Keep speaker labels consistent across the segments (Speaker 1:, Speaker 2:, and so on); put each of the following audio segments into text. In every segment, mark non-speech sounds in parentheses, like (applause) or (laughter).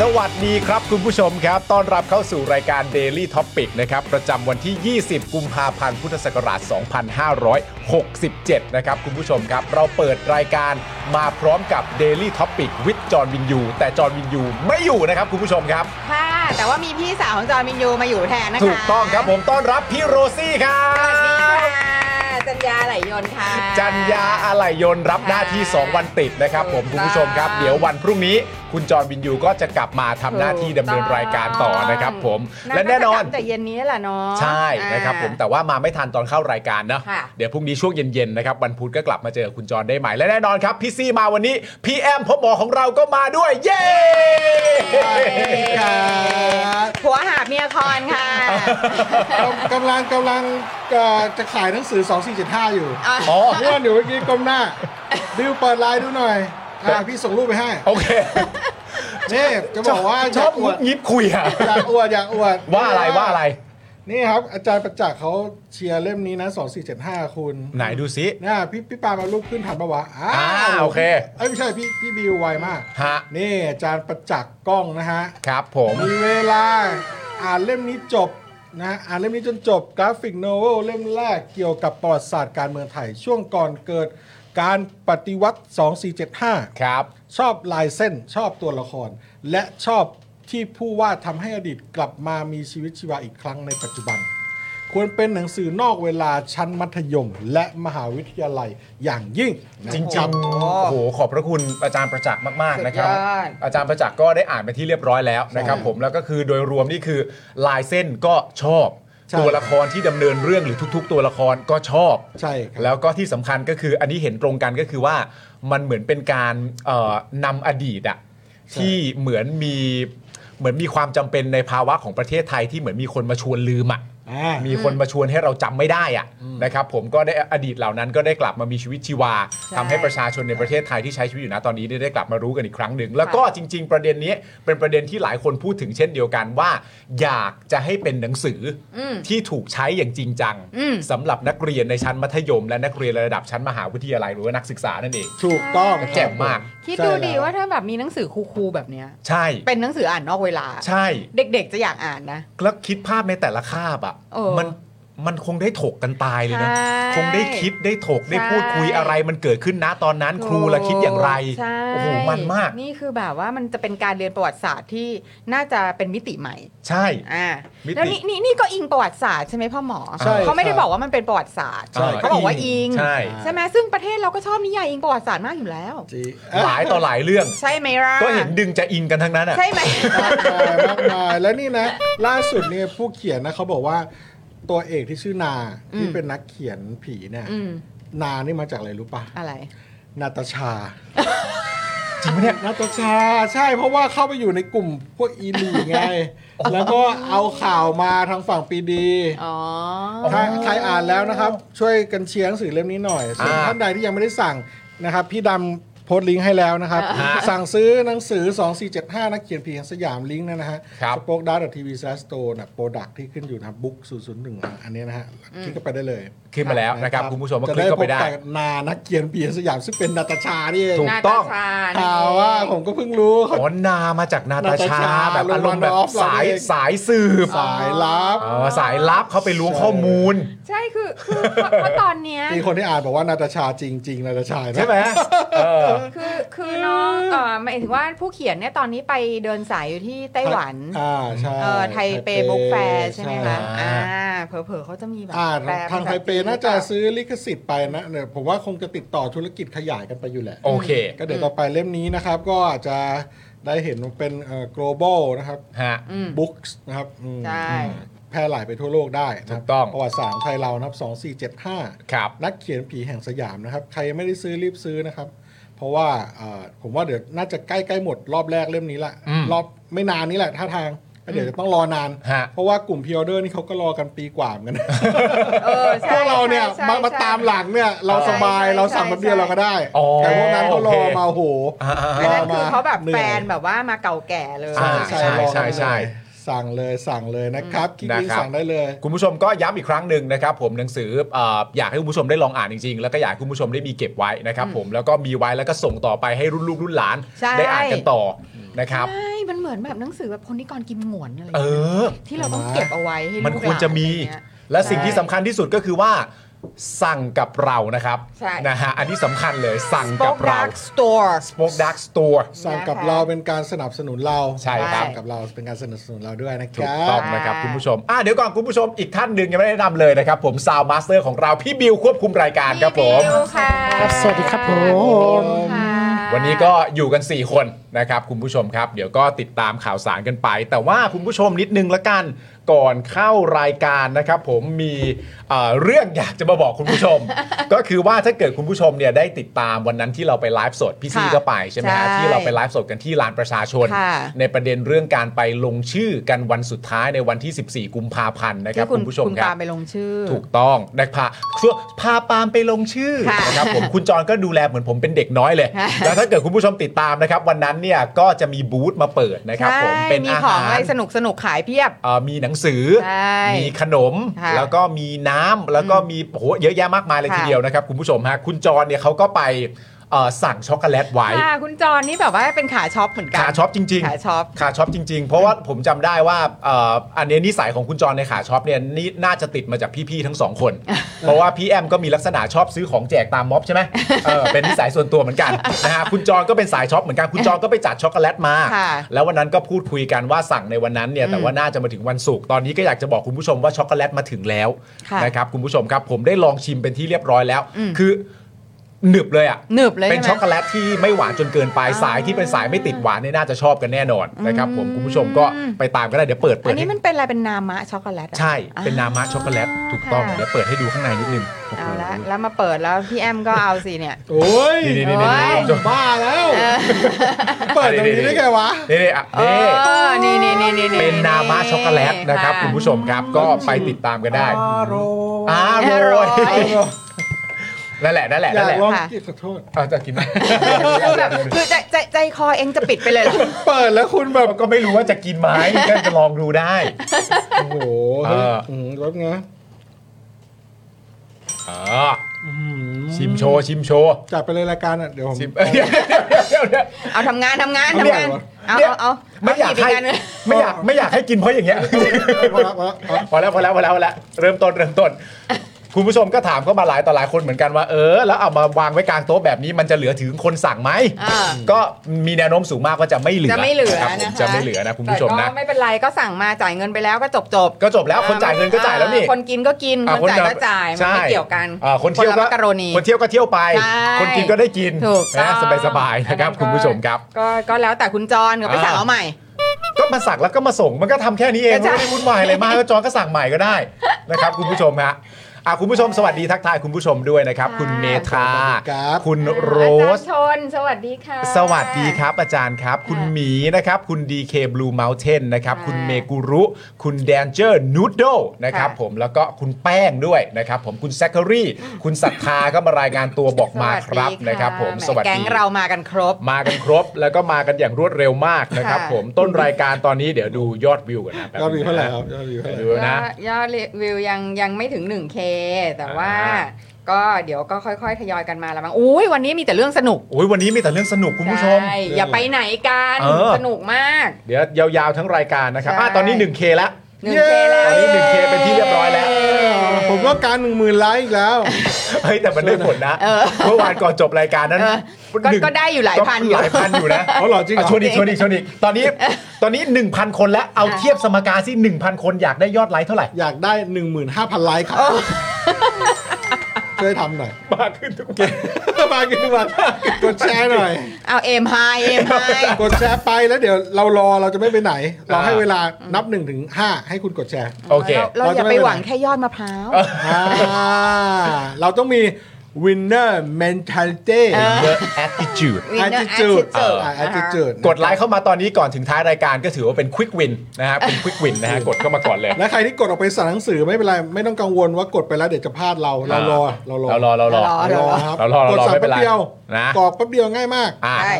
Speaker 1: สวัสดีครับคุณผู้ชมครับ ต้อนรับเข้าสู่รายการ Daily Topic นะครับ ประจำวันที่ 20 กุมภาพันธ์ พุทธศักราช 2567 นะครับ คุณผู้ชมครับ เราเปิดรายการมาพร้อมกับ Daily Topic วิดจอห์นวินยู แต่จอห์นวินยูไม่อยู่นะครับคุณผู้ชมครับ
Speaker 2: ค่ะ แต่ว่ามีพี่สาวของจอร์นวินยูมาอยู่แทนนะคะ
Speaker 1: ถูกต้องครับผมต้อนรับพี่โรซี่ครับ
Speaker 2: จันยาไหลยนต์ค่ะ
Speaker 1: จันยาอะไหล่ยนต์รับหน้าที่ 2 วันติดนะครับผม
Speaker 2: ถูกต้อง
Speaker 1: คุณผู้ชมครับ เดี๋ยววันพรุ่งนี้คุณจอร์นวินยูก็จะกลับมาทำหน้าที่ดำเนินรายการต่อนะครับผม และแน่นอน
Speaker 2: าจะกลับแต่เย็นนี้แหละเนาะ
Speaker 1: ใช่นะครับผมแต่ว่ามาไม่ทันตอนเข้ารายการนะ
Speaker 2: ค่ะ
Speaker 1: เดี๋ยวพรุ่งนี้ช่วงเย็นๆนะครับวันพุธก็กลับมาเจอคุณจอร์นได้ใหม่และแน่นอนครับพี่ซี่มาวันนี้พี่แอมพ่อหมอของเราก็มาด้วย เย้
Speaker 2: ผัวหาเมียคอน
Speaker 1: (laughs)
Speaker 2: ค่ะ
Speaker 3: (laughs) กำลังกำลังเอ่อจะขายหนังสือ 2475 อยู่
Speaker 1: อ๋อ
Speaker 3: เพื่อนอยู่เมื่อกี้ก้มหน้า ดิวเปิดไลน์ดูหน่อย
Speaker 1: (laughs)
Speaker 3: อ่ะพี่ส่งรูปไปให้
Speaker 1: โอเค
Speaker 3: นี่จะบอกว่า
Speaker 1: ชอย
Speaker 3: อา
Speaker 1: บ
Speaker 3: กอวด
Speaker 1: ยิบคุยอะ
Speaker 3: อยากอวดอยากอวด
Speaker 1: ว่าอะไรว่าอะไร
Speaker 3: นี่ครับ อาจารย์ประจักษ์เขาเชียร์เล่มนี้นะ 2475 คุณ
Speaker 1: ไหนดูซิ
Speaker 3: เนี่ยพี่พี่ปามารูปขึ้นทันปะวะอ้า
Speaker 1: อ่าโอเค
Speaker 3: เอ้ยไม่ใช่พี่พี่บิวไวมาก
Speaker 1: ฮะ
Speaker 3: นี่อาจารย์ประจักษ์กล้องนะฮะ
Speaker 1: ครับผม
Speaker 3: มีเวลาอ่านเล่มนี้จบนะอ่านเล่มนี้จนจบกราฟิกโนเวลเล่มแรกเกี่ยวกับประวัติศาสตร์การเมืองไทย ช่วงก่อนเกิดการปฏิวัติ 2475
Speaker 1: ครับ
Speaker 3: ชอบลายเส้นชอบตัวละคร และชอบที่ผู้วาดทำให้อดีตกลับมามีชีวิตชีวาอีกครั้งในปัจจุบัน ควรเป็นหนังสือนอกเวลาชั้นมัธยม และมหาวิทยาลัยอย่างยิ่งนะ
Speaker 1: จริง
Speaker 3: คบ
Speaker 1: ๆโอ้โห ขอบพระคุณอาจารย์ประจักษ์มากๆนะครับ อาจารย์ประจักษ์ก็ได้อ่านไปที่เรียบร้อยแล้วนะครับผม แล้วก็คือโดยรวมนี่คือลายเส้นก็ชอบ
Speaker 3: ใช่
Speaker 1: ตัวละครที่ดำเนินเรื่องหรือทุก ๆ ตัวละครก็ชอบ
Speaker 3: ใช่ครับ
Speaker 1: แล้วก็ที่สำคัญก็คืออันนี้เห็นตรงกันก็คือว่ามันเหมือนเป็นการเอ่อนำอดีตอะที่เหมือนมีเหมือนมีความจำเป็นในภาวะของประเทศไทยที่เหมือนมีคนมาชวนลืมอะ
Speaker 3: อ่า
Speaker 1: มีคนมาชวนให้เราจำไม่ได้อะนะครับผมก็ได้อดีตเหล่านั้นก็ได้กลับมามีชีวิตชีวาทำให้ประชาชนในประเทศไทยที่ใช้ชีวิตอยู่นะตอนนี้ได้ได้กลับมารู้กันอีกครั้งหนึ่ง แล้วก็จริง ๆ ประเด็นนี้เป็นประเด็นที่หลายคนพูดถึงเช่นเดียวกันว่า อยากจะให้เป็นหนังสืออที่ถูกใช้อย่างจริงจังสำหรับนักเรียนในชั้นมัธยม และนักเรียนระดับชั้นมหาวิทยาลัยหรือว่านักศึกษานั่นเอง
Speaker 3: ถูกต้อง
Speaker 1: แจ่มมาก
Speaker 4: คิดดูดี
Speaker 3: ใช่แล้ว
Speaker 4: ว่าถ้าแบบมีหนังสือคูลๆแบบเนี้ย
Speaker 1: ใช่
Speaker 4: เป็นหนังสืออ่านนอกเวลา
Speaker 1: ใช่
Speaker 4: เด็กๆจะอยากอ่านนะ
Speaker 1: แล้วคิดภาพในแต่ละคาบอ่ะ
Speaker 4: เออ
Speaker 1: มันมันคงได้ถกกันตายเลยเนอะ
Speaker 4: ใช่
Speaker 1: คงได้คิด ได้ถกได้พูดคุยอะไรมันเกิดขึ้นนะตอนนั้นครูละคิดอย่างไร
Speaker 4: ใช่
Speaker 1: โอ้โห มันมาก
Speaker 4: นี่คือแบบว่ามันจะเป็นการเรียนประวัติศาสตร์ที่น่าจะเป็นมิติใหม่
Speaker 1: ใช่
Speaker 4: อ่า
Speaker 1: มิติ
Speaker 4: แล้วนี่นี่นี่ก็อิงประวัติศาสตร์ใช่ไหมพ่อหมอ
Speaker 3: ใช่
Speaker 4: เขาไม่ได้
Speaker 3: ครับ
Speaker 4: บอกว่ามันเป็นประวัติศาสตร์
Speaker 1: ใช่
Speaker 4: เขาบอกว่าอิง
Speaker 1: ใช่
Speaker 4: ใช่ไหมซึ่งประเทศเราก็ชอบนิยายอิงประวัติศาสตร์มากอยู่แล้ว
Speaker 3: จี
Speaker 1: หลายต่อหลายเรื่อง
Speaker 4: ใช่ไหมล่ะ
Speaker 1: ก็เห็นดึงจะอิงกันทั้งนั้นอ่ะ
Speaker 4: ใช่ไหม
Speaker 3: มากมายมากมายแล้วนี่นะ ล่าสุดเนี่ยผู้เขียนนะเขาบอกว่าตัวเอกที่ชื่อนา
Speaker 4: อืม
Speaker 3: ที่เป็นนักเขียนผีเนี่ย
Speaker 4: อืม
Speaker 3: นานี่มาจากอะไรรู้ปะ
Speaker 4: อะไร
Speaker 3: นาตาชา
Speaker 1: จริงปะเนี่ย
Speaker 3: นาตาชาใช่เพราะว่าเข้าไปอยู่ในกลุ่มพวกอีลีไง แล้วก็เอาข่าวมาทางฝั่งปีดี
Speaker 4: อ๋อ
Speaker 3: ถ้าใครอ่านแล้วนะครับ ช่วยกันเชียร์หนังสือเล่มนี้หน่อยส่วน
Speaker 1: อ่า
Speaker 3: ท่านใดที่ยังไม่ได้สั่งนะครับพี่ดำ โพสต์ลิงก์ให้แล้วนะครับ
Speaker 1: ฮะ
Speaker 3: สั่งซื้อหนังสือ 2475 นักเขียนผีแห่งสยามลิงก์นะนะฮะ
Speaker 1: ครับ
Speaker 3: สปอคดาร์ทีวีสแลสโตนะโปรดักที่ขึ้นอยู่นะครับบุ๊ก001 อันนี้นะฮะคลิกเข้าไปได้เลย
Speaker 1: ขึ้นมาแล้วนะครับคุณผู้ชมก็คลิกเข้าไปได้
Speaker 3: จะพบกับนานักเขียนผีแห่งสยามซึ่งเป็นนาตาชานี่เอง
Speaker 1: ถูก ต้อง
Speaker 4: หน้าตาชาญ
Speaker 3: ข่าวว่าผมก็เพิ่งรู้เขา
Speaker 1: อ๋อนามาจากนาตาชา
Speaker 3: นาตาชา
Speaker 1: แบบอารมณ์แบบ
Speaker 3: โรมานอฟเรา
Speaker 1: สาย
Speaker 3: เอง
Speaker 1: สายสืบ
Speaker 3: สายลับ
Speaker 1: เออสายลับเขาไปล้วงข้อมูล
Speaker 4: ใช่คือคือเพราะเพราะตอนเนี้ย
Speaker 3: มีคนที่อ่านบอกว่านาตาชาจริง ๆ นาตาชานะ
Speaker 1: ใช่ไหมเออ
Speaker 4: คือคือน้องเอ่อหมายถึงว่าผู้เขียนเนี่ยตอนนี้ไปเดินสายอยู่ที่ไต้หวัน
Speaker 3: อ่าใช่
Speaker 4: เอ่อไทเปบุ๊กแฟร์ใช่ไหมคะ
Speaker 1: ใช่
Speaker 4: อ่าเผลอๆเขาจะมีแบบ
Speaker 3: อ่า
Speaker 4: แปล
Speaker 3: ทางไทเปน่าจะซื้อลิขสิทธิ์ไปนะเนี่ยผมว่าคงจะติดต่อธุรกิจขยายกันไปอยู่แหละ
Speaker 1: โอเค
Speaker 3: ก็เดี๋ยวต่อไปเล่มนี้นะครับ ก็อาจจะได้เห็นมันเป็นเอ่อ global นะครับ
Speaker 1: ฮะ
Speaker 4: อืม
Speaker 3: books นะครับอืม
Speaker 4: ใช่
Speaker 3: แพร่หลายไปทั่วโลกได้นะครับ
Speaker 1: ถูกต้อง
Speaker 3: ประวัติศาสตร์ของไทยเรานะครับ 2475
Speaker 1: ครับ
Speaker 3: นักเขียนผีแห่งสยามนะครับ ใครยังไม่ได้ซื้อรีบซื้อนะครับ เพราะว่าเอ่อผมว่าเดี๋ยวน่าจะใกล้ๆหมดรอบแรกเล่มนี้ละ
Speaker 1: อืม
Speaker 3: รอบไม่นานนี้แหละท่าทางแล้วเดี๋ยวจะต้องรอนาน
Speaker 1: ฮะ
Speaker 3: เพราะว่ากลุ่มพิออเดอร์นี่เขาก็รอกันปีกว่าเหมือนกัน
Speaker 4: เออใช่
Speaker 3: พวก (laughs) เราเนี่ย
Speaker 4: ใช่ใช่
Speaker 3: มามาตามหลังเนี่ย เราสบาย
Speaker 4: ใช่ใช่
Speaker 3: เราสั่งแบบเดียว
Speaker 4: ใช่
Speaker 3: เราก็ได้
Speaker 1: อ๋อ
Speaker 3: แต่พวกนั้นเขารอ
Speaker 1: โอเค
Speaker 3: มาโอ้โห
Speaker 1: อ่า
Speaker 4: อันนั้น
Speaker 3: รอมา
Speaker 4: คือเขาแบบ
Speaker 3: เหนื่อย
Speaker 4: แฟนแบบว่ามาเก่าแก่เลย
Speaker 1: อ่า
Speaker 3: ใช่
Speaker 1: ใช่
Speaker 3: รอ
Speaker 1: ใช่
Speaker 3: กันเลย
Speaker 1: ใช่
Speaker 3: สั่งเลยสั่งเลยนะครับคลิกลิงก์
Speaker 1: นะครับ
Speaker 3: สั่งได้เลย
Speaker 1: คุณผู้ชมก็ย้ำอีกครั้งหนึ่งนะครับผมหนังสือเอ่ออยากให้คุณผู้ชมได้ลองอ่านจริงๆ แล้วก็อยากให้คุณผู้ชมได้มีเก็บไว้นะครับผมแล้วก็มีไว้แล้วก็ส่งต่อไปให้รุ่นลูกรุ่นหลาน
Speaker 4: ใช่
Speaker 1: ได้อ่านกันต่อนะครับ
Speaker 4: ใช่มันเหมือนแบบหนังสือแบบคนที่กรกิมหงวนอะไร
Speaker 1: เออ
Speaker 4: ที่เราต้องเก็บเอาไว้ให้ลูกหลา
Speaker 1: มันควรจะมี
Speaker 4: อไรเงี้ย
Speaker 1: และสิ่งที่สำคัญที่สุดก็คือว่า สั่งกับเรานะครับ
Speaker 4: ใช่
Speaker 1: นะฮะอันนี้สำคัญเลยสั่งกับเรา
Speaker 4: Spoke Dark Store
Speaker 1: Spoke Dark Store
Speaker 3: สั่งกับ
Speaker 4: นะคะ
Speaker 3: เราเป็นการสนับสนุนเรา
Speaker 1: ใช่ครั
Speaker 3: สั่
Speaker 1: บ
Speaker 3: งกับเราเป็นการสนับสนุนเราด้วยนะค
Speaker 1: ถูก
Speaker 3: รั
Speaker 1: ต้อบ งนะครับคุณผู้ชมอ่ะเดี๋ยวก่อนคุณผู้ชมอีกท่านหนึ่งยังไม่ได้แนะนำเลยนะครับผมซาวมาสเตอร์ของเราพี่บิวควบคุมรายการครับผม
Speaker 4: พี่บิวค่ะ
Speaker 5: ครับสวัสดีครับผม
Speaker 4: พี่บิวค่ะ
Speaker 1: วันนี้ก็อยู่กัน 4 คนนะครับคุณผู้ชมครับ เดี๋ยวก็ติดตามข่าวสารกันไป แต่ว่าคุณผู้ชมนิดนึงละกันก่อนเข้ารายการนะครับผมมีเอ่อเรื่องอยากจะมาบอกคุณผู้ช
Speaker 4: (laughs)
Speaker 1: ม ก็คือว่าถ้าเกิดคุณผู้ชมเนี่ยได้ติดตามวันนั้นที่เราไปไลฟ์สดพี่ซี
Speaker 4: ค่ะ
Speaker 1: ก็ไปใช่ไหมฮะ
Speaker 4: ใช่
Speaker 1: ที่เราไปไลฟ์สดกันที่ลานประชาชน
Speaker 4: ค่ะ
Speaker 1: ในประเด็นเรื่องการไปลงชื่อกันวันสุดท้ายในวันที่ 14 กุมภาพันธ์นะครับ
Speaker 4: ที่
Speaker 1: คุณผู้ชม
Speaker 4: คุณ
Speaker 1: ครั
Speaker 4: ตา
Speaker 1: บ
Speaker 4: มไปลงชื่อ
Speaker 1: ถูกต้องนะพาพาปาล์มไปลงชื่อ
Speaker 4: ค่ะ
Speaker 1: นะครับผม คุณจรก็ดูแลเหมือนผมเป็นเด็กน้อยเลย
Speaker 4: ค่ะ
Speaker 1: แล้วถ้าเกิดคุณผู้ชมติดตามนะครับ วันนั้นเนี่ยก็จะมีบูธมาเปิดนะครับผม
Speaker 4: ใช่
Speaker 1: เป็น
Speaker 4: มี
Speaker 1: อา
Speaker 4: ของ
Speaker 1: หา
Speaker 4: อะไร
Speaker 1: ร
Speaker 4: สนุกสนุกๆขายเพียบ
Speaker 1: เอ่อมีหนังสือ
Speaker 4: ใช่
Speaker 1: มีขนม
Speaker 4: ค่ะ
Speaker 1: แล้วก็มีน้ำแล้วก็มีโอ้โหเยอะแยะมากมายเลย
Speaker 4: ค่ะ
Speaker 1: ทีเดียวนะครับ คุณผู้ชมฮะคุณจรเนี่ยเขาก็ไปเอ่อสั่งช็อกโกแลตไว้
Speaker 4: ค่ะคุณจอนนี่แบบว่าเป็นขาช็อปเหมือนกัน
Speaker 1: ขาช็อปจริงๆ
Speaker 4: ขาช็อป
Speaker 1: ขาช็อปจริง ๆ เพราะว่าผมจำได้ว่าเอ่ออันเนี้ยนิสัยของคุณจรในขาช็อปเนี่ยนี่น่าจะติดมาจากพี่ๆทั้งสองคน
Speaker 4: (laughs)
Speaker 1: เพราะว่าพี่แอมก็มีลักษณะชอบซื้อของแจกตามม็อบ
Speaker 4: (laughs)
Speaker 1: ใช่ไหมเออเป็นนิสัยส่วนตัวเหมือนกัน นะฮะคุณจรก็เป็นสายช็อปเหมือนกันคุณจรก็ไปจัดช็อกโกแลตมา
Speaker 4: ค่ะ
Speaker 1: แล้ววันนั้นก็พูดคุยกันว่าสั่งในวันนั้นเนี่ยแต่ว่าน่าจะมาถึงวันศุกร์ตอนนี้ก็อยากจะบอกคุณผู้ชมว่าช็อกโกแลตมาถึงแล้ว
Speaker 4: ค่ะ
Speaker 1: นะครับคุณผู้ชมครับผมได้ลองชิมเป็นที่เรียบร้อยแล้ว
Speaker 4: อืม
Speaker 1: คือหนึบเลยอ่ะ
Speaker 4: หนึบเลย
Speaker 1: เป็น
Speaker 4: ใช่
Speaker 1: ช็อ
Speaker 4: ไห
Speaker 1: ก
Speaker 4: ม
Speaker 1: โกแลตที่ไม่หวานจนเกินไปสายที่เป็นสายไม่ติดหวานเนี่ยน่าจะชอบกันแน่นอนนะครับผมคุณผู้ชมก็ไปตามก็ได้เดี๋ยวเปิดเปิ
Speaker 4: อั
Speaker 1: ด
Speaker 4: นนี้
Speaker 1: ให้
Speaker 4: มันเป็นอะไรเป็นนามะช็อกโกแลตอะ
Speaker 1: ใช่เป็นนามะช็อกโกแลตถูกต้อง
Speaker 4: ค่ะ
Speaker 1: เดี๋ยวเปิดให้ดูข้างในนิดนึงโอ้โห
Speaker 4: เอาละแล้วมาเปิดแล้วพี่แอมก็เอาสิเนี่ย
Speaker 3: โอ้ย
Speaker 1: นี่นี่นี่นี่
Speaker 4: โอ้ย
Speaker 1: คุณผู้ชม
Speaker 3: บ้าแล้ว เปิดตรง
Speaker 1: อันนี้
Speaker 3: นี้ได้ไงวะ
Speaker 1: นี่นี่อ่ะนี่
Speaker 4: เออนี่นี่นี่นี่
Speaker 1: เป็นนามะช็อกโกแลตนะครับคุณผู้ชมครับก็ไปติดตามกันได้อร่อยนั่นแหละนั่นแหละ
Speaker 3: อ
Speaker 1: นั่
Speaker 3: ยาน ก
Speaker 1: แหละ
Speaker 3: ลองกินขอโทษ
Speaker 1: เอาจะกินไหม
Speaker 4: แบบคือใจใจใจคอเองจะปิดไปเลยเหรอ
Speaker 3: เปิดแล้วคุณแบบ
Speaker 1: ก็ไม่รู้ว่าจะกินไหมก็จะลองดูได้
Speaker 3: โอ้โหเฮ้ย
Speaker 1: เอออื
Speaker 3: มรสไง
Speaker 1: เออชิมโชว์ชิมโชว์
Speaker 3: จัดไปเลยรายการอ่ะ เดี๋ยวผม
Speaker 1: สิบเอ้ยเดี๋ยวเดี๋ยวเดี๋ยวเดี๋ยว
Speaker 4: เอาทำงานทำงาน
Speaker 1: เอาเนี่
Speaker 4: ทำ
Speaker 1: ย
Speaker 4: งานเอา
Speaker 1: เนี่ย
Speaker 4: เอาเอา
Speaker 1: ไม่อยากให้
Speaker 4: เบนเลย
Speaker 1: ไม่อยากไม่อยากให้กินเพ
Speaker 4: (laughs)
Speaker 1: ราะอย่างเงี้ย
Speaker 3: พอแล้วพอแล้วพอแล้ว
Speaker 1: พอแล้วพอแล้วพอแล้วพอแล้วเริ่มต้นเริ่มต้น คุณผู้ชมก็ถามเข้ามาหลายต่อหลายคนเหมือนกันว่าเออแล้วเอามาวางไว้กลางโต๊ะแบบนี้มันจะเหลือถึงคนสั่งไหม
Speaker 4: อ่า
Speaker 1: ก็มีแนวโน้มสูงมากว่าจะไม่เหลือ
Speaker 4: จะไม่เหลือ
Speaker 1: ครับผม
Speaker 4: นะคะ
Speaker 1: จะไม่เหลือนะคุณผู้ชม
Speaker 4: แต่
Speaker 1: นะ
Speaker 4: ก็ไม่เป็นไรก็สั่งมาจ่ายเงินไปแล้วก็จบจบ
Speaker 1: ก็จบแล้วคนจ่ายเงินก็จ่ายแล้วนี่
Speaker 4: คนกินก็กิน
Speaker 1: อ่ะ
Speaker 4: คนจ่าย
Speaker 1: เดิ
Speaker 4: ก็จ่ายมัน
Speaker 1: ใช่
Speaker 4: ไม่เกี่ยวกัน
Speaker 1: อ่าคนเที่ยว
Speaker 4: ละมั
Speaker 1: ก็
Speaker 4: กกะโรนี
Speaker 1: คนเที่ยวก็เที่ยวไป
Speaker 4: ใช่
Speaker 1: คนกินก็ได้กิน
Speaker 4: ถูกต้
Speaker 1: นะ
Speaker 4: อง
Speaker 1: สบายๆนะครับ
Speaker 4: อั
Speaker 1: คุณผู้ชมครับ
Speaker 4: ก็ก็แล้วแต่คุณจรก็ไป
Speaker 1: อ่า
Speaker 4: สั่งเอาใหม่
Speaker 1: ก็มาสั่งแล้วก็มาส่งมันก็ทำแค่นี้เอง
Speaker 4: ก็
Speaker 1: ไม่
Speaker 4: ใช่
Speaker 1: ได้วุ่นวายอะไรมากก็จองก็สั่งใหม่ก็ได้นะครับ คุณผู้ชมฮะ อ่ะคุณผู้ชมสวัสดีทักทายคุณผู้ชมด้วยนะครับ คุณเม
Speaker 3: ส
Speaker 1: ธา
Speaker 3: วัสดีครับ
Speaker 1: คุณโร
Speaker 4: อาจาร
Speaker 1: ส
Speaker 4: ย์ชน สวัสดีค่ะ
Speaker 1: สวัสดีครับอาจารย์ครับ คุณหมีนะครับ คุณ DK Blue Mountain นะครับ
Speaker 4: ค่ะ
Speaker 1: คุณเมกุรุ คุณ Danger Noodle นะครับ
Speaker 4: ค่ะ
Speaker 1: ผมแล้วก็คุณแป้งด้วยนะครับ ผมคุณแซคเคอรี่ คุณศรัทธาก็มารายงานตัวบอกมาครับ
Speaker 4: ะ
Speaker 1: นะครับ ผม
Speaker 4: แห
Speaker 1: สวัสดี
Speaker 4: แก๊งเรามากันครบ
Speaker 1: มากันครบ แล้วก็มากันอย่างรวดเร็วมากนะครับ
Speaker 4: ค่ะ
Speaker 1: ผมต้นรายการตอนนี้เดี๋ยวดูยอดวิวกันนะแป๊บ
Speaker 3: ยอดวิวเท่าไหร่ค
Speaker 1: นึง
Speaker 3: รั
Speaker 1: นะ
Speaker 3: บยอดวิวเท่าไหร่
Speaker 1: ดูนะ
Speaker 4: ยอดวิวยังยังไม่ถึง 1K แต่ว่า
Speaker 1: อ่า
Speaker 4: ก็เดี๋ยวก็ค่อยๆ ทยอยกันมาแล้วมั้งอุ้ยวันนี้มีแต่เรื่องสนุก
Speaker 1: โอ้ยวันนี้มีแต่เรื่องสนุกคุณผู้ชม
Speaker 4: ใช่อย่าไปไหนกัน
Speaker 1: เออ
Speaker 4: สนุกมาก
Speaker 1: เดี๋ยวยาวๆทั้งรายการนะครับ
Speaker 4: ใช่
Speaker 1: อ่ะตอนนี้ 1K แล้ว
Speaker 4: 1K แล้ว
Speaker 1: ตอนนี้ 1K เป็นที่เรียบร้อยแล้ว
Speaker 3: ผมก็การหนึ่งหมื่นไลค์อีกแล้ว
Speaker 1: เฮ้ยแต่มันได้ผลนะ
Speaker 4: เออ
Speaker 1: เมื่อวานก่อนจบรายการนั้น
Speaker 4: เออก็
Speaker 1: หนึ่ง
Speaker 4: ก็ได้อยู่หลายพันอยู่
Speaker 1: หลายพันอยู่นะ
Speaker 3: อ๋อเหรอจริงเหรอ
Speaker 1: ะชวนอีกชวนอีกชวนอีกตอนนี้ตอนนี้ 1,000 คนแล้วเอาเทียบสมการสิ1,000 คนอยากได้ยอดไลค์เท่าไหร่
Speaker 3: อยากได้ 15,000 ไลค์ครับ ช่วยทำหน่อย
Speaker 1: มากขึ้นทุกเกม
Speaker 3: มา (laughs) กินทุกวันกดแชร์หน่อย
Speaker 4: เอาเอ็มไฮเอ็มไฮ
Speaker 3: กดแชร์ไปแล้วเดี๋ยวเรารอเราจะไม่ไปไหน เราให้เวลานับ1ถึง5ให้คุณกดแชร์
Speaker 1: โอเค
Speaker 4: เราเราอย่า
Speaker 3: เราจะไม่
Speaker 4: ไป
Speaker 3: เป็นไร
Speaker 4: หวังแค่ยอดมะพร้าว
Speaker 3: อ่าเราต้องมี winner mentality
Speaker 1: Your attitude
Speaker 4: วินเนอร์
Speaker 3: attitude
Speaker 4: เออ
Speaker 3: อ่า attitude
Speaker 1: กดไลค์เข้ามาตอนนี้ก่อนถึงท้ายรายการก็ถือว่าเป็นควิกวินนะฮะเป็นควิกวินนะฮะกดเข้ามาก่อนเลย
Speaker 3: และใครที่กดออกไปสั่งหนังสือไม่เป็นไรไม่ต้องกังวลว่ากดไปแล้วเดี๋ยวจะพลาดเราเรารอเรารอ
Speaker 1: เรารอเรารอ
Speaker 4: เรารอ
Speaker 3: ครับ
Speaker 1: เรารอเรา
Speaker 3: กด
Speaker 1: รอ
Speaker 3: สั่ง
Speaker 1: ไม่เป็
Speaker 3: แป๊
Speaker 1: น
Speaker 3: บ
Speaker 1: ไร
Speaker 3: เดียว
Speaker 1: นะ
Speaker 3: กรอกแป๊บเดียวง่ายมาก
Speaker 1: อ่ะ
Speaker 4: ใช่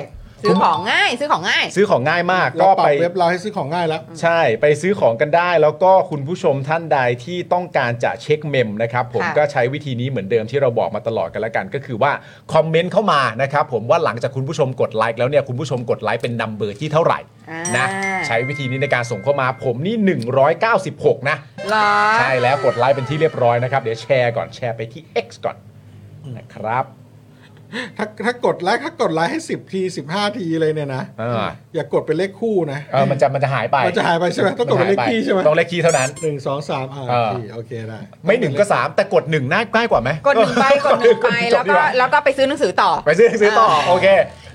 Speaker 4: ซื้อของง่ายซื้อของง่าย
Speaker 1: ซื้อของง่ายมาก
Speaker 3: เรา
Speaker 1: ก็
Speaker 3: ปรั
Speaker 1: ไป
Speaker 3: บเว็บเราให้ซื้อของง่ายแล้ว
Speaker 1: ใช่ไปซื้อของกันได้แล้วก็คุณผู้ชมท่านใดที่ต้องการจะเช็คเมมนะครับผม
Speaker 4: ค่ะ
Speaker 1: ก็ใช้วิธีนี้เหมือนเดิมที่เราบอกมาตลอดกันแล้วกัน ก็คือว่าคอมเมนต์เข้ามานะครับผมว่าหลังจากคุณผู้ชมกดไลค์แล้วเนี่ยคุณผู้ชมกดไลค์เป็นนัมเบอร์ที่เท่าไหร่
Speaker 4: อ่า
Speaker 1: นะใช้วิธีนี้ในการส่งเข้ามาผมนี่ 196 นะ
Speaker 4: เหรอ
Speaker 1: ใช่แล้วกดไลค์เป็นที่เรียบร้อยนะครับ เดี๋ยวแชร์ก่อนแชร์ไปที่ X ก่อนนะครับ
Speaker 3: ถ้าถ้ากดไลค์ถ้ากดไลค์ให้ 10 ที 15 ทีเลยเนี่ยนะ
Speaker 1: เออ
Speaker 3: อย่ากดเป็นเลขคู่นะ
Speaker 1: เออมันจะมันจะหายไป
Speaker 3: มันจะหายไปใช่ไหมต้องกดเป็นเลขคี่ใช่ไหม
Speaker 1: ต้องเลขคี่เท่านั้น
Speaker 3: หนึ่งสองสามอ่า
Speaker 1: เออ
Speaker 3: ทีโอเคได้
Speaker 1: ไม่หนึ่งก็สามแต่กดหนึ่งน่าง่ายกว่าไหม
Speaker 4: กดหนึ่งไปกดหนึ่งไปแล้วก็แล้วก็ไปซื้อหนังสือต่อ
Speaker 1: ไปซื้อซื้อต่อ โอเค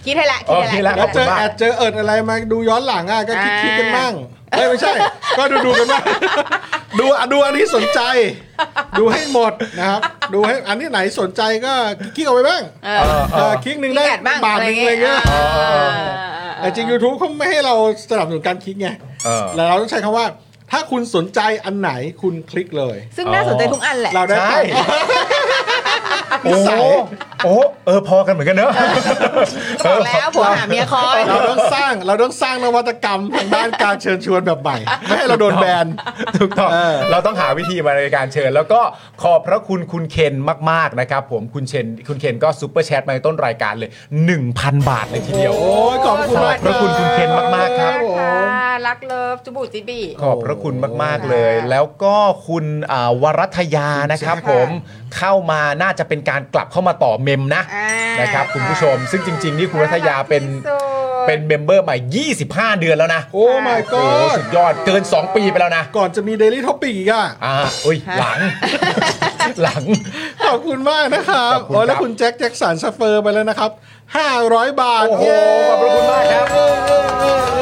Speaker 4: คิดให้ละคิด
Speaker 1: โอเค
Speaker 4: ให้
Speaker 1: ละ
Speaker 4: ละ
Speaker 3: แล้ว
Speaker 4: คิด
Speaker 3: เจอ
Speaker 4: ให้ละ
Speaker 3: แอดเจอเอิดอะไรมาดูย้อนหลังอ่ะก็คิด
Speaker 4: อ่า
Speaker 3: คิดกันบ้างเอ้ยไม่ใช่ ก็ดูดูกันบ้างดูอ่ะดูอันนี้สนใจ ดูให้หมดนะครับ ดูให้อันนี้ไหนสนใจก็คลิกเอาไปบ้าง
Speaker 4: เออ
Speaker 3: เออคลิกหนึ่งได้
Speaker 4: ขี้เกียจบ้าง
Speaker 3: บาทหนึ่งอะไรเงี้ย
Speaker 4: เออ
Speaker 3: แต่จริง YouTube เขาไม่ให้เราสนับสนุนการคลิกไง
Speaker 1: เออ
Speaker 3: แล้วเราต้องใช้คำว่า ถ้าคุณสนใจอันไหนคุณคลิกเลย
Speaker 4: ซึ่งน่าสนใจทุกอันแหละ
Speaker 3: เราได้
Speaker 1: ใช่โอ้โหโอ้โหเออ พอกันเหมือนกันเนอะ
Speaker 4: บอกแล้วผัวหาเมียคอย
Speaker 3: เราต้องสร้างเราต้องสร้างนวัตกรรมทางด้านการเชิญชวนแบบใหม่ ไม่ให้เราโดนแบน
Speaker 1: (laughs) ถูกต้อง
Speaker 3: เออ
Speaker 1: เราต้องหาวิธีมาในการเชิญ แล้วก็ขอบพระคุณคุณเคนมาก ๆ นะครับผมคุณเคนคุณเคนก็ซุปเปอร์แชทมาในต้นรายการเลย 1,000 บาทเลยทีเดียว
Speaker 3: โอ้ยขอบคุณ
Speaker 1: ขอ
Speaker 3: มา
Speaker 1: บ
Speaker 3: ก
Speaker 1: พระคุณคุณเคนมากๆครับ
Speaker 3: ผม
Speaker 4: ค่ะรักเลิฟจุบุจิบี
Speaker 1: ขอบพระคุณมาก ๆ เลย
Speaker 4: ค่ะ
Speaker 1: แล้วก็คุณอ่าวรัตยานะครับ
Speaker 4: ค่ะ
Speaker 1: ผมเข้ามาน่าจะเป็นการกลับเข้ามาต่อเมมนะ
Speaker 4: อ่าน
Speaker 1: นะครับคุณผู้ชม ซึ่งจริง ๆ นี่คุณรัตยาเป็น
Speaker 4: น่ารักที่สุด
Speaker 1: เป็นเมมเบอร์ใหม่ 25 เดือนแล้วนะ
Speaker 3: โอ้ my
Speaker 1: โอ้โห
Speaker 3: god
Speaker 1: สุดยอดเกิน 2 ปีไปแล้วนะ
Speaker 3: ก่อนจะมี Daily Topic อีกอ่ะ
Speaker 1: อ่าอุ้ย หลัง (laughs) หลัง
Speaker 3: ขอบคุณมากนะครับ
Speaker 1: ขอบคุณครับ
Speaker 3: โอ้ยแล้วคุณแจ็คแจ็คสันสเฟอร์ไปแล้วนะครับ 500 บาท
Speaker 1: โอ้โห
Speaker 3: เย้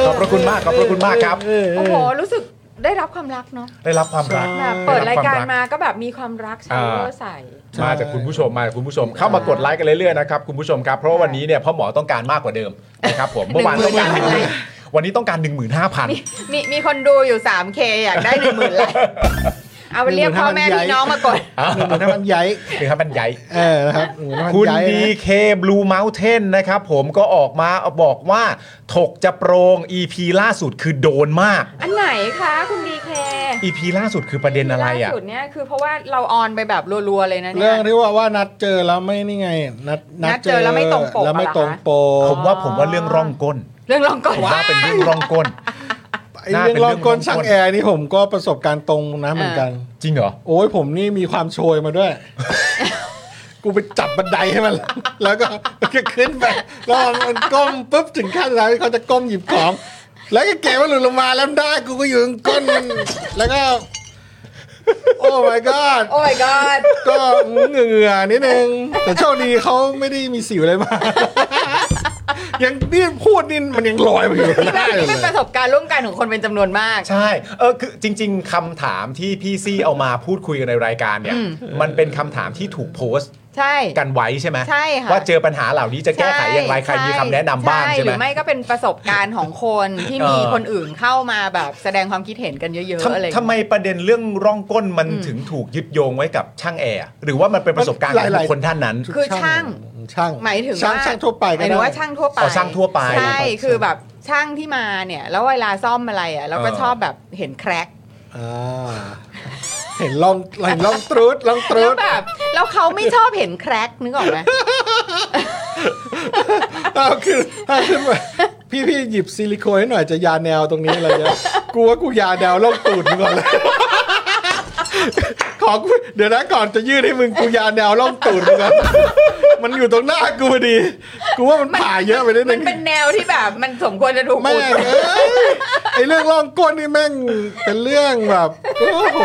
Speaker 1: ขอบพระคุณมากครับ ขอบพระคุณมาก ขอบพระคุณมากครับ
Speaker 4: โอ้โห รู้สึกได้รับความรักเนาะ
Speaker 1: ได้รับความรัก
Speaker 4: แบบเปิดรายการมาก็แบบมีความรักชา
Speaker 1: อ่า
Speaker 4: วใส่
Speaker 1: มาจากคุณผู้ชมมาจากคุณผู้ชมเข้ามากดไลค์กันเรื่อยๆนะครับคุณผู้ชมครับ เพราะว่าวันนี้เนี่ยพ่อหมอต้องการมากกว่าเดิมนะครับผมเมื่อวานต้องการ
Speaker 4: 15,000
Speaker 1: 15,000วันนี้ต้องการ
Speaker 4: มี
Speaker 1: 15,000
Speaker 4: (laughs) มีมีคนดูอยู่ 3K อยากได้หนึ่งหมื่น
Speaker 1: (laughs)
Speaker 4: ไลค์เอาไปเรียกพ่อแม่พี่น้องมากด
Speaker 3: หนึ่งหมื่นห้าพันไยท์
Speaker 1: หรือครับมันใหญ่
Speaker 3: เออนะครับหนึ่งหมื่นห้าพัน
Speaker 1: คุณ
Speaker 3: ไยท์นะ
Speaker 1: ดีเคบลูเม t เทนนะครับผมก็ออกมาบอกว่า ถกจะโปรง EP ล่าสุดคือโดนมาก
Speaker 4: อันไหนคะคุณดีเค
Speaker 1: EP ล่าสุดคือประเด็นอะไรอ่ะ
Speaker 4: ล่าสุดเนี่ยคือเพราะว่าเราออนไปแบบรัวๆเลยนะเนี่
Speaker 3: เรื่อย งที่ว่าว่านัดเจอแล้วไม่นี่ไง นัด
Speaker 4: นัดเจอแล้วไม่ตรงปก
Speaker 3: แล้วไม่
Speaker 4: เหรอคะ
Speaker 3: ตรงป
Speaker 1: ผ
Speaker 3: ก
Speaker 1: มว่าผมว่าเรื่องร่องก้น
Speaker 4: เรื่องลองก่อน
Speaker 1: ผมว่าเป็นเรื่องร่องก้น
Speaker 3: ไอ้เรื่องรองก้นช่างแอร์นี่ผมก็ประสบการณ์ตรงนะเหมือนกัน
Speaker 1: จริงเหรอ
Speaker 3: โอ้ยผมนี่มีความโชยมาด้วย (laughs) กูไปจับบันไดให้มัน (laughs) แล้วก็แล้วก็ขึ้นไปแล้วมันก้มปุ๊บถึงขั้นแล้วเขาจะก้มหยิบของ แล้วก็แกะมันหลุดลงมาแล้วได้กูก็อยู่ตรงก้น (laughs) มันแล้วก็ โอ้ my god
Speaker 4: โอ้ my god
Speaker 3: ก็เหงื่อๆนิดนึง แต่โชคดีเขาไม่ได้มีสิวอะไรมาก (laughs) ยังนี่พูดนี่มันยังลอยไปอยู่
Speaker 4: นี่
Speaker 3: ได้
Speaker 4: เป็น
Speaker 3: เล
Speaker 4: นี่
Speaker 3: ย
Speaker 4: เป็นประสบการณ์ร่วมกันของคนเป็นจำนวนมาก
Speaker 1: ใช่เออคือจริง ๆคำถามที่พี่ซี่เอามาพูดคุยกันในรายการเนี่ย
Speaker 4: อืม
Speaker 1: มันเป็นคำถามที่ถูกโพสต์
Speaker 4: ใช่
Speaker 1: กันไว้ใช่ไหม
Speaker 4: ใช่ค่ะ
Speaker 1: ว่าเจอปัญหาเหล่านี้จะแก้ไขอย่างไรใครมีคำแนะนำบ้างใช่
Speaker 4: ห
Speaker 1: ไห
Speaker 4: รื
Speaker 1: ม
Speaker 4: อไม่ก็เป็นประสบการณ์ของคนที่มี
Speaker 1: เออ
Speaker 4: คนอื่นเข้ามาแบบแสดงความคิดเห็นกันเยอะๆ
Speaker 1: ทำ
Speaker 4: อะไรอย่างเงี้ย
Speaker 1: ทำไมประเด็นเรื่องร่องก้นมัน
Speaker 4: อืม
Speaker 1: ถึงถูกยึดโยงไว้กับช่างแอร์หรือว่ามันเป็นประสบการณ์ของ
Speaker 3: หลายๆ
Speaker 1: บุคคนท่านนั้น
Speaker 4: คือช่าง
Speaker 3: ช่าง
Speaker 4: หมายถึง
Speaker 3: ช่าง
Speaker 4: ว่า
Speaker 3: ช่างทั่วไป
Speaker 4: ห
Speaker 3: ก็
Speaker 4: มายถึ
Speaker 3: ได้
Speaker 4: งว่าช่างทั่วไป
Speaker 1: อ๋อช่างทั่วไป
Speaker 4: ใช่คือแบบช่างที่มาเนี่ย แล้วเวลาซ่อมอะไรอ่ะเราก็
Speaker 1: เออ
Speaker 4: ชอบแบบเห็นแครก
Speaker 3: อ่าเห็นลองเห็นลองตรูดลองตรู
Speaker 4: แล้ว
Speaker 3: ด
Speaker 4: แบบแล้วเขาไม่ชอบเห็นแครกนึกออกไหม
Speaker 3: เอาคือถ้าขึ้นมาพี่พี่หยิบซิลิโคนให้หน่อยจะยาแนวตรงนี้อะไรเงี้ยกูว่ากูยาแนวลองตูดมึงก่อนเลย (laughs) ขอกูเดี๋ยวนะก่อนจะยื่นให้มึงกูยาแนวล่องตูดมึงก่อนมันอยู่ตรงหน้ากูพอดี กูว่ามันผ่าเยอะไปนิด
Speaker 4: มั
Speaker 3: นึ
Speaker 4: น
Speaker 3: ง
Speaker 4: เป็นแนวที่แบบมันสมควรจะถูก
Speaker 3: แม่
Speaker 4: อุด
Speaker 3: งเอ้ยไอเรื่องร่องก้นนี่แม่งเป็นเรื่องแบบโอ้โห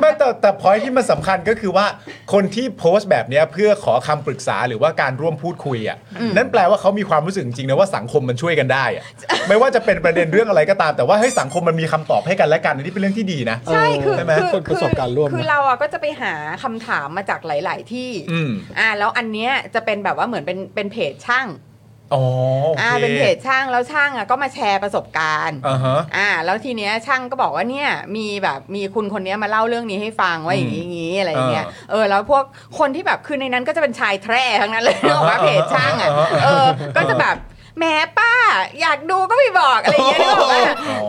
Speaker 1: ไม่แต่แต่พอยที่มันสำคัญก็คือว่าคนที่โพสต์แบบเนี้ยเพื่อขอคำปรึกษาหรือว่าการร่วมพูดคุยอ่ะนั่นแปลว่าเขามีความรู้สึกจริงๆนะว่าสังคมมันช่วยกันได้ (laughs) อ่ะไม่ว่าจะเป็นประเด็นเรื่องอะไรก็ตาม แต่ว่าให้ยสังคมมันมีคำตอบให้กันและกันอันนี้เป็นเรื่องที่ดีนะ
Speaker 4: ใช่คือ
Speaker 3: ใช่ไหม
Speaker 4: คือ
Speaker 3: คนประสบการณ์ร่วม
Speaker 4: คือเราอ่ะก็จะไปหาคำถามมาจากหลาย ๆ ที่
Speaker 1: อืม
Speaker 4: อ่าแล้วอันเนี้ยจะเป็นแบบว่าเหมือนเป็นเป็นเพจช่าง
Speaker 1: อ๋อโอ
Speaker 4: อ่า
Speaker 1: เค
Speaker 4: เป็นเพจช่างแล้วช่างอ่ะก็มาแชร์ประสบการณ์
Speaker 1: อ่าฮะ
Speaker 4: อ่าแล้วทีเนี้ยช่างก็บอกว่าเนี่ยมีแบบมีคุณคนเนี้ยมาเล่าเรื่องนี้ให้ฟังว่าอย่างนี้อย่างนี้อะไรอย่างเงี้ย
Speaker 1: อ่า
Speaker 4: เออแล้วพวกคนที่แบบคือในนั้นก็จะเป็นชายแทร่ทั้งนั้นเลย
Speaker 1: อ่า
Speaker 4: บอกว่าเพจช่างอ่ะ
Speaker 1: อ่าอ่า
Speaker 4: เออก็จะแบบแหมป้า อยากดูก็ไม่บอกอะไรอย่างเงี้ยนึกออกปะ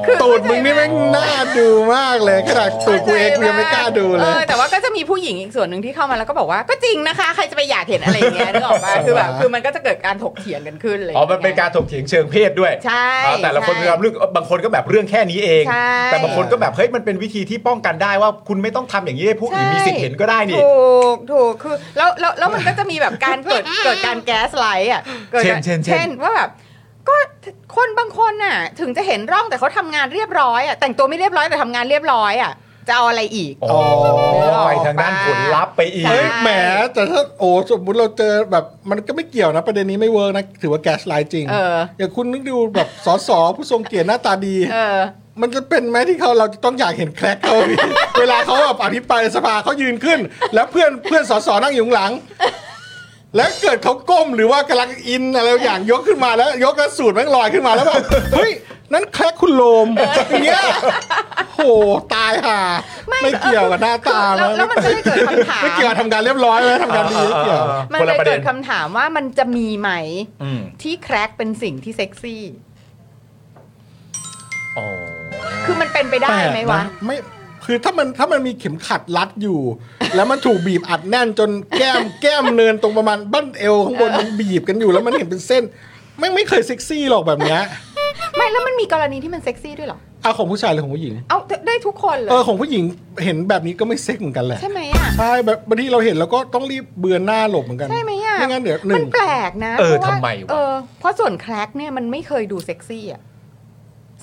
Speaker 4: คือ
Speaker 3: ตูดมึงนี่แม่งน่าดูมากเลยขนาดตูดกูเองกูยังไม่กล้าดูเล
Speaker 4: อย อแต่ว่าก็จะมีผู้หญิงอีกส่วนหนึ่งที่เข้ามาแล้วก็บอกว่าก็จริงนะคะ ใครจะไปอยากเห็นอะไรอย่างเงี้ยนึกออกปะคือแบบคือมันก็จะเกิดการถกเถียงกันขึ้นเลย
Speaker 1: ๋อมันเป็นการถกเถียงเชิงเพศด้วย
Speaker 4: ใช่
Speaker 1: อ่าแต่ละคนมี
Speaker 4: ใช่
Speaker 1: ความรู้สึกบางคนก็แบบเรื่องแค่นี้เอง
Speaker 4: ใช่
Speaker 1: แต่บางคนก็แบบเฮ้ยมันเป็นวิธีที่ป้องกันได้ว่าคุณไม่ต้องทำอย่างนี้ให้ผู้อื่นมีสิทธิ์เห็นก็ได้นี่
Speaker 4: ถูกถูกคือแล้วแล้วแล้วมันก็จะมีแบบการเกิ
Speaker 1: (laughs)
Speaker 4: ด เกิดการแก๊สไลท์อ่ะกิด
Speaker 1: เช่น
Speaker 4: การ
Speaker 1: เช่นเช่น
Speaker 4: เช่นว่าแบบก็คนบางคนน่ะ ถึงจะเห็นร่องแต่เขาทำงานเรียบร้อยอ่ะแต่งตัวไม่เรียบร้อยแต่ทำงานเรียบร้อยอ่ะจะเอาอะไรอีก
Speaker 1: อ๋อไปทางด้านผลลัพธ์ไปอีก
Speaker 4: ใช่
Speaker 3: เฮ้ยแหมแต่ถ้าโอ้สมมุติเราเจอแบบมันก็ไม่เกี่ยวนะประเด็นนี้ไม่เวิร์กนะถือว่าแกสไลน์จริง
Speaker 4: เออ
Speaker 3: ย่างคุณนึกดูแบบสอสอผู้ทรงเกียรติหน้าตาดี
Speaker 4: เออ
Speaker 3: มันจะเป็นไหมที่เขาเราจะต้องอย (laughs) ากเห็นแคลกเขาพี่ เวลาเขาแบบอภิปรายในสภาเขายืนขึ้น แล้วเพื่อนเพื่อนสสนั่งอยู่ข้างหลัง แล้วเกิดเขาก้มหรือว่ากำลังอินอะไรอย่างยกขึ้นมาแล้ว ยกกระสูดแม่งลอยขึ้นมาแล้วแบบเฮ้ยนั่นแคลกคุณโลมอย่างเงี้ยโหตายห่า
Speaker 4: ไม่
Speaker 3: ไม่เกี่ยวกับหน้าตา
Speaker 4: แล้วแล้วมันก็เลยเกิดคำถาม
Speaker 3: ไม่เกี่ยวกับทำงานเรียบร้อยไหมทำงานดีไม่เกี่ยว
Speaker 4: (laughs) มัน
Speaker 1: คน
Speaker 4: เล
Speaker 1: ละ
Speaker 4: ย
Speaker 1: ประเด็
Speaker 4: เกิ
Speaker 1: น
Speaker 4: ดคำถามว่ามันจะมีไหม
Speaker 1: อืม
Speaker 4: ที่แครกเป็นสิ่งที่เซ็กซี่
Speaker 1: อ๋อ
Speaker 4: คือมันเป็นไปได้ไหมวะ
Speaker 3: แปลกนไม่คือถ้ามันถ้ามันมีเข็มขัดรัดอยู่ แล้วมันถูกบีบอัดแน่นจนแก้ม (laughs) แก้มเนินตรงประมาณบั้นเอวข้างบนมันบีบกันอยู่แล้วมันเห็นเป็นเส้นไม่งไม่เคยเซ็กซี่หรอกแบบเนี้ย
Speaker 4: ไม่แล้วมันมีกรณีที่มันเซ็กซี่ด้วยเหรอ
Speaker 3: เอาของผู้ชายหรือของผู้หญิง
Speaker 4: เอาได้ทุกคนเลย
Speaker 3: เออของผู้หญิงเห็นแบบนี้ก็ไม่เซ็กเหมือนกันแหละ
Speaker 4: ใช่ไหมอ่ะ
Speaker 3: ใช่แบบบางทีเราเห็นแล้วก็ต้องรีบเบือนหน้าหลบเหมือนกัน
Speaker 4: ใช่ไหมอ่ะ
Speaker 3: ไม่งั้นเดี๋ยวหนึ่
Speaker 4: มั
Speaker 3: ง
Speaker 4: นแปลกนะ
Speaker 1: เออ
Speaker 4: พราะว่า
Speaker 1: ทำไมวะ
Speaker 4: เออเพราะส่วนแคลกเนี่ยมันไม่เคยดูเซ็กซี่อ่ะ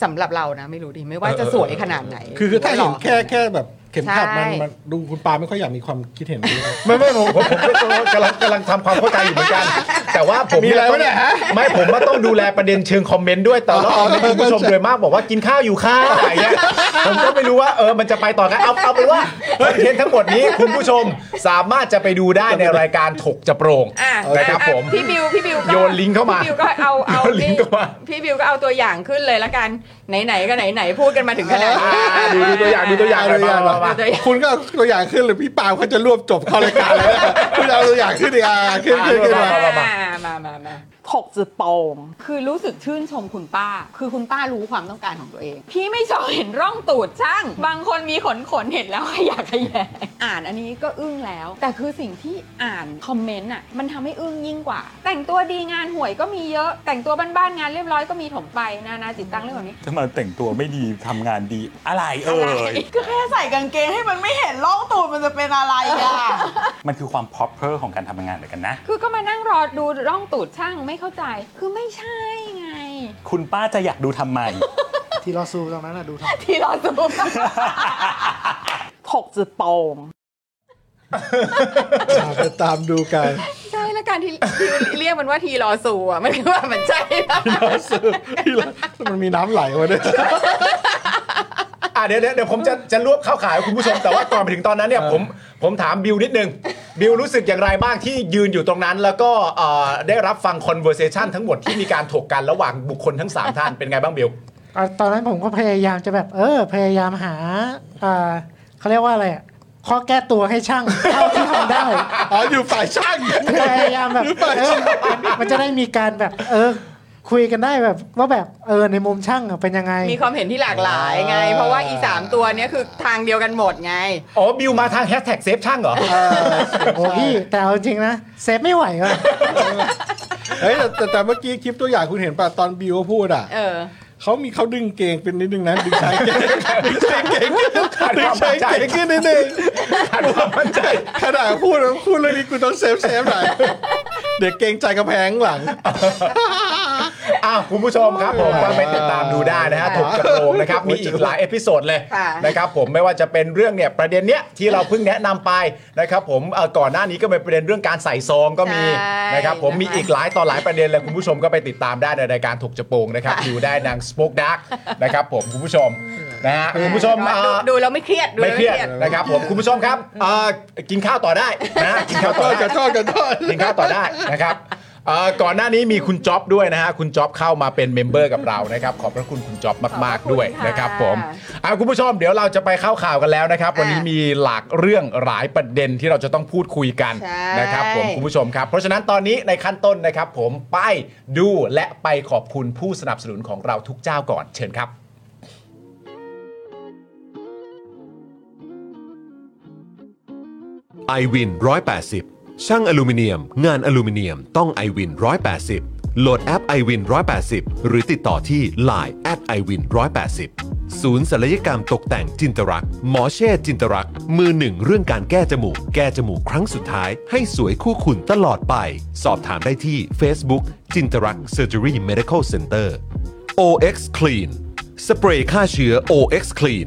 Speaker 4: สำหรับเรานะ ไม่รู้ดิ ไม่ว่าจะสวยขนาดไหน
Speaker 3: คือคือถ้าเห็นแค่
Speaker 4: รือว่าล่อ
Speaker 3: แค่แบบเข็มขัดมัน
Speaker 4: ใช่
Speaker 3: มันดูคุณปาไม่ค่อยอยากมีความคิดเห็นนี้นะ
Speaker 1: ไม่ไม่ผมผมผมกำลังกำลังทำความเข้าใจอยู่เหมือนกัน แต่ว่าผม
Speaker 3: มีอะไรวะเนี่ยฮะ
Speaker 1: ไม่ผมว่าต้องดูแลประเด็นเชิงคอมเมนต์ด้วยแต่ละคนคุณผู้ชมโดยมากบอกว่ากินข้าวอยู่ข้าวอะไรเงี้ยผมก็ไม่รู้ว่าเออมันจะไปต่อไงเอาเอาเป็นว่าคอนเทนต์ทั้งหมดนี้คุณผู้ชมสามารถจะไปดูได้ในรายการถกจะโปรง
Speaker 4: อ่ะ
Speaker 1: นะครับ
Speaker 4: อ่
Speaker 1: ผม
Speaker 4: พี่บิวพี่บิวก็
Speaker 1: โยนลิงก์เข้ามา
Speaker 4: พี่บิวก็เอาเอา
Speaker 1: โยนลิงก์เข้ามา
Speaker 4: พี่บิวก็เอาตัวอย่างขึ้นเลยละกันไหนๆก็ไหนๆพูดกันมาถึงขนาดนี้
Speaker 1: อ่าดูดูตัวอย่างดูตัวอย่างหน่อยมามามา
Speaker 4: ดูตัวอย่าง
Speaker 3: คุณก็เอาตัวอย่างขึ้นหรือพี่ปาล์มเขาจะรวบจบเข้ารายการแล้วนะคุณเอาตัวอย่างขึ้นอีกอ่ะขึ้นขึ้นขึ้นมา
Speaker 4: อ่ามามามา
Speaker 6: ถกจุดโปงคือรู้สึกชื่นชมคุณป้า คือคุณป้ารู้ความต้องการของตัวเอง พี่ไม่ชอบเห็นร่องตูดช่าง บางคนมีขนขนๆเห็นแล้วอยากขยะอ่านอันนี้ก็อึ้งแล้ว แต่คือสิ่งที่อ่านคอมเมนต์อ่ะมันทำให้อึ้งยิ่งกว่า แต่งตัวดีงานห่วยก็มีเยอะ แต่งตัวบ้านๆงานเรียบร้อยก็มีถมไปนานาจิตตังเรื่องแบบนี้
Speaker 7: ถ้ามันแต่งตัวไม่ดีทำงานดีอะไรเอ่ย
Speaker 8: ก็แค่ใส่กางเกงให้มันไม่เห็นร่องตูดมันจะเป็นอะไรอ่ะ
Speaker 7: มันคือความ proper ของการทำงานเหมือนกันนะ
Speaker 6: คือก็มานั่งรอดูร่องตูดช่างไม่เข้าใจ คือไม่ใช่ไง
Speaker 7: คุณป้าจะอยากดูทำไม
Speaker 3: ที่เราซูตรงนั้นนะดูท
Speaker 6: ที่เราดูถกจุดโปง
Speaker 3: ำไปตามดูกัน
Speaker 4: ใช่แ ละการที่ ที่เรียกมันว่าทีรอซูอ่ะมันคือว่ามันใช่ปะ
Speaker 3: ที่ละมันมีน้ำไหลมาด้วย
Speaker 1: อ่ะเดี๋ยวเดี๋ยวเดี๋ยวผมจะจะรวบเข้าขายคุณผู้ชมแต่ว่าก่อนไปถึงตอนนั้นเนี่ยผมผมถามบิวนิดนึง บิวรู้สึกอย่างไรบ้างที่ยืนอยู่ตรงนั้น แล้วก็เอ่อได้รับฟัง conversation ทั้งหมดที่มีการถกกันระหว่างบุคคลทั้ง 3 ท่านเป็นไงบ้างบิว
Speaker 9: อ่ะตอนนั้นผมก็พยายามจะแบบ เออ พยายามหาอ่าเขาเรียกว่าอะไรอ่ะข้อแก้ตัวให้ช่าง เท่าที่ทำได้
Speaker 3: อ๋ออยู่ฝ่ายช่าง
Speaker 9: พยายามแบบเออมันจะได้มีการแบบ เออ คุยกันได้แบบว่าแบบเออในมุมช่างอะเป็นยังไง
Speaker 4: มีความเห็นที่หลากหลายไง เพราะว่าอีสามตัวเนี้ยคือทางเดียวกันหมดไง
Speaker 1: อ๋อ บิวมาทางแฮชแท็กเซฟช่างเหรอ
Speaker 9: โอ้พี่แต่เอาจริงนะเซฟไม่ไหวว่ะ
Speaker 3: เฮ้ยแต่แต่แต่เมื่อกี้คลิปตัวอย่างคุณเห็นป่ะ ตอนบิวพูดอ่ะ
Speaker 4: เออ
Speaker 3: เขามีเขาดึงเกงเป็นนิดนึงนะ ดึงชายเกงดึงชายเกงดึงชายเกงขึ้นนิดนึง
Speaker 1: ขาดความมั่นใจ
Speaker 3: ขนาดพูดแล้วพูดเรื่องนี้กูต้องเซฟเซฟหน่อยเด็กเกรงใจกระแพงหลัง
Speaker 1: อ้าวคุณผู้ชมครับผมก็ไปติดตามดูได้นะฮะถกกระโปรงนะครับ มีอีกหลายเอพิโซดเลย
Speaker 4: ค่ะ
Speaker 1: นะครับผมไม่ว่าจะเป็นเรื่องเนี่ยประเด็นเนี้ยที่เราเพิ่งแนะนำไปนะครับผมเอ่อก่อนหน้านี้ก็เป็นประเด็นเรื่องการใส่ซองก็มี
Speaker 4: ใช่
Speaker 1: นะครับผม
Speaker 4: นะคะ
Speaker 1: มีอีกหลายต่อหลายประเด็นเลยคุณผู้ชมก็ไปติดตามได้ในรายการถกกระโปรงนะครับดูได้นางสป o อ e ดักนะครับผมคุณผู้ชมนะฮะคุณผู้ชมเอ่
Speaker 4: ดู
Speaker 1: อ
Speaker 4: ดูแล้วไม่เครียดดู
Speaker 1: ไม่
Speaker 4: แล้ว
Speaker 1: เครียดนะครับผมคุณผู้ชมครับเอ่อกินข้าวต่อได้นะกินข้าวต่อได้กินข้าวต่อได้นะครับเอ่อก่อนหน้านี้มีคุณจ๊อบด้วยนะฮะคุณจ๊อบเข้ามาเป็นเมมเบอร์กับเรานะครับขอบพระคุณคุณจ๊อบมาก ๆด้วยนะครับผมเอาคุณผู้ชมเดี๋ยวเราจะไปเข้าข่าวกันแล้วนะครับ วันนี้มีหลากเรื่องหลายประเด็นที่เราจะต้องพูดคุยกันนะครับผมคุณผู้ชมครับ เพราะฉะนั้นตอนนี้ในขั้นต้นนะครับผมไปดูและไปขอบคุณผู้สนับสนุนของเราทุกเจ้าก่อนเชิญครับ
Speaker 10: i w วิน180 ช่างอลูมิเนียม งานอลูมิเนียมต้อง i w วิน180 โหลดแอป i w วิน180 หรือติดต่อที่ Line at i w วิน180 ศูนย์ศัลยกรรมตกแต่งจินตรักษ์หมอเช่จินตรักษ์มือหนึ่งเรื่องการแก้จมูก แก้จมูกครั้งสุดท้าย ให้สวยคู่คุณตลอดไป สอบถามได้ที่ Facebook จินตรักเซอร์เจอรี่เมดิคอลเซ็นเตอร์ OX Clean สเปรย์ฆ่าเชื้อ OX Clean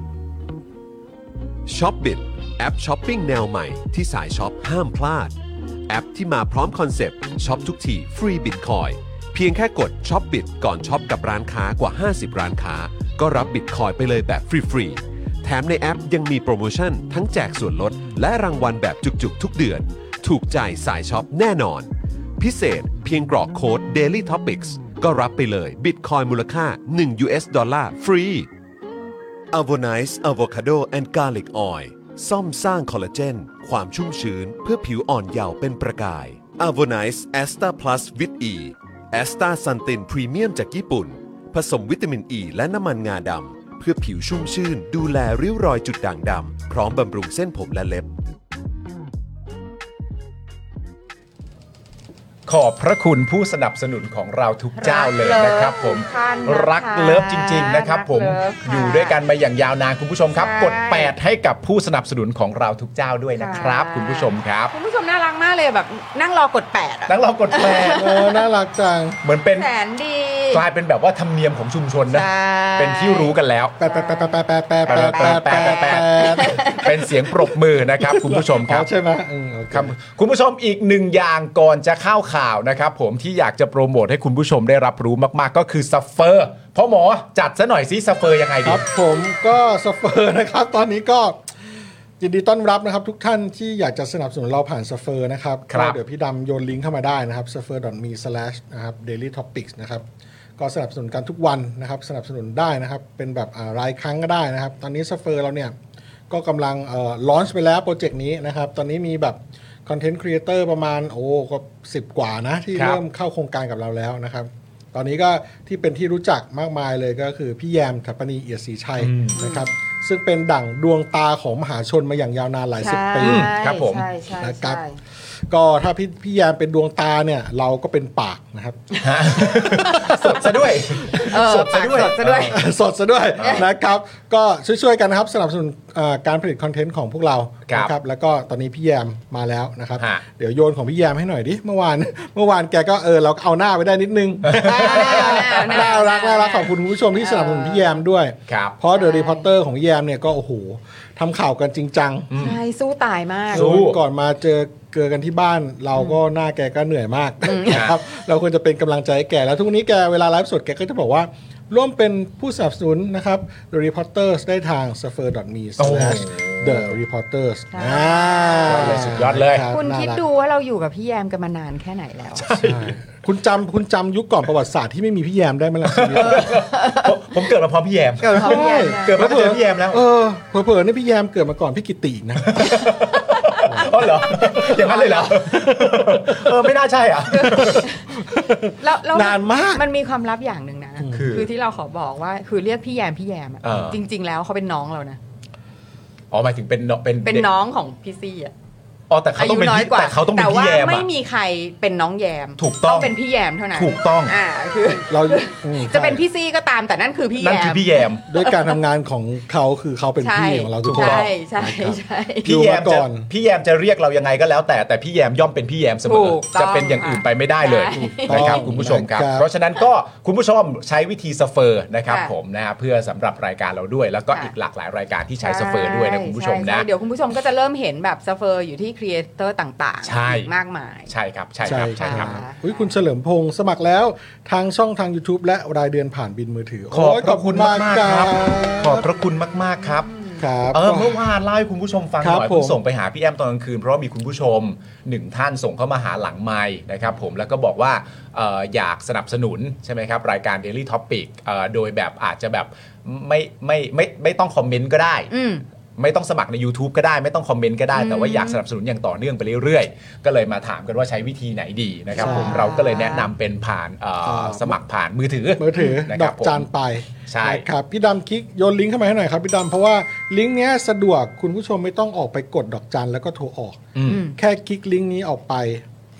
Speaker 10: s h o p b i t แอปช้อปปิ้งแนวใหม่ที่สายช็อปห้ามพลาด แอปที่มาพร้อมคอนเซปต์ช็อปทุกทีฟรีบิตคอยเพียงแค่กด s h o p b i t ก่อนช็อปกับร้านค้ากว่า 50 ร้านค้า ก็รับบิตคอยไปเลยแบบฟรีๆแถมในแอปยังมีโปรโมชั่น ทั้งแจกส่วนลด และรางวัลแบบจุกๆ ทุกเดือน ถูกใจสายช็อปแน่นอน พิเศษเพียงกรอกโค้ด daily topics ก็รับไปเลยบิตคอยมูลค่า 1 US ดอลลาร์ฟรี a v o n i c e Avocado and Garlic Oil ซ่อมสร้างคอลลาเจน ความชุ่มชื้นเพื่อผิวอ่อนเยาว์เป็นประกาย a v o n i c e a s t a Plus with E a s t a s u n t i n Premium จากญี่ปุ่น ผสมวิตามินอ e ีและน้ำมันงาดำ เพื่อผิวชุ่มชื่น ดูแลริ้วรอยจุดด่างดำ พร้อมบำรุงเส้นผมและเล็บ
Speaker 1: ขอบพระคุณผู้สนับสนุนของเราทุกเจ้าเลยนะครับผม
Speaker 4: ทุกท่านนะคะ
Speaker 1: รักเลิฟจริง ๆ นะครับ ผม
Speaker 4: รักเลิฟค่ะ
Speaker 1: อยู่ด้วยกันมาอย่างยาวนานคุณผู้ชมครับ
Speaker 4: ใช่
Speaker 1: กด 8 ให้กับผู้สนับสนุนของเราทุกเจ้าด้วยนะครับ คุณผู้ชมครับ
Speaker 4: คุณผู้ชมน่ารักมากเลยแบบนั่งรอกดแปดอ่ะ
Speaker 1: นักเรากดแปด
Speaker 3: โอ้ น่ารักจัง
Speaker 1: เหมือนเป็น
Speaker 4: แสนดี
Speaker 1: กลายเป็นแบบว่าธรรมเนียมของชุมชนนะ
Speaker 4: ใช่
Speaker 1: เป็นที่รู้กันแล้ว
Speaker 3: แปะแปะแปะแปะแปะแปะแปะแปะแปะแปะ
Speaker 1: เป็นเสียงปรบมือนะครับ คุณผู้ชมค
Speaker 3: อ๋อ
Speaker 1: รับ
Speaker 3: ใช่ไหมอืมโอเค
Speaker 1: ครับคุณผู้ชมอีกหนึ่งอย่างก่อนจะเข้าข่าวนะครับผมที่อยากจะโปรโมทให้คุณผู้ชมได้รับรู้มาก ๆ ก็คือซัฟเฟอร์พ่อหมอจัดซะหน่อยสิซัฟเฟอร์ยังไง
Speaker 3: ค
Speaker 1: ดี
Speaker 3: รับผมก็สเปอร์นะครับ ตอนนี้ก็ยินดีต้อนรับนะครับ ทุกท่านที่อยากจะสนับสนุนเราผ่านสเฟอร์นะครับก็เดี๋ยวพี่ดำโยนลิงก์เข้ามาได้นะครับ s f e r m e นะครับ daily topics นะครับก็สนับสนุนกันทุกวันนะครับ สนับสนุนได้นะครับ เป็นแบบอ่ารายครั้งก็ได้นะครับ ตอนนี้สเฟอร์เราเนี่ย ก็กำลังลอนช์ไปแล้วโปรเจกต์นี้นะครับ ตอนนี้มีแบบคอนเทนต์ครีเอเตอร์ประมาณโอ้ก็สิบกว่านะ ที่เริ่มเข้าโครงการกับเราแล้วนะครับ ตอนนี้ก็ที่เป็นที่รู้จักมากมายเลยก็คือพี่แยมถัปนีเอียดศรีชัยนะครับ ซึ่งเป็นดั่งดวงตาของมหาชนมาอย่างยาว นานหลายสิบปี
Speaker 1: ครับผม
Speaker 4: ใช่ใช่
Speaker 3: นะครั
Speaker 4: ใช่
Speaker 3: บ ก็ถ้าพี่พี่ยามเป็นดวงตาเนี่ยเราก็เป็นปากนะครับ
Speaker 1: สดซะด้วย
Speaker 4: เออปากสดซะด้วย
Speaker 3: เอ (laughs) อสดซะด้วยนะครับ ก็ช่วยๆกันนะครับสนับสนุนเอ่อการผลิตคอนเทนต์ของพวกเรา
Speaker 1: ครับ
Speaker 3: นะครับแล้วก็ตอนนี้พี่แยมมาแล้วนะครับ
Speaker 1: ฮะ
Speaker 3: เดี๋ยวโยนของพี่แยมให้หน่อยดิเมื่อวาน (laughs) เมื่อวานแกก็เออเราก็เอาหน้าไปได้นิดนึง น่ารักน่ารักขอบคุณคุณผู้ชมที่สนับสนุนพี่แยมด้วย
Speaker 1: ครับ
Speaker 3: เพราะเดอะรีพอร์เตอร์ของพี่แยมเนี่ยก็โอ้โหทำข่าวกันจริงจัง
Speaker 4: ใช่สู้ตายมาก
Speaker 1: สู้
Speaker 3: ก่อนมาเจอเจอกันที่บ้าน เราก็หน้าแกก็เหนื่อยมากนะครับเราควรจะเป็นกำลังใจให้แกแล้วทุกวันนี้แกเวลาไลฟ์สดแกก็จะบอกว่า ร่วมเป็นผู้สนับสนุนนะครับ The Reporters ได้ทาง s u f e r m e
Speaker 1: โอ้
Speaker 3: the reporters
Speaker 1: เลยสุดยอดเลย
Speaker 3: รับ
Speaker 4: คุณ
Speaker 3: น่า
Speaker 4: คิด
Speaker 3: รัก
Speaker 4: ดูว่าเราอยู่กับพี่แยมกันมานานแค่ไหนแล้ว
Speaker 3: ใช่คุณจำคุณจำยุคก่อนประวัติศาสตร์ที่ไม่มีพี่แยมได้ไหมล่ะชีวิต
Speaker 1: ผมผมเกิดมาพร้อมพี่แยม
Speaker 4: เกิดพร้อมพี่แยมนะ
Speaker 1: เกิดมาเจอพี่แยมแล้ว
Speaker 3: เออเผลอๆนี่พี่แยมเกิดมาก่อนพี่กิติอีกนะ
Speaker 1: อ๋อเหรอ อย่างนั้นเลยเหรอ เออ ไม่น่าใช่อ่ะ
Speaker 4: แล้วแล้ว
Speaker 3: นานมาก
Speaker 4: มันมีความลับอย่างหนึ่งนะ
Speaker 1: คือ
Speaker 4: ที่เราขอบอกว่าคือเรียกพี่แยมพี่แยมอะ
Speaker 1: เออ
Speaker 4: จริง ๆ แล้วเขาเป็นน้องเรานะ
Speaker 1: อ๋อหมายถึงเป็นน้องเป็น
Speaker 4: เป็น
Speaker 1: ด็ก
Speaker 4: น้องของพี่ซี่อะ
Speaker 1: อ๋อแต่เขา
Speaker 4: อา
Speaker 1: ต้อ
Speaker 4: ยุ
Speaker 1: งเป็น
Speaker 4: น้อย
Speaker 1: พี่
Speaker 4: กว่า
Speaker 1: แต่เขาต้องเป็นพี่
Speaker 4: ว่า
Speaker 1: แยม
Speaker 4: ไม่
Speaker 1: อ่ะ
Speaker 4: มีใครเป็นน้องแยม
Speaker 1: ถูกต้อง
Speaker 4: เป็นพี่แยมเท่านั้น
Speaker 1: ถูกต้อง
Speaker 4: อ่าคือ
Speaker 3: เราอืม
Speaker 4: จะเป็นพี่ซี่ก็ตามแต่นั่นคือพี่แย
Speaker 1: นั่นคือ
Speaker 4: ม
Speaker 1: พี่แยม
Speaker 3: ด้วยการทำงานของเขาคือเขาเป็น
Speaker 4: ใช่
Speaker 3: พี่ของเราทุกคน
Speaker 4: ใช่ใช่ใช่
Speaker 1: พี่
Speaker 3: อ
Speaker 1: แยม
Speaker 3: ยู่มาก่
Speaker 1: จะ
Speaker 3: อน
Speaker 1: พี่แยมจะเรียกเรายังไงก็แล้ว แต่แต่พี่แยมย่อมเป็นพี่แยมเสม
Speaker 4: ถู
Speaker 1: อ
Speaker 4: กต้อง
Speaker 1: จะเป็นอย่างอื่นไปไม่ได้เลย
Speaker 4: ใช่
Speaker 1: นะครับคุณผู้ชมครับ
Speaker 3: นะครับ
Speaker 1: เพราะฉะนั้นก็คุณผู้ชมใช้วิธีสเฟอร์นะครับ
Speaker 4: ค่ะ
Speaker 1: ผมนะฮะเพื่อสำหรับรายการเราด้วย แล้วก็
Speaker 4: ค่ะ
Speaker 1: อีกหลากหลายรายการที่ใช้สเฟอร์ด้วยนะคุณผู้ชม
Speaker 4: ใใช่
Speaker 1: นะ
Speaker 4: เดี๋ยวคุณผู้ชมก็จะเริ่มเห็นแบบสเฟอร์อยู่ที่ครีเอเตอร์ต่าง
Speaker 1: ใช่
Speaker 4: ๆมากมาย
Speaker 1: ใช่ครับใช่ครับใช่ครับ
Speaker 4: ค่ะ
Speaker 3: อุ้ยคุณเฉลิมพงศ์สมัครแล้วทางช่องทาง YouTube และรายเดือนผ่านบินมือถือ
Speaker 1: ขอบ
Speaker 3: โย
Speaker 1: พระคุณมากๆครับ ขอบพระคุณมากๆครับ
Speaker 3: ครับ
Speaker 1: เออเมื่อวานเล่าให้คุณผู้ชมฟังห
Speaker 3: ครับ
Speaker 1: น่อยเพิ่
Speaker 3: ผ
Speaker 1: ง
Speaker 3: ม
Speaker 1: ส่งไปหาพี่แอมตอนกลางคืนเพราะว่ามีคุณผู้ชมหนึ่งท่านส่งเข้ามาหาหลังไม้นะครับผมแล้วก็บอกว่าเอ่ออยากสนับสนุนใช่ไหมครับ รายการ Daily Topic เอ่อโดยแบบอาจจะแบบไม่ไม่ไม่ไม่ต้องคอมเมนต์ก็ได้
Speaker 4: อืม
Speaker 1: ไม่ต้องสมัครใน YouTube ก็ได้ไม่ต้องคอมเมนต์ก็ได้ แต่ว่าอยากสนับสนุนอย่างต่อเนื่องไปเรื่อยๆ ก็เลยมาถามกันว่าใช้วิธีไหนดีนะครับผม
Speaker 3: ใช่
Speaker 1: เราก็เลยแนะนำเป็นผ่านเอ่อ
Speaker 3: เอ่อ
Speaker 1: สมัครผ่านมือถือ
Speaker 3: มือถือ
Speaker 1: นะ
Speaker 3: ด
Speaker 1: ครั
Speaker 3: อบ ก
Speaker 1: ผม
Speaker 3: จานไป
Speaker 1: ใช่
Speaker 3: นะครับพี่ดำคลิกโยนลิงก์เข้ามาให้หน่อยครับพี่ดำเพราะว่าลิงก์เนี้ยสะดวกคุณผู้ชมไม่ต้องออกไปกดดอกจันแล้วก็โทรออก
Speaker 1: อืม
Speaker 3: แค่คลิกลิงก์นี้ออกไป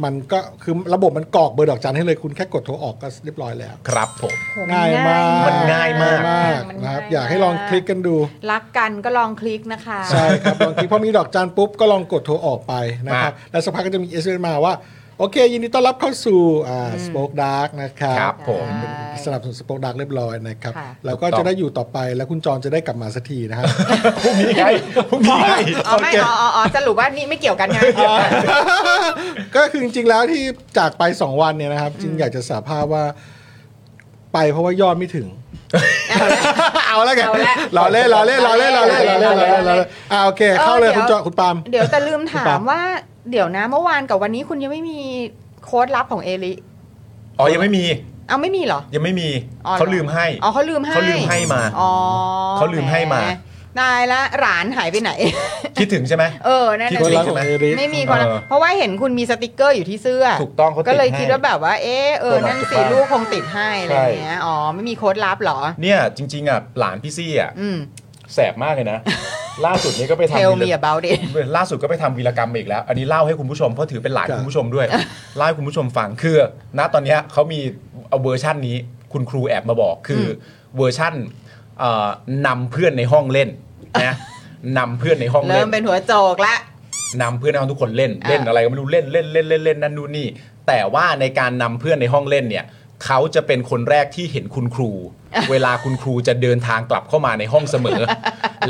Speaker 3: มันก็คือระบบมันกรอกเบอร์ดอกจันให้เลยคุณแค่กดโทรออกก็เรียบร้อยแล้ว
Speaker 1: ครับผม
Speaker 3: ง่ายมาก
Speaker 1: มันง่ายมาก
Speaker 3: ง่ย
Speaker 4: มัน
Speaker 3: นะ
Speaker 4: ง่าย
Speaker 3: ครับอยากให้ลอง
Speaker 4: มาก
Speaker 3: คลิกกันดู
Speaker 4: รักกันก็ลองคลิกนะคะ
Speaker 3: ใช่ครับบางทีพอมีดอกจันปุ๊บ ก็ลองกดโทรออกไปนะครับ แล้วสักพักก็จะมีเอสเอ็มมาว่า โอเค ยินดีต้อนรับเข้าสู่สป o อ e ดาร์กนะครับ
Speaker 1: ครับผม
Speaker 3: สนับสนุนสป o อ e ดาร์กเรียบร้อยนะครับ
Speaker 4: ค่ะ
Speaker 3: แล้วก็จะได้อยู่ต่อไปแล้วคุณจรจะได้กลับมาสักทีนะครับ (laughs)
Speaker 1: พรุ่งนี้ไงพรุ่งนี้ไง
Speaker 4: อ๋อไม่อ๋ออ๋ออ๋อสรุปว่านี่ไม่เกี่ยวกันใช่ไหม
Speaker 3: ก็คือจริงๆแล้วที่จากไป 2 วันเนี่ยนะครับจริงอยากจะสาภาพว่าไปเพราะว่ายอดไม่ถึง (laughs) เอาแล้วกัน
Speaker 4: เอาละ
Speaker 3: รอเล่นรอเล่นรอเล่นรอเล่นรอเล่นรอเล่นรอเล่นอ่าโอเคเข้าเลย
Speaker 4: เออเดี๋ยว
Speaker 3: คุณจรคุณปาล์ม
Speaker 4: เดี๋ยวแต่ลืมถา
Speaker 3: ครั
Speaker 4: ม
Speaker 3: บ
Speaker 4: ว่า เดี๋ยวนะเมื่อวานกับวันนี้คุณยังไม่มีโค้ดลับของเอลิ
Speaker 1: อ๋อยังไม่มี
Speaker 4: เอาไม่มีเหรอ
Speaker 1: ยังไม่มี
Speaker 4: อ๋อเหรอ
Speaker 1: เขาลืมให้
Speaker 4: อ๋อเขาลืมให้
Speaker 1: เขาลืมให้มา
Speaker 4: อ๋อ
Speaker 1: เขาลืมให้มา
Speaker 4: แตายละหลานหายไปไหน
Speaker 1: คิดถึงใช่ไหม
Speaker 4: เออนั่น
Speaker 1: ที่
Speaker 3: ค
Speaker 4: น่ะ
Speaker 1: คน น
Speaker 4: สิ
Speaker 3: รั
Speaker 1: ละ
Speaker 3: กของเอริส
Speaker 4: ไม่มีคนละ
Speaker 1: เออ
Speaker 4: เพราะว่าเห็นคุณมีสติกเกอร์อยู่ที่เสื้อ
Speaker 1: ถูกต้องเขาติด
Speaker 4: ก็เลย
Speaker 1: ให้
Speaker 4: คิดว่าแบบว่า เออเออ นั่นสิ
Speaker 1: คนละ
Speaker 4: ลูกคงติดให้อะไร
Speaker 1: ใช่
Speaker 4: อย่างเงี้ย อ๋อ ไม่มีโค้ดลับเหรอ
Speaker 1: เนี่ยจริงๆอ่ะหลานพี่ซี่อ่ะ
Speaker 4: อืม
Speaker 1: แสบมากเลยนะ ล่าสุดนี้ก็ไป
Speaker 4: tell
Speaker 1: ทำวี
Speaker 4: me
Speaker 1: ร
Speaker 4: about it
Speaker 1: ล่าสุดก็ไปทำวีรกรรมมาอีกแล้ว อันนี้เล่าให้คุณผู้ชมเพราะถือเป็นหลาน
Speaker 3: ครับ
Speaker 1: คุณผู้ชมด้วยเล่าให้คุณผู้ชมฟังคือณตอนเนี้ยเขามีเอาเวอร์ชันนี้ คุณครูแอบมาบอกคืออเวอร์ชันเอ่อนำเพื่อนในห้องเล่นนะ (laughs) นำเพื่อนในห้องเล่
Speaker 4: เริ่
Speaker 1: น
Speaker 4: มเป็นหัวโจกละ
Speaker 1: นำเพื่อนในห้องทุกคนเล่น
Speaker 4: อ่า
Speaker 1: เล่นอะไรก็ไม่รู้เล่นเล่นเล่นเล่นเล่นนั่นนู่นนี่ แต่ว่าในการนำเพื่อนในห้องเล่นเนี่ยเขาจะเป็นคนแรกที่เห็นคุณครู
Speaker 4: (laughs)
Speaker 1: เวลาคุณครูจะเดินทางกลับเข้ามาในห้องเสม
Speaker 4: (laughs)
Speaker 1: อ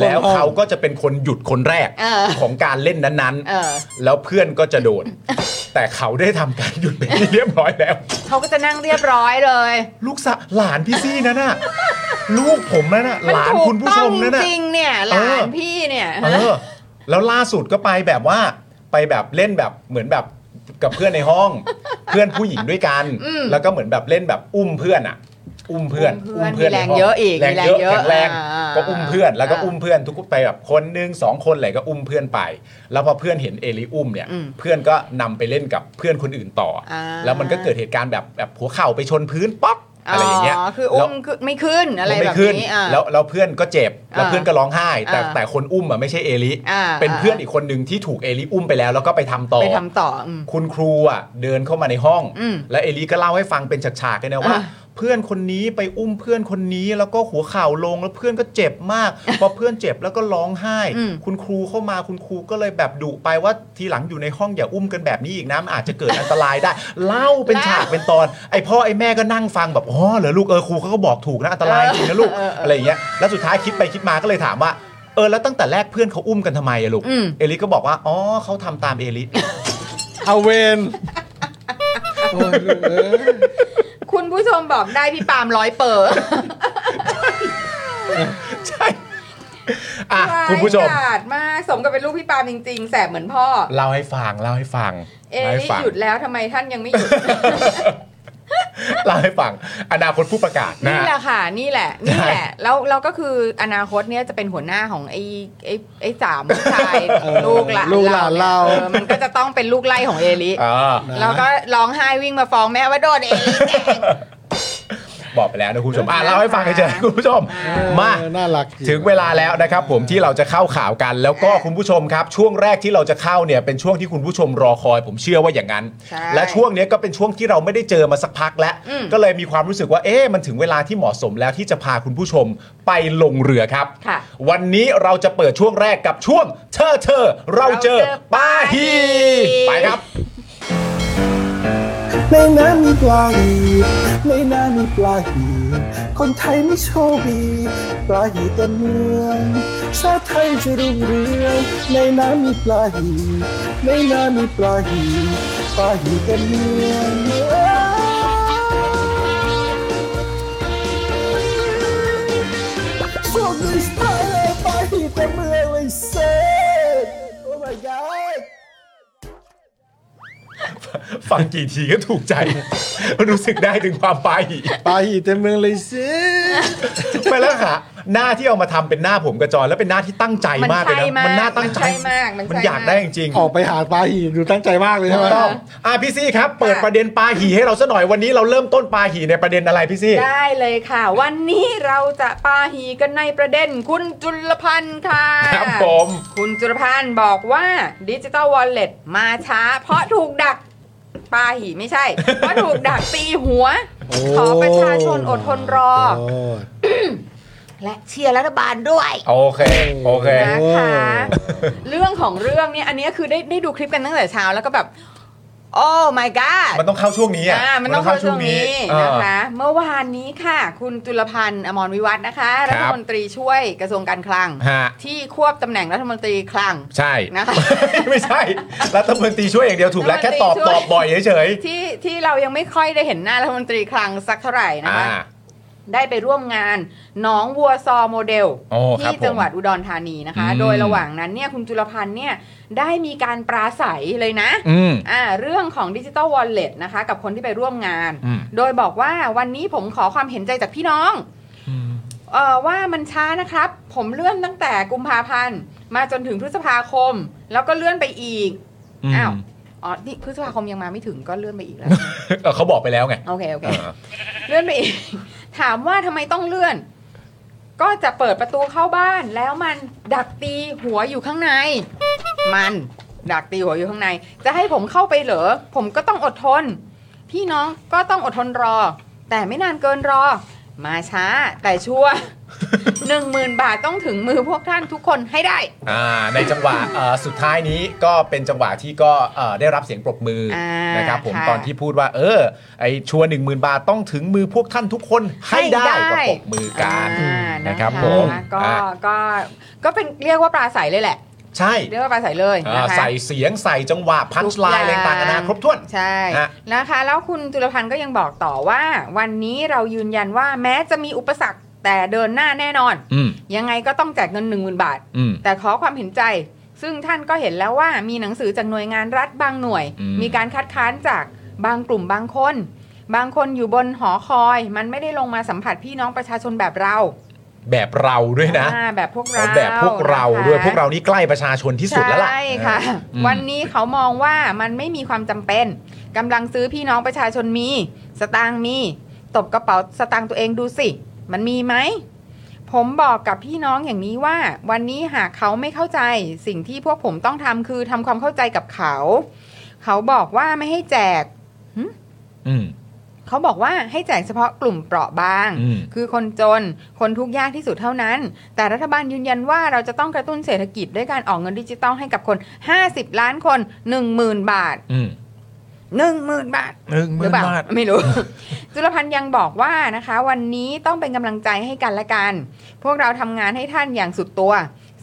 Speaker 1: แล้วเขาก็จะเป็นคนหยุดคนแรก
Speaker 4: เออ
Speaker 1: ของการเล่นนั้น
Speaker 4: เออ
Speaker 1: ๆ แล้วเพื่อนก็จะโด
Speaker 4: (laughs)
Speaker 1: น แต่เขาได้ทำการหยุดเป็นที่เรียบร้อยแล้ว
Speaker 4: เขาก็จะนั่งเรียบร้อยเลย
Speaker 1: ลูกสะหลานพี่ซี่นั่นน่ะลูกผมนั่นน่ะ
Speaker 4: มั
Speaker 1: หลาน
Speaker 4: ถูก
Speaker 1: คุณผู้ช
Speaker 4: ต้อง
Speaker 1: มนั่นน่ะ
Speaker 4: จริงเนี่ย ห
Speaker 1: เอ
Speaker 4: ลา
Speaker 1: อ
Speaker 4: นพี่เนี่ย
Speaker 1: เออแล้วล่าสุดก็ไปแบบว่าไปแบบเล่นแบบเหมือนแบบกับเพื่อนในห้อง เพื่อนผู้หญิงด้วยกัน แล้วก็เหมือนแบบเล่นแบบอุ้มเพื่อนอ่ะ อุ้มเพื่อน
Speaker 4: อุ้มเพื่อน
Speaker 1: ในห้
Speaker 4: มีแรงเยอะอีก
Speaker 1: แรงเยอะ
Speaker 4: มีแรงเยอะ
Speaker 1: แข็งแรง
Speaker 4: อ่า
Speaker 1: ก็อุ้มเพื่อนแล้วก็
Speaker 4: อ่า
Speaker 1: อุ้มเพื่อนทุกคนไปแบบคนหนึ่งสองคนอะไรก็อุ้มเพื่อนไป แล้วพอเพื่อนเห็นเอลิอุ้มเนี่ย
Speaker 4: อืม
Speaker 1: เพื่อนก็นำไปเล่นกับเพื่อนคนอื่นต่ออา แล้วมันก็เกิดเหตุการณ์แบบแบบหัวเข่าไปชนพื้นป๊อก อะไรอย่างเงี้ย
Speaker 4: อ๋อคืออุ้
Speaker 1: แล้ว
Speaker 4: มคือไม่ขึ้นอะไร
Speaker 1: ไม่
Speaker 4: แบบ
Speaker 1: ขึ้น
Speaker 4: นี้อ่า
Speaker 1: แล้วแล้วเพื่อนก็เจ็บแล้ว
Speaker 4: อ่า
Speaker 1: เพื่อนก็ร้องไห้ แต่
Speaker 4: อ่า
Speaker 1: แต่คนอุ้มอ่ะไม่ใช่เอลิ
Speaker 4: อ่า
Speaker 1: เป็น
Speaker 4: อ่า
Speaker 1: เพื่อนอีกคนหนึ่งที่ถูกเอลิอุ้มไปแล้วแล้วก็ไปทำต่อ
Speaker 4: ไปทำต่ออืม
Speaker 1: คุณครูอ่ะเดินเข้ามาในห้อง
Speaker 4: อืม
Speaker 1: และเอลิก็เล่าให้ฟังเป็นฉากๆเลยนะว่า
Speaker 4: อ่า
Speaker 1: เพื่อนคนนี้ไปอุ้มเพื่อนคนนี้แล้วก็หัวเข่าลงแล้วเพื่อนก็เจ็บมาก พอเพื่อนเจ็บแล้วก็ร้องไห้
Speaker 4: อืม
Speaker 1: คุณครูเข้ามาคุณครูก็เลยแบบดุไปว่าทีหลังอยู่ในห้องอย่าอุ้มกันแบบนี้อีกนะมันอาจจะเกิดอันตรายได้ (laughs) เล่าเป็นฉากเป็นตอน ไอพ่อไอแม่ก็นั่งฟังแบบอ๋อเหรอลูกเออครูเขาก็บอกถูกนะอันตรายจริงนะลูกอะไรอย่างเงี้ยแล้วสุดท้ายคิดไปคิดมาก็เลยถามว่าเออแล้วตั้งแต่แรกเพื่อนเขาอุ้มกันทำไมอะลูก
Speaker 4: อืม
Speaker 1: เอลิก็บอกว่าอ๋อเขาทำตามเอลิ
Speaker 3: เอาเวน
Speaker 4: คุณผู้ชมบอกได้พี่ปาล์มร้อยเปอร์
Speaker 1: อ่ะ (laughs) คุณผู้ชม
Speaker 4: ร้ายกาจมากสมกับเป็นลูกพี่ปาล์มจริง ๆ แสบเหมือนพ่อ
Speaker 1: เล่าให้ฟังเล่าให้ฟัง
Speaker 4: เอ
Speaker 1: เล่าให้
Speaker 4: ลิ
Speaker 1: ฟัง
Speaker 4: หยุดแล้วทำไมท่านยังไม่หยุด
Speaker 1: เล่าให้ฟัง อนาคตผู้ประกาศนะ
Speaker 4: นี่แหละค่ะ นี่แหละ นี่แหละ แล้วเราก็คืออนาคตเนี่ยจะเป็นหัวหน้าของไอ้ไอ้ไอ้สามผู้ชาย
Speaker 3: เออ
Speaker 4: ลูกหลาน
Speaker 3: ลูกหลานเรา
Speaker 4: ออมันก็จะต้องเป็นลูกไล่ของเอลิ
Speaker 1: เออ
Speaker 4: แล้วก็ร้องไห้วิ่งมาฟ้องแม่ว่าโดนเอลิแกล้ง
Speaker 1: บอกไปแล้วนะคุณผู้ชมอ่ะ
Speaker 4: นะคะ
Speaker 1: เล่าให้ฟังเฉยๆคุณผู้ชม มา
Speaker 3: เออน่ารักจริ
Speaker 1: ถึงเวลาแล้วนะครับผมที่เราจะเข้าข่าวกัน แล้วก็คุณผู้ชมครับ ช่วงแรกที่เราจะเข้าเนี่ยเป็นช่วงที่คุณผู้ชมรอคอย ผมเชื่อว่าอย่างนั้น
Speaker 4: ใช่
Speaker 1: และช่วงเนี้ยก็เป็นช่วงที่เราไม่ได้เจอมาสักพักแล้ว
Speaker 4: อืม
Speaker 1: ก็เลยมีความรู้สึกว่าเอ๊ะมันถึงเวลาที่เหมาะสมแล้วที่จะพาคุณผู้ชมไปลงเรือครับ
Speaker 4: ค่ะ
Speaker 1: วันนี้เราจะเปิดช่วงแรกกับช่วงเธอเธอเราเจอปาฮีไปครับ
Speaker 11: ในน้ำมีปลาหีในน้ำมีปลาหีคนไทยไม่โชคดีปลาหีเต็มเมืองชาติไทยจะรุ่งเรืองในน้ำมีปลาหีในน้ำมีปลาหีปลาหีเต็มเมืองโชคดีสไตล์เลยปลาหีเต็มเมืองเลยเซ่โอ้ my god
Speaker 1: ฟังกี่ทีก็ถูกใจ (laughs) รู้สึกได้ถึงความปาหี
Speaker 3: ปลาหีเต็มเมืองเลยสิ
Speaker 1: ไปแล้วค่ะ หน้าที่เอามาทำเป็นหน้าผมกระจรแล้วเป็นหน้าที่ตั้งใจมากเลยนะ
Speaker 4: มันใช่มาก
Speaker 1: มันน่าตั้งใจ
Speaker 4: มันใช่มากมันใช่มาก
Speaker 1: นอยากได้จริงๆ
Speaker 3: ออกไปหาปลาหีดูตั้งใจมากเลยใช่ไหม
Speaker 1: ต้องอ่ะพี่ซี่ครับ เปิดประเด็นปาหีให้เราซะหน่อยวันนี้เราเริ่มต้นปาหีในประเด็นอะไรพี่ซี่
Speaker 4: ได้เลยค่ะ วันนี้เราจะปาหีกันในประเด็นคุณจุลพันธ์ค่ะ
Speaker 1: ครับผม
Speaker 4: คุณจุลพันธ์บอกว่าดิจิ t a ลวอลเล็ตมาช้า เพราะถูกดักปาหีไม่ใช่ เพราะถูกดักตีหัว ขอประชาชนอดทนรอ และเชียร์รัฐบาลด้วย
Speaker 1: โอเคโอเค
Speaker 4: นะคะ เรื่องของเรื่องเนี่ยอันนี้คือได้ได้ดูคลิปกันตั้งแต่เช้าแล้วก็แบบ โอ้ my god
Speaker 1: มันต้องเข้าช่วงนี้อ่ะ
Speaker 4: อ่ามันต้องเข้าช่วงนี้นะ
Speaker 1: อ่า
Speaker 4: คะ เมื่อวานนี้ค่ะ คุณจุลพันธ์อมรวิวัฒน์นะคะ
Speaker 1: ครั
Speaker 4: รับ ฐมนตรีช่วยกระทรวงการคลัง
Speaker 1: ฮะ
Speaker 4: ที่ควบตำแหน่งรัฐมนตรีคลัง
Speaker 1: ใช่
Speaker 4: นะคะ
Speaker 1: ไม่ใช่รัฐมนตรีช่วยอย่างเดียวถูกแล้วแค่ตอบ
Speaker 4: รัฐมนตรีช่วย
Speaker 1: ตอบบ่อยเฉย
Speaker 4: ที่ที่เรายังไม่ค่อยได้เห็นหน้ารัฐมนตรีคลังสักเท่าไหร่
Speaker 1: ๆ
Speaker 4: นะ
Speaker 1: อ่า
Speaker 4: คะได้ไปร่วมงานหนองวัวซอโมเดล
Speaker 1: โอ้ครับ
Speaker 4: ที่
Speaker 1: ผม
Speaker 4: จังหวัดอุดรธานีนะคะ
Speaker 1: อืม
Speaker 4: โดยระหว่างนั้นเนี่ยคุณจุลพันธ์เนี่ยได้มีการปราศัยเลยนะ
Speaker 1: อืม
Speaker 4: อ่าเรื่องของดิจิ t a ลวอลเล็ตนะคะ กับคนที่ไปร่วมงาน
Speaker 1: อืม
Speaker 4: โดยบอกว่าวันนี้ผมขอความเห็นใจจากพี่น้องเอ่อว่ามันช้านะครับ ผมเลื่อนตั้งแต่กุมภาพันธ์ มาจนถึงพฤษภาคม แล้วก็เลื่อนไปอีก อ้าว อ๋อ นี่พฤษภาคมยังมาไม่ถึงก็เลื่อนไปอีกแล้ว
Speaker 1: เออเขาบอกไปแล้วไง
Speaker 4: โอเค โอเค เลื่อนไปอีก ถามว่าทำไมต้องเลื่อน ก็จะเปิดประตูเข้าบ้าน แล้วมันดักตีหัวอยู่ข้างใน มัน ดักตีหัวอยู่ข้างใน จะให้ผมเข้าไปเหรอ ผมก็ต้องอดทน พี่น้องก็ต้องอดทนรอ แต่ไม่นานเกินรอ มาช้า แต่ชัวร์ (laughs) หนึ่งหมื่นบาทต้องถึงมือพวกท่านทุกคนให้ได้
Speaker 1: อ่าในจังหวะเอ่อสุดท้ายนี้ก็เป็นจังหวะที่ก็เอ่อได้รับเสียงปรบมืออา นะครับผม
Speaker 4: ค่ะ
Speaker 1: ตอนที่พูดว่า เออไอชัวร์หนึ่งหมื่นบาทต้องถึงมือพวกท่านทุกคนให้ได้
Speaker 4: ให้ได้
Speaker 1: ก็ปรบมือกัน
Speaker 4: อ่า
Speaker 1: นะครับผม
Speaker 4: ก็
Speaker 1: อ่ะ
Speaker 4: ก็ก็เป็นเรียกว่าปราศัยเลยแหละ
Speaker 1: ใช่
Speaker 4: เรียกว่าปราศัยเลย
Speaker 1: อ่า
Speaker 4: นะคะ
Speaker 1: ใส่เสียงใส่จังหวะพันช์ไลน์อะไรต่างๆนานาครบถ้วน
Speaker 4: ใช่
Speaker 1: ฮะ
Speaker 4: นะคะ แล้วคุณจุลพันธ์ก็ยังบอกต่อว่า วันนี้เรายืนยันว่าแม้จะมีอุปสรรคแต่เดินหน้าแน่นอน
Speaker 1: อืม
Speaker 4: ยังไงก็ต้องแจกเงิน1 0,000 บาท
Speaker 1: อืม
Speaker 4: แต่ขอความเห็นใจ ซึ่งท่านก็เห็นแล้วว่ามีหนังสือจากหน่วยงานรัฐบางหน่วย
Speaker 1: อืม
Speaker 4: มีการคัดค้านจากบางกลุ่มบางคน บางคนอยู่บนหอคอย มันไม่ได้ลงมาสัมผัสพี่น้องประชาชนแบบเรา
Speaker 1: แบบเราด้วยนะ
Speaker 4: อ่าแบบพวกเรา
Speaker 1: แบบพวกเราด้วย
Speaker 4: นะคะ
Speaker 1: พวกเรานี่ใกล้ประชาชนที่สุดแล้วล่ะ
Speaker 4: ใช่ค่ะ
Speaker 1: อืม
Speaker 4: วันนี้เขามองว่ามันไม่มีความจำเป็นกำลังซื้อพี่น้องประชาชนมี สตางค์มี ตบกระเป๋าสตางค์ตัวเองดูสิ มันมีไหม ผมบอกกับพี่น้องอย่างนี้ว่า วันนี้หากเขาไม่เข้าใจ สิ่งที่พวกผมต้องทำคือทำความเข้าใจกับเขา เขาบอกว่าไม่ให้แจก
Speaker 1: อืม
Speaker 4: เขาบอกว่าให้แจกเฉพาะกลุ่มเปราะบาง
Speaker 1: อืม
Speaker 4: คือคนจน คนทุกข์ยากที่สุดเท่านั้น แต่รัฐบาลยืนยันว่าเราจะต้องกระตุ้นเศรษฐกิจด้วยการออกเงินดิจิตอลให้กับคน 50 ล้านคน 10,000 บาท
Speaker 1: อืม
Speaker 4: 10,000 บาท
Speaker 1: หนึ่งห
Speaker 4: ห
Speaker 1: มื่
Speaker 4: รื
Speaker 1: น
Speaker 4: อเปล่า
Speaker 1: บาท
Speaker 4: ไม่รู้ (laughs) จุลพันธ์ยังบอกว่านะคะ วันนี้ต้องเป็นกำลังใจให้กันและกัน พวกเราทำงานให้ท่านอย่างสุดตัว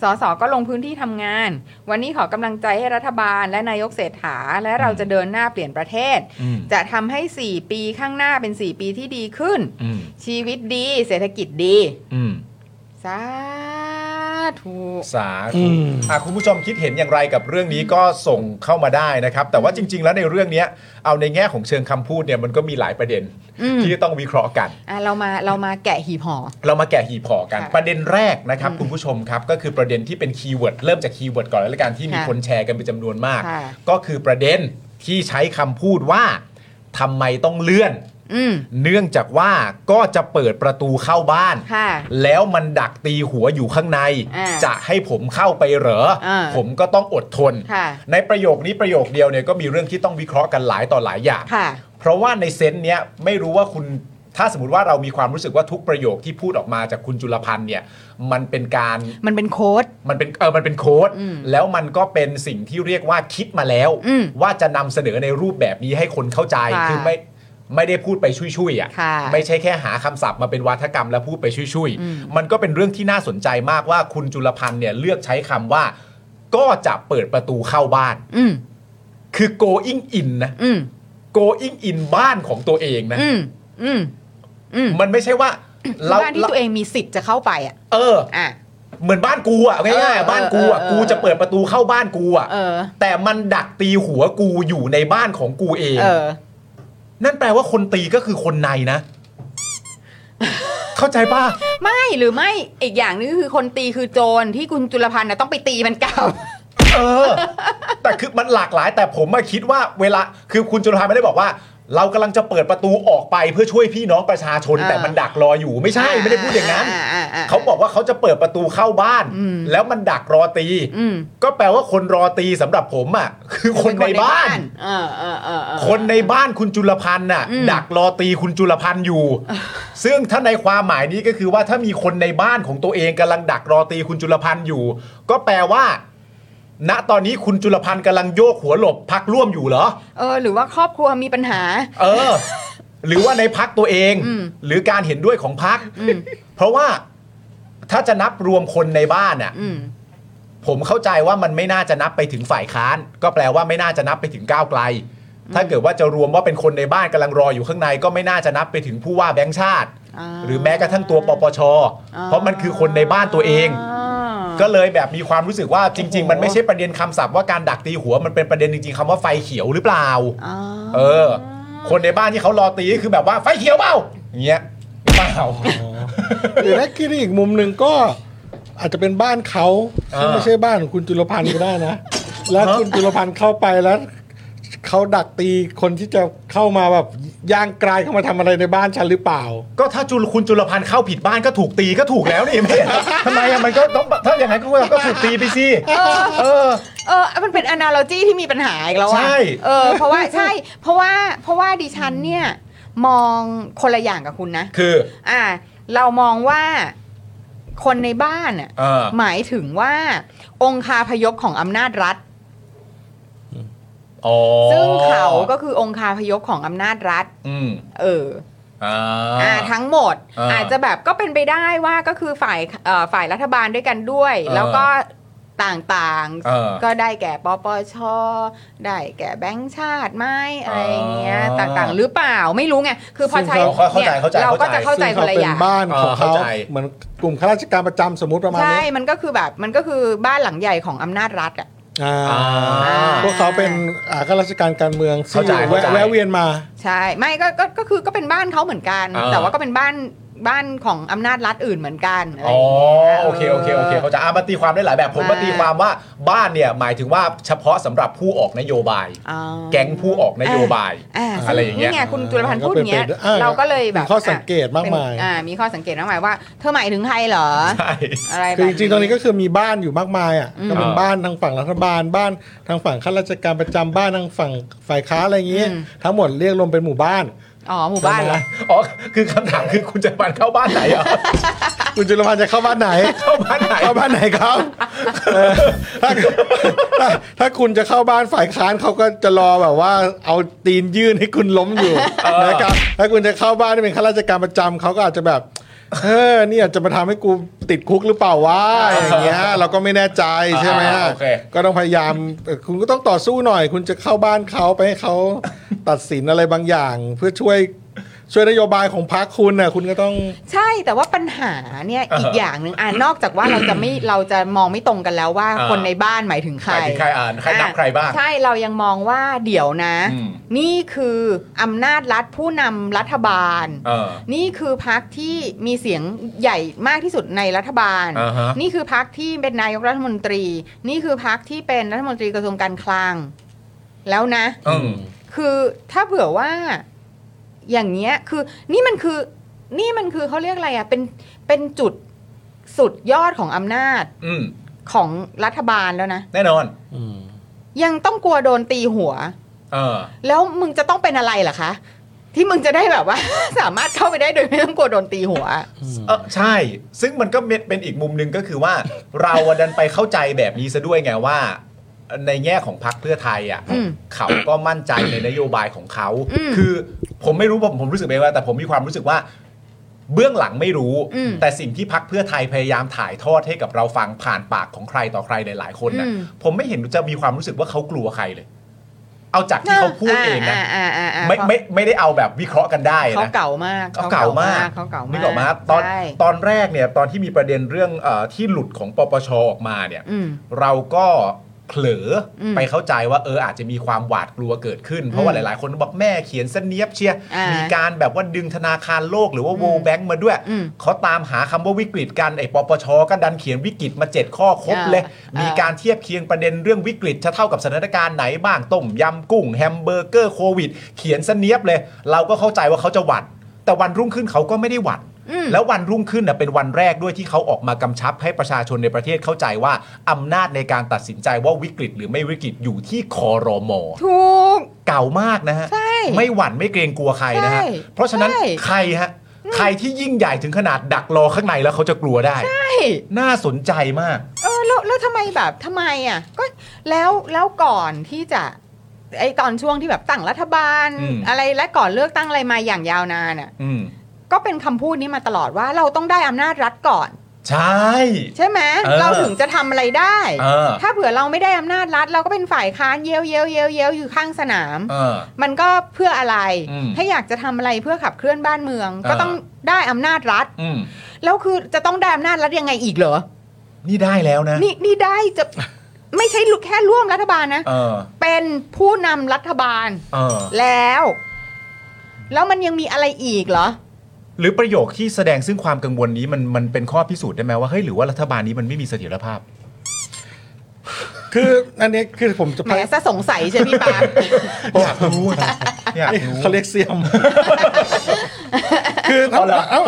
Speaker 4: สสก็ลงพื้นที่ทำงาน วันนี้ขอกำลังใจให้รัฐบาลและนายกเศรษฐาและเราจะเดินหน้าเปลี่ยนประเทศ
Speaker 1: อืม
Speaker 4: จะทำให้ 4 ปีข้างหน้าเป็น 4 ปีที่ดีขึ้น
Speaker 1: อืม
Speaker 4: ชีวิตดีเศรษฐกิจดี
Speaker 1: อืม
Speaker 4: สาธุ
Speaker 1: สาธุอ่ะคุณผู้ชมคิดเห็นอย่างไรกับเรื่องนี้ก็ส่งเข้ามาได้นะครับ แต่ว่าจริง ๆ แล้วในเรื่องเนี้ยเอาในแง่ของเชิงคำพูดเนี่ยมันก็มีหลายประเด็น
Speaker 4: อืม
Speaker 1: ที่ต้องวิเคราะห์กัน
Speaker 4: อ่ะเรามาเรามาแกะหีบห่อ
Speaker 1: เรามาแกะหีบห่อกัน
Speaker 4: ค่ะ
Speaker 1: ประเด็นแรกนะครับคุณผู้ชมครับก็คือประเด็นที่เป็นคีย์เวิร์ดเริ่มจากคีย์เวิร์ดก่อนแล้วกันที่มี
Speaker 4: ค่ะ
Speaker 1: คนแชร์กันเป็นจำนวนมาก
Speaker 4: ค่ะ
Speaker 1: ก็คือประเด็นที่ใช้คำพูดว่าทำไมต้องเลื่อน
Speaker 4: อืม
Speaker 1: เนื่องจากว่าก็จะเปิดประตูเข้าบ้าน
Speaker 4: ค่ะ
Speaker 1: แล้วมันดักตีหัวอยู่ข้างใน
Speaker 4: อ่า
Speaker 1: จะให้ผมเข้าไปเหรออา ผมก็ต้องอดทน
Speaker 4: ค่ะ
Speaker 1: ในประโยคนี้ประโยคเดียวเนี่ยก็มีเรื่องที่ต้องวิเคราะห์กันหลายต่อหลายอย่าง
Speaker 4: ค่ะ
Speaker 1: เพราะว่าในเซนส์เนี้ยไม่รู้ว่าคุณถ้าสมมติว่าเรามีความรู้สึกว่าทุกประโยคที่พูดออกมาจากคุณจุลพันธ์เนี่ยมันเป็นการ
Speaker 4: มันเป็นโค้ด
Speaker 1: มันเป็นเออมันเป็นโค้ด
Speaker 4: อืม
Speaker 1: แล้วมันก็เป็นสิ่งที่เรียกว่าคิดมาแล้ว
Speaker 4: อืม
Speaker 1: ว่าจะนำเสนอในรูปแบบนี้ให้คนเข้าใจ
Speaker 4: ค่ะ
Speaker 1: คือไม่ไม่ได้พูดไปชุยๆอ่ะ
Speaker 4: ค่ะ
Speaker 1: ไม่ใช่แค่หาคำศัพท์มาเป็นวาทกรรมแล้วพูดไปชุย
Speaker 4: อืม
Speaker 1: ๆ มันก็เป็นเรื่องที่น่าสนใจมากว่าคุณจุลพันธ์เนี่ยเลือกใช้คำว่า ก็จะเปิดประตูเข้าบ้าน
Speaker 4: อืม
Speaker 1: คือ going in นะ
Speaker 4: อืม
Speaker 1: going in บ้านของตัวเองนะ
Speaker 4: อืมอืมอืม
Speaker 1: มันไม่ใช่ว่า
Speaker 4: คือบ้านที่ตัวเองมีสิทธิ์จะเข้าไปอ่ะ
Speaker 1: เออ
Speaker 4: อ่ะ
Speaker 1: เหมือนบ้านกูอ่ะเอาง่ายๆ
Speaker 4: เออ
Speaker 1: บ้านกูอ่ะ
Speaker 4: เออเออ
Speaker 1: กูจะเปิดประตูเข้าบ้านกูอ่ะ
Speaker 4: เออ
Speaker 1: แต่มันดักตีหัวกูอยู่ในบ้านของกูเอง
Speaker 4: เออ
Speaker 1: นั่นแปลว่าคนตีก็คือคนในนะ เข้าใจป่ะ
Speaker 4: ไม่หรือไม่อีกอย่างนึงคือคนตีคือโจรที่คุณจุลพันธ์น่ะต้องไปตีมันกลับ
Speaker 1: เออ แต่คือมันหลากหลายแต่ผมมาคิดว่าเวลาคือคุณจุลภัณฑ์ไม่ได้บอกว่า เรากำลังจะเปิดประตูออกไปเพื่อช่วยพี่น้องประชาชน
Speaker 4: เออ
Speaker 1: แต่มันดักรออยู่ไม่ใช่ไม่ได้พูดอย่างนั้น
Speaker 4: อ่อ่
Speaker 1: เขาบอกว่าเขาจะเปิดประตูเข้าบ้าน
Speaker 4: อืม
Speaker 1: แล้วมันดักรอตี
Speaker 4: อืม
Speaker 1: ก็แปลว่าคนรอตีสำหรับผมอ่ะ คือคนในบ้าน
Speaker 4: เออเออเออเออ
Speaker 1: คนในบ้านคุณจุลพันธ์น่ะ
Speaker 4: อืม
Speaker 1: ดักรอตีคุณจุลพันธ์อยู่ ซึ่งถ้าในความหมายนี้ก็คือว่าถ้ามีคนในบ้านของตัวเองกำลังดักรอตีคุณจุลพันธ์อยู่ ก็แปลว่า ณตอนนี้คุณจุลพันธ์กำลังโยกหัวหลบพักร่วมอยู่เหรอ
Speaker 4: เออ หรือว่าครอบครัวมีปัญหา
Speaker 1: เออ หรือว่าในพักตัวเอง
Speaker 4: อืม
Speaker 1: หรือการเห็นด้วยของพัก
Speaker 4: อืม
Speaker 1: เพราะว่าถ้าจะนับรวมคนในบ้านน่ะ
Speaker 4: อืม
Speaker 1: ผมเข้าใจว่ามันไม่น่าจะนับไปถึงฝ่ายค้าน ก็แปลว่าไม่น่าจะนับไปถึงก้าวไกล ถ้าเกิดว่าจะรวมว่าเป็นคนในบ้านกำลังรออยู่ข้างใน ก็ไม่น่าจะนับไปถึงผู้ว่าแบงค์ชาติ
Speaker 4: า
Speaker 1: หรือแม้กระทั่งตัวปปช เพราะมันคือคนในบ้านตัวเอง ก็เลยแบบมีความรู้สึกว่าจริง ๆ มันไม่ใช่ประเด็นคำศัพท์ว่าการดักตีหัวมันเป็นประเด็นจริงๆคำว่าไฟเขียวหรือเปล่า
Speaker 4: อ๋อ
Speaker 1: เออ คนในบ้านที่เขารอตีก็คือแบบว่าไฟเขียวเปล่าอย่างเงี้ยเป (laughs) ล่า
Speaker 3: หรือถ้าคิดอีกมุมหนึ่งก็อาจจะเป็นบ้านเขา
Speaker 1: เออ
Speaker 3: ซึ่งไม่ใช่บ้านของคุณจุลพันธ์ก็ได้นะ แล้วคุณจุลพันธ์เข้าไปแล้วเขาดักตีคนที่จะเข้ามาแบบย่างกลายเข้ามาทำอะไรในบ้านฉันหรือเปล่า
Speaker 1: ก็ถ้าจุลคุณจุลพันธ์เข้าผิดบ้านก็ถูกตีก็ถูกแล้วนี่ (laughs) ไม่เห็นทำไมอะมันก็ต้องถ้าอย่างนั้นก็ก็ถูกตีไป
Speaker 4: (laughs)
Speaker 1: สิเออ
Speaker 4: เออ มันเป็น analogy ที่มีปัญหาอีกแล้วอะ
Speaker 1: ใช่
Speaker 4: เออ เพราะว่า (laughs) ใช่ เพราะว่าเพราะว่าดิฉันเนี่ย มองคนละอย่างกับคุณนะ
Speaker 1: คือ
Speaker 4: อ่า เรามองว่าคนในบ้านอ่ะ
Speaker 1: เออ
Speaker 4: หมายถึงว่า องคาพยพของอำนาจรัฐ
Speaker 1: อ๋อ
Speaker 4: ซึ่งเขาก็คือองคาพยพของอำนาจรัฐ
Speaker 1: อืม
Speaker 4: เออ
Speaker 1: อ่า
Speaker 4: อ่าทั้งหมด
Speaker 1: อ่า
Speaker 4: อาจจะแบบก็เป็นไปได้ว่าก็คือฝ่ายเอ่อฝ่ายรัฐบาลด้วยกันด้วย
Speaker 1: เออ
Speaker 4: แล้วก็ต่าง
Speaker 1: เออ
Speaker 4: ๆ ก็ได้แก่ปปชได้แก่แบงค์ชาติไหม่อะไรอย่างเงี้ย
Speaker 1: อ๋อ
Speaker 4: ต่างๆ หรือเปล่าไม่รู้ไงคือพอใช้
Speaker 1: ซึ่งเขาเข้าใจ
Speaker 4: นี่ย
Speaker 1: เข้าใจ
Speaker 4: เราก็จะเข้าใจ
Speaker 3: ซึ่ง
Speaker 4: ค
Speaker 3: เขา
Speaker 4: นละ
Speaker 3: เป็
Speaker 4: อน ย่าง
Speaker 3: บ้านของเขา
Speaker 1: เออเข้าใจ
Speaker 3: เหมือนกลุ่มข้าราชการประจำสมมติประมาณ
Speaker 4: ใช่
Speaker 3: นี้
Speaker 4: มันก็คือแบบมันก็คือบ้านหลังใหญ่ของอำนาจรัฐอ่ะ
Speaker 3: อ่า
Speaker 1: อ่า
Speaker 3: พวกเขาเป็นอ่าข้าราชการการเมืองซึ่ง
Speaker 1: เข้าใจเข้าใจ
Speaker 3: แวะเวียนมา
Speaker 4: ใช่ไม่ก็ก็ก็คือก็เป็นบ้านเขาเหมือนกัน
Speaker 1: เออ
Speaker 4: แต่ว่าก็เป็นบ้านบ้านของอำนาจรัฐอื่นเหมือนกันอะไร
Speaker 1: อ๋อ
Speaker 4: อย่างเงี้ย
Speaker 1: โอเคโอเคโอเค เขาใจะอ่ะมาตีความได้หลายแบบผม
Speaker 4: อ่าม
Speaker 1: มาตีความว่าบ้านเนี่ยหมายถึงว่าเฉพาะสำหรับผู้ออกนโยบาย
Speaker 4: อ๋อ
Speaker 1: แก๊งผู้ออกนโยบาย
Speaker 4: อ่า
Speaker 1: อะไรอย่างเงี้ย
Speaker 4: นี่ไงคุณจุลพันธ์พูดอย่างเงี้ย
Speaker 1: ก็เป็นไปได้
Speaker 4: เราก็เลยแบบ
Speaker 1: มีข้อสังเกตมากมาย
Speaker 4: เป็นอ่ามีข้อสังเกตมากมายว่า เธอหมายถึงใครเหรอ อะไรแบบ
Speaker 3: คือจริงๆ ตอนนี้
Speaker 4: ก็
Speaker 3: ก็คือมีบ้านอยู่มากมายอ่ะ
Speaker 4: อืม
Speaker 3: ก็เป็นบ้านทางฝั่งรัฐบาลบ้านทางฝั่งข้าราชการประจำบ้านทางฝั่งฝ่ายค้าอะไรอย่างเงี้ยทั้งหมดเรียกรวมเป็นหมู่บ้าน
Speaker 4: อ๋อหมู่บ้านเหรอ
Speaker 1: อ๋อคือคำถามคือคุณจะมันเข้าบ้านไหนอ่ะ
Speaker 3: คุณจุลพันธ์จะเข้าบ้านไหน
Speaker 1: (laughs) เข้าบ้านไหน
Speaker 3: เข้าบ้านไหนครับเออถ้าถ้าถ้าคุณจะเข้าบ้านฝ่ายค้านเขาก็จะรอแบบว่าเอาตีนยื่นให้คุณล้มอยู่นะครับถ้าคุณจะเข้าบ้านที่เป็นข้าราชการประจำเขาก็อาจจะแบบเออเนี่ยจะมาทำให้กูติดคุกหรือเปล่าวะอย่างเงี้ยเราก็ไม่แน่ใจใช่ไหม
Speaker 1: อ่าโอเค
Speaker 3: ก็ต้องพยายามเอ่อคุณก็ต้องต่อสู้หน่อย คุณจะเข้าบ้านเขาไปให้เขาตัดสินอะไรบางอย่าง เพื่อช่วยช่วยนโยบายของพรรคคุณน่ะคุณก็ต้อง
Speaker 4: ใช่แต่ว่าปัญหาเนี่ย
Speaker 3: อ่าฮะ
Speaker 4: อีกอย่างหนึ่งอ่านอกจากว่าเราจะไม่เราจะมองไม่ตรงกันแล้วว่า
Speaker 1: อ่า
Speaker 4: คนในบ้านหมายถึงใคร
Speaker 1: หมายถึงใครอ่านใครนับใครบ้าง
Speaker 4: ใช่เรายังมองว่าเดี๋ยวนะ
Speaker 1: อืม
Speaker 4: นี่คืออำนาจรัฐผู้นำรัฐบาล
Speaker 1: เออ
Speaker 4: นี่คือพักที่มีเสียงใหญ่มากที่สุดในรัฐบาล
Speaker 1: อ่าฮะ
Speaker 4: นี่คือพักที่เป็นนายกรัฐมนตรี นี่คือพักที่เป็นรัฐมนตรีกระทรวงการคลัง แล้วนะ
Speaker 1: อืม
Speaker 4: คือถ้าเผื่อว่าอย่างเงี้ยคือนี่มันคือนี่มันคือเขาเรียกอะไรอะเป็นเป็นจุดสุดยอดของอำนาจ
Speaker 1: อืม
Speaker 4: ของรัฐบาลแล้วนะ
Speaker 1: แน่นอน
Speaker 4: ยังต้องกลัวโดนตีหัว
Speaker 1: เออ
Speaker 4: แล้วมึงจะต้องเป็นอะไรเหรอคะ ที่มึงจะได้แบบว่า (laughs) สามารถเข้าไปได้โดยไม่ต้องกลัวโดนตีหัว
Speaker 1: เออใช่ ซึ่งมันก็เป็นเป็นอีกมุมหนึ่งก็คือว่า (laughs) เราอะดันไปเข้าใจแบบนี้ซะด้วยไงว่า ในแง่ของพรรคเพื่อไทยอ่ะ
Speaker 4: อืม
Speaker 1: เขาก็มั่นใจในนโยบายของเขา คือผมไม่รู้ผมผมรู้สึกเองว่าแต่ผมมีความรู้สึกว่า เบื้องหลังไม่รู้
Speaker 4: อืม
Speaker 1: แต่สิ่งที่พักเพื่อไทยพยายามถ่ายทอดให้กับเราฟังผ่านปากของใครต่อใครหลายๆคนนะ
Speaker 4: อืม
Speaker 1: ผมไม่เห็นจะมีความรู้สึกว่าเขากลัวใครเลย เอาจากที่เขาพูดเองนะ
Speaker 4: อ่าอ่าอ่าอ่า
Speaker 1: ไม่ไม่ไม่ได้เอาแบบวิเคราะห์กันได้
Speaker 4: เขา
Speaker 1: นะ
Speaker 4: เก่ามาก
Speaker 1: เขาเก่ามาก
Speaker 4: เขาเก่ามาก
Speaker 1: นึกออกไหมาตอน
Speaker 4: ใช่
Speaker 1: ตอนแรกเนี่ยตอนที่มีประเด็นเรื่องเออที่หลุดของปปชออกมาเนี่ย
Speaker 4: อืม
Speaker 1: เราก็เผลออ
Speaker 4: ม
Speaker 1: ไปเข้าใจว่าเอออาจจะมีความหวาดกลัวเกิดขึ้น เพราะว่าหลาย ๆ คนบอกแม่เขียนเสนเนียบเชียร์
Speaker 4: อ่ามี
Speaker 1: มีการแบบว่าดึงธนาคารโลกหรือว่า
Speaker 4: อืม
Speaker 1: World Bank มาด้วย
Speaker 4: อืม
Speaker 1: เขาตามหาคำว่าวิกฤตกันไอ้ปปชก็ดันเขียนวิกฤตมา 7 ข้อครบเลย
Speaker 4: อ่ามี
Speaker 1: มีการเทียบเคียงประเด็นเรื่องวิกฤตจะเท่ากับสถานการณ์ไหนบ้างต้มยำกุ้งแฮมเบอร์เกอร์โควิด เขียนเสนเนียบเลย เราก็เข้าใจว่าเขาจะหวัด แต่วันรุ่งขึ้นเขาก็ไม่ได้หวัด
Speaker 4: อืม
Speaker 1: แล้ววันรุ่งขึ้นน่ะเป็นวันแรกด้วยที่เขาออกมากำชับให้ประชาชนในประเทศเข้าใจว่า อำนาจในการตัดสินใจว่าวิกฤตหรือไม่วิกฤตอยู่ที่คอรมอ
Speaker 4: ถูก
Speaker 1: เก่ามากนะฮะ
Speaker 4: ใช่
Speaker 1: ไม่หวั่นไม่เกรงกลัวใครนะฮะ
Speaker 4: ใช่
Speaker 1: เพราะฉะนั้น
Speaker 4: ใช่
Speaker 1: ใครฮะใครที่ยิ่งใหญ่ถึงขนาดดักรอข้างในแล้วเขาจะกลัวได้
Speaker 4: ใช่
Speaker 1: น่าสนใจมาก
Speaker 4: เออแล้วแล้วทำไมแบบทำไมอ่ะก็แล้วแล้วก่อนที่จะไอตอนช่วงที่แบบตั้งรัฐบาล
Speaker 1: อืม
Speaker 4: ไรและก่อนเลือกตั้งอะไรมาอย่างยาวนานอ่ะ
Speaker 1: อืม
Speaker 4: ก็เป็นคำพูดนี้มาตลอดว่าเราต้องได้อำนาจรัฐก่อน
Speaker 1: ใช่
Speaker 4: ใช่ไหม
Speaker 1: เออ
Speaker 4: เราถึงจะทำอะไรได้
Speaker 1: เออ
Speaker 4: ถ้าเผื่อเราไม่ได้อำนาจรัฐ เราก็เป็นฝ่ายค้านเย้ยวเย้ยวเย้ยวเย้ยวอยู่ข้างสนาม
Speaker 1: เออ
Speaker 4: มันก็เพื่ออะไร
Speaker 1: อืม
Speaker 4: ถ้าอยากจะทำอะไรเพื่อขับเคลื่อนบ้านเมือง ก็
Speaker 1: เออ
Speaker 4: ต้องได้อำนาจรัฐ
Speaker 1: อืม
Speaker 4: แล้วคือจะต้องได้อำนาจรัฐยังไงอีกเหรอ
Speaker 1: นี่ได้แล้วนะ
Speaker 4: นี่นี่ได้จะ ไม่ใช่แค่ร่วมรัฐบาลนะ
Speaker 1: เออ
Speaker 4: เป็นผู้นำรัฐบาล
Speaker 1: เออ
Speaker 4: แล้ว แล้วมันยังมีอะไรอีกเหรอ
Speaker 1: หรือประโยคที่แสดงซึ่งความกังวลนี้มันมันเป็นข้อพิสูจน์ได้ไหมว่าเฮ้ยหรือว่ารัฐบาลนี้มันไม่มีเสถียรภาพ
Speaker 3: คืออันนี้คือผมจะ
Speaker 4: แหมซะสงสัยใช่พี่ปา (laughs) ล์ม
Speaker 1: อยากรู้อะ
Speaker 3: (laughs)
Speaker 1: อยากรู้
Speaker 3: เขาเรียกเสียม คือถ้าเอ้า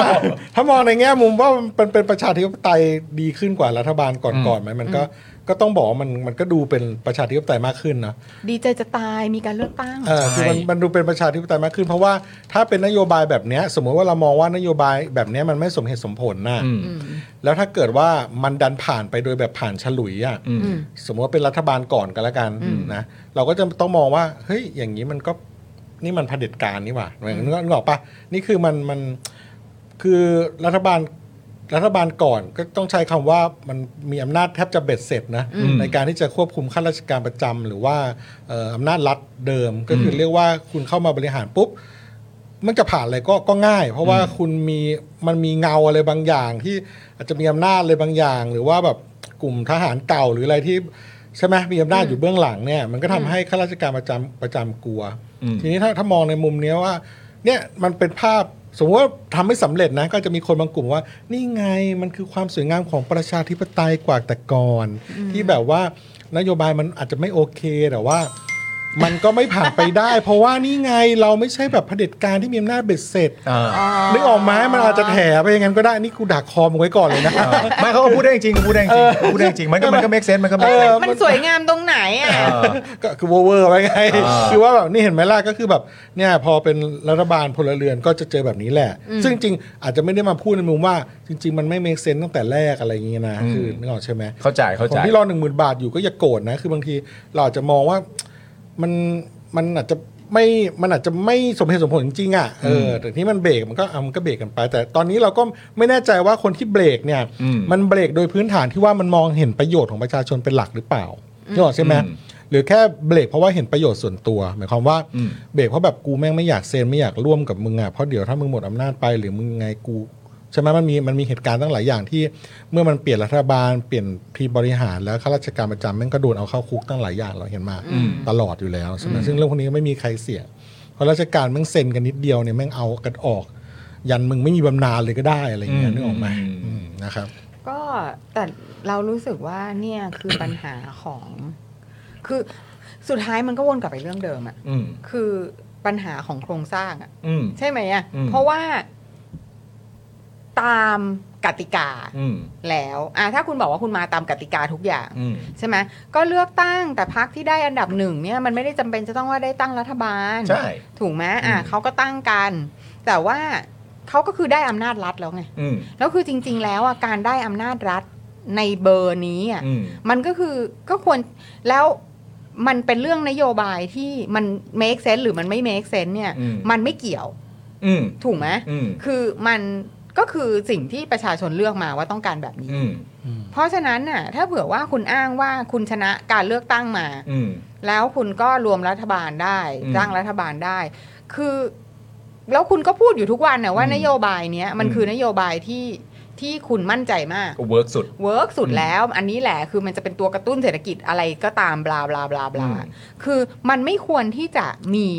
Speaker 3: ถ้ามองในแง่มุมว่ามันเป็นประชาธิปไตยดีขึ้นกว่ารัฐบาลก่อนๆไหมมันก็ก็ต้องบอกว่ามันมันก็ดูเป็นประชาธิปไตยมากขึ้นนะ
Speaker 4: ดีใจจะตายมีการเลือกตั้ง
Speaker 3: เออคือมันมันดูเป็นประชาธิปไตยมากขึ้น เพราะว่าถ้าเป็นนโยบายแบบเนี้ยสมมติว่าเรามองว่านโยบายแบบเนี้ยมันไม่สมเหตุสมผลนะ
Speaker 1: อืม
Speaker 3: แล้วถ้าเกิดว่ามันดันผ่านไปโดยแบบผ่านฉลุยอ่ะ
Speaker 1: อืม
Speaker 3: สมมติว่าเป็นรัฐบาลก่อนกันละกัน
Speaker 1: อืม
Speaker 3: นะเราก็จะต้องมองว่าเฮ้ยอย่างนี้มันก็นี่มันเผด็จการนี่หว่าเหมือนนึกนึกออกปะนี่คือมันมันคือรัฐบาลรัฐบาลก่อนก็ต้องใช้คำว่ามันมีอำนาจแทบจะเบ็ดเสร็จนะ
Speaker 12: อืม
Speaker 3: ในการที่จะควบคุมข้าราชการประจำหรือว่าเอ่ออำนาจรัฐเดิมก็คือ
Speaker 12: ม
Speaker 3: เรียกว่าคุณเข้ามาบริหารปุ๊บ มันจะผ่านอะไรก็ก็ง่าย เพราะว่าคุณมีมันมีเงาอะไรบางอย่าง ที่อาจจะมีอำนาจอะไรบางอย่าง หรือว่าแบบกลุ่มทหารเก่าหรืออะไรที่ใช่ไหมมีอำนาจอยู่เบื้องหลังเนี่ยมันก็ทำให้ข้าราชการประจำประจำกลัว ทีนี้ถ้าถ้ามองในมุมเนี้ยว่า เนี่ยมันเป็นภาพ สมมติว่าทำไม่สำเร็จนะ ก็จะมีคนบางกลุ่มว่า นี่ไงมันคือความสวยงามของประชาธิปไตยกว่าแต่ก่อน
Speaker 13: อืม
Speaker 3: ที่แบบว่านโยบายมันอาจจะไม่โอเคแต่ว่า มันก็ไม่ผ่านไปได้ เพราะว่านี่ไงเราไม่ใช่แบบเผด็จการที่มีอำนาจเบ็ดเสร็จนึกออกไหมมันอาจจะแถไปอย่างนั้นก็ได้นี่กูดักคอมงไว้ก่อนเลยนะ
Speaker 1: ไม่เขาก็พูดได้จริงพูดได้จริงพูดได้จริงมันก็มันก็ make sense มันก็ make
Speaker 4: เอ
Speaker 1: sense
Speaker 4: อมันสวยงามตรงไหนอ่ะ
Speaker 3: ก็คือเวอร์ๆไว้ไง
Speaker 1: อ่า
Speaker 3: คือว่าแบบนี่เห็นไหมล่ะก็คือแบบเนี่ยพอเป็นรัฐบาลพลเรือนก็จะเจอแบบนี้แหละ
Speaker 4: อืม
Speaker 3: ซึ่งจริงอาจจะไม่ได้มาพูดในมุมว่า จริง ๆ มันไม่เมคเซนตั้งแต่แรกอะไรอย่างเงี้ยนะคือนึกออกใช่ไหม
Speaker 1: เข้าใจเข้า
Speaker 3: ข
Speaker 1: ใจ
Speaker 3: องที่รอหนึ่งหมื่นบาทอยู่ก็อย่าโกรธนะ คือบางทีเราอาจจะมองว่ามันมันอาจจะไม่มันอาจจะไม่สมเหตุสมผลจริงๆอ่ะเออ
Speaker 1: ม
Speaker 3: แต่ที่มันเบรกมันก็อ่ะมันก็เบรกกันไป แต่ตอนนี้เราก็ไม่แน่ใจว่าคนที่เบรกเนี่ย
Speaker 1: อืม
Speaker 3: มันเบรกโดยพื้นฐานที่ว่ามันมองเห็นประโยชน์ของประชาชนเป็นหลักหรือเปล่านึกออกใช่ไหม
Speaker 1: อืม
Speaker 3: หรือแค่เบรกเพราะว่าเห็นประโยชน์ส่วนตัว หมายความว่า
Speaker 1: อืม
Speaker 3: เบรกเพราะแบบกูแม่งไม่อยากเซ็นไม่อยากร่วมกับมึงอ่ะเพราะเดี๋ยวถ้ามึงหมดอำนาจไปหรือมึงไงกูใช่ไหมมันมีมันมีเหตุการณ์ตั้งหลายอย่างที่เมื่อมันเปลี่ยนรัฐบาลเปลี่ยนทีมบริหารแล้วข้าราชการประจำแม่งก็โดนเอาเข้าคุกตั้งหลายอย่างเราเห็นมา
Speaker 1: อืม
Speaker 3: ตลอดอยู่แล้วใช่ไหมซึ่งเรื่องพวกนี้ไม่มีใครเสี่ยงเพราะราชการแม่งเซ็นกันนิดเดียวเนี่ยแม่งเอากันออก ยันมึงไม่มีบำนาญเลยก็ได้อะไรอย่างเงี้ยนึกออกไหมอืมนะครับ
Speaker 4: ก็แต่เรารู้สึกว่าเนี่ยคือปัญหาของ คือสุดท้ายมันก็วนกลับไปเรื่องเดิมอะ
Speaker 1: อืม
Speaker 4: คือปัญหาของโครงสร้างอะ
Speaker 1: อืม
Speaker 4: ใช่ไหมอะ
Speaker 1: อืม
Speaker 4: เพราะว่าตามกติกา
Speaker 1: อืม
Speaker 4: แล้วอ่ะถ้าคุณบอกว่าคุณมาตามกติกาทุกอย่าง
Speaker 1: อืม
Speaker 4: ใช่ไหมก็เลือกตั้งแต่พักที่ได้อันดับหนึ่งเนี่ยมันไม่ได้จำเป็นจะต้องว่าได้ตั้งรัฐบาล
Speaker 1: ใช่
Speaker 4: ถูกไหมอ่ะ
Speaker 1: อืม
Speaker 4: เขาก็ตั้งกัน แต่ว่าเขาก็คือได้อำนาจรัฐแล้วไง
Speaker 1: อืม
Speaker 4: แล้วคือจริง ๆ แล้วอ่ะการได้อำนาจรัฐในเบอร์นี้อ่ะ
Speaker 1: อืม
Speaker 4: มันก็คือก็ควรแล้วมันเป็นเรื่องนโยบายที่มัน make sense หรือมันไม่ make sense เนี่ย
Speaker 1: อืม
Speaker 4: มันไม่เกี่ยว
Speaker 1: อืม
Speaker 4: ถูกไหม
Speaker 1: อืม
Speaker 4: คือมันก็คือสิ่งที่ประชาชนเลือกมาว่าต้องการแบบนี้
Speaker 1: อืม
Speaker 4: เพราะฉะนั้นน่ะ ถ้าเผื่อว่าคุณอ้างว่าคุณชนะการเลือกตั้งมา
Speaker 1: อืม
Speaker 4: แล้วคุณก็รวมรัฐบาลได้
Speaker 1: อืม
Speaker 4: ตั้งรัฐบาลได้ คือ แล้วคุณก็พูดอยู่ทุกวันนะว่า
Speaker 1: อืม
Speaker 4: นโยบายเนี้ยมัน
Speaker 1: อืม
Speaker 4: คือนโยบายที่ที่คุณมั่นใจมาก
Speaker 1: ก็เวิร์กสุด
Speaker 4: เวิร์กสุด
Speaker 1: อืม
Speaker 4: แล้ว อันนี้แหละคือมันจะเป็นตัวกระตุ้นเศรษฐกิจอะไรก็ตามบลาบลาบลาบลา
Speaker 1: อืม
Speaker 4: คือมันไม่ควรที่จะมี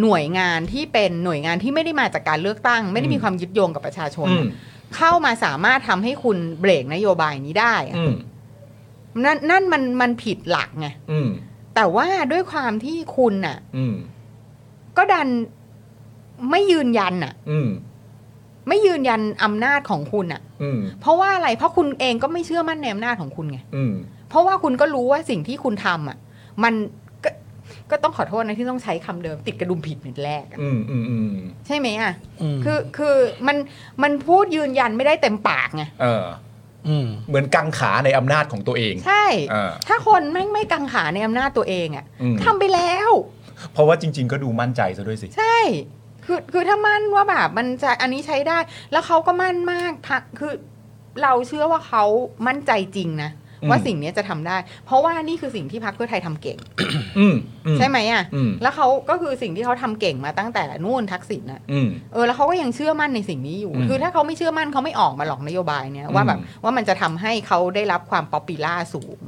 Speaker 4: หน่วยงานที่เป็นหน่วยงานที่ไม่ได้มาจากการเลือกตั้ง ไม่ได้มีความยึดโยงกับประชาชน
Speaker 1: อื
Speaker 4: น่
Speaker 1: ม
Speaker 4: ะ เข้ามาสามารถทำให้คุณเบรกนโยบายนี้ได้อะ
Speaker 1: อืม
Speaker 4: นั่นนั่นมันมันผิดหลักไง
Speaker 1: อืม
Speaker 4: แต่ว่าด้วยความที่คุณน่ะ
Speaker 1: อืม
Speaker 4: ก็ดันไม่ยืนยันน่ะ
Speaker 1: อืม
Speaker 4: ไม่ยืนยันอำนาจของคุณน่ะ
Speaker 1: อืม
Speaker 4: เพราะว่าอะไร เพราะคุณเองก็ไม่เชื่อมั่นในอำนาจของคุณไง
Speaker 1: อืม
Speaker 4: เพราะว่าคุณก็รู้ว่าสิ่งที่คุณทำอ่ะ มันก็ก็ต้องขอโทษนะที่ต้องใช้คำเดิม ติดกระดุมผิดเหมือนแรกอะ
Speaker 1: อืมอืมอืม
Speaker 4: ใช่ไหมอ่ะ คือคือมันมันพูดยืนยันไม่ได้เต็มปากไง
Speaker 1: เออเหมือนกังขาในอำนาจของตัวเอง
Speaker 4: ใช่
Speaker 1: เออ
Speaker 4: ถ้าคนแม่งไม่กังขาในอำนาจตัวเองอะ
Speaker 1: อืม
Speaker 4: ทำไปแล้ว
Speaker 1: เพราะว่าจริง ๆ ก็ดูมั่นใจซะด้วยสิ
Speaker 4: ใช่ คือคือถ้ามั่นว่าแบบมันจะอันนี้ใช้ได้ แล้วเขาก็มั่นมากพักคือเราเชื่อว่าเขามั่นใจจริงนะ
Speaker 1: อืม
Speaker 4: ว่าสิ่งเนี้ยจะทำได้ เพราะว่านี่คือสิ่งที่พักเพื่อไทยทำเก่ง
Speaker 1: อืมอื
Speaker 4: ใช่ไหมอ่ะ
Speaker 1: อืม
Speaker 4: แล้วเขาก็คือสิ่งที่เขาทำเก่งมาตั้งแต่นู่นทักษิณนะ
Speaker 1: อืม
Speaker 4: เออแล้วเขาก็ยังเชื่อมั่นในสิ่งนี้อยู่
Speaker 1: อืม
Speaker 4: คือถ้าเขาไม่เชื่อมั่นเขาไม่ออกมาหรอกนโยบายเนี้ยว่าแบบ
Speaker 1: อืม
Speaker 4: ว่ามันจะทำให้เขาได้รับความป๊อปปีล่าสูง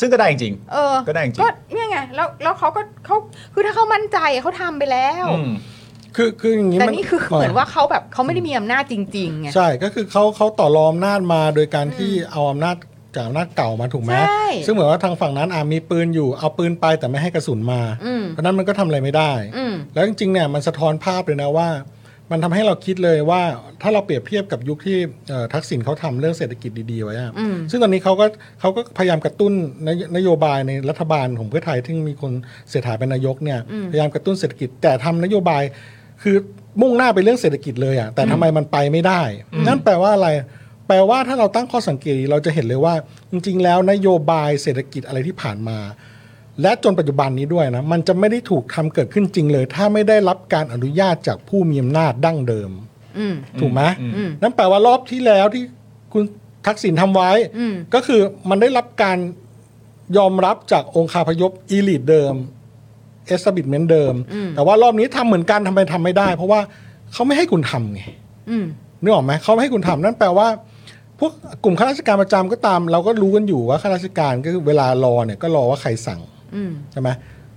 Speaker 1: ซึ่งก็ได้จริง
Speaker 4: เออ
Speaker 1: ก็ได้จริง
Speaker 4: ก็เนี่ยไงแล้วแล้วเขาก็เขาคือถ้าเขามั่นใจเขาทำไปแล้ว
Speaker 1: อืม
Speaker 3: คือคืออย่างนี้
Speaker 4: แต่
Speaker 3: มั
Speaker 4: นี่คือเหมือนว่าเขาแบบเขาไม่ได้มีอำนาจจริงๆไง
Speaker 3: ใช่ก็คือเขาเขาต่อรองอำนาจมาโดยการที่เอาอำนาจจากอำนาจเก่ามาถูกไหม
Speaker 4: ใช่
Speaker 3: ซึ่งเหมือนว่าทางฝั่งนั้นอามีปืนอยู่เอาปืนไปแต่ไม่ให้กระสุนมา
Speaker 4: อืม
Speaker 3: เพราะนั้นมันก็ทำอะไรไม่ได้
Speaker 4: อืม
Speaker 3: แล้วจริงๆเนี่ยมันสะท้อนภาพเลยนะว่า มันทำให้เราคิดเลยว่าถ้าเราเปรียบเทียบกับยุคที่เอ่อทักษิณเขาทำเรื่องเศรษฐกิจดีๆไว้อะ
Speaker 4: อืม
Speaker 3: ซึ่งตอนนี้เขาก็เขาก็พยายามกระตุ้นนโยนโยบายในรัฐบาลของเพื่อไทยที่มีคนเสถาเป็นนายกเนี่ย
Speaker 13: อืม
Speaker 3: พยายามกระตุ้นเศรษฐกิจแต่ทำนโยบาย คือมุ่งหน้าไปเรื่องเศรษฐกิจเลยอะแต่ทำไมมันไปไม่ได้ นั่นแปลว่าอะไร แปลว่าถ้าเราตั้งข้อสังเกตดีเราจะเห็นเลยว่า จริง ๆ แล้วนโยบายเศรษฐกิจอะไรที่ผ่านมา และจนปัจจุบันนี้ด้วยนะ มันจะไม่ได้ถูกทำเกิดขึ้นจริงเลย ถ้าไม่ได้รับการอนุญาตจากผู้มีอำนาจดั้งเดิม
Speaker 4: อืม
Speaker 3: ถูกไหม
Speaker 4: อืม
Speaker 3: นั่นแปลว่ารอบที่แล้วที่คุณทักษิณทำไว้
Speaker 4: อืม
Speaker 3: ก็คือมันได้รับการยอมรับจากองคาพยพอีลิทเดิมเอสบิ m เมนเดิม
Speaker 4: อืม
Speaker 3: แต่ว่ารอบนี้ทำเหมือนกันทำไมทำไม่ได้ เพราะว่าเขาไม่ให้คุณทำไง
Speaker 4: อืม
Speaker 3: นึกออกไหมเขาไม่ให้คุณทำนั่นแปลว่า พวกกลุ่มข้าราชการประจำก็ตาม เราก็รู้กันอยู่ว่าข้าราชการก็คือเวลารอเนี่ยก็รอว่าใครสั่ง
Speaker 4: อืม
Speaker 3: ใช่ไหม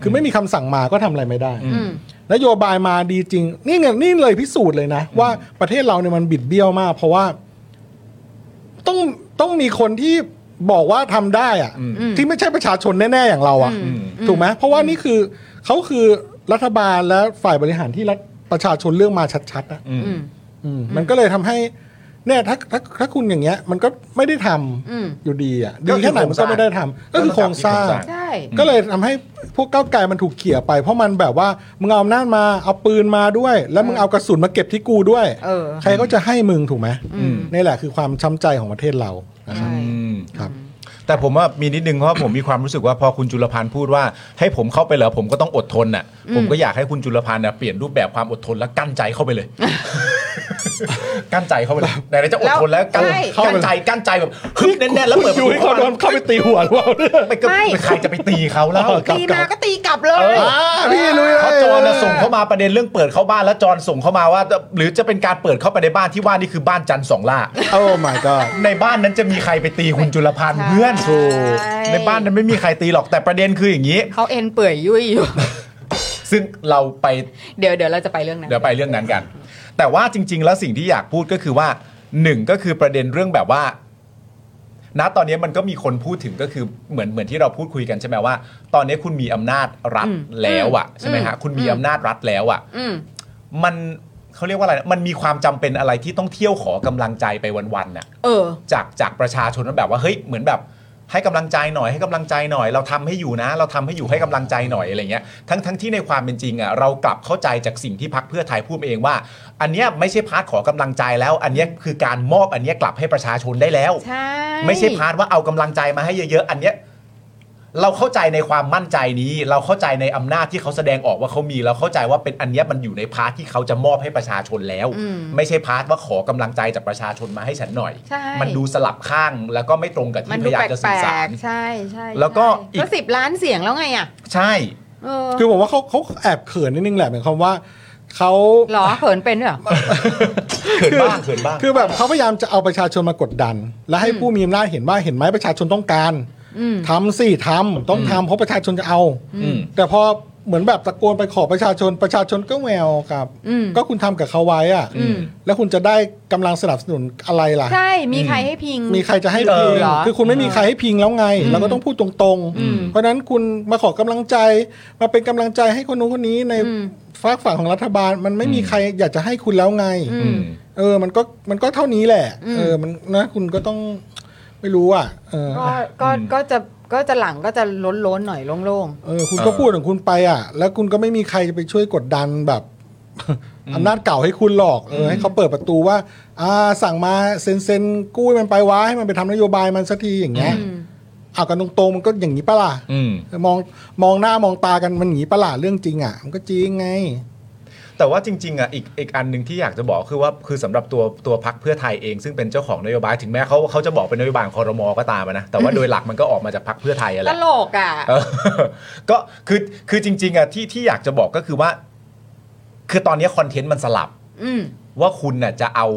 Speaker 3: คือไม่มีคำสั่งมาก็ทำอะไรไม่ได้
Speaker 8: อืม
Speaker 3: นโยบายมาดีจริง นี่ไงนี่เลยพิสูจน์เลยนะ ว่าประเทศเราเนี่ยมันบิดเบี้ยวมาก เพราะว่าต้องต้องมีคนที่บอกว่าทำได้อะ
Speaker 8: อืม
Speaker 3: ที่ไม่ใช่ประชาชนแน่ ๆ อย่างเราอะ
Speaker 8: อืม
Speaker 3: ถูกไหมเพราะว่านี่คือเขาคือรัฐบาลและฝ่ายบริหารที่รัฐประชาชนเลือกมาชัดๆอะ
Speaker 8: อืม
Speaker 3: อืมมันก็เลยทำให้เนี่ยถ้าถ้าถ้าคุณอย่างเงี้ย มันก็ไม่ได้ทำ
Speaker 4: อืม
Speaker 3: อยู่ดีอ่ะ
Speaker 1: ก็
Speaker 3: ดี
Speaker 1: คือ
Speaker 3: แค่ไหนมันก็ไม่ได้ทำก็คือโครงสร้าง
Speaker 1: ก็ต้องกลับที่โครงสร้าง
Speaker 4: ใช่
Speaker 3: ก็เลยทำให้พวกก้าวไกลมันถูกเขี่ยไป เพราะมันแบบว่ามึงเอาอำนาจมาเอาปืนมาด้วย แล้วมึงเอากระสุนมาเก็บที่กูด้วย
Speaker 4: เออ
Speaker 3: ใครก็จะให้มึงถูกไหม
Speaker 4: อืม
Speaker 3: นี่แหละคือความช้ำใจของประเทศเรา ครับ
Speaker 1: แต่ผมว่ามีนิดนึงเพราะ (coughs) ผมมีความรู้สึกว่าพอคุณจุลพันธ์พูดว่า ให้ผมเข้าไปเหรอผมก็ต้องอดทนน่ะ
Speaker 4: อืม
Speaker 1: ผมก็อยากให้คุณจุลพันธ์น่ะเปลี่ยนรูปแบบความอดทนและกั้นใจเข้าไปเลย กั้นใจเข้าไปเลยไหนๆจะอดทนแล้วกั้น
Speaker 4: ใช่
Speaker 1: กั้นใจกั้นใจแบบฮึบแน่นๆแล้วเปิด
Speaker 3: คุณยุ้ยเขาโดนเข้าไปตีหัวหรือเปล่าเนี่ย
Speaker 1: ไม่ก็ใครจะไปตีเขาแล้ว
Speaker 4: ตีมาก็ตีกลับเล
Speaker 1: เอย อ
Speaker 3: พี่ลุย
Speaker 1: เพราะ
Speaker 3: เลย
Speaker 1: จอนน่ะส่งเข้ามาประเด็นเรื่องเปิดเข้าบ้านแล้วจอนส่งเข้ามาว่า หรือจะเป็นการเปิดเข้าไปในบ้านที่ว่านี่คือบ้านจันทร์สองล่า
Speaker 3: (laughs) โอ้ my god
Speaker 1: ในบ้านนั้นจะมีใครไปตีคุณจุลพันธ์เพื่อน
Speaker 4: ใช่
Speaker 1: ในบ้านนั้นไม่มีใครตีหรอกแต่ประเด็นคืออย่างนี้
Speaker 4: เขาเอ็นเปื่อยยุ่ยอยู่
Speaker 1: ซึ่งเราไป
Speaker 4: เดี๋ยวเดี๋ยวเราจะไปเรื่องนั้น
Speaker 1: เดี๋ยวไปเรื่องนั้นกัน แต่ว่าจริง ๆ แล้วสิ่งที่อยากพูดก็คือว่าหนึ่งก็คือประเด็นเรื่องแบบว่า ณตอนนี้มันก็มีคนพูดถึงก็คือเหมือนเหมือนที่เราพูดคุยกันใช่ไหมว่า ตอนนี้คุณมีอำนาจรัฐ
Speaker 4: อืม
Speaker 1: แล้วอะใช่ไหมฮะ
Speaker 4: อืม
Speaker 1: คุณมีอำนาจรัฐแล้วอะ
Speaker 4: อืม
Speaker 1: มันเขาเรียกว่าอะไรนะมันมีความจำเป็นอะไรที่ต้องเที่ยวขอกำลังใจไปวันๆน่ะ
Speaker 4: เออ
Speaker 1: จากจากประชาชนว่าแบบว่าเฮ้ยเหมือนแบบให้กำลังใจหน่อยให้กำลังใจหน่อย เราทำให้อยู่นะ เราทำให้อยู่ให้กำลังใจหน่อยอะไรเงี้ยทั้งทั้งที่ในความเป็นจริงอ่ะเรากลับเข้าใจจากสิ่งที่พักเพื่อไทยพูดเองว่า อันเนี้ยไม่ใช่พาร์ทขอกำลังใจแล้ว อันเนี้ยคือการมอบอันเนี้ยกลับให้ประชาชนได้แล้ว
Speaker 4: ใช่
Speaker 1: ไม่ใช่พาร์ทว่าเอากำลังใจมาให้เยอะๆ อันเนี้ยเราเข้าใจในความมั่นใจนี้ เราเข้าใจในอำนาจที่เขาแสดงออกว่าเขามี เราเข้าใจว่าเป็นอันเนี้ยมันอยู่ในพาร์ทที่เขาจะมอบให้ประชาชนแล้ว
Speaker 4: อืม
Speaker 1: ไม่ใช่พาร์ทว่าขอกำลังใจจากประชาชนมาให้ฉันหน่อย
Speaker 4: ใช่
Speaker 1: มันดูสลับข้างแล้วก็ไม่ตรงกับ
Speaker 4: มัน
Speaker 1: ที่พ
Speaker 4: ดู
Speaker 1: ยายาม
Speaker 4: แป
Speaker 1: จะสื่
Speaker 4: ล
Speaker 1: อสาร
Speaker 4: กๆใช่ใช่
Speaker 1: แล้วก็อีก
Speaker 4: ก็สิบล้านเสียงแล้วไงอ่ะ
Speaker 1: ใช่
Speaker 4: เออ
Speaker 3: คือผมว่าเขาเขาแอบเขินนิดนึงแหละหมายความว่าเขา
Speaker 4: หรอเขินเป็นด้วยเหรอ
Speaker 1: เขินบ้างเขิน (laughs) บ้าง
Speaker 3: คือแบบเขาพยายามจะเอาประชาชนมากดดัน และให้ผู้มีอำนาจเห็นว่าเห็นไหมประชาชนต้องการ
Speaker 4: อืม
Speaker 3: ทำสิทำต้องทำเพราะประชาชนจะเอา
Speaker 1: อืม
Speaker 3: แต่พอเหมือนแบบตะโกนไปขอประชาชนประชาชนก็แววครับ
Speaker 4: อืม
Speaker 3: ก็คุณทำกับเขาไว้อะ
Speaker 1: อืม
Speaker 3: แล้วคุณจะได้กำลังสนับสนุนอะไรล่ะ
Speaker 4: ใช่ มีใครให้พิง
Speaker 3: มีใครจะให้พิง
Speaker 4: เออเหรอ
Speaker 3: คือคุณไม่มีใครให้พิงแล้วไง เราก็ต้องพูดตรง
Speaker 4: อืม
Speaker 3: ๆ เพราะฉะนั้นคุณมาขอกำลังใจมาเป็นกำลังใจให้คนนู้นคนนี้ใน
Speaker 4: อืม
Speaker 3: ฝากฝั่งของรัฐบาล มันไม่มีใครอยากจะให้คุณแล้วไง
Speaker 4: อืม
Speaker 3: เออ มันก็ มันก็เท่านี้แหละ
Speaker 4: อืม
Speaker 3: เออ มันนะ คุณก็ต้อง ไม่รู้อ่ะ เออ
Speaker 4: ก็ก็
Speaker 1: อืม
Speaker 4: ก็จะ ก็จะหลังก็จะล้นล้นๆหน่อยโล่ง
Speaker 3: เออ คุณก็
Speaker 1: เออ
Speaker 3: พูดของคุณไปอ่ะ แล้วคุณก็ไม่มีใครจะไปช่วยกดดันแบบ (laughs) อำนาจเก่าให้คุณหรอก เออ ให้เขาเปิดประตูว่า อ่า สั่งมาเซ็นเซ็นกู้ให้มันไปวะให้มันไปทำนโยบายมันสักทีอย่างเงี้ย
Speaker 4: อืม
Speaker 3: เอากันตรงๆ มันก็อย่างนี้ปะล่ะ
Speaker 1: อืม
Speaker 3: มอง มองหน้ามองตากันมันอย่างนี้ปะล่ะเรื่องจริงอ่ะ มันก็จริงไง
Speaker 1: แต่ว่าจริงๆอ่ะอีกอีกอันหนึ่งที่อยากจะบอกคือว่าคือสำหรับตัวตัวพักเพื่อไทยเองซึ่งเป็นเจ้าของนโยบายถึงแม้เขาเขาจะบอกเป็นนโยบายของคอรมอก็ตามอะนะแต่ว่าโดยหลักมันก็ออกมาจากพักเพื่อไทย
Speaker 4: ๆ
Speaker 1: อะแห
Speaker 4: ต
Speaker 1: ละ
Speaker 4: ลกอ่ะ
Speaker 1: เอ (laughs) อก็คือคือจริง ๆอะที่ที่อยากจะบอกก็คือว่า คือตอนนี้คอนเทนต์มันสลับ
Speaker 4: อืม
Speaker 1: ว่าคุณน่ะจะเอา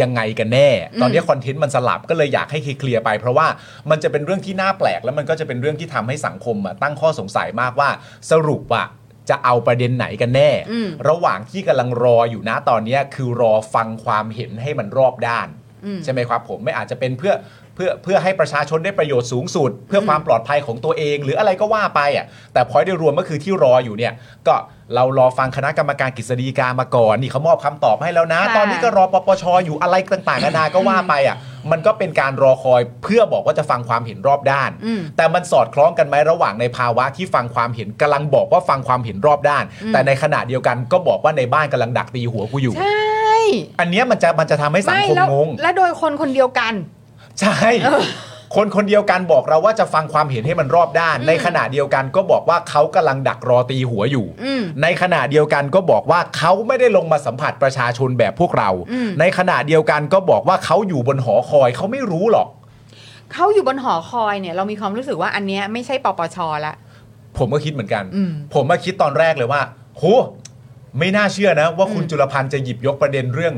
Speaker 1: ยังไงกันแน่ ตอนนี้คอนเทนต์มันสลับก็เลยอยากให้เคลียร์ไปเพราะว่ามันจะเป็นเรื่องที่น่าแปลก แล้วมันก็จะเป็นเรื่องที่ทำให้สังคมอะตั้งข้อสงสัยมากว่าสรุปอะจะเอาประเด็นไหนกันแน่
Speaker 4: อืม
Speaker 1: ระหว่างที่กำลังรออยู่นะตอนเนี้ยคือรอฟังความเห็นให้มันรอบด้าน
Speaker 4: อืม
Speaker 1: ใช่ไหมครับผมไม่อาจจะเป็นเพื่อเพื่อเพื่อให้ประชาชนได้ประโยชน์สูงสุด เพื่อความปลอดภัยของตัวเอง หรืออะไรก็ว่าไปอ่ะแต่พอยโดยรวมก็คือที่รออยู่เนี่ย ก็เรารอฟังคณะกรรมการกฤษฎีกามาก่อนนี่เขามอบคำตอบให้แล้วนะ
Speaker 4: ค่ะ
Speaker 1: ตอนนี้ก็รอปปชอยู่อะไรต่างๆนานาก็ว่าไปอ่ะมันก็เป็นการรอคอยเพื่อบอกว่าจะฟังความเห็นรอบด้าน
Speaker 4: อืม
Speaker 1: แต่มันสอดคล้องกันไหมระหว่างในภาวะที่ฟังความเห็นกำลังบอกว่าฟังความเห็นรอบด้าน
Speaker 4: อืม
Speaker 1: แต่ในขณะเดียวกันก็บอกว่าในบ้านกำลังดักตีหัวกูอยู่
Speaker 4: ใช่
Speaker 1: อันเนี้ยมันจะมันจะทำให้สัง
Speaker 4: ไม่
Speaker 1: คม
Speaker 4: แล้ว
Speaker 1: งง
Speaker 4: แล้วโดยคนคนเดียวกัน
Speaker 1: ใช่ คนคนเดียวกันบอกเราว่าจะฟังความเห็นให้มันรอบด้าน ในขณะเดียวกันก็บอกว่าเขากำลังดักรอตีหัวอยู่
Speaker 4: อืม
Speaker 1: ในขณะเดียวกันก็บอกว่าเขาไม่ได้ลงมาสัมผัสประชาชนแบบพวกเรา
Speaker 4: อืม
Speaker 1: ในขณะเดียวกันก็บอกว่าเขาอยู่บนหอคอยเขาไม่รู้หรอก
Speaker 4: เขาอยู่บนหอคอยเนี่ย เรามีความรู้สึกว่าอันเนี้ยไม่ใช่ปปชละ
Speaker 1: ผมก็คิดเหมือนกัน
Speaker 4: อืม
Speaker 1: ผมมาคิดตอนแรกเลยว่าโหไม่น่าเชื่อนะ ว่าคุณ
Speaker 4: อืม
Speaker 1: จุลพันธ์จะหยิบยกประเด็นเรื่อง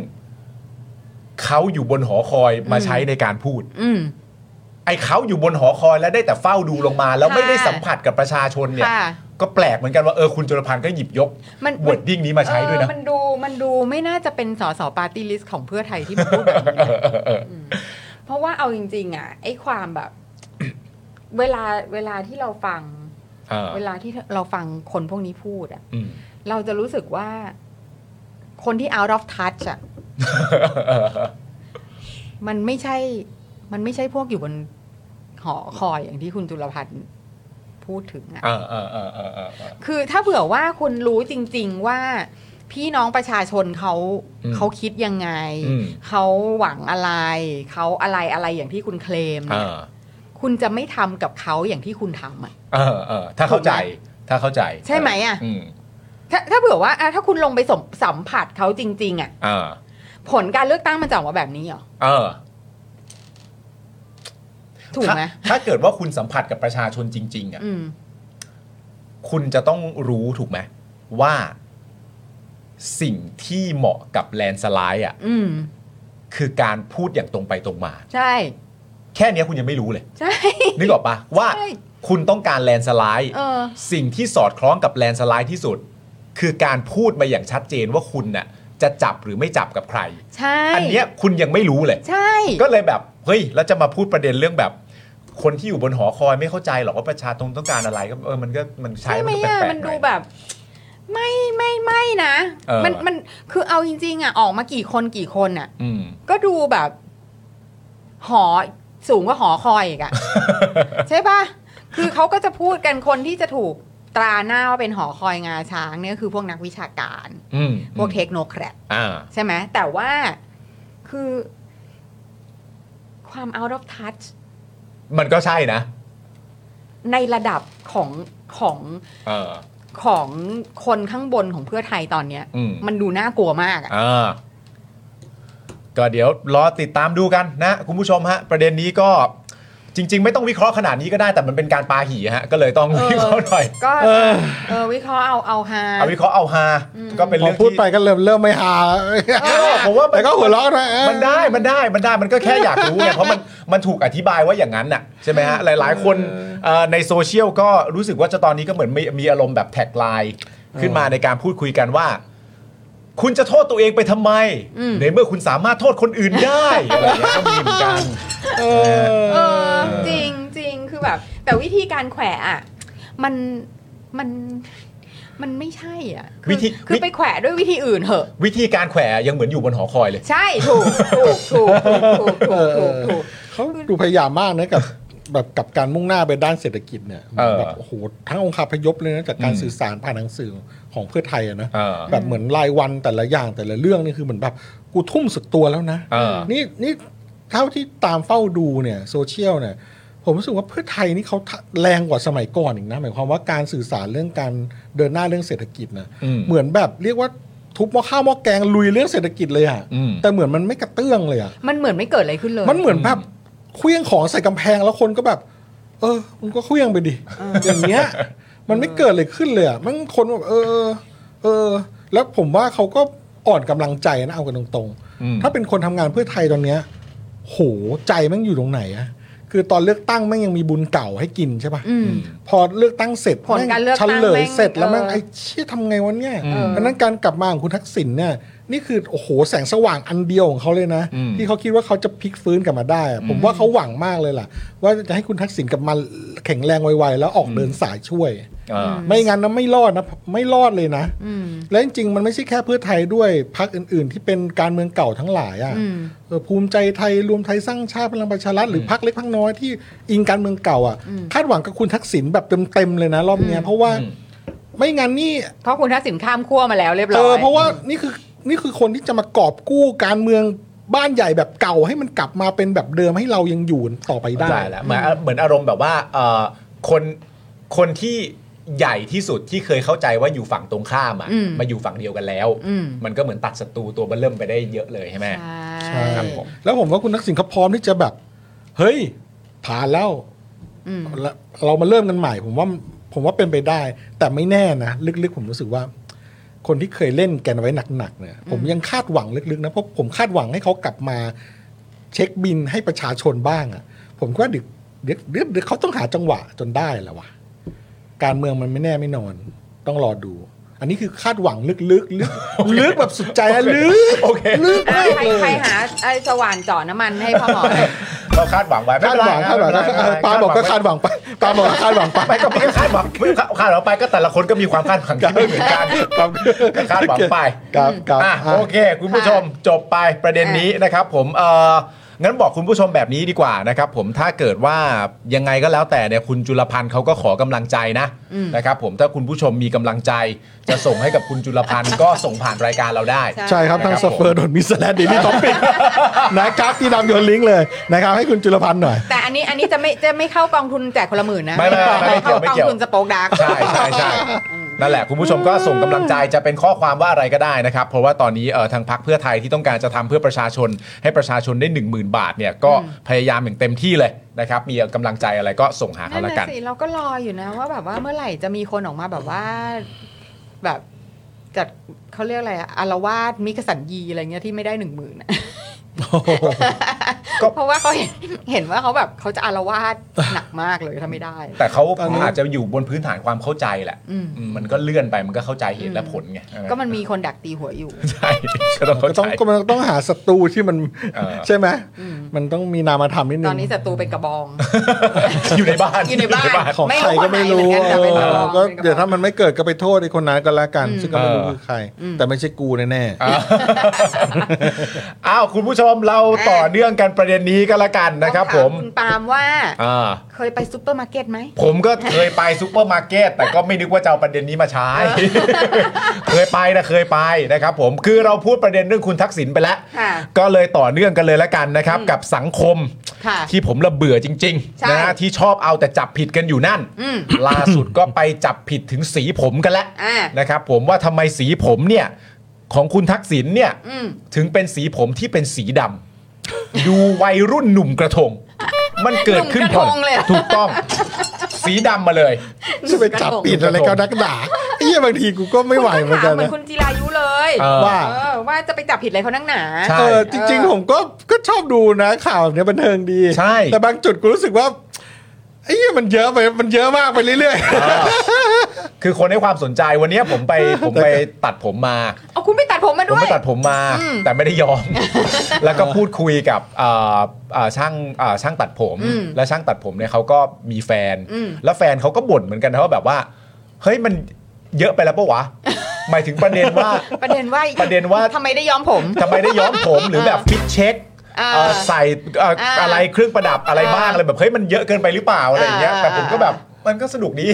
Speaker 1: เขาอยู่บนหอคอยมา
Speaker 4: อืม
Speaker 1: ใช้ในการพูด
Speaker 4: อืม
Speaker 1: ไอ้เขาอยู่บนหอคอยแล้วได้แต่เฝ้าดูลงมา แล้วไม่ได้สัมผัสกับประชาชนเนี่ย
Speaker 4: ค่ะ
Speaker 1: ก็แปลกเหมือนกันว่าเออคุณจุลพันธ์ก็หยิบยก
Speaker 4: มัน
Speaker 1: วอดดิ้งนี้มาใช้ด้วยนะ
Speaker 4: เออมันดูมันดูไม่น่าจะเป็นสสปาร์ตี้ลิสต์ของเพื่อไทยที่มาพูดแบบ (laughs) นี้ เพราะว่าเอาจริง ๆ อ่ะ ไอ้ความแบบ (coughs) เวลาเวลาที่เราฟัง
Speaker 1: เออ
Speaker 4: เวลาที่เราฟังคนพวกนี้พูดอ่ะ
Speaker 1: อืม
Speaker 4: เราจะรู้สึกว่า คนที่ out of touch
Speaker 1: (laughs)
Speaker 4: อ่ะ มันไม่ใช่ มันไม่ใช่พวกอยู่บนหอคอยอย่างที่คุณจุลพันธ์พูดถึงอ่ะ
Speaker 1: เออเออเออเออเออเออ
Speaker 4: คือถ้าเผื่อว่าคุณรู้จริง ๆ ว่าพี่น้องประชาชนเขา
Speaker 1: อืม
Speaker 4: เขาคิดยังไง
Speaker 1: อืม
Speaker 4: เขาหวังอะไร เขาอะไรอะไรอย่างที่คุณเคลม
Speaker 1: เอ
Speaker 4: เนี่ย
Speaker 1: อ
Speaker 4: คุณจะไม่ทำกับเขาอย่างที่คุณทำอ่ะ
Speaker 1: เออเออถ้าเข้าใจถ้าเข้าใจ
Speaker 4: ใช่ไหมอ่ะ
Speaker 1: อืม
Speaker 4: ถ้าถ้าเผื่อว่าอ่ะถ้าคุณลงไปสมสัมผัสเขาจริง ๆ อ่ะ
Speaker 1: เออ
Speaker 4: ผลการเลือกตั้งมันจะออกมาแบบนี้เหรอ
Speaker 1: เออ
Speaker 4: ถูกไหม
Speaker 1: ถ้าถ้าเกิดว่าคุณสัมผัสกับประชาชนจริง ๆอ่ะ
Speaker 4: อืม
Speaker 1: คุณจะต้องรู้ถูกไหมว่าสิ่งที่เหมาะกับแลนสไลด์อ่ะ
Speaker 4: อืม
Speaker 1: คือการพูดอย่างตรงไปตรงมา
Speaker 4: ใช่
Speaker 1: แค่เนี้ยคุณยังไม่รู้เลย
Speaker 4: ใช่ (laughs)
Speaker 1: นึกออกปะว่า
Speaker 4: ใช่
Speaker 1: คุณต้องการแลนสไลด์
Speaker 4: เออ
Speaker 1: สิ่งที่สอดคล้องกับแลนสไลด์ที่สุด คือการพูดมาอย่างชัดเจนว่าคุณน่ะจะจับหรือไม่จับกับใคร
Speaker 4: ใช่
Speaker 1: อันเนี้ยคุณยังไม่รู้เลย
Speaker 4: ใช่
Speaker 1: ก็เลยแบบเฮ้ยแล้วจะมาพูดประเด็นเรื่องแบบ คนที่อยู่บนหอคอยไม่เข้าใจหรอกว่าประชาชนต้องการอะไรก็เออมันก็มันใช้
Speaker 4: ใช่ไหม
Speaker 1: มันก็
Speaker 4: อ่ะ
Speaker 1: แปล
Speaker 4: มั
Speaker 1: ก
Speaker 4: น
Speaker 1: ๆหน่
Speaker 4: ดู
Speaker 1: อย
Speaker 4: แบบ ไม่ไม่ไม่นะ
Speaker 1: เออ
Speaker 4: มันมันคือเอาจริง ๆ อ่ะ ออกมากี่คนกี่คนอ่ะ
Speaker 1: อืม
Speaker 4: ก็ดูแบบ หอสูงกว่าหอคอยอี
Speaker 1: (laughs)
Speaker 4: กอะ ใช่ปะคือเขาก็จะพูดกันคนที่จะถูกตราหน้าว่าเป็นหอคอยงาช้างเนี่ยคือพวกนักวิชาการ
Speaker 1: อืม
Speaker 4: พวกเทคโนแครด
Speaker 1: อ่า
Speaker 4: ใช่ไหมแต่ว่าคือ ความ out of touch
Speaker 1: มันก็ใช่นะ
Speaker 4: ในระดับของของ
Speaker 1: เออ
Speaker 4: ของคนข้างบนของเพื่อไทยตอนเนี้ย
Speaker 1: อืม
Speaker 4: มันดูน่ากลัวมากอะ
Speaker 1: อ่าก็เดี๋ยวรอติดตามดูกันนะ คุณผู้ชมฮะ ประเด็นนี้ก็จริง ๆ ไม่ต้องวิเคราะห์ขนาดนี้ก็ได้แต่มันเป็นการปาหี่ฮะ ก็เลยต้อง
Speaker 4: เออ
Speaker 1: วิเคราะห์หน่อย
Speaker 4: ก็
Speaker 1: เออ
Speaker 4: เออวิเคราะห์เอาเอาฮา
Speaker 1: เอาวิเคราะห์เอาฮาก็เป็น
Speaker 3: พอ
Speaker 1: เรื่อง
Speaker 3: พูด
Speaker 1: ที่
Speaker 3: ไปก็เริ่มเริ่มไม่หา (laughs)
Speaker 1: ผมว่ามั
Speaker 3: แต่ก็หัวเราะนะเออ
Speaker 1: มันได้มันได้มันได้มันก็แค่อยากรู้ไงเพราะมันมันถูกอธิบายว่าอย่างนั้นน่ะใช่ไหมฮะหลาย ๆ คนเอ่อในโซเชียลก็รู้สึกว่าจะตอนนี้ก็เหมือนมีมีอารมณ์แบบแท็กไลน์ขึ้นมาในการพูดคุยกันว่า คุณจะโทษตัวเองไปทำไม
Speaker 4: อืม
Speaker 1: ในเมื่อคุณสามารถโทษคนอื่นได้ อะไรอย่างเงี้ยก็มีเหมือนกัน
Speaker 4: เออจริงจริงคือแบบ แต่วิธีการแขวะอ่ะมันมันมันไม่ใช่อ่ะคือ
Speaker 1: วิธี
Speaker 4: คือ
Speaker 1: วิ
Speaker 4: ไปแขวะด้วยวิธีอื่นเหอะ
Speaker 1: วิธีการแขวะยังเหมือนอยู่บนหอคอยเลย
Speaker 4: ใช่ถูกถูกถูกถูกถูกถูกถูก
Speaker 3: เขาดูพยายามมากนะกับแบบกับการมุ่งหน้าไปด้านเศรษฐกิจเนี่ย
Speaker 1: เออ
Speaker 3: แบบโอ้โหทั้งองค์คาพยพเลยนะจากการ
Speaker 1: อืม
Speaker 3: สื่อสารผ่านหนังสือของเพื่อไทยอะนะ
Speaker 1: เออ
Speaker 3: แบบเหมือนรายวันแต่ละอย่างแต่ละเรื่องนี่คือเหมือนแบบกูทุ่มสุดตัวแล้วนะ
Speaker 1: เออ
Speaker 3: นี่นี่เท่าที่ตามเฝ้าดูเนี่ยโซเชียลเนี่ยผมรู้สึกว่าเพื่อไทยนี่เขาแรงกว่าสมัยก่อนอีกนะหมายความว่าการสื่อสารเรื่องการเดินหน้าเรื่องเศรษฐกิจนะ
Speaker 1: อืม
Speaker 3: เหมือนแบบเรียกว่าทุบหม้อข้าวหม้อแกงลุยเรื่องเศรษฐกิจเลยอะ
Speaker 1: อืม
Speaker 3: แต่เหมือนมันไม่กระเตื้องเลยอะ
Speaker 4: มันเหมือนไม่เกิดอะไรขึ้นเลย
Speaker 3: มันเหมือนแบบเคลี้ยงของใส่กำแพงแล้วคนก็แบบ เออมึงก็เคลี้ยงไปดิอย่างเงี้ย มันไม่เกิดอะไรขึ้นเลยอ่ะมันคนแบบเออ เออ แล้วผมว่าเขาก็อ่อนกำลังใจนะเอากันตรง
Speaker 1: อืม
Speaker 3: ๆ ถ้าเป็นคนทำงานเพื่อไทยตอนเนี้ย โหใจแม่งอยู่ตรงไหนอะคือตอนเลือกตั้งแม่งยังมีบุญเก่าให้กินใช่ปะ
Speaker 4: อืม
Speaker 3: พอเลือกตั้งเสร็จ
Speaker 4: ผลการเลือกตั้ง
Speaker 3: แม่ฉันเลย
Speaker 4: แม่ง
Speaker 3: เสร็จแล้วแม่ง
Speaker 4: เออ
Speaker 3: ไอ้เชี่ยทำไงวะเนี่ย
Speaker 1: อืม
Speaker 3: อันนั้นการกลับมาของคุณทักษิณเนี่ยนี่คือโอ้โหแสงสว่างอันเดียวของเขาเลยนะ
Speaker 1: อืม
Speaker 3: ที่เขาคิดว่าเขาจะพลิกฟื้นกลับมาได้อะผมว่าเขาหวังมากเลยล่ะ ว่าจะให้คุณทักษิณกลับมาแข็งแรงไวๆแล้วออก
Speaker 1: อืม
Speaker 3: เดินสายช่วย
Speaker 1: เออ
Speaker 3: ไม่งั้นนะไม่รอดนะไม่รอดเลยนะ
Speaker 4: อืม
Speaker 3: และจริงๆมันไม่ใช่แค่เพื่อไทยด้วยพรรคอื่นๆ ที่เป็นการเมืองเก่าทั้งหลายอะ
Speaker 4: อืม
Speaker 3: เออภูมิใจไทยรวมไทยสร้างชาติพลังประชารัฐหรือพรรคเล็กพรรคน้อยที่อิงการเมืองเก่าอะ
Speaker 4: อืม
Speaker 3: คาดหวังกับคุณทักษิณแบบเต็มๆเลยนะรอบเนี้ยเพราะว่า
Speaker 1: อืม
Speaker 3: ไม่งั้นนี่
Speaker 4: เพราะคุณทักษิณข้ามขั้วมาแล้วเรียบร้
Speaker 3: เอ
Speaker 4: อย
Speaker 3: อเพราะว่านี่คือนี่คือคนที่จะมากอบกู้การเมืองบ้านใหญ่แบบเก่าให้มันกลับมาเป็นแบบเดิมให้เรายังอยู่ต่อไปได้
Speaker 1: เข้าใจแล้วเหมือนเหมือนอารมณ์แบบว่าเอ่อคนคนที่ใหญ่ที่สุดที่เคยเข้าใจว่าอยู่ฝั่งตรงข้ามอะ
Speaker 4: อืม
Speaker 1: มาอยู่ฝั่งเดียวกันแล้ว
Speaker 4: อืม
Speaker 1: มันก็เหมือนตัดศัตรูตัวเบลเริ่มไปได้เยอะเลยใช่ไหม
Speaker 4: ใช่
Speaker 3: ใช่
Speaker 1: ครับผม
Speaker 3: แล้วผมว่าคุณทักษิณเขาพร้อมที่จะแบบ เฮ้ย ผ่านแล้ว
Speaker 4: อืม
Speaker 3: เราเรามาเริ่มกันใหม่ ผมว่าผมว่าเป็นไปได้ แต่ไม่แน่นะลึกๆ ผมรู้สึกว่า คนที่เคยเล่นแกนไว้หนักๆเนี่ยผมยังคาดหวังลึกๆนะเพราะผมคาดหวังให้เขากลับมา เช็คบินให้ประชาชนบ้างอะผมก็ว่าเดี๋ยวเดี๋ยวเดี๋ยวเขาต้องหาจังหวะจนได้แหล้ววะ การเมืองมันไม่แน่ไม่นอน ต้องรอดู อันนี้คือคาดหวังลึกๆลึกลึกแบบสุดใจนะลึกลึก
Speaker 4: ใคร
Speaker 3: มากเลย
Speaker 4: ใครหาไอ้สว่านเจ่อน้ำมันให้พ่อหมอหน่อย
Speaker 1: เราคาดหวังไว้ไม่
Speaker 3: คาด
Speaker 1: เป็น
Speaker 3: ห
Speaker 1: ไร
Speaker 3: วังคาดหวัง
Speaker 1: ไม่เป็นไร
Speaker 3: เออปาบอกก็คาดหวังไปปาบอกก็คาดหวังไป
Speaker 1: ไม่ก็ไม่ก็คาดหวังไม่ก็คาดหวังไปก็แต่ละคนก็มีความคาดหวังที่ไม่เหมือนกันก็คาดหวังไป
Speaker 3: ครับครับ
Speaker 1: อ่ะ
Speaker 3: อ่ะ
Speaker 1: โอเค คุณผู้ชมจบไปประเด็นนี้นะครับ ผมเอองั้นบอกคุณผู้ชมแบบนี้ดีกว่านะครับ ผมถ้าเกิดว่ายังไงก็แล้วแต่เนี่ยคุณจุลพันธ์เขาก็ขอกำลังใจนะ
Speaker 4: อืม
Speaker 1: นะครับ ผมถ้าคุณผู้ชมมีกำลังใจ จะส่งให้กับคุณจุลพั (laughs) นธ์ ก็ส่งผ่านรายการเราได้
Speaker 3: ใช่ครับทาง
Speaker 1: นะ
Speaker 3: สเปอร์โดนมิสแลนด์ดีนี่ท็อปปิก (laughs) นะครับที่นำโยนลิงก์เลยนะครับให้คุณจุลพันธ์หน่อย
Speaker 4: แต่อันนี้อันนี้จะไม่จะไม่เข้ากองทุนแจกคนละหมื่นนะ
Speaker 1: ไม่ไม่ไม่ไม่เกี่
Speaker 4: เข้า
Speaker 1: ยวไม่
Speaker 4: กอง
Speaker 1: เกี่ยว
Speaker 4: ทุนสโป๊กดาร์ก
Speaker 1: ใช่ใช่ใช่นั่นแหละคุณผู้ชมก็ส่งกำลังใจจะเป็นข้อความว่าอะไรก็ได้นะครับ เพราะว่าตอนนี้เอ่อทางพักเพื่อไทยที่ต้องการจะทำเพื่อประชาชน ให้ประชาชนได้ 1 0,000 บาทเนี่ยก็พยายามอย่างเต็มที่เลยนะครับ มีกำลังใจอะไรก็ส่งหาเขา
Speaker 4: นั่น
Speaker 1: ละกั
Speaker 4: น่ะ
Speaker 1: น
Speaker 4: สิเราก็รออยู่นะว่าแบบว่าเมื่อไหร่จะมีคนออกมาแบบว่าแบบจัดเขาเรียกอะไรอะอารวาสมิกสันยีอะไรเงี้ยที่ไม่ได้หนึ่งหมื่นเพราะว่าเขาเห็นเห็นว่าเขาแบบเขาจะอารวาส (laughs) หนักมากเลยถ้าไม่ได้
Speaker 1: แต่เขา
Speaker 4: ตอนนี้
Speaker 1: อาจจะอยู่บนพื้นฐานความเข้าใจแหละ
Speaker 4: อืม
Speaker 1: อืมมันก็เลื่อนไปมันก็เข้าใจเหตุและผลไง
Speaker 4: ก็มันมีคนดักตีหัวอยู่
Speaker 1: ใช่ (laughs) ก็ต้องเข้า
Speaker 3: ก็
Speaker 1: ใจ
Speaker 3: ต้องก็มันต้องหาศัตรูที่มัน
Speaker 1: เออ
Speaker 3: ใช่ไหม
Speaker 4: อืม
Speaker 3: มันต้องมีนามธรรมนิดนึ
Speaker 4: ต
Speaker 3: ง
Speaker 4: อนนี้ศัตรูเป็นกระบอง
Speaker 1: อยู่ในบ้าน
Speaker 4: อยู่ในบ้าน
Speaker 3: ของใครก็ไม่รู้
Speaker 4: ไม่รู้คนไหนเหมือนกันแต่เป็นกระบอง
Speaker 3: เออก็
Speaker 4: เป็นกระบอง
Speaker 3: เดี๋ยวถ้ามันไม่เกิดก็ไปโทษไอ้คนนั้นก็แล้วกัน
Speaker 4: อืม
Speaker 3: ซึ่งก็ไม่รู้
Speaker 1: เออ
Speaker 3: คือใคร แต่ไม่ใช่กูแน่ๆ
Speaker 1: อ้าวคุณผู้ชมเราต่อเนื่องกันประเด็นนี้ก็แล้วกันนะครับ ผ
Speaker 4: ถาม
Speaker 1: ม
Speaker 4: คุณปาล์มว่า
Speaker 1: อ่า
Speaker 4: เคยไปซูเปอร์มาร์เก็ตไหม
Speaker 1: ผมก็เคยไปซูเปอร์มาร์เก็ตแต่ก็ไม่นึกว่าจะเอาประเด็นนี้มาใช้ เคยไปนะเคยไปนะครับผมคือเราพูดประเด็นเรื่องคุณทักษิณไปแล้ว
Speaker 4: ค่ะ
Speaker 1: ก็เลยต่อเนื่องกันเลยละกันนะครับ กับสังคม
Speaker 4: ค่ะ
Speaker 1: ที่ผมระเบื่อจริง
Speaker 4: ใช่
Speaker 1: ๆนะฮะที่ชอบเอาแต่จับผิดกันอยู่นั่น
Speaker 4: อืม
Speaker 1: ล่าสุดก็ไปจับผิดถึงสีผมกันแล้ว
Speaker 4: อ่า
Speaker 1: นะครับผมว่าทำไมสีผมเนี่ยของคุณทักษิณเนี่ย
Speaker 4: อืม
Speaker 1: ถึงเป็นสีผมที่เป็นสีดำ ดูวัยรุ่นหนุ่มกระทง มันเกิดขึ้น
Speaker 4: หนุ่มกระทงเลยเหรอ
Speaker 1: ถูกต้อง สีดำมาเลย
Speaker 3: จะไปจับปิดอะไรก็นักด่า (laughs) ไอ้เหี้ยบางทีกูก็ไม่ไหวเหมือนกัน
Speaker 4: เหมือ
Speaker 3: นะ
Speaker 4: นคุณจีรายุเลย
Speaker 1: เออ
Speaker 3: ว่า
Speaker 4: เออว่าจะไปจับผิดอะไรเขานั่งหนา
Speaker 1: ใช่
Speaker 3: เออจริง ๆ ผมก็ก็ชอบดูนะ ข่าวแบบเนี้ยบันเทิงดี
Speaker 1: ใช่
Speaker 3: แต่บางจุดกูรู้สึกว่าไอ้เหี้ยมันเยอะไปมันเยอะมากไปเรื่อย
Speaker 1: คือคนให้ความสนใจวันเนี้ยผมไปผมไปตัดผมมา
Speaker 4: เอาคุณไปตัดผมมา
Speaker 1: ผม
Speaker 4: ด้ว
Speaker 1: ไป
Speaker 4: ย
Speaker 1: ตัดผมมาแต่ไม่ได้ยอ
Speaker 4: (laughs)
Speaker 1: ม แล้วก็พูดคุยกับเอ่อเอ่อช่างเอ่อช่างตัดผม
Speaker 4: อืม
Speaker 1: แล้วช่างตัดผมเนี่ยเขาก็มีแฟน
Speaker 4: อืม
Speaker 1: แล้วแฟนเขาก็บ่นเหมือนกันนะว่าแบบว่า เฮ้ยมันเยอะไปแล้วปะ
Speaker 4: (laughs)
Speaker 1: วะ หมายถึงประเด็นว่า
Speaker 4: ประเด็นว่า
Speaker 1: ประเด็นว่า
Speaker 4: ทำไมได้ย้อมผม
Speaker 1: ทำไมได้ย้อมผมหรือแบบฟิตเช็ค
Speaker 4: อ่า
Speaker 1: เอ่อใส่เอ่อ
Speaker 4: อ่า
Speaker 1: อะไรเครื่องประดับอะไรบ้าง
Speaker 4: อ่า
Speaker 1: อะไรแบบเฮ้ยมันเยอะเกินไปหรือเปล่าอะไรอย่างเงี้ย
Speaker 4: อ่า
Speaker 1: แต่ผมก็แบบมันก็สนุกดี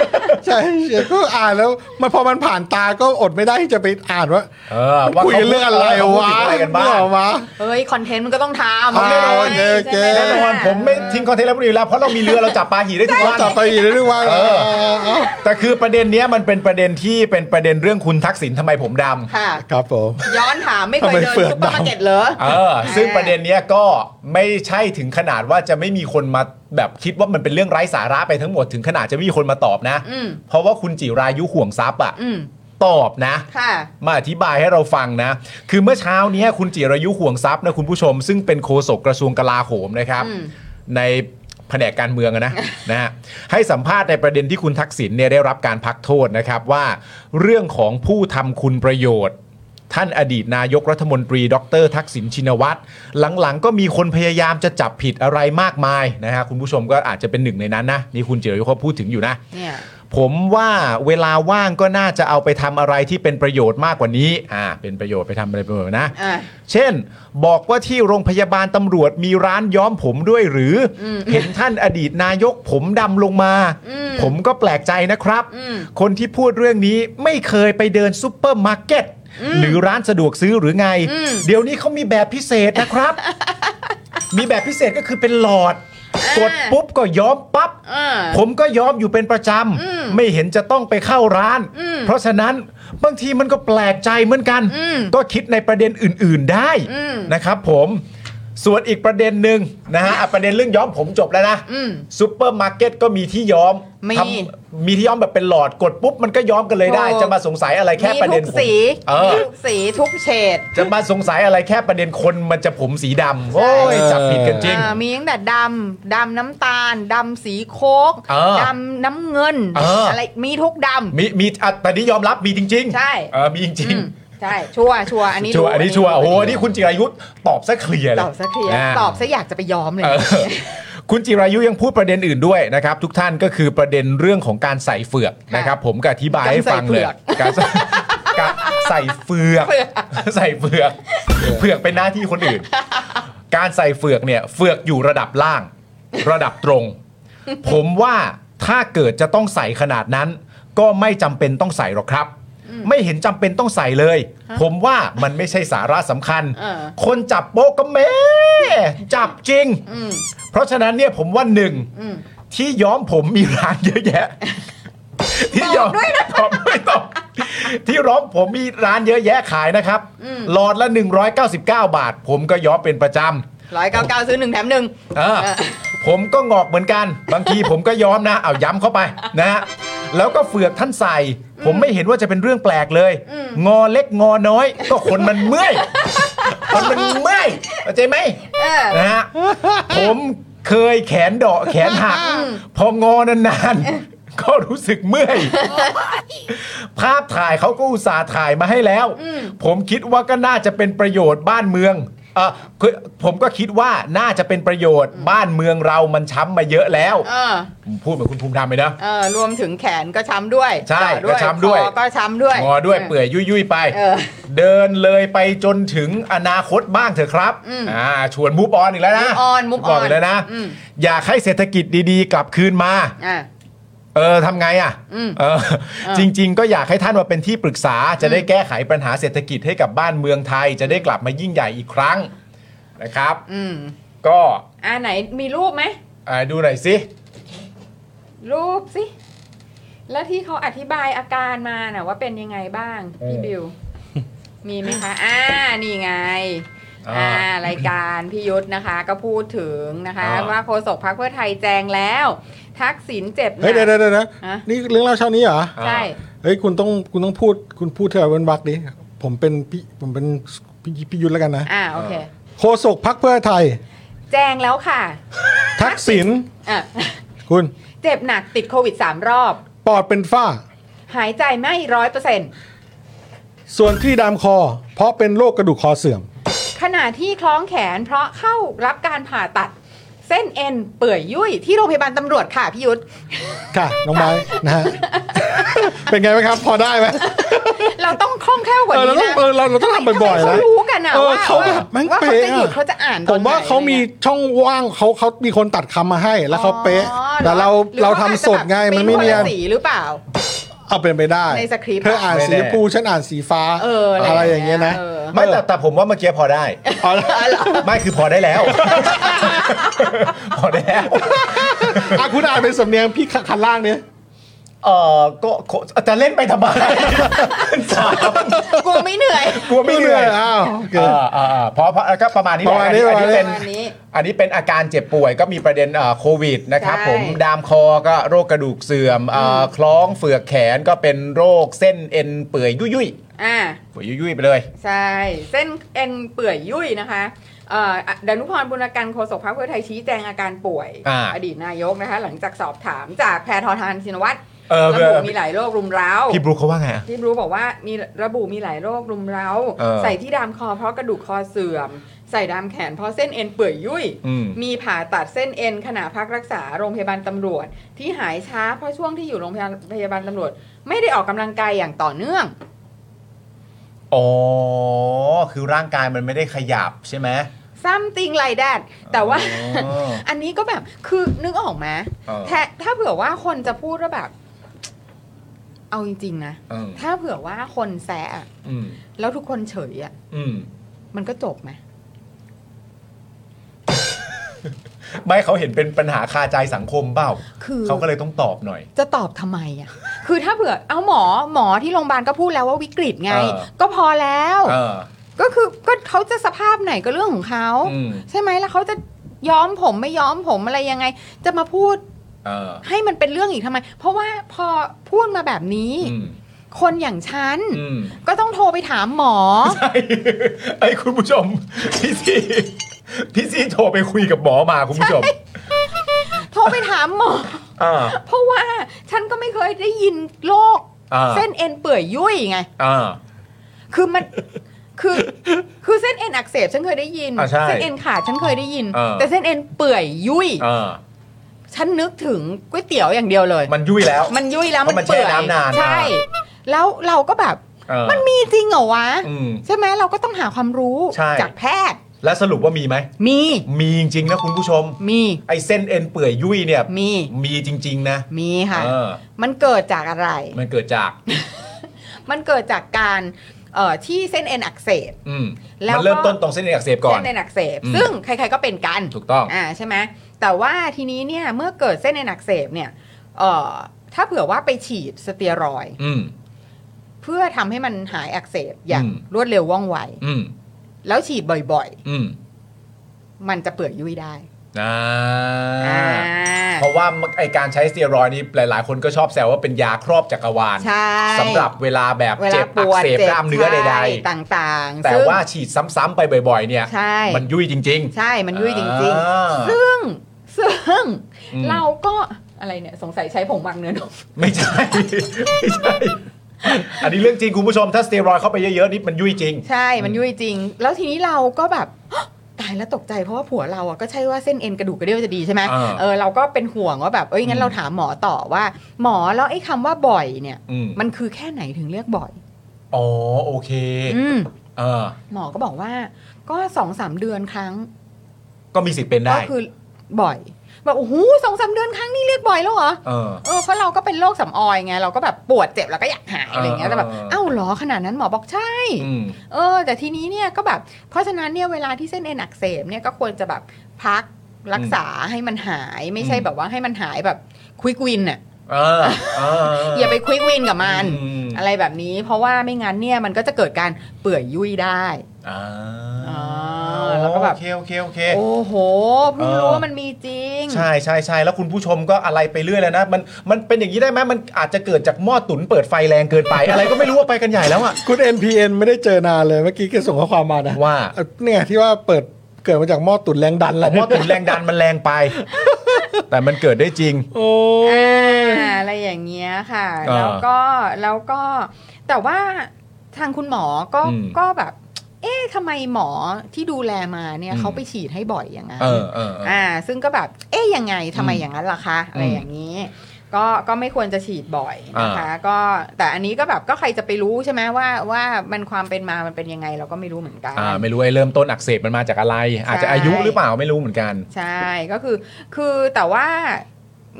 Speaker 3: ๆ ใช่เดี๋ยวก็อ่านแล้ว มันพอมันผ่านตาก็อดไม่ได้ที่จะไปอ่านว่า
Speaker 1: เออ
Speaker 3: คุยกันเรื่องอะไร
Speaker 1: เขาพูด
Speaker 3: วะ
Speaker 1: ถึงอะไรกันบ้าง
Speaker 3: เรื่องวะ
Speaker 4: เฮ้ย คอนเทนต์มันก็ต้องทำ
Speaker 3: อ่า
Speaker 4: แน่นอ
Speaker 3: โอ
Speaker 4: น
Speaker 3: เคโอเค
Speaker 4: ใช่ไห
Speaker 1: แน่นอนผมไม่ทิ้งคอนเทนต์แล้วพวกนี้อยู่แล้วเพราะเรามีเรือเราจับปลาหีได้ทุก
Speaker 3: ก็
Speaker 1: วัน
Speaker 3: ต่อไปอีกเรื่องว่า
Speaker 1: เออ
Speaker 3: เออเออ
Speaker 1: แต่คือประเด็นเนี้ยมันเป็นประเด็นที่เป็นประเด็นเรื่องคุณทักษิณทำไมผมดำ
Speaker 4: ค่ะ
Speaker 3: ครับผม
Speaker 4: ย้อนถามไม่เค
Speaker 3: ทำ
Speaker 4: ย
Speaker 3: ไม
Speaker 4: เดิน
Speaker 3: เฟือก
Speaker 4: ซุปเปอร์มาร์เก็ตเหรอ
Speaker 1: เออซึ่งประเด็นเนี้ยก็ไม่ใช่ถึงขนาดว่าจะไม่มีคนมาแบบคิดว่ามันเป็นเรื่องไร้สาระไปทั้งหมดถึงขนาดจะไม่มีคนมาตอบนะ
Speaker 4: อืม
Speaker 1: เพราะว่าคุณจิรายุห่วงทรัพย์อ่ะ
Speaker 4: อืม
Speaker 1: ตอบนะ
Speaker 4: ค่ะ
Speaker 1: มาอธิบายให้เราฟังนะ คือเมื่อเช้าเนี้ยคุณจิรายุห่วงทรัพย์นะคุณผู้ชม ซึ่งเป็นโฆษกกระทรวงกลาโหมนะครับ
Speaker 4: อืม
Speaker 1: ในแผนกการเมือง
Speaker 4: (laughs)
Speaker 1: อะนะ นะฮะให้สัมภาษณ์ในประเด็นที่คุณทักษิณเนี่ยได้รับการพักโทษนะครับว่า เรื่องของผู้ทำคุณประโยชน์ ท่านอดีตนายกรัฐมนตรี ดร ทักษิณชินวัตรหลังๆ ก็มีคนพยายามจะจับผิดอะไรมากมายนะฮะคุณผู้ชมก็อาจจะเป็นหนึ่งในนั้นนะนี่คุณจิรายุเขาพูดถึงอยู่นะ
Speaker 4: เนี่ย
Speaker 1: ผมว่าเวลาว่างก็น่าจะเอาไปทำอะไรที่เป็นประโยชน์มากกว่านี้ อ่า เป็นประโยชน์ไปทำอะไรประโยชน์นะ
Speaker 4: อ่ะ
Speaker 1: เช่น บอกว่าที่โรงพยาบาลตำรวจมีร้านย้อมผมด้วยหรืออ
Speaker 4: ม
Speaker 1: เห็นท่านอดีตนายกผมดำลงมา
Speaker 4: อืม
Speaker 1: ผมก็แปลกใจนะครับ
Speaker 4: อืม
Speaker 1: คนที่พูดเรื่องนี้ไม่เคยไปเดินซุปเปอร์มาร์เก็ตหรือร้านสะดวกซื้อหรือไง
Speaker 4: อืม
Speaker 1: เดี๋ยวนี้เขามีแบบพิเศษนะครับ มีแบบพิเศษก็คือเป็นหลอด กดปุ๊บก็ย้อมปั๊บ
Speaker 4: อ่า
Speaker 1: ผมก็ยอมอยู่เป็นประจ
Speaker 4: อืม
Speaker 1: ำ ไม่เห็นจะต้องไปเข้าร้าน
Speaker 4: อืม
Speaker 1: เพราะฉะนั้นบางทีมันก็แปลกใจเหมือนกัน
Speaker 4: อืม
Speaker 1: ก็คิดในประเด็นอื่น ๆได้
Speaker 4: อืม
Speaker 1: นะครับผม ส่วนอีกประเด็นหนึ่งนะฮะอ่ะประเด็นเรื่องย้อมผมจบแล้วนะ
Speaker 4: อืม
Speaker 1: ซูเปอร์มาร์เก็ตก็มีที่ย้อม
Speaker 4: มี
Speaker 1: ทำมีที่ย้อมแบบเป็นหลอดกดปุ๊บมันก็ย้อมกันเลยได้
Speaker 4: ถูก
Speaker 1: จะมาสงสัยอะไรแค่
Speaker 4: มี
Speaker 1: ประ
Speaker 4: ทุ
Speaker 1: เด็น
Speaker 4: ก
Speaker 1: ผม
Speaker 4: สี
Speaker 1: เอ
Speaker 4: มี
Speaker 1: อ
Speaker 4: ทุกสีทุกเฉด
Speaker 1: จะมาสงสัยอะไรแค่ประเด็นคนมันจะผมสีดำโอ้ยจับผิดกันจริง
Speaker 4: เออมีตั้งแต่ดำดำน้ำตาลดำสีโคก
Speaker 1: เออ
Speaker 4: ดำน้ำเงิน
Speaker 1: เอออ
Speaker 4: ไรมีทุกดำ
Speaker 1: มีมีอ่ะแต่นี้ยอมรับมีจริงๆ
Speaker 4: ใช่
Speaker 1: เออมีจริง
Speaker 4: อืมใช่ชัวร์ชัวร์อันนี้
Speaker 1: ๆชัว
Speaker 4: รู้
Speaker 1: ร์อันนี้ชัวร์โอ้โหนี่คุณจิรายุทธ์ตอบซะเคลียร์เลย
Speaker 4: ตอบซะเคลียร์
Speaker 1: า
Speaker 4: ตอบซะอยากจะไปย้อมเลย
Speaker 1: เอ (laughs) อคุณจิรายุยังพูดประเด็นอื่นด้วยนะครับ ทุกท่านก็คือประเด็นเรื่องของการใส่เฟือกนะครับผมก็อธิบายให้ฟังเลยการใส่การใส่เฟือก ใส่เฟือกเฟือกเป็นหน้าที่คนอื่น การใส่เฟือกเนี่ยเฟือกอยู่ระดับล่าง ระดับตรง ผมว่าถ้าเกิดจะต้องใส่ขนาดนั้น ก็ไม่จำเป็นต้องใส่หรอกครับ ไม่เห็นจำเป็นต้องใส่เลย ผมว่ามันไม่ใช่สาระสำคัญ
Speaker 4: เออ
Speaker 1: คนจับโป๊ะก็แม่จับจริง
Speaker 4: อืม
Speaker 1: เพราะฉะนั้นเนี่ยผมว่าหนึ่ง
Speaker 4: อืม
Speaker 1: ที่ย้อมผมมีร้านเยอะแยะ ที่ย้อมตอบไม่ตอบ (laughs) ที่ร้อมผมมีร้านเยอะแยะขายนะครับ
Speaker 4: อืม
Speaker 1: หลอดละ 199 บาท ผมก็ย้อมเป็นประจำ
Speaker 4: ร้อยเก้าเก้าซื้อหนึ่งแถมหนึ่ง
Speaker 1: เออผมก็งอกเหมือนกัน บางที (laughs) ผมก็ย้อมนะ เอาย้ำเข้าไปนะฮะแล้วก็เฟือกท่านใส่ ผมไม่เห็นว่าจะเป็นเรื่องแปลกเลย
Speaker 4: อืม
Speaker 1: งอเล็กงอน้อย ก็คนมันเมื่อยคนมันเมื่อยเข้าใจไหม
Speaker 4: เออ
Speaker 1: นะฮะ ผมเคยแขนเดาะแขนหัก
Speaker 4: อืม
Speaker 1: พองอนานๆ ก็รู้สึกเมื่อย ภาพถ่ายเขาก็อุตส่าห์ถ่ายมาให้แล้ว ผมคิดว่าก็น่าจะเป็นประโยชน์บ้านเมืองเออคือผมก็คิดว่าน่าจะเป็นประโยชน์บ้านเมืองเรามันช้ำมาเยอะแล้ว
Speaker 4: เออ
Speaker 1: พูดเหมือนคุณภูมิธรรมเลยนะ
Speaker 4: เออรวมถึงแขนก็ช้ำด้วย
Speaker 1: ใช่
Speaker 4: เจาะ
Speaker 1: ก็ช้ำด้วย
Speaker 4: คอก็ช้ำด้วย
Speaker 1: งอด้วยเปื่อย ยุ่ยๆไป
Speaker 4: เออ
Speaker 1: เดินเลยไปจนถึงอนาคตบ้างเถอะครับ
Speaker 4: อืม
Speaker 1: อ่าชวนมูฟออนอีกแล้วนะ
Speaker 4: มุกออนมุกอ
Speaker 1: บอก
Speaker 4: อ
Speaker 1: ไป
Speaker 4: น
Speaker 1: แล้วนะ
Speaker 4: อืม
Speaker 1: อยากให้เศรษฐกิจดีๆ กลับคืนมา
Speaker 4: อ่ะ
Speaker 1: เออทำไงอ่ะ
Speaker 4: อืม
Speaker 1: เออ
Speaker 4: เออ
Speaker 1: จริง ๆ ก็อยากให้ท่านมาเป็นที่ปรึกษา จะได้แก้ไขปัญหาเศรษฐกิจให้กับบ้านเมืองไทย จะได้กลับมายิ่งใหญ่อีกครั้งนะครับ
Speaker 4: อืม
Speaker 1: ก็
Speaker 4: อ่าไหนมีรูปไหม
Speaker 1: อ่าดูหน่อยสิ
Speaker 4: รูปสิ แล้วที่เขาอธิบายอาการมาน่ะว่าเป็นยังไงบ้าง พี่
Speaker 3: (laughs)
Speaker 4: บิว มีไหมคะอ่านี่ไง อ่า
Speaker 1: อ่า
Speaker 4: รายการ (coughs) พี่ยุทธนะคะ ก็พูดถึงนะคะ
Speaker 1: อ่า
Speaker 4: ว่าโฆษกพรรคเพื่อไทยแจงแล้ว ทักษิณเจ็บหนั
Speaker 3: เฮ้ยเดี๋ยวเดี๋ยวเดี๋ยวนะ
Speaker 4: ฮะ
Speaker 3: นี่เรื่องเล่าเช้านี้เหรอ
Speaker 4: ใช่
Speaker 3: เฮ้ยคุณต้องคุณต้องพูดคุณพูดเธอเว้นวักดิผมเป็นพี่ผมเป็นพี่พี่ยุทธแล้วกันนะ
Speaker 4: อ่าโอเค
Speaker 3: โฆษกพักเพื่อไทย
Speaker 4: แจงแล้วค่ะ
Speaker 3: ทักษิณ
Speaker 4: อ่ะ (laughs)
Speaker 3: คุณ
Speaker 4: เจ็บหนักติดโควิด 3 รอบ
Speaker 3: ปอดเป็นฝ้า
Speaker 4: หายใจไม่ร้อยเปอร์เซ็นต์
Speaker 3: ส่วนที่ดามคอ เพราะเป็นโรคกระดูกคอเสื่อม
Speaker 4: ขณะที่คล้องแขนเพราะเข้ารับการผ่าตัด เส้นเอ็นเปื่อยยุ่ยที่โรงพยาบาลตำรวจค่ะพี่ยุทธ (laughs)
Speaker 3: ค่ะ น้องไม้นะฮะ เป็นไงไหมครับ พอได้ไหม
Speaker 4: เราต้องคล่องแคล่วกว่า
Speaker 3: เออเรา
Speaker 4: นี้
Speaker 3: ต้อง
Speaker 4: นะ
Speaker 3: เออเราเราต้องทำบ่อยๆ
Speaker 4: เขา
Speaker 3: นะ
Speaker 4: รู้กันนะ
Speaker 3: เออ
Speaker 4: ว่า
Speaker 3: เขาแบบแม่ง
Speaker 4: ว่าเขา
Speaker 3: เป๊ะ
Speaker 4: จะหยิบ
Speaker 3: อะ
Speaker 4: เขาจะอ่านต
Speaker 3: ผ
Speaker 4: อ
Speaker 3: ม
Speaker 4: นไหน
Speaker 3: ว่าเขามีช่องว่างเขาเขามีคนตัดคำมาให้ แล้วเขาเป๊ะ
Speaker 4: อ๋อหอ
Speaker 3: แต่เรา
Speaker 4: หอ
Speaker 3: เรา
Speaker 4: ข
Speaker 3: ทำ
Speaker 4: อจจะ
Speaker 3: สดไง
Speaker 4: แบบ
Speaker 3: มันไม่
Speaker 4: ป็ค
Speaker 3: เนีย
Speaker 4: ละ
Speaker 3: น
Speaker 4: สีหรือเปล่า
Speaker 3: เอาเป็นไปได้
Speaker 4: ในสคริปต์
Speaker 3: เธออ่านสีชมพูฉันอ่านสีฟ้า
Speaker 4: เอออะไร
Speaker 3: อะไรอย่างเงี้ยนะ
Speaker 4: เออ
Speaker 1: ไม่แต่แต่ผมว่าเมื่อกี้พอได้
Speaker 3: เอาละ
Speaker 1: ไม่คือพอได้แล้ว
Speaker 4: (laughs)
Speaker 1: พอได้แล้ว
Speaker 3: อ่ะคุณอ่านเป็นสำเนียงพี่คันล่างเนี่ย
Speaker 1: เออก็โคจะเล่นไปทำไม สาม
Speaker 4: กลัวไม่เหนื่อย (laughs)
Speaker 1: กลัวไม่เหนื่อย
Speaker 3: อ้าวโอเค
Speaker 1: อ่าอ่าอ่าเพราะเพราะก็ประมาณนี้แห
Speaker 3: ประ
Speaker 1: ละ
Speaker 3: มา
Speaker 1: อั
Speaker 3: ณนี้ประ
Speaker 1: นนี้อัน
Speaker 3: มาณนี้
Speaker 4: ป
Speaker 1: นี้เป็น
Speaker 4: ระมาณนี้
Speaker 1: อันนี้เป็นอาการเจ็บป่วยก็มีประเด็นเอ่อโควิดนะครับ
Speaker 4: ใช่
Speaker 1: ผมดามคอก็โรคกระดูกเสื่อมเอ่อคล้องเฟือกแขนก็เป็นโรคเส้นเอ็นเปื่อยยุ่ยยุ่ย
Speaker 4: อ่า
Speaker 1: เปื่อยยุ่ยๆไปเลย
Speaker 4: ใช่ เส้นเอ็นเปื่อยยุ่ยนะคะเอ่อดนุพรบุญกันโฆษกพรรคเพื่อไทยชี้แจงอาการป่วย
Speaker 1: อ่า
Speaker 4: อดีตนายกนะคะ หลังจากสอบถามจากแพทองทานชินวัตร
Speaker 1: เออ
Speaker 4: ระบุมีหลายโรครุมเร้า
Speaker 1: พี่บรูเขาว่าไงอะ
Speaker 4: ที่รู้บอกว่ามีระบุมีหลายโรครุมเร้า
Speaker 1: เออ
Speaker 4: ใส่ที่ดามคอเพราะกระดูกคอเสื่อม ใส่ดามแขนเพราะเส้นเอ็นเปื่อยยุ่ย
Speaker 1: อืม
Speaker 4: มีผ่าตัดเส้นเอ็นขณะพักรักษาโรงพยาบาลตำรวจ ที่หายช้าเพราะช่วงที่อยู่โรงพยาบาลพยาบาลตำรวจ ไม่ได้ออกกำลังกายอย่างต่อเนื่อง
Speaker 1: อ๋อคือร่างกายมันไม่ได้ขยับใช่ไหม
Speaker 4: something like that แต่ว่า
Speaker 1: อ๋อ
Speaker 4: (laughs) อันนี้ก็แบบคือนึกออกไหม
Speaker 1: เออ
Speaker 4: แทถ้าเผื่อว่าคนจะพูดว่าแบบ เอาจริง ๆ นะ
Speaker 1: เออ
Speaker 4: ถ้าเผื่อว่าคนแซะอะ
Speaker 1: อืม
Speaker 4: แล้วทุกคนเฉยอะ
Speaker 1: อืม
Speaker 4: มันก็จบไหม
Speaker 1: ไม่เขาเห็นเป็นปัญหาคาใจสังคมเปล่า
Speaker 4: คือ
Speaker 1: เขาก็เลยต้องตอบหน่อย
Speaker 4: จะตอบทำไมอ่ะ คือถ้าเผื่อ เอาหมอหมอที่โรงพยาบาลก็พูดแล้วว่าวิกฤตไง
Speaker 1: เออ
Speaker 4: ก็พอแล้ว
Speaker 1: เออ
Speaker 4: ก็คือก็เขาจะสภาพไหนก็เรื่องของเขา
Speaker 1: อืม
Speaker 4: ใช่ไหมแล้วเขาจะย้อมผมไม่ย้อมผมอะไรยังไง จะมาพูด
Speaker 1: เออ
Speaker 4: ให้มันเป็นเรื่องอีกทำไม เพราะว่าพอพูดมาแบบนี้ คนอย่างฉัน
Speaker 1: อืม
Speaker 4: ก็ต้องโทรไปถามหมอ
Speaker 1: ไอ้คุณผู้ชม พี่ซีพี่ซีโทรไปคุยกับหมอมาคุณผู้ชม
Speaker 4: โทรไปถามหมอ
Speaker 1: อ่า
Speaker 4: เพราะว่าฉันก็ไม่เคยได้ยินโรค
Speaker 1: อ่า
Speaker 4: เส้นเอ็นเปื่อยยุ่ยไง
Speaker 1: อ่า
Speaker 4: คือมัน คือคือเส้นเอ็นอักเสบฉันเคยได้ยิน
Speaker 1: อ่ะใช่
Speaker 4: เส้นเอ็นขาดฉันเคยได้ยิน
Speaker 1: เออ
Speaker 4: แต่เส้นเอ็นเปื่อยยุ่ย
Speaker 1: อ่า
Speaker 4: ฉันนึกถึงก๋วยเตี๋ยวอย่างเดียวเลย
Speaker 1: มันยุ่ยแล้ว
Speaker 4: มันยุ่ยแล้ว
Speaker 1: เพราะมัน
Speaker 4: เปื่อย
Speaker 1: แช่น้ำนาน
Speaker 4: ใช่
Speaker 1: อ่
Speaker 4: แล้วเราก็แบบ
Speaker 1: เออ
Speaker 4: มันมีจริงเหรอวะ
Speaker 1: อืม
Speaker 4: ใช่ไหมเราก็ต้องหาความรู้
Speaker 1: ใช่
Speaker 4: จากแพทย์
Speaker 1: และสรุปว่ามีไหม
Speaker 4: มี
Speaker 1: มีจริงๆนะคุณผู้ชม
Speaker 4: มี
Speaker 1: ไอ้เส้นเอ็นเปื่อยยุ่ยเนี่ย
Speaker 4: มี
Speaker 1: มีจริง ๆ นะ
Speaker 4: มีค่ะ
Speaker 1: เออ
Speaker 4: มันเกิดจากอะไร
Speaker 1: มันเกิดจาก
Speaker 4: มันเกิดจากการเอ่อที่เส้นเอ็นอักเสบ
Speaker 1: อืม
Speaker 4: แล้ว
Speaker 1: มันเริ่ม
Speaker 4: ก็
Speaker 1: ต้นตรงเส้นเอ็นอักเสบก่อน
Speaker 4: เส้นเอ็นอักเสบ
Speaker 1: อืม
Speaker 4: ซึ่งใครๆก็เป็นกัน
Speaker 1: ถูกต้อง
Speaker 4: อ่าใช่ไหมแต่ว่าทีนี้เนี่ยเมื่อเกิดเส้นเอ็นอักเสบเนี่ยเอ่อถ้าเผื่อว่าไปฉีดสเตียรอยด์
Speaker 1: อืม
Speaker 4: เพื่อทำให้มันหายอักเสบอย่าง
Speaker 1: อืม
Speaker 4: รวดเร็วว่องไว
Speaker 1: อืม
Speaker 4: แล้วฉีดบ่อย
Speaker 1: อืม
Speaker 4: ๆ มันจะเปื่อยยุ่ยได้
Speaker 1: อ่า
Speaker 4: อ่า
Speaker 1: เพราะว่าไอการใช้สเตียรอยด์นี่หลาย ๆ คนก็ชอบแซวว่าเป็นยาครอบจักรวาล
Speaker 4: ใช่
Speaker 1: สำหรับเวลาแบบ
Speaker 4: เว
Speaker 1: เจ็
Speaker 4: ลา
Speaker 1: บ
Speaker 4: ป
Speaker 1: อัก
Speaker 4: วด
Speaker 1: เสบกล้ามเนื้อใด
Speaker 4: ช่ต่าง
Speaker 1: ๆ
Speaker 4: ๆ
Speaker 1: แต่
Speaker 4: ซึ่ง
Speaker 1: ว่าฉีดซ้ำๆไปบ่อย ๆ เนี่ย
Speaker 4: ใช่
Speaker 1: มันยุ่ยจริง
Speaker 4: ใช่มันยุ่ยจริง
Speaker 1: อ่า
Speaker 4: ๆ ซึ่งซึ่ง
Speaker 1: อืม
Speaker 4: เราก็อะไรเนี่ยสงสัยใช้ผงหมักเนื้อนม
Speaker 1: ๆ ไม่ใช่ (laughs) ไม่ใช่ อันนี้เรื่องจริงคุณผู้ชม ถ้าสเตียรอยด์เข้าไปเยอะ ๆ นี่มันยุ่ยจริง
Speaker 4: ใช่ มันยุ่ยจริง แล้วทีนี้เราก็แบบ (gasps) ตายแล้วตกใจเพราะว่าผัวเราอ่ะก็ใช่ว่าเส้นเอ็นกระดูกกระเดี่ยวจะดีใช่ไหม
Speaker 1: อ่า
Speaker 4: เออเราก็เป็นห่วงว่าแบบ เอ้ยงั้นเราถามหมอต่อว่า หมอแล้วไอ้คำว่าบ่อยเนี่ย
Speaker 1: อืม
Speaker 4: มันคือแค่ไหนถึงเรียกบ่อย
Speaker 1: อ๋อ โอเค
Speaker 4: อืม
Speaker 1: เออ
Speaker 4: หมอก็บอกว่า ก็สองสามเดือนครั้ง
Speaker 1: ก็มีสิทธิ์เป็นได้
Speaker 4: ก็คือบ่อยแบบโอ้โหสองสามเดือนครั้งนี่เรียกบ่อยแล้วเหรอ
Speaker 1: เออ
Speaker 4: เออเพราะเราก็เป็นโรคสำออยไงเราก็แบบปวดเจ็บแล้วก็อยากหายอะไรเงี้ย
Speaker 1: เออ
Speaker 4: แต่แบบเอ้าเหรอขนาดนั้นหมอบอกใช่
Speaker 1: อืม
Speaker 4: เออแต่ทีนี้เนี่ยก็แบบเพราะฉะนั้นเนี่ยเวลาที่เส้นเอ็นอักเสบเนี่ยก็ควรจะแบบพักรักษาให้มันหายไม่ใช่
Speaker 1: อืม
Speaker 4: แบบว่าให้มันหายแบบควิกวินอ่ะ
Speaker 1: เออเออ
Speaker 4: อย่าไปควิกวินกับมัน
Speaker 1: อืม
Speaker 4: อะไรแบบนี้ เพราะว่าไม่งั้นเนี่ยมันก็จะเกิดการเปื่อยยุ่ยได้
Speaker 1: อ่า
Speaker 4: อ่าแล้วก็แบบ
Speaker 1: โอเคโอเคโอเค
Speaker 4: โอ้โหเพิ่ง
Speaker 1: เออ
Speaker 4: รู้ว่ามันมีจริง
Speaker 1: ใช่ใช่ใช่แล้วคุณผู้ชมก็อะไรไปเรื่อยแล้วนะ มันมันเป็นอย่างนี้ได้ไหมมันอาจจะเกิดจากหม้อตุ๋นเปิดไฟแรงเกินไป อะไรก็ไม่รู้ว่าไปกันใหญ่แล้วอ่ะ
Speaker 3: คุณ NPN ไม่ได้เจอนานเลยเมื่อกี้แกส่งข้อความมานะ
Speaker 1: ว่า
Speaker 3: เอ่อเนี่ยที่ว่าเปิดเกิดมาจากหม้อตุ๋นแรงดันแหละ
Speaker 1: หม้อตุ๋นแรงดันมันแรงไป แต่มันเกิดได้จริง
Speaker 3: โอ้ย
Speaker 4: อ่าอะไรอย่างเงี้ยค่ะ
Speaker 1: อ่า
Speaker 4: แล้วก็แล้วก็แต่ว่าทางคุณหมอก็
Speaker 1: อืม
Speaker 4: ก็แบบ เอ๊ะทำไมหมอที่ดูแลมาเนี่ย
Speaker 1: อืม
Speaker 4: เขาไปฉีดให้บ่อยอย่างนั้น
Speaker 1: เออเออเออ
Speaker 4: อ่า ซึ่งก็แบบ เอ๊ะยังไงทำไม
Speaker 1: อืม
Speaker 4: อย่างนั้นล่ะคะ อะไร
Speaker 1: อืม
Speaker 4: อย่างนี้ ก็ก็ไม่ควรจะฉีดบ่อยนะคะ
Speaker 1: อ่า
Speaker 4: ก็แต่อันนี้ก็แบบก็ใครจะไปรู้ใช่ไหมว่าว่ามันความเป็นมามันเป็นยังไง เราก็ไม่รู้เหมือนกัน
Speaker 1: อ่าไม่รู้ไอ้เริ่มต้นอักเสบมันมาจากอะไร อาจจะอายุหรือเปล่าไม่รู้เหมือนกัน
Speaker 4: ใช่ ก็คือ คือแต่ว่า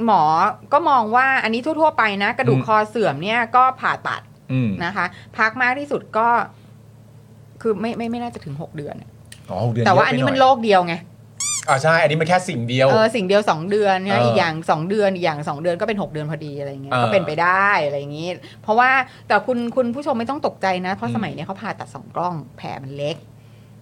Speaker 4: หมอก็มองว่าอันนี้ทั่ว ๆ ไปนะ กระดูก
Speaker 1: อืม
Speaker 4: คอเสื่อมเนี่ยก็ผ่าตัด
Speaker 1: อืม
Speaker 4: นะคะ พักมากที่สุดก็ คือไม่ไม่ไม่น่าจะถึง 6 เดือนอะ
Speaker 1: อ๋อหกเดือน
Speaker 4: แต่ว่าอัน
Speaker 1: เยะ
Speaker 4: นี้
Speaker 1: ไปหย
Speaker 4: มันโรคเดียวไง
Speaker 1: อ่าใช่ อันนี้มันแค่สิ่งเดียว
Speaker 4: เออสิ่งเดียว 2 เดือนนะ
Speaker 1: เอออี
Speaker 4: อีกอย่าง 2 เดือนอีกอย่าง 2 เดือนก็เป็น 6 เดือนพอดีอะไรเงี้ย
Speaker 1: เออ
Speaker 4: ก็เป็นไปได้อะไรอย่างงี้ เพราะว่าแต่คุณคุณผู้ชมไม่ต้องตกใจนะ เพ
Speaker 1: อื
Speaker 4: ราะ
Speaker 1: ม
Speaker 4: สมัยเนี้ยเขาผ่าตัดสองกล้องแผลมันเล็ก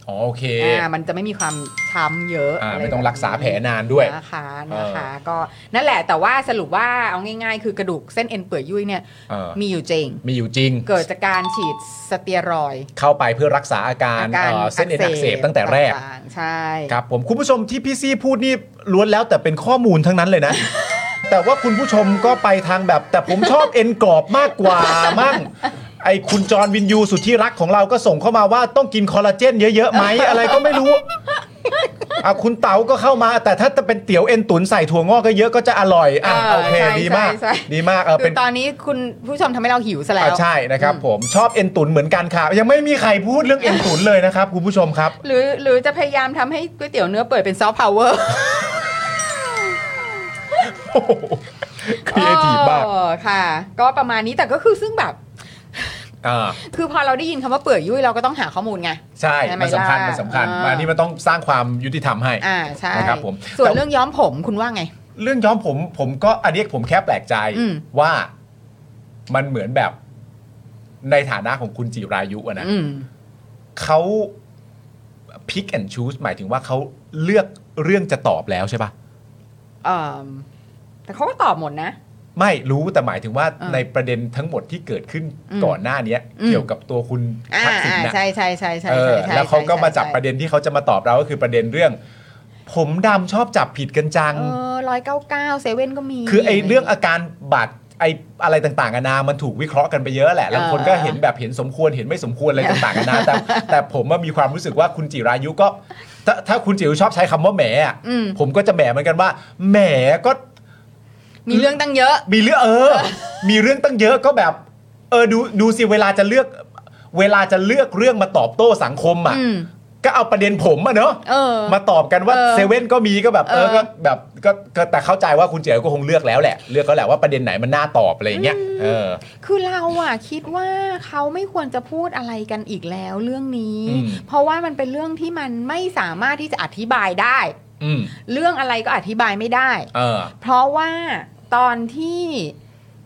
Speaker 1: อ๋อโอเค
Speaker 4: อ่ามันจะไม่มีความช้ำเย
Speaker 1: อ่า
Speaker 4: อะะร
Speaker 1: ไม่ต้อง
Speaker 4: แบบ
Speaker 1: รักษา
Speaker 4: นี้
Speaker 1: แผลนานด้วย
Speaker 4: นะคะ
Speaker 1: เออ
Speaker 4: นะคะก็นั่นแหละแต่ว่าสรุปว่าเอาง่ายๆ คือกระดูกเส้นเอ็นเปื่อยยุ่ยเนี่ย
Speaker 1: เออ
Speaker 4: มีอยู่จริง
Speaker 1: มีอยู่จริง
Speaker 4: เกิดจากการฉีดสเตียรอยด์
Speaker 1: เข้าไปเพื่อรักษาอาการเอ่อเส้นเอ็นอักเสบตั้งแต่แรก
Speaker 4: ต่างๆใช่
Speaker 1: ครับผมคุณผู้ชมที่พี่ซี่พูดนี่ล้วนแล้วแต่เป็นข้อมูลทั้งนั้นเลย
Speaker 4: (laughs)
Speaker 1: นะ แต่ว่าคุณผู้ชมก็ไปทางแบบ แต่ผมชอบเอ็นกรอบมากกว่ามั่งไอ้คุณจรวินยูสุดที่รักของเราก็ส่งเข้ามาว่าต้องกินคอลลาเจนเยอะๆไหมอะไรก็ไม่รู้อ่ะคุณเต๋าก็เข้ามา แต่ถ้าจะเป็นเตี๋ยวเอ็นตุ๋นใส่ถั่วงอกก็เยอะก็จะอร่อยอ่ะโอเค
Speaker 4: ใช่
Speaker 1: ดีมาก
Speaker 4: ใช่ใช่
Speaker 1: ดีมากเออ
Speaker 4: คื
Speaker 1: เป็น
Speaker 4: อตอนนี้คุณผู้ชมทำให้เราหิวซะแล้
Speaker 1: อ่ะ
Speaker 4: ว
Speaker 1: ใช่นะครับ ผมชอบเอ็นตุ๋นเหมือนกันค่ะ ยังไม่มีใครพูดเรื่องเอ็นตุ๋นเลยนะครับคุณผู้ชม
Speaker 4: (laughs)
Speaker 1: ครับ
Speaker 4: หรือหรือจะพยายามทำให้ก๋วยเตี๋ยวเนื้อเปิดเป็นซอฟต์พาวเวอ
Speaker 1: (laughs)
Speaker 4: ร์
Speaker 1: ครีเอทีฟมาก
Speaker 4: ค่ะ ก็ประมาณนี้แต่ก็คือซึ่งแบบ
Speaker 1: อ่า
Speaker 4: คือพอเราได้ยินคำว่าเปื่อยยุ่ยเราก็ต้องหาข้อมูลไง
Speaker 1: ใช่
Speaker 4: ใช่ไหม
Speaker 1: มันสำคัญ
Speaker 4: ล่ะ
Speaker 1: มันสำคัญ
Speaker 4: อ่า
Speaker 1: มาอันนี้มันต้องสร้างความยุติธรรมให้
Speaker 4: อ่าใช่
Speaker 1: นะครับผม
Speaker 4: ส่วนเรื่องย้อมผมคุณว่าไง
Speaker 1: เรื่องย้อมผม ผมก็อันนี้ผมแค่แปลกใจ
Speaker 4: อืม
Speaker 1: ว่ามันเหมือนแบบในฐานะของคุณจิรายุอะนะ
Speaker 4: อืม
Speaker 1: เขา pick and choose หมายถึงว่าเขาเลือกเรื่องจะตอบแล้วใช่ปะ
Speaker 4: เอิ่มแต่เขาก็ตอบหมดนะ
Speaker 1: ไม่รู้แต่หมายถึงว่า
Speaker 4: เออ
Speaker 1: ในประเด็นทั้งหมดที่เกิดขึ้น
Speaker 4: อืม
Speaker 1: ก่อนหน้าเนี้ย
Speaker 4: อืม
Speaker 1: เกี่ยวกับตัวคุณ
Speaker 4: อ่า
Speaker 1: ทักษิณ
Speaker 4: อ่า
Speaker 1: นะ
Speaker 4: ใช่ใช่ใช่ใช่
Speaker 1: เอ
Speaker 4: ใช่
Speaker 1: อ
Speaker 4: ใช่
Speaker 1: แล้วเขาก็มาจับ
Speaker 4: ใช่
Speaker 1: ประเด็นที่เขาจะมาตอบเราก็คือประเด็นเรื่อง ผมดำชอบจับผิดกันจัง
Speaker 4: เออร้อยเก้าเก้าเซเว่นก็มี
Speaker 1: คือไอ้เรื่องอาการบาดไอ้อะไรต่างๆนานามันถูกวิเคราะห์กันไปเยอะแหละ แล้วคนก็เห็นแบบเห็นสมควรเห็นไม่สมควรอะไรต่างๆนา (laughs) นาแต่ แต่ผมว่ามีความรู้สึกว่าคุณจิรายุก็ ถ้าถ้าคุณจิรายุชอบใช้คำว่าแหมอะ
Speaker 4: อืม
Speaker 1: ผมก็จะแหมเหมือนกันว่าแหมก็
Speaker 4: มีเรื่องตั้งเยอะ
Speaker 1: มีเรื่องเออ มีเรื่องตั้งเยอะก็แบบ เออดูดูสิเวลาจะเลือก เวลาจะเลือกเรื่องมาตอบโต้สังคมอ่ะ
Speaker 4: อืม
Speaker 1: ก็เอาประเด็นผมอะเนอะ
Speaker 4: เออ
Speaker 1: มาตอบกันว่า
Speaker 4: เออ
Speaker 1: เซเว่นก็มีก็แบบเออ
Speaker 4: เออ
Speaker 1: ก็แบบก็ก็แต่เข้าใจว่าคุณเจ๋อก็คงเลือกแล้วแหละ เลือกแล้วแหละว่าประเด็นไหนมันน่าตอบอะไรอย่างเงี้ยเออ
Speaker 4: คือเราอะคิดว่าเขาไม่ควรจะพูดอะไรกันอีกแล้วเรื่องนี้
Speaker 1: อืม
Speaker 4: เพราะว่ามันเป็นเรื่องที่มันไม่สามารถที่จะอธิบายได้
Speaker 1: อืม
Speaker 4: เรื่องอะไรก็อธิบายไม่ได้
Speaker 1: เออ
Speaker 4: เพราะว่าตอนที่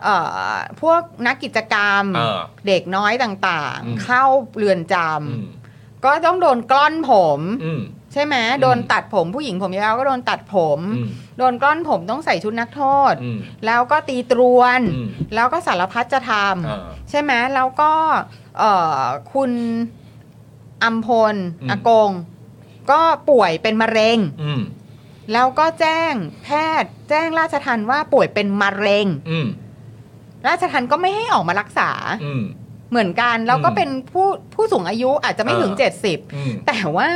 Speaker 4: เอ่อพวกนักกิจกรรม
Speaker 1: เออ
Speaker 4: เด็กน้อยต่าง
Speaker 1: อืม
Speaker 4: ๆ เข้าเรือนจ
Speaker 1: อืม
Speaker 4: ำก็ต้องโดนกล้อนผม
Speaker 1: อืม
Speaker 4: ใช่ไหมโดนตัดผมผู้หญิงผมยาวก็โดนตัดผม
Speaker 1: อืม
Speaker 4: โดนกล้อนผมต้องใส่ชุดนักโทษ
Speaker 1: อืม
Speaker 4: แล้วก็ตีตรวน
Speaker 1: อืม
Speaker 4: แล้วก็สารพัดจะท
Speaker 1: เออ
Speaker 4: ำใช่ไหมแล้วก็เอ่อคุณอัมพล
Speaker 1: อืม
Speaker 4: อากง ก็ป่วยเป็นมะเร็ง
Speaker 1: อืม
Speaker 4: แล้วก็แจ้งแพทย์แจ้งราชทันว่าป่วยเป็นมะเร็ง
Speaker 1: อืม
Speaker 4: ราชทันก็ไม่ให้ออกมารักษา
Speaker 1: อืม
Speaker 4: เหมือนกัน แล้วก็
Speaker 1: อืม
Speaker 4: เป็นผู้ผู้สูงอายุอาจจะไม่ถึง
Speaker 1: อ่า
Speaker 4: 70
Speaker 1: อืม
Speaker 4: แต่ว่า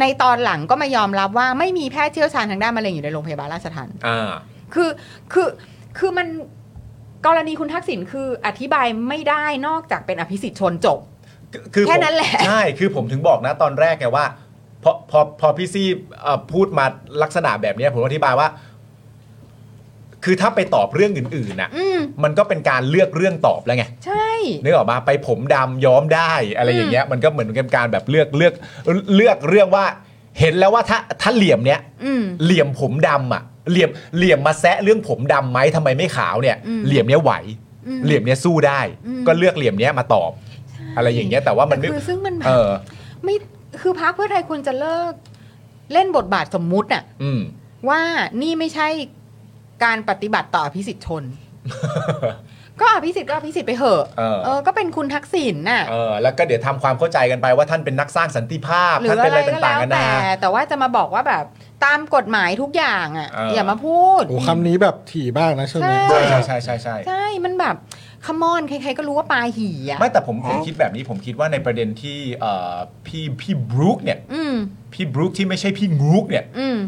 Speaker 4: ในตอนหลังก็มายอมรับว่าไม่มีแพทย์เชี่ยวชาญทางด้านมะเร็งอยู่ในโรงพยาบาลราชทัน
Speaker 1: อ่า
Speaker 4: คือคือคือมันกรณีคุณทักษิณคืออธิบายไม่ได้นอกจากเป็นอภิสิทธิ์ชนจบ
Speaker 1: คือผม
Speaker 4: แค่นั้นแหละ
Speaker 1: ใช่ คือผมถึงบอกนะตอนแรกไงว่า พอพอพอพี่ซี่เอ่อพูดมาลักษณะแบบเนี้ยผมอธิบายว่า คือถ้าไปตอบเรื่องอื่นๆน่ะ
Speaker 4: อืม
Speaker 1: มันก็เป็นการเลือกเรื่องตอบแล้วไง
Speaker 4: ใช่
Speaker 1: นึกออกมาไปผมดำย้อมได้อะไรอย่างเงี้ย มันก็เหมือนกันการแบบเลือกเลือกเลือกเรื่องว่า เห็นแล้วว่าถ้าถ้าเหลี่ยมเนี้ย
Speaker 4: อืม
Speaker 1: เหลี่ยมผมดำอ่ะ เหลี่ยมเหลี่ยมมาแซะเรื่องผมดำไหมทำไมไม่ขาวเนี่ย
Speaker 4: อืม
Speaker 1: เหลี่ยมเนี้ยไหว
Speaker 4: อืม
Speaker 1: เหลี่ยมเนี้ยสู้ได้
Speaker 4: อืม
Speaker 1: ก็เลือกเหลี่ยมเนี้ยมาตอบ อะไรอย่างเงี้ย แต่ว่ามันไม่
Speaker 4: คือซึ่งมันแบบ
Speaker 1: เออ
Speaker 4: ไม่คือพักเพื่อไทยควรจะเลิก เล่นบทบาทสมมุติน่ะ
Speaker 1: อืม
Speaker 4: ว่านี่ไม่ใช่การปฏิบัติต่ออภิสิทธิ์ช
Speaker 1: (laughs)
Speaker 4: น ก็อภิสิทธิ์ก็อภิสิทธิ์ไปเหอะ
Speaker 1: เออ
Speaker 4: ก็เป็นคุณทักษิณน่ะ
Speaker 1: เออ แล้วก็เดี๋ยวทำความเข้าใจกันไปว่าท่านเป็นนักสร้างสันติภาพ
Speaker 4: หรื
Speaker 1: ท่าน
Speaker 4: อ
Speaker 1: เป็น
Speaker 4: อะ
Speaker 1: อะไร ไร
Speaker 4: ก็
Speaker 1: ต่า
Speaker 4: แล้ว
Speaker 1: งๆกันา
Speaker 4: แต่
Speaker 1: นา
Speaker 4: แต่ว่าจะมาบอกว่าแบบตามกฎหมายทุกอย่างอ่ะ
Speaker 1: เอออ
Speaker 4: อย่ามาพูด
Speaker 3: โอ้คำนี้แบบถี่มากนะช่วงนี้
Speaker 4: ใช่
Speaker 1: ใช่ใช่ใช่ใช่
Speaker 4: ใช่มันแบบขมอนใครๆก็รู้ว่าปลาหี่อ่ะ
Speaker 1: ไม่แต่ผมผมคิดแบบนี้ผมคิดว่าในประเด็นที่เอ่อพี่พี่บรูคเนี่ย
Speaker 4: อืม
Speaker 1: พี่บรูคที่ไม่ใช่พี่งูกเนี่ย
Speaker 4: อืม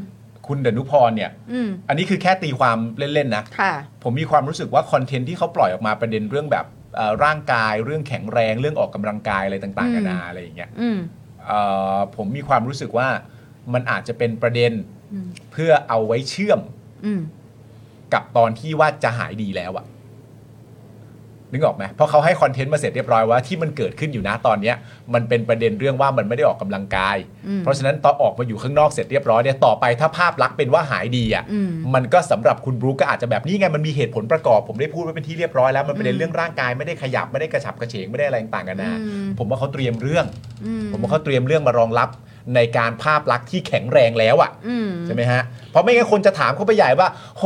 Speaker 1: คุณดนุพรเนี่ย
Speaker 4: อืม
Speaker 1: อันนี้คือแค่ตีความเล่นๆนะ
Speaker 4: ค่ะ
Speaker 1: ผมมีความรู้สึกว่าคอนเทนต์ที่เขาปล่อยออกมาประเด็นเรื่องแบบเอ่อร่างกายเรื่องแข็งแรงเรื่องออกกำลังกายอะไรต่างๆ
Speaker 4: อืม
Speaker 1: นานาอะไรอย่างเงี้ย
Speaker 4: อืม
Speaker 1: เอ่อผมมีความรู้สึกว่ามันอาจจะเป็นประเด็น
Speaker 4: อืม
Speaker 1: เพื่อเอาไว้เชื่อม
Speaker 4: อืม
Speaker 1: กับตอนที่ว่าจะหายดีแล้วอะนึกออกไหมเพราะเขาให้คอนเทนต์มาเสร็จเรียบร้อยว่าที่มันเกิดขึ้นอยู่นะตอนเนี้ย มันเป็นประเด็นเรื่องว่ามันไม่ได้ออกกำลังกาย
Speaker 4: อืม
Speaker 1: เพราะฉะนั้นตอนออกมาอยู่ข้างนอกเสร็จเรียบร้อยเนี่ยต่อไปถ้าภาพลักษณ์เป็นว่าหายดีอ่ะ
Speaker 4: อืม
Speaker 1: มันก็สำหรับคุณบรูคก็อาจจะแบบนี่ไงมันมีเหตุผลประกอบ ผมได้พูดไว้เป็นที่เรียบร้อยแล้วมันเป็น
Speaker 4: อืม
Speaker 1: เรื่องร่างกายไม่ได้ขยับไม่ได้กระฉับกระเฉงไม่ได้อะไรต่างกันนะ
Speaker 4: อืม
Speaker 1: ผมว่าเขาเตรียมเรื่อง
Speaker 4: อืม
Speaker 1: ผมว่าเขาเตรียมเรื่องมารองรับในการภาพลักษณ์ที่แข็งแรงแล้วอะ่ะ
Speaker 4: อืม
Speaker 1: ใช่ไหมฮะเพราะไม่งั้นคนจะถามเขาไปใหญ่ว่า โห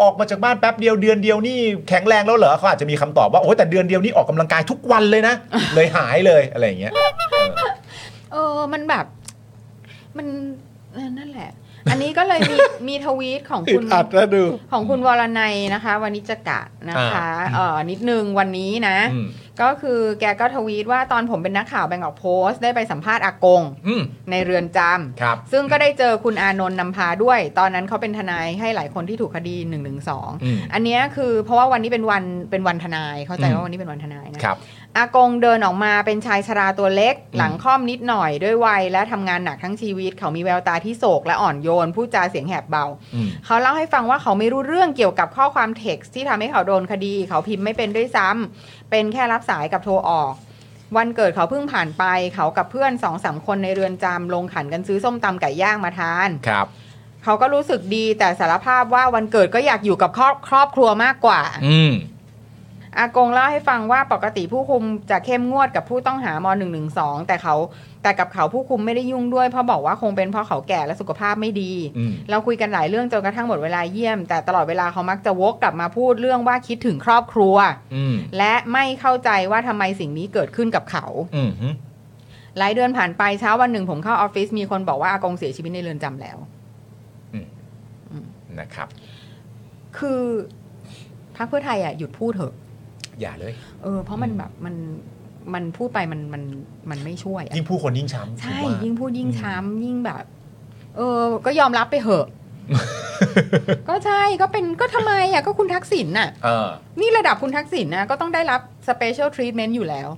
Speaker 1: ออกมาจากบ้านแป๊บเดียวเดือนเดียวนี่แข็งแรงแล้วเหรอเขาอาจจะมีคำตอบว่าโอ้ยแต่เดือนเดียวนี่ออกกำลังกายทุกวันเลยนะ เลยหายเลยอะไรอย่างเงี้ย
Speaker 4: เออ มันแบบ มันเออนั่นแหละ อันนี้ก็เลยมี
Speaker 1: (laughs)
Speaker 4: มีทวีตของ
Speaker 3: อึ
Speaker 4: คุ
Speaker 3: ด
Speaker 4: ณ
Speaker 3: อัดแล้วดู
Speaker 4: ของคุณวรนัยนะคะวันนิจกะนะคะเออนิดนึงวันนี้นะ
Speaker 1: อืม
Speaker 4: ก็คือแกก็ทวีตว่าตอนผมเป็นนักข่าวแบงก์ออกโพสต์ได้ไปสัมภาษณ์อากง
Speaker 1: อืม
Speaker 4: ในเรือนจ
Speaker 1: ครับ
Speaker 4: ำซึ่งก็ได้เจอคุณอานนท์นำพาด้วย ตอนนั้นเขาเป็นทนายให้หลายคนที่ถูกคดี1นึ
Speaker 1: อืม
Speaker 4: อันเนี้ยคือเพราะว่าวันนี้เป็นวันเป็นวันทนายเข้าใจ
Speaker 1: อืม
Speaker 4: ว่าวันนี้เป็นวันทนายนะครับ อากงเดินออกมาเป็นชายชราตัวเล็ก
Speaker 1: อืม
Speaker 4: หลังค่อมนิดหน่อยด้วยวัยและทำงานหนักทั้งชีวิต เขามีแววตาที่โศกและอ่อนโยนพูดจาเสียงแหบเบา
Speaker 1: อืม
Speaker 4: เขาเล่าให้ฟังว่าเขาไม่รู้เรื่องเกี่ยวกับข้อความเท็กซ์ที่ทำให้เขาโดนคดี เขาพิมพ์ไม่เป็นด้วยซ้ำเป็นแค่รับสายกับโทรออก วันเกิดเขาเพิ่งผ่านไป เขากับเพื่อนสองสามคนในเรือนจำลงขันกันซื้อส้มตำไก่ย่างมาทาน
Speaker 1: ครับ
Speaker 4: เขาก็รู้สึกดีแต่สารภาพว่าวันเกิดก็อยากอยู่กับครอบครอบครัวมากกว่า
Speaker 1: อืม
Speaker 4: อากงเล่าให้ฟังว่าปกติผู้คุมจะเข้มงวดกับผู้ต้องหาม112 แต่เขาแต่กับเขาผู้คุมไม่ได้ยุ่งด้วยเพราะบอกว่าคงเป็นเพราะเขาแก่และสุขภาพไม่ดี
Speaker 13: อืม
Speaker 4: เราคุยกันหลายเรื่องจนกระทั่งหมดเวลาเยี่ยม แต่ตลอดเวลาเขามักจะวกกลับมาพูดเรื่องว่าคิดถึงครอบครัว
Speaker 13: อืม
Speaker 4: และไม่เข้าใจว่าทำไมสิ่งนี้เกิดขึ้นกับเขา
Speaker 13: อืม
Speaker 4: หลายเดือนผ่านไปเช้าวันหนึ่งผมเข้าออฟฟิศมีคนบอกว่าอากงเสียชีวิตในเรือนจำแล้ว
Speaker 1: นะครับ
Speaker 4: คือพรรคเพื่อไทยอ่ะหยุดพูดเถอะ
Speaker 1: อย่าเลย
Speaker 4: เออเพราะมันแบบมันมันพูดไปมันมันมันไม่ช่วยอะ
Speaker 1: ยิ่งพูดคนยิ่งช้ำ
Speaker 4: ใช่
Speaker 1: ผมว่า
Speaker 4: ยิ่งพูดยิ่งช้ำยิ่งแบบ เออ ก็ยอมรับไปเถ
Speaker 1: (laughs)
Speaker 4: อะ ก็ใช่ก็เป็นก็ทำไมอ่ะก็คุณทักษิณน่ะ
Speaker 1: เออ (laughs)
Speaker 4: นี่ระดับคุณทักษิณนะก็ต้องได้รับสเปเชียลทรีทเมนต์อยู่แล้ว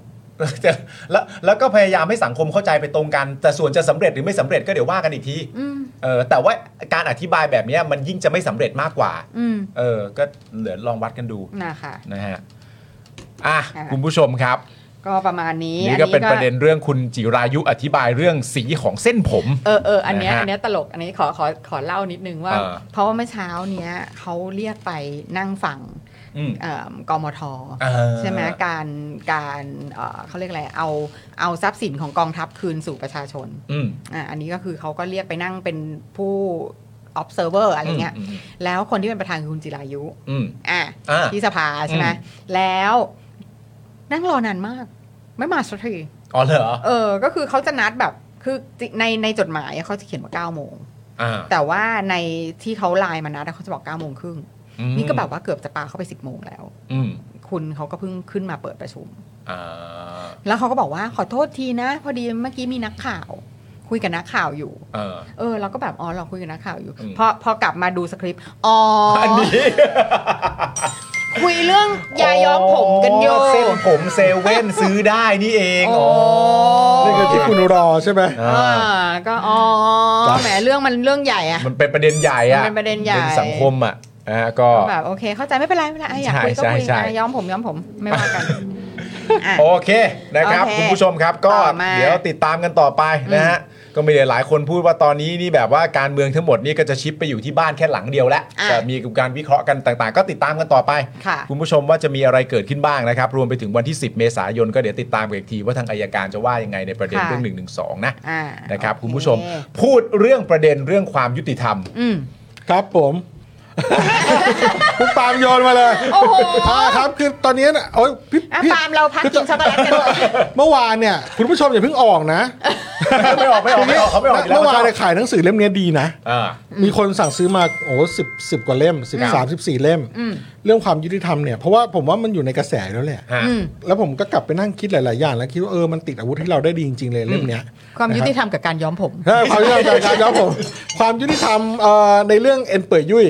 Speaker 1: แล้วแล้วก็พยายามให้สังคมเข้าใจไปตรงกัน แต่ส่วนจะสำเร็จหรือไม่สำเร็จก็เดี๋ยวว่ากันอีกที
Speaker 4: อืม
Speaker 1: เออแต่ว่าการอธิบายแบบเนี้ยมันยิ่งจะไม่สำเร็จมากกว่า
Speaker 4: อืม
Speaker 1: เออ ก็เหลือลองวัดกันดู
Speaker 4: นะคะ
Speaker 1: นะฮะอ่ะ
Speaker 4: ค่ะ
Speaker 1: คุณผู้ชมครับ
Speaker 4: ก็ประมาณนี้
Speaker 1: นี่ก็เป็นประเด็นเรื่องคุณจิรายุอธิบายเรื่องสีของเส้นผม
Speaker 4: เออเอออันเนี้ย
Speaker 1: นะฮะ
Speaker 4: อันเนี้ยตลกอันนี้ขอขอขอเล่านิดนึงว่า
Speaker 1: เออ
Speaker 4: เพราะว่าเมื่อเช้าเนี้ยเขาเรียกไปนั่งฟัง
Speaker 1: อืม
Speaker 4: เอิ่มกมท
Speaker 1: เออ
Speaker 4: ใช่ไหมการการเอ่อเขาเรียกอะไรเอาเอาทรัพย์สินของกองทัพคืนสู่ประชาชน
Speaker 1: อืม
Speaker 4: อ่ะอันนี้ก็คือเขาก็เรียกไปนั่งเป็นผู้ observer อะไรเงี้ย
Speaker 1: อืมอืม
Speaker 4: แล้วคนที่เป็นประธานคือคุณจิรายุ
Speaker 1: อืม
Speaker 4: อ่ะ
Speaker 1: อ่า
Speaker 4: ที่สภาใช่ไหม
Speaker 1: อืม
Speaker 4: แล้วนั่งรอนานมาก ไม่มาสักที
Speaker 1: อ๋อเหรอ
Speaker 4: เออ ก็คือเขาจะนัดแบบคือจิในในจดหมายอะเขาจะเขียนว่า9โมง
Speaker 1: อ่า
Speaker 4: แต่ว่าในที่เขาไลน์มานัดอะเขาจะบอก9โมงครึ่ง
Speaker 1: อืม
Speaker 4: นี่ก็แบบว่าเกือบจะปาเข้าไป 10โมงแล้ว
Speaker 1: อืม
Speaker 4: คุณเขาก็เพิ่งขึ้นมาเปิดประชุม
Speaker 1: อ่า
Speaker 4: แล้วเขาก็บอกว่าขอโทษทีนะ พอดีเมื่อกี้มีนักข่าว คุยกับนักข่าวอยู่
Speaker 1: เออ
Speaker 4: เออเราก็แบบอ๋อเราคุยกับนักข่าวอยู่
Speaker 1: อืม
Speaker 4: พอพอกลับมาดูสคริปต์อ๋ออันนี้ คุยเรื่องยาย้อมผมกันอยู่
Speaker 1: เส้นผมเซเว่น (laughs) ซื้อได้นี่เองอ๋อ
Speaker 3: นี่คือที่คุณรอใช่ไหม
Speaker 1: อ่า
Speaker 4: อ่าก็อ๋อ
Speaker 1: จ้ะ
Speaker 4: แหมเรื่องมันเรื่องใหญ่อะ
Speaker 1: มันเป็นประเด็นใหญ่อะ
Speaker 4: มันเป็นประเด็นใหญ่
Speaker 1: สังคมอะอ่าก็
Speaker 4: แบบโอเค เข้าใจไม่เป็นไรไม่เป็นไรอ่ะอยากคุยก็
Speaker 1: ใช่
Speaker 4: คุย
Speaker 1: ใช่
Speaker 4: อ่ะย้อมผมย้อมผมไม่ว่ากัน
Speaker 1: โอเคนะครับ
Speaker 4: โอเค
Speaker 1: คุณผู้ชมครับก็
Speaker 4: ต่อมา
Speaker 1: เดี๋ยวติดตามกันต่อไปนะฮะก็มีหลายๆคนพูดว่าตอนนี้นี่แบบว่าการเมืองทั้งหมดนี่ก็จะชิปไปอยู่ที่บ้านแค่หลังเดียวแล้ว
Speaker 4: อ่ะ
Speaker 1: แต่มีการวิเคราะห์กันต่างๆ ก็ติดตามกันต่อไป
Speaker 4: ค่ะ
Speaker 1: คุณผู้ชมว่าจะมีอะไรเกิดขึ้นบ้างนะครับ รวมไปถึงวันที่ 10 เมษายนก็เดี๋ยวติดตามกันอีกทีว่าทางอายการจะว่ายังไงในประเด็น
Speaker 4: ค่ะ
Speaker 1: เรื่อง1นึนะ
Speaker 4: อ่า
Speaker 1: นะครับคุณผู้ชมพูดเรื่องประเด็นเรื่องความยุติธรรม
Speaker 4: อืม
Speaker 3: ครับผมคุณปาล์มโยนมาเลย
Speaker 4: โอ้โห
Speaker 3: อ่าครับคือตอนนี้เนี่ยโอ้ยพี่
Speaker 4: อ่ะ
Speaker 3: พี่
Speaker 4: ปาล์มเราพักกินช็อกโกแลตกันก่อน
Speaker 3: เมื่อวานเนี่ย คุณผู้ชมอย่าเพิ่งออกนะ
Speaker 1: ไม่ออกไม่ออกไม่ออกเขาไม่ออกยู่แล้
Speaker 3: เมื่อวาน
Speaker 1: ขชบ
Speaker 3: เนี่ยขายหนังสือเล่มเนี้ยดีนะ
Speaker 1: อ่า
Speaker 3: มีคนสั่งซื้อมาโอ้สิบสิบกว่าเล่มสิบสามสิบสี่เล่ม
Speaker 4: อืม
Speaker 3: เรื่องความยุติธรรมเนี่ยเพราะว่าผมว่ามันอยู่ในกระแสแล้วแหละ
Speaker 1: ฮะ
Speaker 4: อืม
Speaker 3: แล้วผมก็กลับไปนั่งคิดหลาย ๆ อย่าง แล้วคิดว่าเออมันติดอาวุธให้เราได้ดีจริง ๆ เลยเล่มเนี้ย
Speaker 4: ความยุติธรรมกับการย้อมผม
Speaker 3: ใช่ความยุติธรรมการย้อมผมความยุติธรรมเอ่อในเรื่องเอ็นเปิด
Speaker 4: (laughs)
Speaker 3: ยุ่ย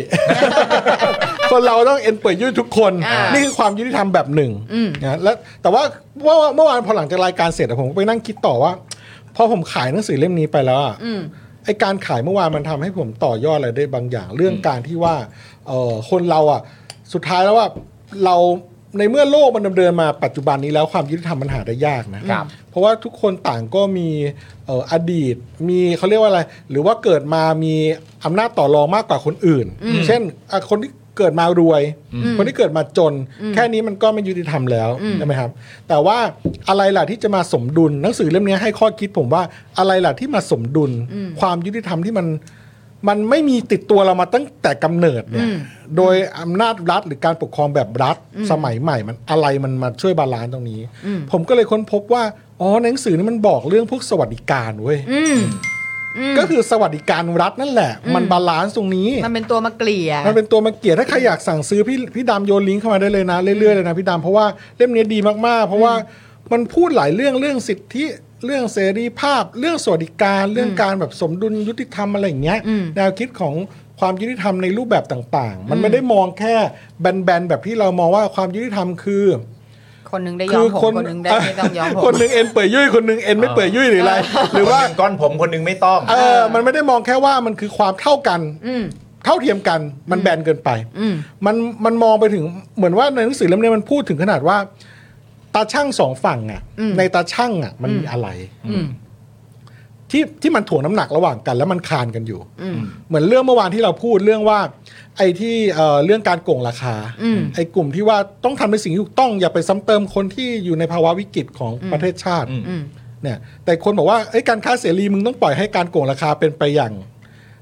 Speaker 3: คนเราต้องเอ็นเปิดยุ่ยทุกคน
Speaker 4: อ่านี่
Speaker 3: นี่คือความยุติธรรมแบบหนึ่ง
Speaker 4: อืม
Speaker 3: นะแล้วแต่ว่าเมื่อเมื่อวานพอหลังจากรายการเสร็จอะผมก็ไปนั่งคิดต่อว่าพอผมขายหนังสือเล่มนี้ไปแล้วอะ
Speaker 4: อืม
Speaker 3: ไอการขายเมื่อวานมันทำให้ผมต่อยอดอะไรได้บางอย่าง เรื่องการที่ว่าเอ่อคนเราอะสุดท้ายแล้วว่าเราในเมื่อโลกมันดำเนินมาปัจจุบันนี้แล้วความยุติธรรมมันหาได้ยากนะ
Speaker 1: ครับ
Speaker 3: เพราะว่าทุกคนต่างก็มีเอ่ออดีต มีเขาเรียกว่าอะไร หรือว่าเกิดมามีอำนาจต่อรองมากกว่าคนอื่น
Speaker 4: อืม
Speaker 3: เช่นอ่ะคนที่เกิดมารวย
Speaker 4: อืม
Speaker 3: คนที่เกิดมาจน
Speaker 4: อืม
Speaker 3: แค่นี้มันก็ไม่ยุติธรรมแล้ว
Speaker 4: อืม
Speaker 3: ใช่ไหมครับ แต่ว่าอะไรล่ะที่จะมาสมดุลหนังสือเล่มนี้ให้ข้อคิดผมว่าอะไรล่ะที่มาสมดุล ความยุติธรรมที่มันมันไม่มีติดตัวเรามาตั้งแต่กำเนิดเนี่ย โดยอำนาจรัฐหรือการปกครองแบบรัฐสมัยใหม่มันอะไรมันมาช่วยบาลานซ์ตรงนี้
Speaker 4: อืม
Speaker 3: ผมก็เลยค้นพบว่าอ๋อหนังสือนี่มันบอกเรื่องพวกสวัสดิการเว้ย
Speaker 4: อืมอืม
Speaker 3: ก็คือสวัสดิการรัฐนั่นแหละ
Speaker 4: อืม
Speaker 3: มันบาลานซ์ตรงนี้
Speaker 4: มันเป็นตัวมาเกลี่ย
Speaker 3: มันเป็นตัวมาเกียรติถ้าใครอยากสั่งซื้อพี่พี่ดำโยนลิงก์เข้ามาได้เลยนะ เรื่อยๆเลยนะพี่ดำเพราะว่าเล่มนี้ดีมากๆ เพราะว่ามันพูดหลายเรื่องเรื่องสิทธิเรื่องเสรีภาพ เรื่องสวัสดิการเรื่องการแบบสมดุลยุติธรรมอะไรอย่างเงี้ย
Speaker 4: อืม
Speaker 3: แนวคิดของความยุติธรรมในรูปแบบต่างๆ มัน
Speaker 4: อืม
Speaker 3: ไม่ได้มองแค่แบนๆแบบที่เรามองว่าความยุติธรรมคือ
Speaker 4: คนหนึ่งได้ย้อมผม คนหนึ่งได้ไม่ต้องย้อมผม
Speaker 3: คนหนึ่งเอ็นเปื่อยยุ่ยคนหนึ่งเอ็นไม่เปื่อยยุ่ยหรืออะไร หรือว่า
Speaker 1: คนหนึ่งก้อนผมคนหนึงไม่ต้อง
Speaker 3: เออมันไม่ได้มองแค่ว่ามันคือความเท่ากัน
Speaker 4: อืม
Speaker 3: เท่าเทียมกันมันแบนเกินไป
Speaker 4: อืม
Speaker 3: มันมันมองไปถึงเหมือนว่าในหนังสือเล่มนี้มันพูดถึงขนาดว่า ตาช่างสองฝั่งอ่ะ
Speaker 4: อืม
Speaker 3: ในตาช่างอ่ะ มัน
Speaker 4: อืม
Speaker 3: มีอะไร
Speaker 4: อืม
Speaker 3: ที่ที่มันถ่วงน้ำหนักระหว่างกันแล้วมันคานกันอยู่
Speaker 4: อืม
Speaker 3: เหมือนเรื่องเมื่อวานที่เราพูดเรื่องว่า ไอ้ที่เอ่อเรื่องการโกงราคา
Speaker 4: อืม
Speaker 3: ไอ้กลุ่มที่ว่าต้องทำในสิ่งที่ถูกต้องอย่าไปซ้ำเติมคนที่อยู่ในภาวะวิกฤตของ
Speaker 4: อืม
Speaker 3: ประเทศชาติ
Speaker 4: อืม
Speaker 3: เนี่ยแต่คนบอกว่าเอ้ยการค้าเสรีมึงต้องปล่อยให้การโกงราคาเป็นไปอย่าง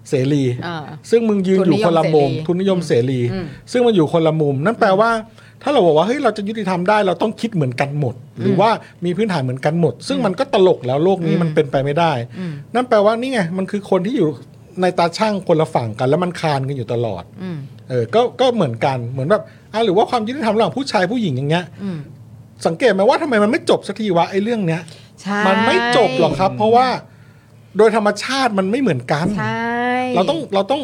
Speaker 3: เสรี
Speaker 4: อ่า
Speaker 3: ซึ่งมึงยืนอยู่คนละมุม
Speaker 4: ทุ
Speaker 3: ทุ
Speaker 4: น
Speaker 3: น
Speaker 4: นิ
Speaker 3: นิ
Speaker 4: ย
Speaker 3: ยม
Speaker 4: มเส
Speaker 3: เสรี
Speaker 4: รีอืม
Speaker 3: ซึ่งมันอยู่คนละมุม นั่นแปลว่า ถ้าเราบอกว่าเฮ้ยเราจะยุติธรรมได้เราต้องคิดเหมือนกันหมด หรือว่ามีพื้นฐานเหมือนกันหมด ซึ่งมันก็ตลกแล้วโลกนี้มันเป็นไปไม่ได้
Speaker 4: อืม
Speaker 3: นั่นแปลว่านี่ไงมันคือคนที่อยู่ในตาช่างคนละฝั่งกัน แล้วมันคานกันอยู่ตลอด
Speaker 4: อืม
Speaker 3: เออก็ก็เหมือนกันเหมือนแบบอ่ะหรือว่าความยุติธรรมระหว่างผู้ชายผู้หญิงอย่างเงี้ย
Speaker 4: อืม
Speaker 3: สังเกตไหมว่าทำไมมันไม่จบสักทีวะไอ้เรื่องเนี้ย
Speaker 4: ใช่
Speaker 3: มันไม่จบหรอกครับ เพราะว่าโดยธรรมชาติมันไม่เหมือนกัน
Speaker 4: ใช่
Speaker 3: เราต้องเราต้อง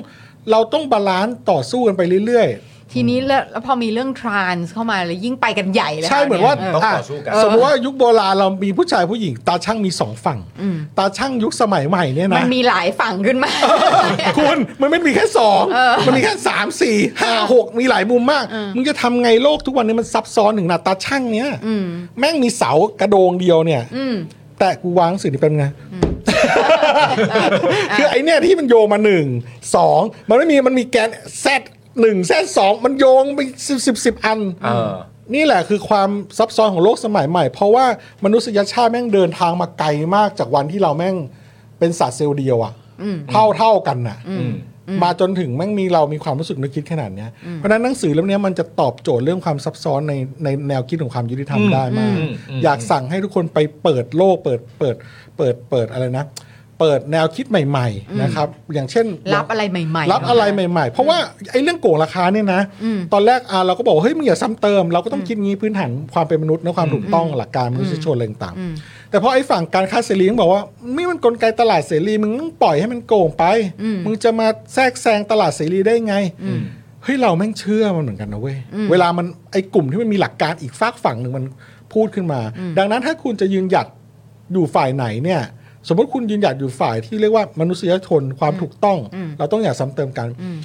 Speaker 3: เราต้องบาลานซ์ต่อสู้กันไปเรื่อย
Speaker 4: ทีนี้แล้วแล้วพอมีเรื่องทรานส์เข้ามาเลยยิ่งไปกันใหญ่เลย
Speaker 3: ๆ ใช่เหมือนว่า
Speaker 4: ค่ะย
Speaker 3: ะสมมติว่ายุคโบราณเรามีผู้ชายผู้หญิง ตาช่างมีสองฝั่ง
Speaker 4: อืม
Speaker 3: ตาช่างยุคสมัยใหม่เนี่ย
Speaker 4: มั
Speaker 3: นะ
Speaker 4: นมีหลายฝั่งขึ้นมา (laughs)
Speaker 3: คุณมันไม่มีแค่สอง
Speaker 4: เออ
Speaker 3: มันมีแค่สามสี่ห้าหกมีหลายมุมมาก
Speaker 4: เออ
Speaker 3: มึงจะทำไงโลกทุกวันนี้มันซับซ้อนถึงหนาดตาช่างเนี้ย
Speaker 4: อืม
Speaker 3: แม่งมีเสากระโดงเดียวเนี่ย
Speaker 4: อืม
Speaker 3: แต่กูวางสื่อนี่เป็นไง คือไอเนี่ยที่มันโยงมาหนึ่งสองมันไม่มีมันมีแกนแซดหนึ่งแซดสองมันโยงไปสิบสิบสิบอัน
Speaker 1: เออ
Speaker 3: นี่แหละคือความซับซ้อนของโลกสมัยใหม่ เพราะว่ามนุษยชาติแม่งเดินทางมาไกลมากจากวันที่เราแม่งเป็นสัตว์เซลล์เดียวอะ
Speaker 4: อืม
Speaker 3: เท่าเท่าๆกันน่ะ
Speaker 4: อืม
Speaker 3: มาจนถึงแม่งมีเรามีความรู้สึกนึกคิดขนาดเนี้ยเพราะฉะนั้นหนังสือเล่มเนี้ยมันจะตอบโจทย์เรื่องความซับซ้อนในในแนวคิดของความยุติธรรม
Speaker 1: อืม
Speaker 3: ได้มาก
Speaker 1: อืมอืม
Speaker 3: อยากสั่งให้ทุกคนไปเปิดโลกเปิดเปิดเปิดเปิดอะไรนะ เปิดแนวคิดใหม่
Speaker 4: อืม
Speaker 3: ๆนะครับ อย่างเช่น
Speaker 4: รับอะไรใหม่ๆ
Speaker 3: รับอะไร
Speaker 4: เข้าา
Speaker 3: ใหม่ ๆ เพราะว่าไอ้เรื่องโกงราคาเนี่ยนะ
Speaker 4: อืม
Speaker 3: ตอนแรกอ่ะเราก็บอกว่าเฮ้ยมึงอย่าซ้ำเติม เราก็ต้องคิดงี้พื้นฐานความเป็นมนุษย์นะความถูกต้องหลักการมนุษยชนอะไรต่างๆ
Speaker 4: อืม
Speaker 3: แต่พอไอ้ฝั่งการค้าเสรีมันบอกว่านี่มันกลไกตลาดเสรีมึงต้องปล่อยให้มันโกงไป
Speaker 4: อืม
Speaker 3: มึงจะมาแทรกแซงตลาดเสรีได้ไง
Speaker 4: อืม
Speaker 3: เฮ้ยเราแม่งเชื่อมันเหมือนกันนะเว้ย
Speaker 4: อืม
Speaker 3: เวลามันไอ้กลุ่มที่มันมีหลักการอีกฝากฝั่งหนึ่งมันพูดขึ้นมา
Speaker 4: อืม
Speaker 3: ดังนั้นถ้าคุณจะยืนหยัดอยู่ฝ่ายไหนเนี่ย สมมติคุณยืนหยัดอยู่ฝ่ายที่เรียกว่ามนุษยชนความถูกต้อง เราต้องอย่าซ้ำเติมกัน
Speaker 4: อืม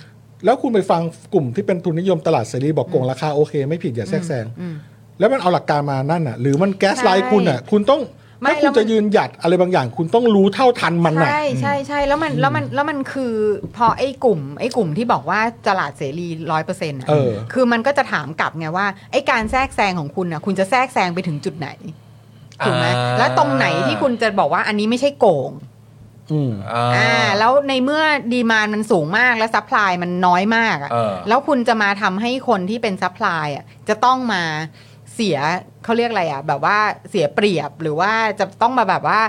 Speaker 3: แล้วคุณไปฟังกลุ่มที่เป็นทุนนิยมตลาดเสรีบอกโกงราคาโอเค ไม่ผิดอย่าแทรกแซง
Speaker 4: อืม
Speaker 3: แล้วมันเอาหลักการมานั่นน่ะ หรือมันแก๊สไลท์คุณน่ะ คุณต้อง
Speaker 4: ไม่
Speaker 3: ถ้าคุณ
Speaker 4: แล้วมัน
Speaker 3: จะยืนหยัดอะไรบางอย่าง คุณต้องรู้เท่าทันมันน่ะ
Speaker 4: ใช่ใช่ใช่แล้วมันแล้วมันแล้วมันคือพอไอ้กลุ่ม ไอ้กลุ่มที่บอกว่าตลาดเสรีร้อยเปอร์เซ็นต์
Speaker 3: เออ
Speaker 4: คือมันก็จะถามกลับไงว่าไอ้การแทรกแซงของคุณนะคุณจะแทรกแซงไปถึงจุดไหนถูกไหม
Speaker 1: อ่า
Speaker 4: แล้วตรงไหนที่คุณจะบอกว่าอันนี้ไม่ใช่โกง
Speaker 3: อืม
Speaker 1: อ่า
Speaker 4: อ่าแล้วในเมื่อดีมานมันสูงมากและซัพพลายมันน้อยมากอะ
Speaker 1: เออ
Speaker 4: แล้วคุณจะมาทำให้คนที่เป็นซัพพลายอะจะต้องมาเสียเขาเรียกอะไรอะแบบว่าเสียเปรียบหรือว่าจะต้องมาแบบว่า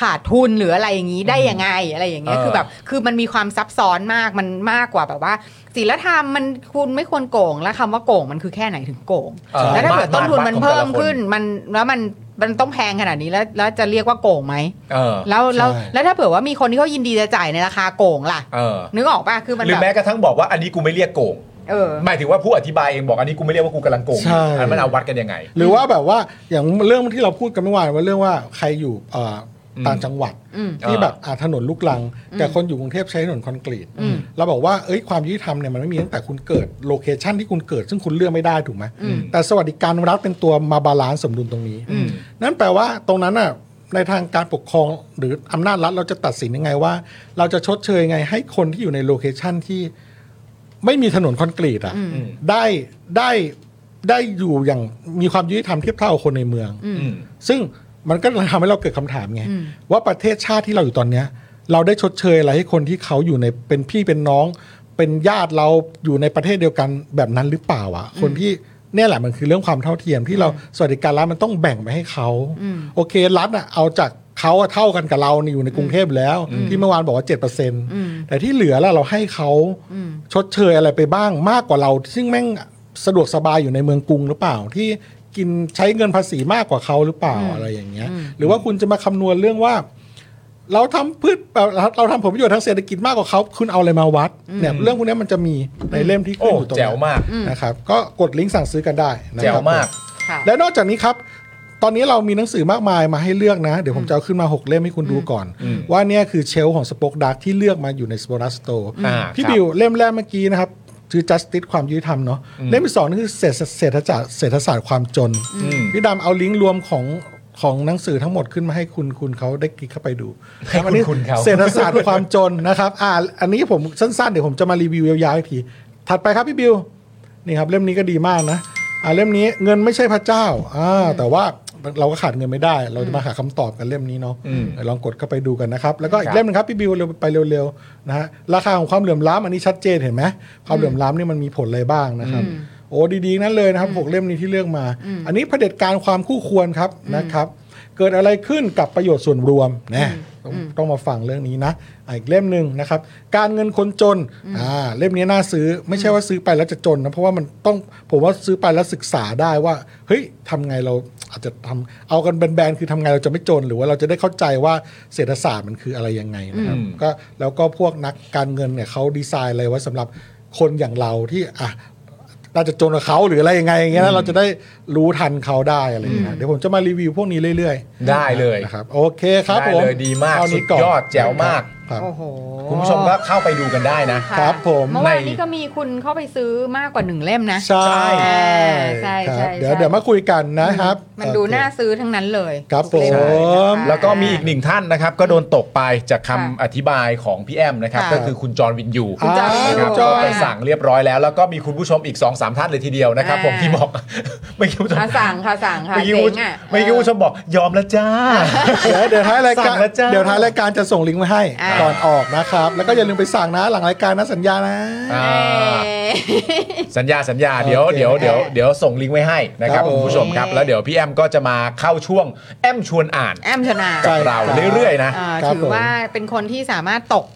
Speaker 4: ขาดทุนหรืออะไรอย่างนี้ได้ยังไงอะไรอย่างเงี้ย
Speaker 1: เออ
Speaker 4: คือแบบคือมันมีความซับซ้อนมากมันมากกว่าแบบว่าศีลธรรมมันคุณไม่ควรโกง และคำว่าโกงมันคือแค่ไหนถึงโกง
Speaker 1: เออ
Speaker 4: แล้วถ้าเกิดต้นทุนมันเพิ่ม
Speaker 1: บ้าของแต่ละค
Speaker 4: ขึ้นมันแล้วมันมันต้องแพงขนาดนี้แล้วแล้วจะเรียกว่าโกงไหม
Speaker 1: เออ
Speaker 4: แล้วแล้ว
Speaker 3: ใช่
Speaker 4: แล้วถ้าเผื่อว่ามีคนที่เขายินดีจะจ่ายในราคาโกงล่ะ
Speaker 1: เออ
Speaker 4: นึกออกป่ะ คือมัน
Speaker 1: หรือ
Speaker 4: แบบ
Speaker 1: แม้กระทั่งบอกว่าอันนี้กูไม่เรียกโกง
Speaker 4: เออ
Speaker 1: หมายถึงว่าผู้อธิบายเองบอกอันนี้กูไม่เรียกว่ากูกำลังโกง
Speaker 3: ใช่
Speaker 1: อันมันเอาวัดกันยังไง
Speaker 3: หรือว่าแบบว่าอย่างเรื่องที่เราพูดกันเมื่อวานว่าเรื่องว่าใครอยู่เอ่ออ
Speaker 1: ม
Speaker 3: ต่างจังหวัด
Speaker 4: อืม
Speaker 3: ที่
Speaker 1: อ่า
Speaker 3: แบบอาถนนลูกลัง แต่คนอยู่กรุงเทพใช้ถนนคอนกรีต
Speaker 4: อืม
Speaker 3: เราบอกว่าเอ้ยความยุติธรรมเนี่ยมันไม่มีตั้งแต่คุณเกิดโลเคชันที่คุณเกิด ซึ่งคุณเลือกไม่ได้ถูกไหม
Speaker 4: อืม
Speaker 3: แต่สวัสดิการรัฐเป็นตัวมาบาลานซ์สมดุลตรงนี้
Speaker 4: อืม
Speaker 3: นั่นแปลว่าตรงนั้นน่ะในทางการปกครองหรืออำนาจรัฐเราจะตัดสินยังไงว่า เราจะชดเชยยังไงให้คนที่อยู่ในโลเคชันที่ไม่มีถนนคอนกรีตอ่ะ
Speaker 4: อืม
Speaker 3: ได้ได้ได้อยู่อย่างมีความยุติธรรมเทียบเท่ากับคนในเมือง
Speaker 4: อืม
Speaker 1: อืม
Speaker 3: ซึ่งมันก็ทำให้เราเกิดคำถามไง
Speaker 4: อืม
Speaker 3: ว่าประเทศชาติที่เราอยู่ตอนเนี้ย เราได้ชดเชยอะไรให้คนที่เขาอยู่ในเป็นพี่เป็นน้อง เป็นญาติเราอยู่ในประเทศเดียวกันแบบนั้นหรือเปล่าอ่ะ คนที่เนี่ยแหละมันคือเรื่องความเท่าเทียมที่เราสวัสดิการรัฐมันต้องแบ่งไปให้เขา
Speaker 4: อืม
Speaker 3: โอเครัฐอ่ะเอาจากเขาอะเท่ากันกับเรานี่อยู่ในกรุงเทพแล้ว ที่เมื่อวานบอกว่า
Speaker 4: อืม
Speaker 3: 7%แต่ที่เหลือล่ะเราให้เขา
Speaker 4: อืม
Speaker 3: ชดเชยอะไรไปบ้างมากกว่าเรา ซึ่งแม่งสะดวกสบายอยู่ในเมืองกรุงหรือเปล่าที่กินใช้เงินภาษีมากกว่าเขาหรือเปล่า
Speaker 4: อืม
Speaker 3: อะไรอย่างเงี้ย
Speaker 4: อืม
Speaker 3: หรือว่าคุณจะมาคำนวณเรื่องว่า เราทำพืชเอ่อเราเราทำผลประโยชน์ทางเศรษฐกิจมากกว่าเขาคุณเอาอะไรมาวัดเนี่ยเรื่องพวกเนี้ยมันจะมีในเล่มที่ขึ้นอยู่ตรง
Speaker 1: โอ้แจ๋วมาก
Speaker 3: นั้นนะครับก็กดลิงก์สั่งซื้อกันได้นะ
Speaker 1: แจ๋
Speaker 3: คว รับ
Speaker 1: มาก
Speaker 4: ค่ะ
Speaker 3: และนอกจากนี้ครับ ตอนนี้เรามีหนังสือมากมายมาให้เลือกนะ เดี๋ยวผมจะเอาขึ้นมา 6 เล่มให้คุณดูก่อน
Speaker 1: อืม
Speaker 3: ว่าเนี่ยคือเชลฟ์ของสป็อกดักที่เลือกมาอยู่ในสปอรัสโต
Speaker 1: อ่า
Speaker 3: พี่
Speaker 1: ครับ
Speaker 3: บิวเล่มแรกเมื่อกี้นะครับ คือ justice ความยุติธรรมเนาะเล่มที่สองนี่คือเศรษฐศาสตร์เศรษฐศาสตร์ความจน
Speaker 1: อืม
Speaker 3: พี่ดำเอาลิงก์รวมของ ของหนังสือทั้งหมดขึ้นมาให้คุณคุณเขาได้คลิกเข้าไปดู
Speaker 1: ให้คุณ
Speaker 3: อันนี้
Speaker 1: คุณเขา
Speaker 3: เศรษฐศาสตร์ความจนนะครับอ่าอันนี้ผมสั้นๆเดี๋ยวผมจะมารีวิวยาวๆอีกที ถัดไปครับพี่บิวนี่ครับเล่มนี้ก็ดีมากนะอ่าเล่มนี้เงินไม่ใช่พระเจ้าอ่าแต่ว่าเราก็ขาดเงินไม่ได้ เราจะมาหาคำตอบกันเล่มนี้เนาะ
Speaker 1: อืม
Speaker 3: ลองกดเข้าไปดูกันนะครับ แล้วก็อี
Speaker 1: ครั
Speaker 3: ก
Speaker 1: บ
Speaker 3: เล่มหนึงครับพี่บิวเร็วไปเร็วๆนะฮะราคาของความเหลื่อมล้ำอันนี้ชัดเจนเห็นไหมความเหลื่อมล้ำนี่มันมีผลอะไรบ้างนะครับ โอ้ดีๆ นั่นเลยนะครับหกเล่มนี้ที่เลือกมา อันนี้เผด็จการความคู่ควรครับนะครับ เกิดอะไรขึ้นกับประโยชน์ส่วนรวมนะต้องต้องมาฟังเรื่องนี้นะอ่ะอีกเล่มหนึ่งนะครับ การเงินคนจนอ่าเล่มนี้น่าซื้อไม่ใช่ว่าซื้อไปแล้วจะจนนะเพราะว่ามันต้องผมว่าซื้อไปแล้วศึกษาได้ว่าเฮ้ยทำไงเราอาจจะทำเอากันแบนๆคือทำไงเราจะไม่จน หรือว่าเราจะได้เข้าใจว่าเศรษฐศาสตร์มันคืออะไรยังไงนะครับ
Speaker 1: อืม
Speaker 3: ก็แล้วก็พวกนักการเงินเนี่ยเขาดีไซน์อะไรไว้สำหรับคนอย่างเราที่อ่ะ น่าจะจนกับเขาหรืออะไรยังไงอย่างเงี้ยนะเราจะได้รู้ทันเขาได้อะไรอย่างเงี้ยเดี๋ยวผมจะมารีวิวพวกนี้เรื่อยๆ
Speaker 1: ได้เลย
Speaker 3: นะครับโอเคครับ
Speaker 1: ได้
Speaker 3: ผม
Speaker 1: เลยดีมาก
Speaker 3: เอา
Speaker 1: สุ
Speaker 3: นี้
Speaker 1: ด
Speaker 3: ก่น
Speaker 1: ยอดแจ๋วมาก
Speaker 3: ครับ
Speaker 4: โอ้โห
Speaker 1: คุณผู้ชมก็เข้าไปดูกันได้นะ
Speaker 4: ะ
Speaker 3: ครับผม
Speaker 4: เมื่อวานนี้
Speaker 3: ใน
Speaker 4: ก็มีคุณเข้าไปซื้อมากกว่าหนึ่งเล่มนะ
Speaker 3: ใช่
Speaker 4: เออใช่
Speaker 3: ครับ
Speaker 4: ใช่
Speaker 3: เดี๋ยว
Speaker 4: ใช่
Speaker 3: เดี๋ยวมาคุยกันนะครับ
Speaker 4: มันดู
Speaker 3: โอเค
Speaker 4: น่าซื้อทั้งนั้นเลย
Speaker 3: ครับผม
Speaker 1: แล้วก็มีอีกหนึ่งท่านนะครับ ก็โดนตกไปจากคำอธิบายของพี่แอมนะครับ
Speaker 3: ค่ะ
Speaker 1: ก็คือคุณจอร์นวินยู
Speaker 3: คุณจอร์นวินยู
Speaker 1: นะครับ
Speaker 3: จอร์น
Speaker 1: ก็ไปสั่งเรียบร้อยแล้ว แล้วก็มีคุณผู้ชมอีก 2 3 ท่านเลยทีเดียวนะครับ ผมที่บอก (laughs) ไม่คิดว่าจะ
Speaker 4: อ่ะสั่งค่ะสั่งค่ะ
Speaker 1: ไม่คิด
Speaker 4: เจ๋
Speaker 1: ว่าง
Speaker 4: อ่ะ
Speaker 1: ไม่คิดว่าจะบอกยอมแล้วจ้า
Speaker 3: เดี๋ยวเดี๋ยวท้ายรายการ
Speaker 1: สั่งแล้วจ้า
Speaker 3: เดี๋ยวท้ายรายการจะส่งลิงก์มาให้
Speaker 4: อ่า
Speaker 3: ก่อนออกนะครับ แล้วก็อย่าลืมไปสั่งนะหลังรายการนะสัญญานะ
Speaker 1: อ่า
Speaker 4: เอ๊ะ
Speaker 1: สัญญาสัญญาเดี๋ยว
Speaker 3: โอเค
Speaker 1: เดี๋ยวเดี๋ยวเดี๋ยวส่งลิงก์ไว้ให้นะค
Speaker 3: ครั
Speaker 1: รับ
Speaker 3: บ
Speaker 1: คุณผู้ชมครับ แล้วเดี๋ยวพี่แอมก็จะมาเข้าช่วงแอมชวนอ่าน
Speaker 4: แอมชนา
Speaker 3: ใช่
Speaker 1: กับเราเรื่อยๆนะ
Speaker 4: เอ่อ
Speaker 3: ครับ
Speaker 4: ถือ
Speaker 3: ผม
Speaker 4: ว่าเป็นคนที่สามารถตก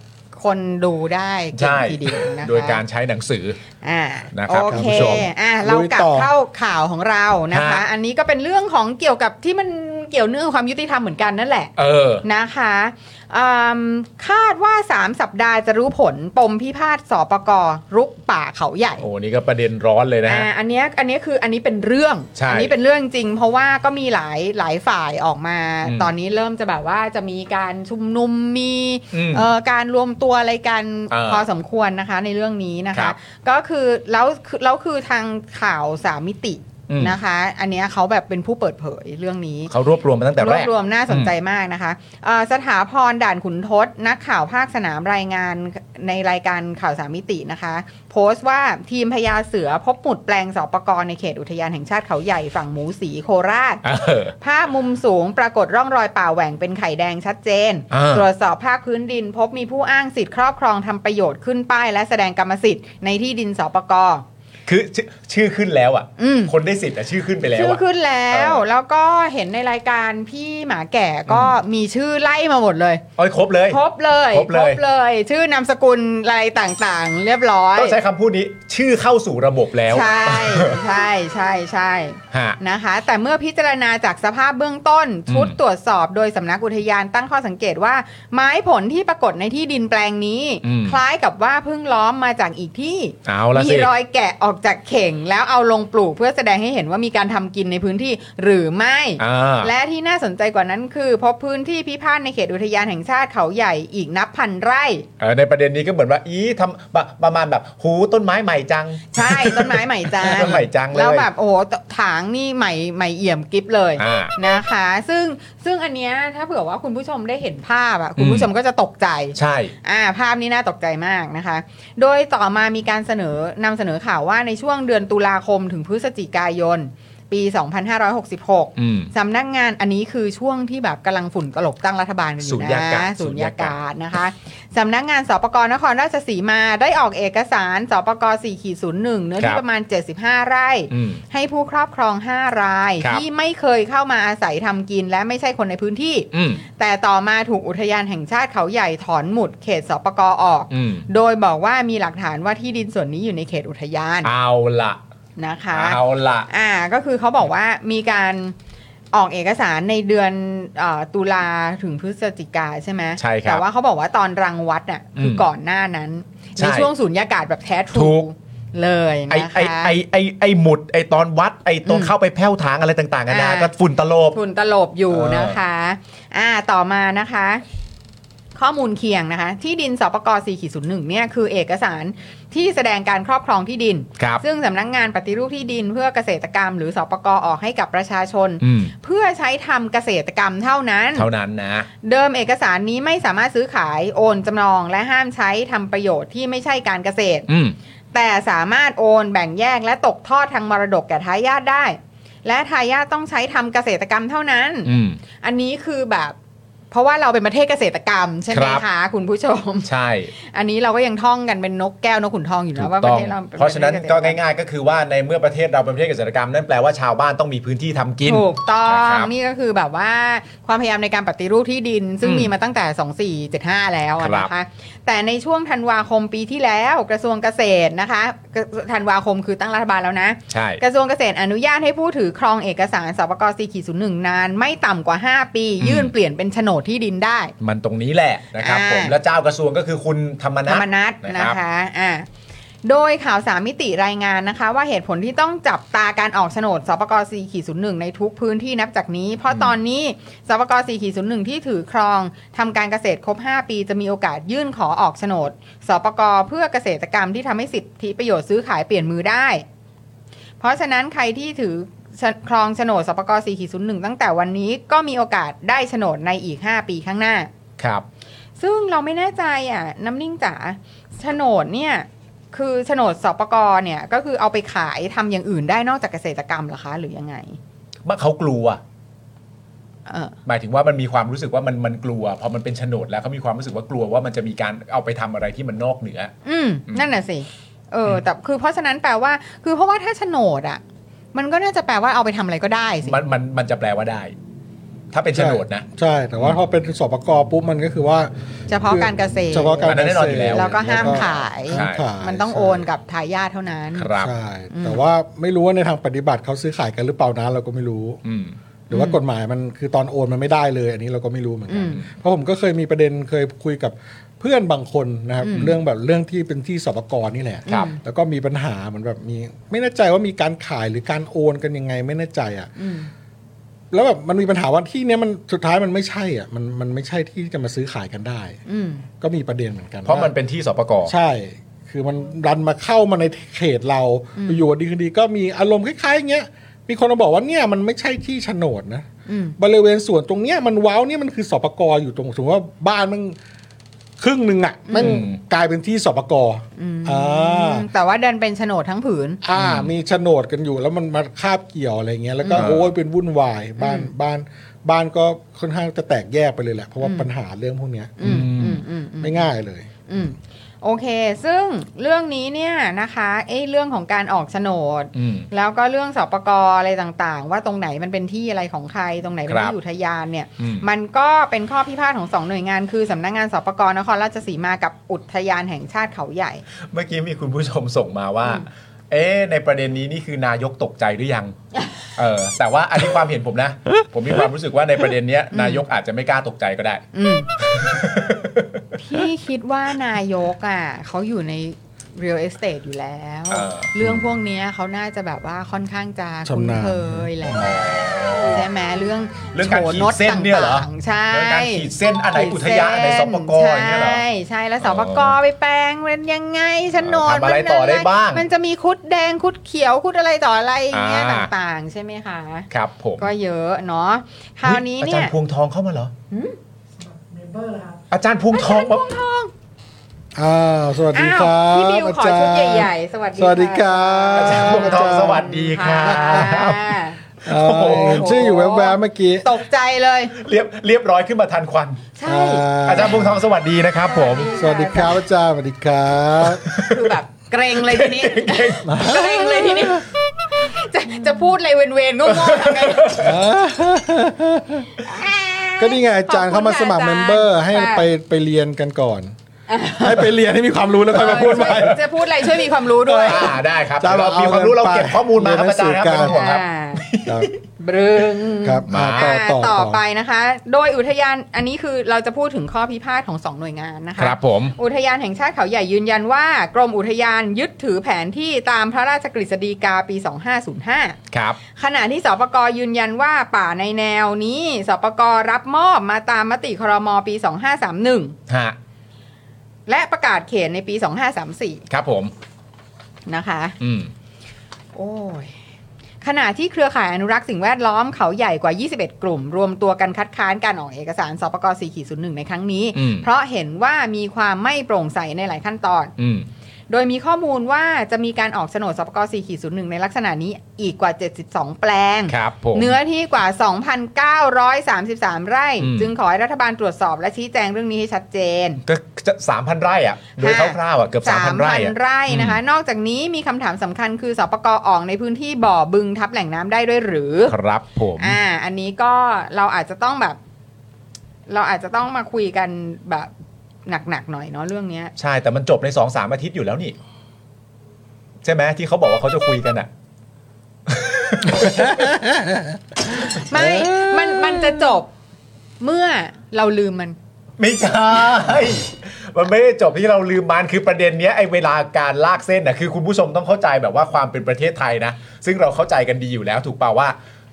Speaker 4: คนดูได้เก่ง
Speaker 1: ใช่
Speaker 4: ทีเดียวนะคะ
Speaker 1: โดยการใช้หนังสือ
Speaker 4: อ่า
Speaker 1: นะครับ
Speaker 4: โอ
Speaker 1: คุณ
Speaker 4: เค
Speaker 1: ผู้ชม
Speaker 4: อ่าเรา
Speaker 3: ลุย
Speaker 4: กลั
Speaker 3: ต่อ
Speaker 4: บเข้าข่าวของเรานะคะ
Speaker 1: ฮะ
Speaker 4: อันนี้ก็เป็นเรื่องของเกี่ยวกับที่มันเกี่ยวเนื่องกับความยุติธรรมเหมือนกันนั่นแหละ
Speaker 1: เออ
Speaker 4: นะคะอืมคาดว่า 3 สัปดาห์จะรู้ผลปมพิพาทสปกรุกป่าเขาใหญ่
Speaker 1: โอ้นี่ก็ประเด็นร้อนเลยนะฮะ
Speaker 4: อ่าอันเนี้ยอันเนี้ยคืออันนี้เป็นเรื่อง
Speaker 1: ใช่
Speaker 4: อันี้เป็นเรื่องจริง เพราะว่าก็มีหลายหลายฝ่ายออกมา
Speaker 1: อืม
Speaker 4: ตอนนี้เริ่มจะแบบว่าจะมีการชุมนุมมี
Speaker 1: อืม
Speaker 4: เอ่อการรวมตัวอะไรกัน
Speaker 1: เออ
Speaker 4: พอสมควรนะคะในเรื่องนี้นะ
Speaker 1: ครั
Speaker 4: คะ
Speaker 1: บ
Speaker 4: ก็คือแล้วคือแล้วคือทางข่าวสามมิติ
Speaker 1: อืม
Speaker 4: นะคะ อันเนี้ยเขาแบบเป็นผู้เปิดเผยเรื่องนี้
Speaker 1: เขารวบรวมมาตั้งแต่
Speaker 4: ร
Speaker 1: แร
Speaker 4: วบ
Speaker 1: ก
Speaker 4: รวมน่าสนใจมากนะคะเอ่อสถาพรด่านขุนทศนักข่าวภาคสนามรายงานในรายการข่าวสามมิตินะคะ โพสต์ว่าทีมพญาเสือพบหมุดแปลงสปกรในเขตอุทยานแห่งชาติเขาใหญ่ฝั่งหมูสีโคราช
Speaker 1: เออ
Speaker 4: ภาพมุมสูงปรากฏร่องรอยป่าแหว่งเป็นไข่แดงชัดเจน
Speaker 1: อ่า
Speaker 4: ตรวจสอบภาคพื้นดิน พบมีผู้อ้างสิทธิ์ครอบครองทำประโยชน์ขึ้นป้ายและแสดงกรรมสิทธิ์ในที่ดินสปก
Speaker 1: คือชื่อชื่อขึ้นแล้วอ่ะ
Speaker 4: อืม
Speaker 1: คนได้สิทธิ์อ่ะชื่อขึ้นไปแล้ว
Speaker 4: ชื่อ
Speaker 1: อ่ะ
Speaker 4: ขึ้นแล้ว
Speaker 1: เออ
Speaker 4: แล้วก็เห็นในรายการพี่หมาแก่ก็มีชื่อไล่มาหมดเลย
Speaker 1: เอ้ยครบเลย
Speaker 4: ครบเลย
Speaker 1: ครบเล
Speaker 4: ย
Speaker 1: ย
Speaker 4: ชื่อนามสกุลอะไรต่างๆ เรียบร้อย
Speaker 1: ต้องใช้คำพูดนี้ ชื่อเข้าสู่ระบบแล้ว
Speaker 4: ใช่ ใช่ใช่ใช่
Speaker 1: ฮะ
Speaker 4: นะคะ แต่เมื่อพิจารณาจากสภาพเบื้องต้น ชุด
Speaker 1: อืม
Speaker 4: ตรวจสอบโดยสำนักอุทยานตั้งข้อสังเกตว่า ไม้ผลที่ปรากฏในที่ดินแปลงนี้
Speaker 1: อืม
Speaker 4: คล้ายกับว่าเพิ่งล้อมมาจากอีกที่
Speaker 1: เอาละ
Speaker 4: มี
Speaker 1: สิ
Speaker 4: รอยแกะออกจากเข่ง แล้วเอาลงปลูกเพื่อแสดงให้เห็นว่ามีการทำกินในพื้นที่หรือไม่
Speaker 1: อ่า
Speaker 4: และที่น่าสนใจกว่านั้นคือพบพื้นที่พิพาทในเขตอุทยานแห่งชาติเขาใหญ่อีกนับพันไร่
Speaker 1: เออในประเด็นนี้ก็เหมือนว่า อีทำปะประมาณแบบ หูต้นไม้ใหม่จัง
Speaker 4: ใช่ ต้นไม้ใหม่จัง
Speaker 1: ต้นไม้จังเลย
Speaker 4: แล้วแบบโอ้โหถางนี่ใหม่ใหม่เอี่ยมกิฟเลย
Speaker 1: อ่า
Speaker 4: นะคะ ซึ่งซึ่งอันเนี้ยถ้าเผื่อว่าคุณผู้ชมได้เห็นภาพอ่ะคุณ
Speaker 1: อืม
Speaker 4: ผู้ชมก็จะตกใจ
Speaker 1: ใช่
Speaker 4: อ่าภาพนี้น่าตกใจมากนะคะ โดยต่อมามีการเสนอนำเสนอข่าวว่าในช่วงเดือนตุลาคมถึงพฤศจิกายน ปี 2566
Speaker 1: อืม
Speaker 4: สำนักงานอันนี้คือช่วงที่แบบกำลังฝุ่นตลบตั้งรัฐบาลกันอ
Speaker 1: ศู
Speaker 4: ยู่
Speaker 1: น
Speaker 4: นะ
Speaker 1: ย์ยากาศ
Speaker 4: ศูนย์ยากาศนะคะ สำนักงานสปกรนครราชสีมาได้ออกเอกสารสปก4ขีด01เนื้อ
Speaker 1: ครั
Speaker 4: ที่
Speaker 1: บ
Speaker 4: ประมาณ 75 ไร่
Speaker 1: อืม
Speaker 4: ให้ผู้ครอบครอง 5 ราย
Speaker 1: ครับ
Speaker 4: ที่ไม่เคยเข้ามาอาศัยทำกินและไม่ใช่คนในพื้นที่
Speaker 1: อืม
Speaker 4: แต่ต่อมาถูกอุทยานแห่งชาติเขาใหญ่ถอนหมุดเขตสปกออก
Speaker 1: อืม
Speaker 4: โดยบอกว่ามีหลักฐานว่าที่ดินส่วนนี้อยู่ในเขตอุทยาน
Speaker 1: เอาละ
Speaker 4: นะคะ
Speaker 1: เอาละ
Speaker 4: อ่าก็คือเขาบอกว่ามีการออกเอกสารในเดือนเออตุลาถึงพฤศจิกาใช่ไหม
Speaker 1: ใช่ครั
Speaker 4: แต่
Speaker 1: บ
Speaker 4: ว่าเขาบอกว่าตอนรังวัดน่ะคืออ
Speaker 1: ม
Speaker 4: ก่อนหน้านั้น
Speaker 1: ใช่
Speaker 4: ในช่วงศูนยากาศแบบแท้ท
Speaker 1: ถู
Speaker 4: รู
Speaker 1: ก
Speaker 4: เลย
Speaker 1: ไอ
Speaker 4: นะ
Speaker 1: ไอ
Speaker 4: คะ
Speaker 1: ไอไอไอหมุดไอตอนวัดไอตรง
Speaker 4: อืม
Speaker 1: เข้าไปแผ้วถางอะไรต่างๆกันานา
Speaker 4: อ่า
Speaker 1: ก็ฝุ่นตลบ
Speaker 4: ฝุ่นตลบอยู่
Speaker 1: เออ
Speaker 4: นะคะอ่าต่อมานะคะ ข้อมูลเคียงนะคะ ที่ดินสปก4 0 1เนี่ยคือเอกสาร ที่แสดงการครอบครองที่ดิน
Speaker 1: ครับ
Speaker 4: ซึ่งสำนักงงานปฏิรูปที่ดิน เพื่อเกษตรกรรม หรือสปกออกให้กับประชาชน
Speaker 1: อืม
Speaker 4: เพื่อใช้ทำเกษตรกรรมเท่านั้น
Speaker 1: เท่านั้นนะ
Speaker 4: เดิมเอกสารนี้ไม่สามารถซื้อขายโอนจำนองและห้ามใช้ทำประโยชน์ที่ไม่ใช่การเกษตร
Speaker 1: อืม
Speaker 4: แต่สามารถโอนแบ่งแยกและตกทอดทางมรดกแก่ทายาทได้ และทายาทต้องใช้ทำเกษตรกรรมเท่านั้น
Speaker 1: อืม
Speaker 4: อันนี้คือแบบ เพราะว่าเราเป็นประเทศเกษตรกรรม ใช่ไหม
Speaker 1: ครับ
Speaker 4: คะคุณผู้ชม
Speaker 1: ใช่
Speaker 4: อันนี้เราก็ยังท่องกันเป็นนกแก้วนกขุนทองอยู่
Speaker 1: ถู
Speaker 4: นะ
Speaker 1: ก
Speaker 4: ว่าป
Speaker 1: ต้อ
Speaker 4: ระ
Speaker 1: ง
Speaker 4: เทศเราป็
Speaker 1: เพราะฉะนั้น
Speaker 4: ปทศ
Speaker 1: ก็ง่ายๆ ก็คือว่าในเมื่อประเทศเราเป็นประเทศเกษตรกรรม นั่นแปลว่าชาวบ้านต้องมีพื้นที่ทำกิน
Speaker 4: ถูกต้อ
Speaker 1: นะ
Speaker 4: ง
Speaker 1: ครับ
Speaker 4: นี่ก็คือแบบว่าความพยายามในการปฏิรูปที่ดิน ซึ่ง
Speaker 1: อืม
Speaker 4: มีมาตั้งแต่ 2475 แล้วอะ
Speaker 1: ครับ
Speaker 4: นะคะแต่ในช่วงธันวาคมปีที่แล้วกระทรวงเกษตรนะคะกระธันวาคมคือตั้งรัฐบาลแล้วนะ
Speaker 1: ใช่
Speaker 4: กระทรวงเกษตรอนุญาตให้ผู้ถือครองเอกสารสปกสีขีศูนย์หนึ่งนาน ไม่ต่ำกว่า 5 ปี
Speaker 1: อืม
Speaker 4: ยื่นเปลี่ยนเป็นโฉนดที่ดินได้
Speaker 1: มันตรงนี้แหละนะครับ
Speaker 4: อ่า
Speaker 1: ผมและเจ้ากระทรวงก็คือคุณธรรมนั
Speaker 4: ธร
Speaker 1: ท
Speaker 4: รมนัต
Speaker 1: นะ
Speaker 4: นะครับ คะอ่าโดยข่าวสามมิติรายงานนะคะ ว่าเหตุผลที่ต้องจับตาการออกโฉนดสปกสีขีศูนย์หนึ่งในทุกพื้นที่นับจากนี้ เพราะตอนนี้สปกสีขีศูนย์หนึ่งที่ถือครองทำการเกษตรครบ 5 ปีจะมีโอกาสยื่นขอออกโฉนดสปกเพื่อเกษตรกรรมที่ทำให้สิทธิประโยชน์ซื้อขายเปลี่ยนมือได้ เพราะฉะนั้นใครที่ถือครองโฉนดสปกสีขีศูนย์หนึ่งตั้งแต่วันนี้ก็มีโอกาสได้โฉนดในอีก 5 ปีข้างหน้า
Speaker 1: ครับ
Speaker 4: ซึ่งเราไม่แน่ใจอ่ะน้ำนิ่งจ๋าโฉนดเนี่ยคือโฉนดสปกรเนี่ยก็คือเอาไปขายทำอย่างอื่นได้นอกจากเกษตรกรรมเหรอคะหรือยังไง
Speaker 1: เมื่อเขากลัว
Speaker 4: เออ
Speaker 1: หมายถึงว่ามันมีความรู้สึกว่ามันมันกลัว พอมันเป็นโฉนดแล้วเขามีความรู้สึกว่ากลัวว่ามันจะมีการเอาไปทำอะไรที่มันนอกเหนือ
Speaker 4: อืมนั่นน่ะสิเออแต่คือเพราะฉะนั้นแปลว่า คือเพราะว่าถ้าโฉนดอ่ะมันก็น่าจะแปลว่าเอาไปทำอะไรก็ได้สิ
Speaker 1: มันมันมันจะแปลว่าได้ ถ้าเป็นโฉนดนะ
Speaker 3: ใช่ แต่ว่าพอเป็นสปกปุ๊บมันก็คือว่า
Speaker 4: เฉพาะการเกษตร
Speaker 3: เฉพาะการเกษตร
Speaker 1: อันนั้นแน่นอนอยู่แล้ว
Speaker 4: แล้วก็ห้ามขาย
Speaker 3: ห้ามขาย
Speaker 4: มันต้องโอนกับทายาทเท่านั้น
Speaker 1: ครับ
Speaker 3: ใช่
Speaker 4: อืม
Speaker 3: แต่ว่าไม่รู้ว่าในทางปฏิบัติเขาซื้อขายกันหรือเปล่านะเราก็ไม่รู้
Speaker 1: อืม
Speaker 3: หรือว่ากฎหมายมันคือตอนโอนมันไม่ได้เลย อันนี้เราก็ไม่รู้เหมือน
Speaker 4: อื
Speaker 3: กัน
Speaker 4: ม
Speaker 3: เพราะผมก็เคยมีประเด็นเคยคุยกับเพื่อนบางคนนะครับ
Speaker 4: อืม
Speaker 3: เรื่องแบบเรื่องที่เป็นที่สปกรนี่แหละ
Speaker 4: ครับ
Speaker 3: แล้วก็มีปัญหาเหมือนแบบมี ไม่แน่ใจว่ามีการขายหรือการโอนกันยังไงไม่แน่ใจอ่ะ
Speaker 4: อืม
Speaker 3: แล้วแบบมันมีปัญหาว่าที่เนี้ยมันสุดท้ายมันไม่ใช่อ่ะมันมันไม่ใช่ที่จะมาซื้อขายกันได้
Speaker 4: อืม
Speaker 3: ก็มีประเด็นเหมือนกัน
Speaker 1: เพราะ
Speaker 3: ว่
Speaker 1: มันเป็นที่สปก
Speaker 3: ใช่ คือมันรันมาเข้ามาในเขตเรา
Speaker 4: อืม
Speaker 3: อยู่ดีคืนดีก็มีอารมณ์คล้ายๆอย่างเงี้ย มีคนมาบอกว่าเนี่ยมันไม่ใช่ที่โฉนดนะ
Speaker 4: อืม
Speaker 3: บริเวณส่วนตรงเนี้ยมันว้าวเนี่ยมันคือสปกอยู่ตรงสมมติว่าบ้านมันครึ่งหนึ่งอ่ะมันกลายเป็นที่สปก
Speaker 4: อืม
Speaker 3: อ่า
Speaker 4: แต่ว่าดันเป็นโฉนดทั้งผืน
Speaker 3: อ่า มีโฉนดกันอยู่แล้วมันมาคาบเกี่ยวอะไรเงี้ย แล้วก็
Speaker 1: อืม
Speaker 3: โอ้ยเป็นวุ่นวาย บ้าน
Speaker 4: อืม
Speaker 3: บ้านบ้านก็ค่อนข้างจะแตกแยกไปเลยแหละ เพราะว่าปัญหาเรื่องพวกเนี้ย
Speaker 4: อืมอืมอืมอืม
Speaker 3: ไม่ง่ายเลย
Speaker 4: อืมโอเค ซึ่งเรื่องนี้เนี่ยนะคะเอ้ยเรื่องของการออกโฉนด
Speaker 1: อืม
Speaker 4: แล้วก็เรื่องสปกอะไรต่างๆ ว่าตรงไหนมันเป็นที่อะไรของใคร ตรงไหนเป็น
Speaker 1: ครั
Speaker 4: ที่
Speaker 1: บ
Speaker 4: อยู่ทะยานเนี่ย
Speaker 1: อืม
Speaker 4: มันก็เป็นข้อพิพาทของสองหน่วยงาน คือสำนักงานสปกนครราชสีมากับอุทยานแห่งชาติเขาใหญ่
Speaker 1: เมื่อกี้มีคุณผู้ชมส่งมาว่า เอ๊ะในประเด็นนี้นี่คือนายกตกใจหรือยัง เออ แต่ว่าอันนี้ความเห็นผมนะ ผมมีความรู้สึกว่าในประเด็นเนี้ยนายกอาจจะไม่กล้าตกใจก็ได้
Speaker 4: อืม พี่คิดว่านายกอ่ะเขาอยู่ใน real estate อยู่แล้ว
Speaker 1: เออ
Speaker 4: เรื่องพวกเนี้ยเขาน่าจะแบบว่าค่อนข้างจะคุ้น
Speaker 3: ชำนาญ
Speaker 4: เคยแหละใช่ไหมเรื่อง
Speaker 1: เรื่องการขี
Speaker 4: โฉ
Speaker 1: ดเส้นเนี่ยเหรอ
Speaker 4: ต่างๆใช่
Speaker 1: เรื่องการขีดเส้นอันไหนอุทยานอันไหนสปกอย่างเงี้ยเหรอ
Speaker 4: ใช่ใช่แล้วสปกไปแปลงเป็นยังไงชนน
Speaker 1: ทำอะไรต่อได้บ้าง
Speaker 4: มันจะมีคุดแดงคุดเขียวคุดอะไรต่ออะไรอย่างเงี้ยต่างๆ ใช่ไหมคะ
Speaker 1: ครับผม
Speaker 4: ก็เยอะเนาะคราวนี้
Speaker 1: อา
Speaker 4: เนี่
Speaker 1: จาร
Speaker 4: ย
Speaker 1: ย์พวงทองเข้ามาเหรออาจารย์พวงทองมา
Speaker 3: อ้าวสวัสดีครั
Speaker 4: อ้า
Speaker 3: บ
Speaker 4: วพี่บิวขอชุด
Speaker 3: าจารย์
Speaker 4: ใหญ่ๆสวัสดี
Speaker 3: สวัสดีครับ
Speaker 1: อาจารย์พวงทองสวัสดีครับ
Speaker 4: ะ
Speaker 3: เอ่อเห็นชื่ออยู่แวบๆเมื่อกี้
Speaker 4: ตกใจเลย
Speaker 1: เรียบเรียบร้อยขึ้นมาทันควัน
Speaker 4: ใช่
Speaker 1: อาจารย์พวงทองสวัสดีนะครับผม
Speaker 3: สวัสดีครับอาจารย์สวัสดีครับ
Speaker 4: คือแบบเกรงเลยทีนี้ เกรงเลยทีนี้ จะจะพูดอะไรเวนๆโง่ๆทำไง
Speaker 3: อ่าก็นี่ไงอาจารย์เข้ามาสมัครเมมเบอร์ ให้ไปไปเรียนกันก่อน ให้ไปเรียนให้มีความรู้แล้วค่อยมาพูดใหม่
Speaker 4: จะพูดอะไรช่วยมีความรู้ด้วย
Speaker 1: อ่าได้ครับ
Speaker 3: จะ
Speaker 1: เรา
Speaker 3: เอา
Speaker 1: มีความรู้เราเก็บข้อมูลมาครับ
Speaker 3: เรียนหนั
Speaker 1: อาง
Speaker 3: สื
Speaker 1: จาร
Speaker 3: อ
Speaker 1: ย์ครับ
Speaker 3: กั
Speaker 1: ไม่
Speaker 3: นครับครับ
Speaker 4: อ่าบรึง
Speaker 1: ต้องห่วงครับ
Speaker 3: อ่าต่อ
Speaker 4: อ่า
Speaker 3: ต่อ
Speaker 4: ต่
Speaker 3: ต่
Speaker 4: อ
Speaker 3: อ
Speaker 4: ไปนะคะ โดยอุทยานอันนี้คือเราจะพูดถึงข้อพิพาทของสองหน่วยงานนะคะ
Speaker 1: ครับผม
Speaker 4: อุทยานแห่งชาติเขาใหญ่ยืนยันว่า กรมอุทยานยึดถือแผนที่ตามพระราชกฤษฎีกาปี 2505
Speaker 1: ครับ
Speaker 4: ขณะที่สปกยืนยันว่าป่าในแนวนี้สปกรับมอบมาตามมติครมปี 2531
Speaker 1: ฮะ
Speaker 4: และประกาศเขตในปี 2534
Speaker 1: ครับผม
Speaker 4: นะคะ
Speaker 1: อืม
Speaker 4: โอ้ยขณะที่เครือข่ายอนุรักษ์สิ่งแวดล้อมเขาใหญ่กว่า 21 กลุ่ม รวมตัวกันคัดค้านการออกเอกสารสปก4.01 ในครั้งนี้
Speaker 1: อืม
Speaker 4: เพราะเห็นว่ามีความไม่โปร่งใสในหลายขั้นตอน
Speaker 1: อืม
Speaker 4: โดยมีข้อมูลว่าจะมีการออกโฉนดสปก4.01 ในลักษณะนี้อีกกว่า 72 แปลง
Speaker 1: ครับผม
Speaker 4: เนื้อที่กว่า 2,933 ไร่
Speaker 1: อืม
Speaker 4: จึงขอให้รัฐบาลตรวจสอบและชี้แจงเรื่องนี้ให้ชัดเจน
Speaker 1: ก็จะสามพันไร่อ่ะ โดย
Speaker 4: ค่ะ
Speaker 1: คร่าวๆอ่ะ เกือบสามพันไร่อะ
Speaker 4: 3,000ไร่นะคะ นอกจากนี้มีคำถามสำคัญคือสปกออกในพื้นที่บ่อบึงทับแหล่งน้ำได้ด้วยหรือ
Speaker 1: ครับผม
Speaker 4: อ่า อันนี้ก็เราอาจจะต้องแบบ เราอาจจะต้องมาคุยกันแบบหนักๆหน่อยเนาะเรื่องเนี้ย
Speaker 1: ใช่ แต่มันจบในสองสามอาทิตย์อยู่แล้วนี่ ใช่ไหมที่เขาบอกว่าเขาจะคุยกันอ่ะ
Speaker 4: ไม่ มันมันจะจบเมื่อเราลืมมัน
Speaker 1: ไม่ใช่ มันไม่ได้จบที่เราลืมมันคือประเด็นเนี้ยไอ้เวลาการลากเส้นน่ะคือคุณผู้ชมต้องเข้าใจแบบว่าความเป็นประเทศไทยนะ ซึ่งเราเข้าใจกันดีอยู่แล้วถูกเปล่าว่า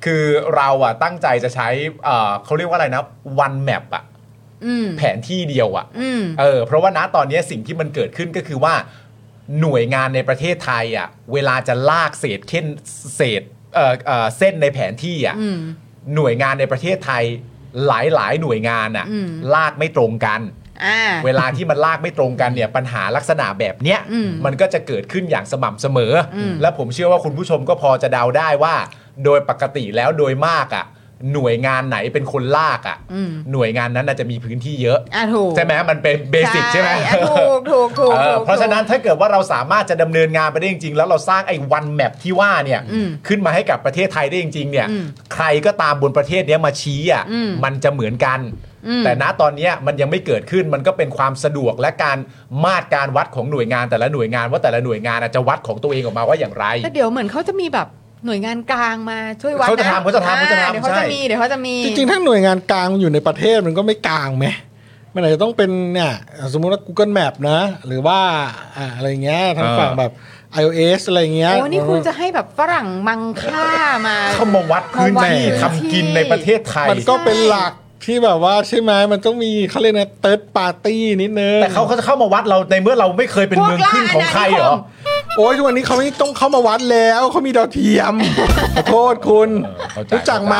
Speaker 1: คือเราอ่ะตั้งใจจะใช้เอ่อเขาเรียกว่าอะไรนะ one map อ่ะ
Speaker 4: อืม
Speaker 1: แผนที่เดียวอ่ะ
Speaker 4: อืม
Speaker 1: เออเพราะว่าณตอนนี้สิ่งที่มันเกิดขึ้นก็คือว่าหน่วยงานในประเทศไทยอ่ะเวลาจะลากเศษเช่นเศษเอ่อเอ่อเส้นในแผนที่อ่ะ
Speaker 4: อืม
Speaker 1: หน่วยงานในประเทศไทยหลายหลายๆหน่วยงานอ่ะ
Speaker 4: อืม
Speaker 1: ลากไม่ตรงกัน
Speaker 4: อ่า
Speaker 1: เวลาที่มันลากไม่ตรงกันเนี่ยปัญหาลักษณะแบบเนี้ย
Speaker 4: อืม
Speaker 1: มันก็จะเกิดขึ้นอย่างสม่ำเสมออ
Speaker 4: ม
Speaker 1: และผมเชื่อว่าคุณผู้ชมก็พอจะเดาได้ว่า โดยปกติแล้วโดยมากอ่ะหน่วยงานไหนเป็นคนลากอ่ะ
Speaker 4: อืม
Speaker 1: หน่วยงานนั้นน่าจะมีพื้นที่เยอะ
Speaker 4: อ่ะถูก
Speaker 1: ใช่ไหมมันเป็นเบสิกใช่ไหม
Speaker 4: อ่ะถูกถูกถูก
Speaker 1: เออ
Speaker 4: ถูก
Speaker 1: เพราะฉะนั้นถ้าเกิดว่าเราสามารถจะดำเนินงานไปได้จริงๆ แล้วเราสร้างไอ้วันแมปที่ว่าเนี่ย
Speaker 4: อืม
Speaker 1: ขึ้นมาให้กับประเทศไทยได้จริงๆเนี่ย
Speaker 4: อืม
Speaker 1: ใครก็ตามบนประเทศเนี้ยมาชี้อ่ะ
Speaker 4: อืม
Speaker 1: มันจะเหมือนกัน
Speaker 4: อืม
Speaker 1: แต่ณตอนเนี้ยมันยังไม่เกิดขึ้นมันก็เป็นความสะดวกและการมาตรการวัดของหน่วยงานแต่ละหน่วยงานว่าแต่ละหน่วยงานอาจจะวัดของตัวเองออกมาว่าอย่างไร
Speaker 4: แต่เดี๋ยวเหมือนเขาจะมีแบบหน่วยงานกลางมาช่วยวัด
Speaker 1: เขาจะ
Speaker 4: น
Speaker 1: ทำเขาจะทำเขาจะทำ
Speaker 4: อ่เดี๋ยวเขา
Speaker 1: ใช่
Speaker 4: จะมีเดี๋ยวเขาจะมี
Speaker 3: จริงๆ ถ้าหน่วยงานกลางมันอยู่ในประเทศมันก็ไม่กลางไหมมันอาจจะต้องเป็นเนี่ยสมมุติว่า Google Map นะ หรือว่าอ่าอะไรเงี้ยทาง
Speaker 1: เออ
Speaker 3: ฝั่งแบบ iOS อะไรเงี้ย
Speaker 4: โอ้นี่คุณจะให้แบบฝรั่งมังค่ามา
Speaker 1: เขามาวัดพื้นที่ทำกินในประเทศไทย
Speaker 3: มันก็เป็นหลักที่แบบว่าใช่ไหมมันต้องมีเขาเรียกนะเติร์ดปาร์ตี้นิดนึง
Speaker 1: แต่เขาเขาจะเข้ามาวัดเราในเมื่อเราไม่เคยเป็นเมืองขึ้นของใครเหรอ
Speaker 3: โอ้ยทุกวันนี้เขาไม่ต้องเข้ามาวัดแล้วเขามีดาวเทียม (laughs) ขอโทษคุณ
Speaker 1: เข้าใจ
Speaker 3: รู้จักไหม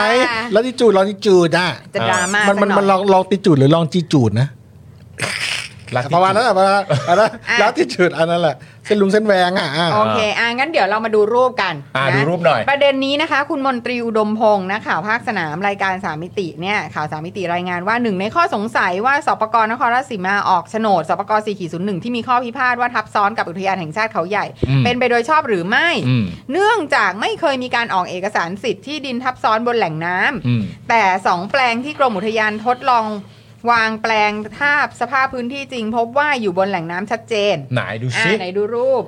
Speaker 3: แล้วติจูดลองติจูดอ่ะ
Speaker 4: จะดราม่า
Speaker 3: มันมัน
Speaker 4: สักห
Speaker 3: มันล
Speaker 4: น่อ
Speaker 3: อย งลองติจูดหรือลองจีจูดนะ
Speaker 1: ลัทธิ
Speaker 3: ประมาณนั้นแหละประมาณนั้นแล้วที่จุดอันนั้นแหละเส้นลุงเส้นแวงอ่ะอ่ะ
Speaker 4: โอเคอ่ะงั้นเดี๋ยวเรามาดูรูปกัน
Speaker 1: อ่า
Speaker 4: ะ
Speaker 1: ดูรูปหน่อย
Speaker 4: ประเด็นนี้นะคะ คุณมนตรีอุดมพงศ์นะข่าวภาคสนามรายการสามมิติเนี่ยข่าวสามมิติรายงานว่าหนึ่งในข้อสงสัยว่าสปกรนครราชสีมาออกโฉนดสปกร4.01 ที่มีข้อพิพาทว่าทับซ้อนกับอุทยานแห่งชาติเขาใหญ่
Speaker 1: อืม
Speaker 4: เป็นไปโดยชอบหรือไม่
Speaker 1: อืม
Speaker 4: เนื่องจากไม่เคยมีการออกเอกสารสิทธิ์ที่ดินทับซ้อนบนแหล่งน้ำ
Speaker 1: อืม
Speaker 4: แต่ 2 แปลงที่กรมอุทยานทดลองวางแปลงทาบสภาพพื้นที่จริง พบว่าอยู่บนแหล่งน้ำชัดเจน
Speaker 1: ไหนดู
Speaker 4: อ่า
Speaker 1: ซิ
Speaker 4: ไหนดูรูป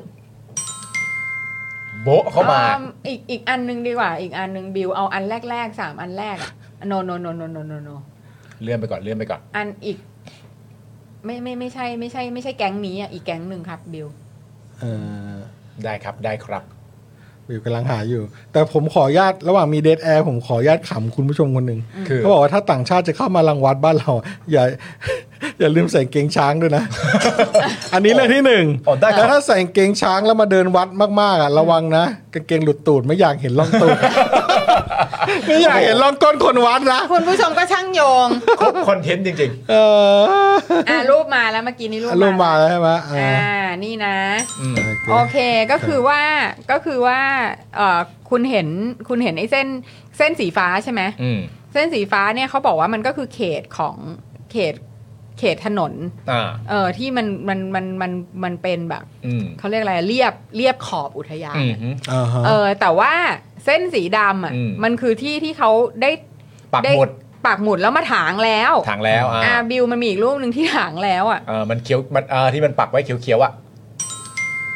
Speaker 1: โบะเข้ามา
Speaker 4: อือีกอีกอันหนึงดีกว่า อีกอันหนึงบิวเอาอันแรกๆสามอันแรกอะโนโนโนโนโนโนโน
Speaker 1: เลื่อนไปก่อนเลื่อนไปก่อน
Speaker 4: อันอีก ไม่ไม่ไม่ใช่ไม่ใช่ ไม่ใช่แก๊งนี้อ่ะอีกแก๊งหนึ่งครับบิว
Speaker 3: เออ
Speaker 1: ได้ครับได้ครับ
Speaker 3: บิวกำลังหาอยู่ แต่ผมขออนุญาตระหว่างมีเดทแอร์ผมขออนุญาตขำคุณผู้ชมคนหนึ่ง
Speaker 1: คือ
Speaker 3: เขาบอกว่าถ้าต่างชาติจะเข้ามารังวัดบ้านเรา อย่า (laughs) อย่าลืมใส่กางเกงช้างด้วยนะ (laughs) อันนี้เรื่องที่หนึ่ง
Speaker 1: อ๋อได้ครับ
Speaker 3: แล้วถ้าใส่กางเกงช้างแล้วมาเดินวัดมากๆอ่ะระวังนะกางเกงหลุดตูดไม่อยากเห็นร่องตูด (laughs) ไม่อยากเห็นร่องก้นคนวัดนะ
Speaker 4: คุณผู้ชมก็ช่างโยง
Speaker 1: ครบคอนเทนต์จริง
Speaker 3: เออ
Speaker 4: อ่ารูปมาแล้วเมื่อกี้นี้รูป
Speaker 3: อารมณ์มา
Speaker 4: มา
Speaker 3: แล้วใช่ไหมอ่า
Speaker 4: อ่านี่นะ
Speaker 1: ๆ อืม
Speaker 3: โอ
Speaker 4: โอ
Speaker 3: เค
Speaker 4: เคก็คือว่าก็คือว่าเอ่อคุณเห็นคุณเห็นไอ้เส้นเส้นสีฟ้าใช่ไหม
Speaker 1: อืม
Speaker 4: เส้นสีฟ้าเนี่ยเขาบอกว่ามันก็คือเขตของเขตเขตถนน
Speaker 1: อ่า
Speaker 4: เออที่มันมันมันมันมันเป็นแบบ
Speaker 1: อืม
Speaker 4: เขาเรียกอะไรเรียบเรียบขอบอุทยาน
Speaker 1: อืม
Speaker 4: อะ
Speaker 3: อ่าฮะ
Speaker 4: เออแต่ว่าเส้นสีดำอ่ะ
Speaker 1: อืม
Speaker 4: มันคือที่ที่เขาได้
Speaker 1: ปัก
Speaker 4: ได้
Speaker 1: หมด
Speaker 4: ปักหมุดแล้วมาถางแล้ว
Speaker 1: ถางแล้วอ่า
Speaker 4: อ่าบิวมันมีอีกรูปหนึ่งที่ถางแล้วอ่ะ
Speaker 1: เออมันเขียวมันเออที่มันปักไว้เขียวๆอ่ะ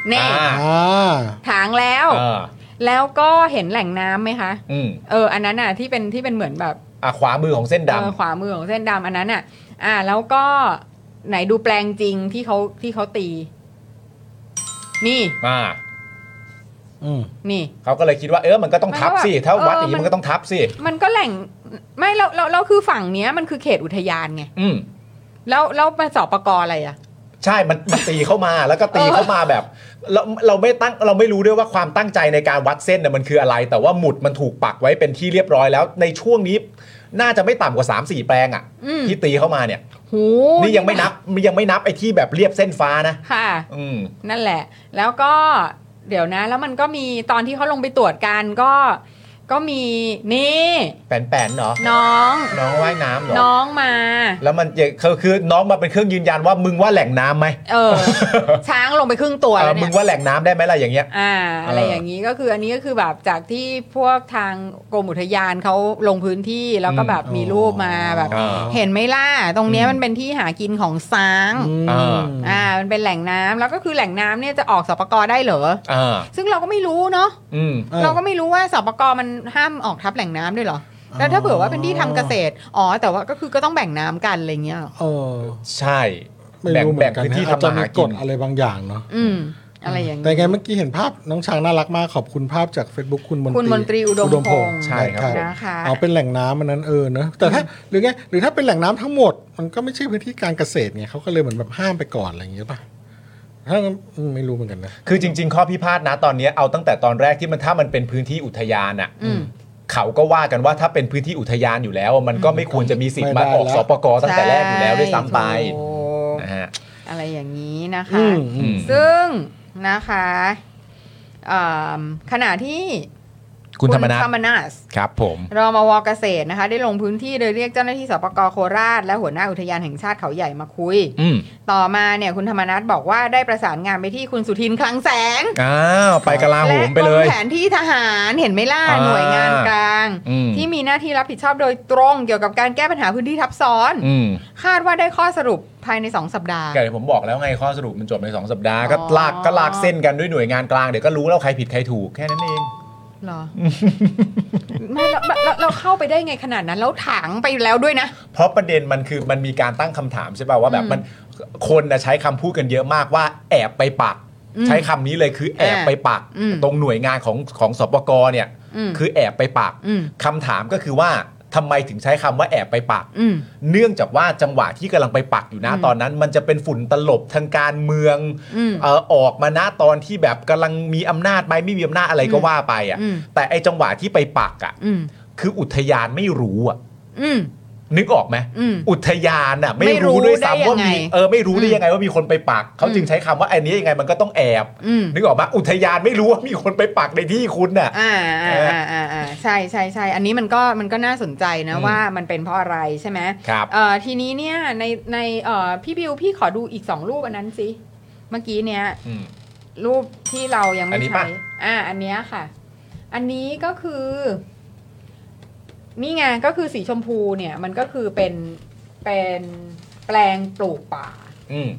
Speaker 4: แน่
Speaker 1: อ่า
Speaker 3: อ่า
Speaker 4: ถางแล้ว
Speaker 1: เออ
Speaker 4: แล้วก็เห็นแหล่งน้ำไหมคะ
Speaker 1: อืม
Speaker 4: เอออันนั้นน่ะที่เป็นที่เป็นเหมือนแบบ
Speaker 1: อ่ะขวามือของเส้นด
Speaker 4: เออขวามือของเส้นดำอันนั้นน่ะ อ่า แล้วก็ไหนดูแปลงจริงที่เขาที่เขาตี นี่
Speaker 1: ำอ่า
Speaker 3: อืม
Speaker 4: นี่
Speaker 1: เขาก็เลยคิดว่าเออมันก็ต้องทับสิ
Speaker 4: มันก็แบบ
Speaker 1: ถ้าวัดอย่าง
Speaker 4: เออมัน
Speaker 1: นี้มันก็ต้องทับสิ
Speaker 4: มันก็แหล่งไม่เราเราเราคือฝั่งเนี้ยมันคือเขตอุทยานไง
Speaker 1: อืม
Speaker 4: แล้วแล้วมาสอบประกออะไรอ่ะ
Speaker 1: ใช่มันมันตีเข้ามาแล้วก็ตีเข้ามาแบบเราเราไม่ตั้งเราไม่รู้ด้วยว่าความตั้งใจในการวัดเส้นน่ะมันคืออะไร แต่ว่าหมุดมันถูกปักไว้เป็นที่เรียบร้อยแล้ว ในช่วงนี้น่าจะไม่ต่ำกว่า 3 4 แปลงอ่ะ
Speaker 4: อืม
Speaker 1: ที่ตีเข้ามาเนี่ย
Speaker 4: หู
Speaker 1: นี่ยังไม่นับยังไม่นับไอ้ที่แบบเรียบเส้นฟ้านะ
Speaker 4: ค่ะ
Speaker 1: อืม
Speaker 4: นั่นแหละ แล้วก็เดี๋ยวนะ แล้วมันก็มีตอนที่เขาลงไปตรวจกันก็ ก็มีนี่
Speaker 1: แปนๆเหรอ
Speaker 4: น้อง
Speaker 1: น้องว่ายน้ำเหรอ
Speaker 4: น้องมา
Speaker 1: แล้วมันจะคือคือน้องมาเป็นเครื่องยืนยันว่ามึงว่าแหล่ง
Speaker 4: (laughs)
Speaker 1: น้ำไหม
Speaker 4: เออ ช้างลงไปครึ่งตัว
Speaker 1: เอ
Speaker 4: แล้ว
Speaker 1: อมึ
Speaker 4: เนี่
Speaker 1: ง
Speaker 4: ย
Speaker 1: ว่าแหล่งน้ำได้ไหมล่ะอย่างเงี้ย
Speaker 4: อ่า อะไร
Speaker 1: เอออ
Speaker 4: อย่างนี้ก็คืออันนี้ก็คือแบบจากที่พวกทางกรมอุทยานเขาลงพื้นที่แล้วก็แบบมีรูปมาแบบ
Speaker 1: อ๋อ
Speaker 4: เห็นไหมล่ะ ตรงเนี้ย
Speaker 1: อืม
Speaker 4: มันเป็นที่หากินของช้าง
Speaker 1: เออ
Speaker 4: อ่า มันเป็นแหล่งน้ำแล้วก็คือแหล่งน้ำเนี่ยจะออกสปกรได้เหรอ
Speaker 1: เออ
Speaker 4: ซึ่งเราก็ไม่รู้เนาะ
Speaker 1: อืม
Speaker 4: เราก็ไม่รู้ว่าสปกรมันห้ามออกทับแหล่งน้ำด้วยเหรอ แล้วถ้าเผื่อว่าเป็นที่ทำเกษตร อ๋อ แต่ว่าก็คือก็ต้องแบ่งน้ำกันอะไรเงี้ย
Speaker 3: เออ
Speaker 1: ใช่
Speaker 3: ไม่รู้เหมือนกัน
Speaker 1: แบ่งพื้นที่
Speaker 3: นะ
Speaker 1: ทำ
Speaker 3: อาจจะมี
Speaker 1: มาหากิน
Speaker 3: กฎอะไรบางอย่างเนาะ
Speaker 4: อืม อะไรอย่างนี้
Speaker 3: แต่ไงเมื่อกี้เห็นภาพน้องช้างน่ารักมากขอบคุณภาพจาก Facebook คุณมนตรี
Speaker 4: คุณมนตรีอุดมพงษ์
Speaker 3: ใช่ครับ
Speaker 4: นะคะ
Speaker 3: เอาเป็นแหล่งน้ำมันนั้นเออเนอะแต่ถ้าหรือไงหรือถ้าเป็นแหล่งน้ำทั้งหมด มันก็ไม่ใช่พื้นที่การเกษตรไงเขาก็เลยเหมือนแบบห้ามไปก่อนอะไรอย่างเงี้ยป่ะถ้างั้นอืมไม่รู้เหมือนกันนะ
Speaker 1: คือจริง ๆ ข้อพิพาทนะตอนเนี้ยเอาตั้งแต่ตอนแรกที่มันถ้ามันเป็นพื้นที่อุทยานอ่ะ
Speaker 4: อืม
Speaker 1: เขาก็ว่ากันว่าถ้าเป็นพื้นที่อุทยานอยู่แล้วอะมันก็ไม่ควรจะมีสิทธิ์มาออก
Speaker 3: ไม่ได้
Speaker 1: ส
Speaker 3: แล้ว
Speaker 1: ปกตั้งแต่แรกอยู่แล้วด้วยซ้ำไป
Speaker 4: โอ้
Speaker 1: นะฮะ
Speaker 4: อะไรอย่างนี้นะคะ
Speaker 1: อืมอืม
Speaker 4: ซึ่งนะคะอ่ำขณะที่
Speaker 1: คุณธรรมนัท
Speaker 4: ธรรมนัส
Speaker 1: ครับผม
Speaker 4: รอมวเกษตรนะคะ ได้ลงพื้นที่โดยเรียกเจ้าหน้าที่สปกโคราช และหัวหน้าอุทยานแห่งชาติเขาใหญ่มาคุย
Speaker 1: อืม
Speaker 4: ต่อมาเนี่ยคุณธรรมนัสบอกว่าได้ประสานงานไปที่คุณสุทินคลังแสง
Speaker 1: อ้าวไปกลาโหมไป
Speaker 4: กร
Speaker 1: เล
Speaker 4: ม
Speaker 1: ย
Speaker 4: แผนที่ทหารเห็นไหมล่ะ
Speaker 1: อ่า
Speaker 4: หน่วยงานกลาง
Speaker 1: อืม
Speaker 4: ที่มีหน้าที่รับผิดชอบโดยตรงเกี่ยวกับการแก้ปัญหาพื้นที่ทับซ้อน
Speaker 1: อืม
Speaker 4: คาดว่าได้ข้อสรุปภายใน 2 สัปดาห์
Speaker 1: แกเดี๋ยวผมบอกแล้วไงข้อสรุปมันจบใน 2 สัปดาห์ก็
Speaker 4: อ๋อ
Speaker 1: ลากก็ลากเส้นกันด้วยหน่วยงานกลางเดี๋ยวก็รู้แล้วใครผิดใครถูกแค่นั้นเอง
Speaker 4: เหรอ (laughs) ไม่เราเราเราเข้าไปได้ไงขนาดนั้นแล้วถางไปแล้วด้วยนะ
Speaker 1: เพราะประเด็นมันคือมันมีการตั้งคำถามใช่ป่าวว่าแบบ
Speaker 4: อืม
Speaker 1: มันคนนะใช้คำพูดกันเยอะมากว่าแอบไปปัก
Speaker 4: อืม
Speaker 1: ใช้คำนี้เลยคือแอบ
Speaker 4: อ่า
Speaker 1: ไปปัก
Speaker 4: อืม
Speaker 1: ตรงหน่วยงานของของสปกเนี่ย
Speaker 4: อืม
Speaker 1: คือแอบไปปัก
Speaker 4: อืม
Speaker 1: คำถามก็คือว่าทำไมถึงใช้คำว่าแอบไปปัก
Speaker 4: อืม
Speaker 1: เนื่องจากว่าจังหวะที่กำลังไปปักอยู่นะ
Speaker 4: อืม
Speaker 1: ตอนนั้น มันจะเป็นฝุ่นตลบทางการเมือง
Speaker 4: อืม
Speaker 1: เออออกมานะตอนที่แบบกำลังมีอำนาจไหมไม่มีอำนาจอะไรก็ว่าไป
Speaker 4: อืม
Speaker 1: อะ่ะแต่ไอจังหวะที่ไปปักอะ่ะ
Speaker 4: อืม
Speaker 1: คืออุทยานไม่รู้อ่ะ
Speaker 4: อืม
Speaker 1: นึกออกไหม
Speaker 4: อืม
Speaker 1: อุทยานอ่ะ
Speaker 4: ไม่
Speaker 1: ไม่
Speaker 4: รู้
Speaker 1: รู้ด้วย
Speaker 4: ได้ยั
Speaker 1: ซ้ำ
Speaker 4: ง
Speaker 1: ว่ามี
Speaker 4: ไง
Speaker 1: เออไม่รู้ได้ยังไงว่ามีคนไปปักเขาจึงใช้คำว่าไอ้นี้ยังไงมันก็ต้องแอบ
Speaker 4: อืม
Speaker 1: นึกออกปะอุทยานไม่รู้ว่ามีคนไปปักในที่คุณน่ะ
Speaker 4: อ่าอ่าอ่าอ่าอ่าใช่ใช่ใช่อันนี้มันก็มันก็น่าสนใจนะ
Speaker 1: อืม
Speaker 4: ว่ามันเป็นเพราะอะไรใช่ไหม
Speaker 1: ครับ
Speaker 4: เอ่อทีนี้เนี่ยในในเอ่อพี่บิวพี่ขอดูอีกสองรูปอันนั้นสิเมื่อกี้เนี่ย
Speaker 1: อืม
Speaker 4: รูปที่เรายัง
Speaker 1: อั
Speaker 4: ไม่
Speaker 1: นนี้ปะ
Speaker 4: ใช้อ่า อันเนี้ยค่ะ อันนี้ก็คือ นี่ไงก็คือสีชมพูเนี่ย มันก็คือเป็นเป็นแปลงปลูกป่า
Speaker 1: อืม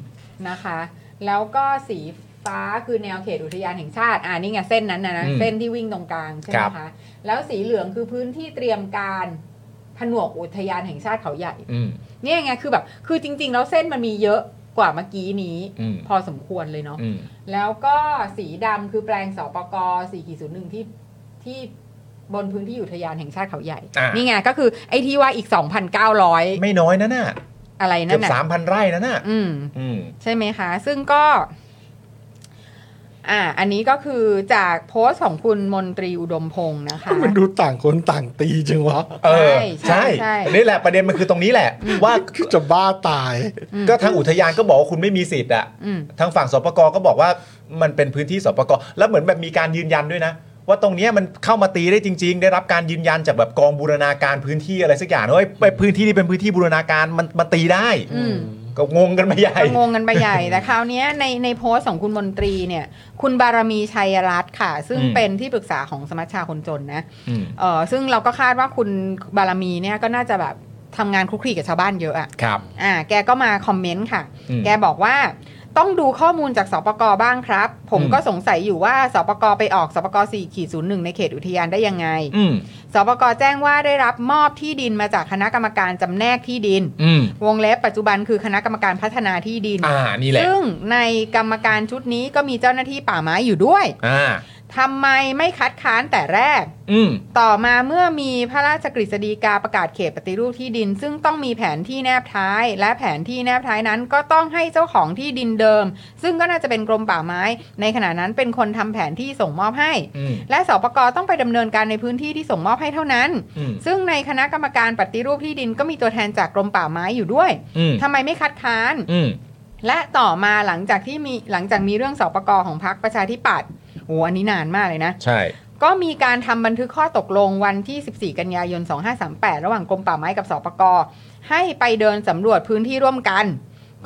Speaker 4: นะคะ แล้วก็สีฟ้าคือแนวเขตอุทยานแห่งชาติ อ่านี่ไงเส้นนั้นนะนะ
Speaker 1: อืม
Speaker 4: เส้นที่วิ่งตรงกลางใช่ไหม
Speaker 1: ครั
Speaker 4: คะ
Speaker 1: บ
Speaker 4: แล้วสีเหลืองคือพื้นที่เตรียมการผนวกอุทยานแห่งชาติเขาใหญ่
Speaker 1: อืม
Speaker 4: เนี่ยไงคือแบบ คือจริง ๆ แล้วเส้นมันมีเยอะกว่าเมื่อกี้นี้
Speaker 1: อืม
Speaker 4: พอสมควรเลยเนาะ
Speaker 1: อืม
Speaker 4: แล้วก็สีดำคือแปลงสปก4.01 ที่ที่บนพื้นที่อุทยานแห่งชาติเขาใหญ่
Speaker 1: อ่านี่
Speaker 4: นี่ไงก็คือไอ้ที่ว่าอีก 2,900
Speaker 1: ไม่น้อยนะน่ะ
Speaker 4: อะไร
Speaker 1: เกื
Speaker 4: นั่
Speaker 1: อน บ
Speaker 4: น่ะ
Speaker 1: สามพันไร่นะน่ะ
Speaker 4: อืม
Speaker 1: อืม
Speaker 4: ใช่ไหมคะ ซึ่งก็ อ่า อันนี้ก็คือจากโพสต์ของคุณมนตรีอุดมพงศ์นะคะ
Speaker 3: มันดูต่างคนต่างตีจังวะ
Speaker 1: เออ
Speaker 4: ใช่
Speaker 1: ใช่
Speaker 4: ใช่
Speaker 1: นี่แหละประเด็นมันคือตรงนี้แหละ ว่า
Speaker 3: คือจะบ้าตาย
Speaker 1: ก็ทางอุทยานก็บอกว่าคุณไม่มีสิทธิ์อ่ะ
Speaker 4: อืม
Speaker 1: ทางฝั่งสปกก็บอกว่ามันเป็นพื้นที่สปกแล้วเหมือนแบบมีการยืนยันด้วยนะ ว่าตรงเนี้ยมันเข้ามาตีได้จริง ๆ ได้รับการยืนยันจากแบบกองบูรณาการพื้นที่อะไรสักอย่างนะเฮ้ยไปพื้นที่นี่เป็นพื้นที่บูรณาการมันมาตีได้
Speaker 4: อืม
Speaker 1: ก็งงกันไปใหญ่
Speaker 4: ก็งงกันไปใหญ่ แต่คราวเนี้ยในในโพสต์ของคุณมนตรีเนี่ย คุณบารมีชัยรัตน์ค่ะ ซึ่งเป็นที่ปรึกษาของสมัชชาคนจนนะ
Speaker 1: อืม
Speaker 4: เออซึ่งเราก็คาดว่าคุณบารมีเนี่ยก็น่าจะแบบทำงานคลุกคลีกับชาวบ้านเยอะอะ
Speaker 1: ครับ
Speaker 4: อ่า แกก็มาคอมเมนต์ค่ะ
Speaker 1: อืม
Speaker 4: แกบอกว่าต้องดูข้อมูลจากสปกบ้างครับ ผม
Speaker 1: อืม
Speaker 4: ก็สงสัยอยู่ว่าสปกไปออกสปก4ขีด01 ในเขตอุทยานได้ยังไง
Speaker 1: อืม
Speaker 4: สปกแจ้งว่าได้รับมอบที่ดินมาจากคณะกรรมการจำแนกที่ดิน
Speaker 1: อืม
Speaker 4: วงเล็บปัจจุบันคือคณะกรรมการพัฒนาที่ดิน
Speaker 1: อ่านี่แหละ
Speaker 4: ซึ่งในกรรมการชุดนี้ก็มีเจ้าหน้าที่ป่าไม้อยู่ด้วย
Speaker 1: อ่า
Speaker 4: ทำไมไม่คัดค้านแต่แรก
Speaker 1: อืม
Speaker 4: ต่อมาเมื่อมีพระราชกฤษฎีกาประกาศเขตปฏิรูปที่ดิน ซึ่งต้องมีแผนที่แนบท้าย และแผนที่แนบท้ายนั้นก็ต้องให้เจ้าของที่ดินเดิม ซึ่งก็น่าจะเป็นกรมป่าไม้ ในขณะนั้นเป็นคนทำแผนที่ส่งมอบให้
Speaker 1: อืม
Speaker 4: และสปกต้องไปดำเนินการในพื้นที่ที่ส่งมอบให้เท่านั้น
Speaker 1: อืม
Speaker 4: ซึ่งในคณะกรรมการปฏิรูปที่ดินก็มีตัวแทนจากกรมป่าไม้อยู่ด้วย
Speaker 1: อืม
Speaker 4: ทำไมไม่คัดค้าน
Speaker 1: อืม
Speaker 4: และต่อมาหลังจากที่มีหลังจากมีเรื่องสปกของพรรคประชาธิปัตย์โอ้อันนี้นานมากเลยนะ
Speaker 1: ใช่
Speaker 4: ก็มีการทำบันทึกข้อตกลงวันที่ 14 กันยายน 2538 ระหว่างกรมป่าไม้กับสปกให้ไปเดินสำรวจพื้นที่ร่วมกัน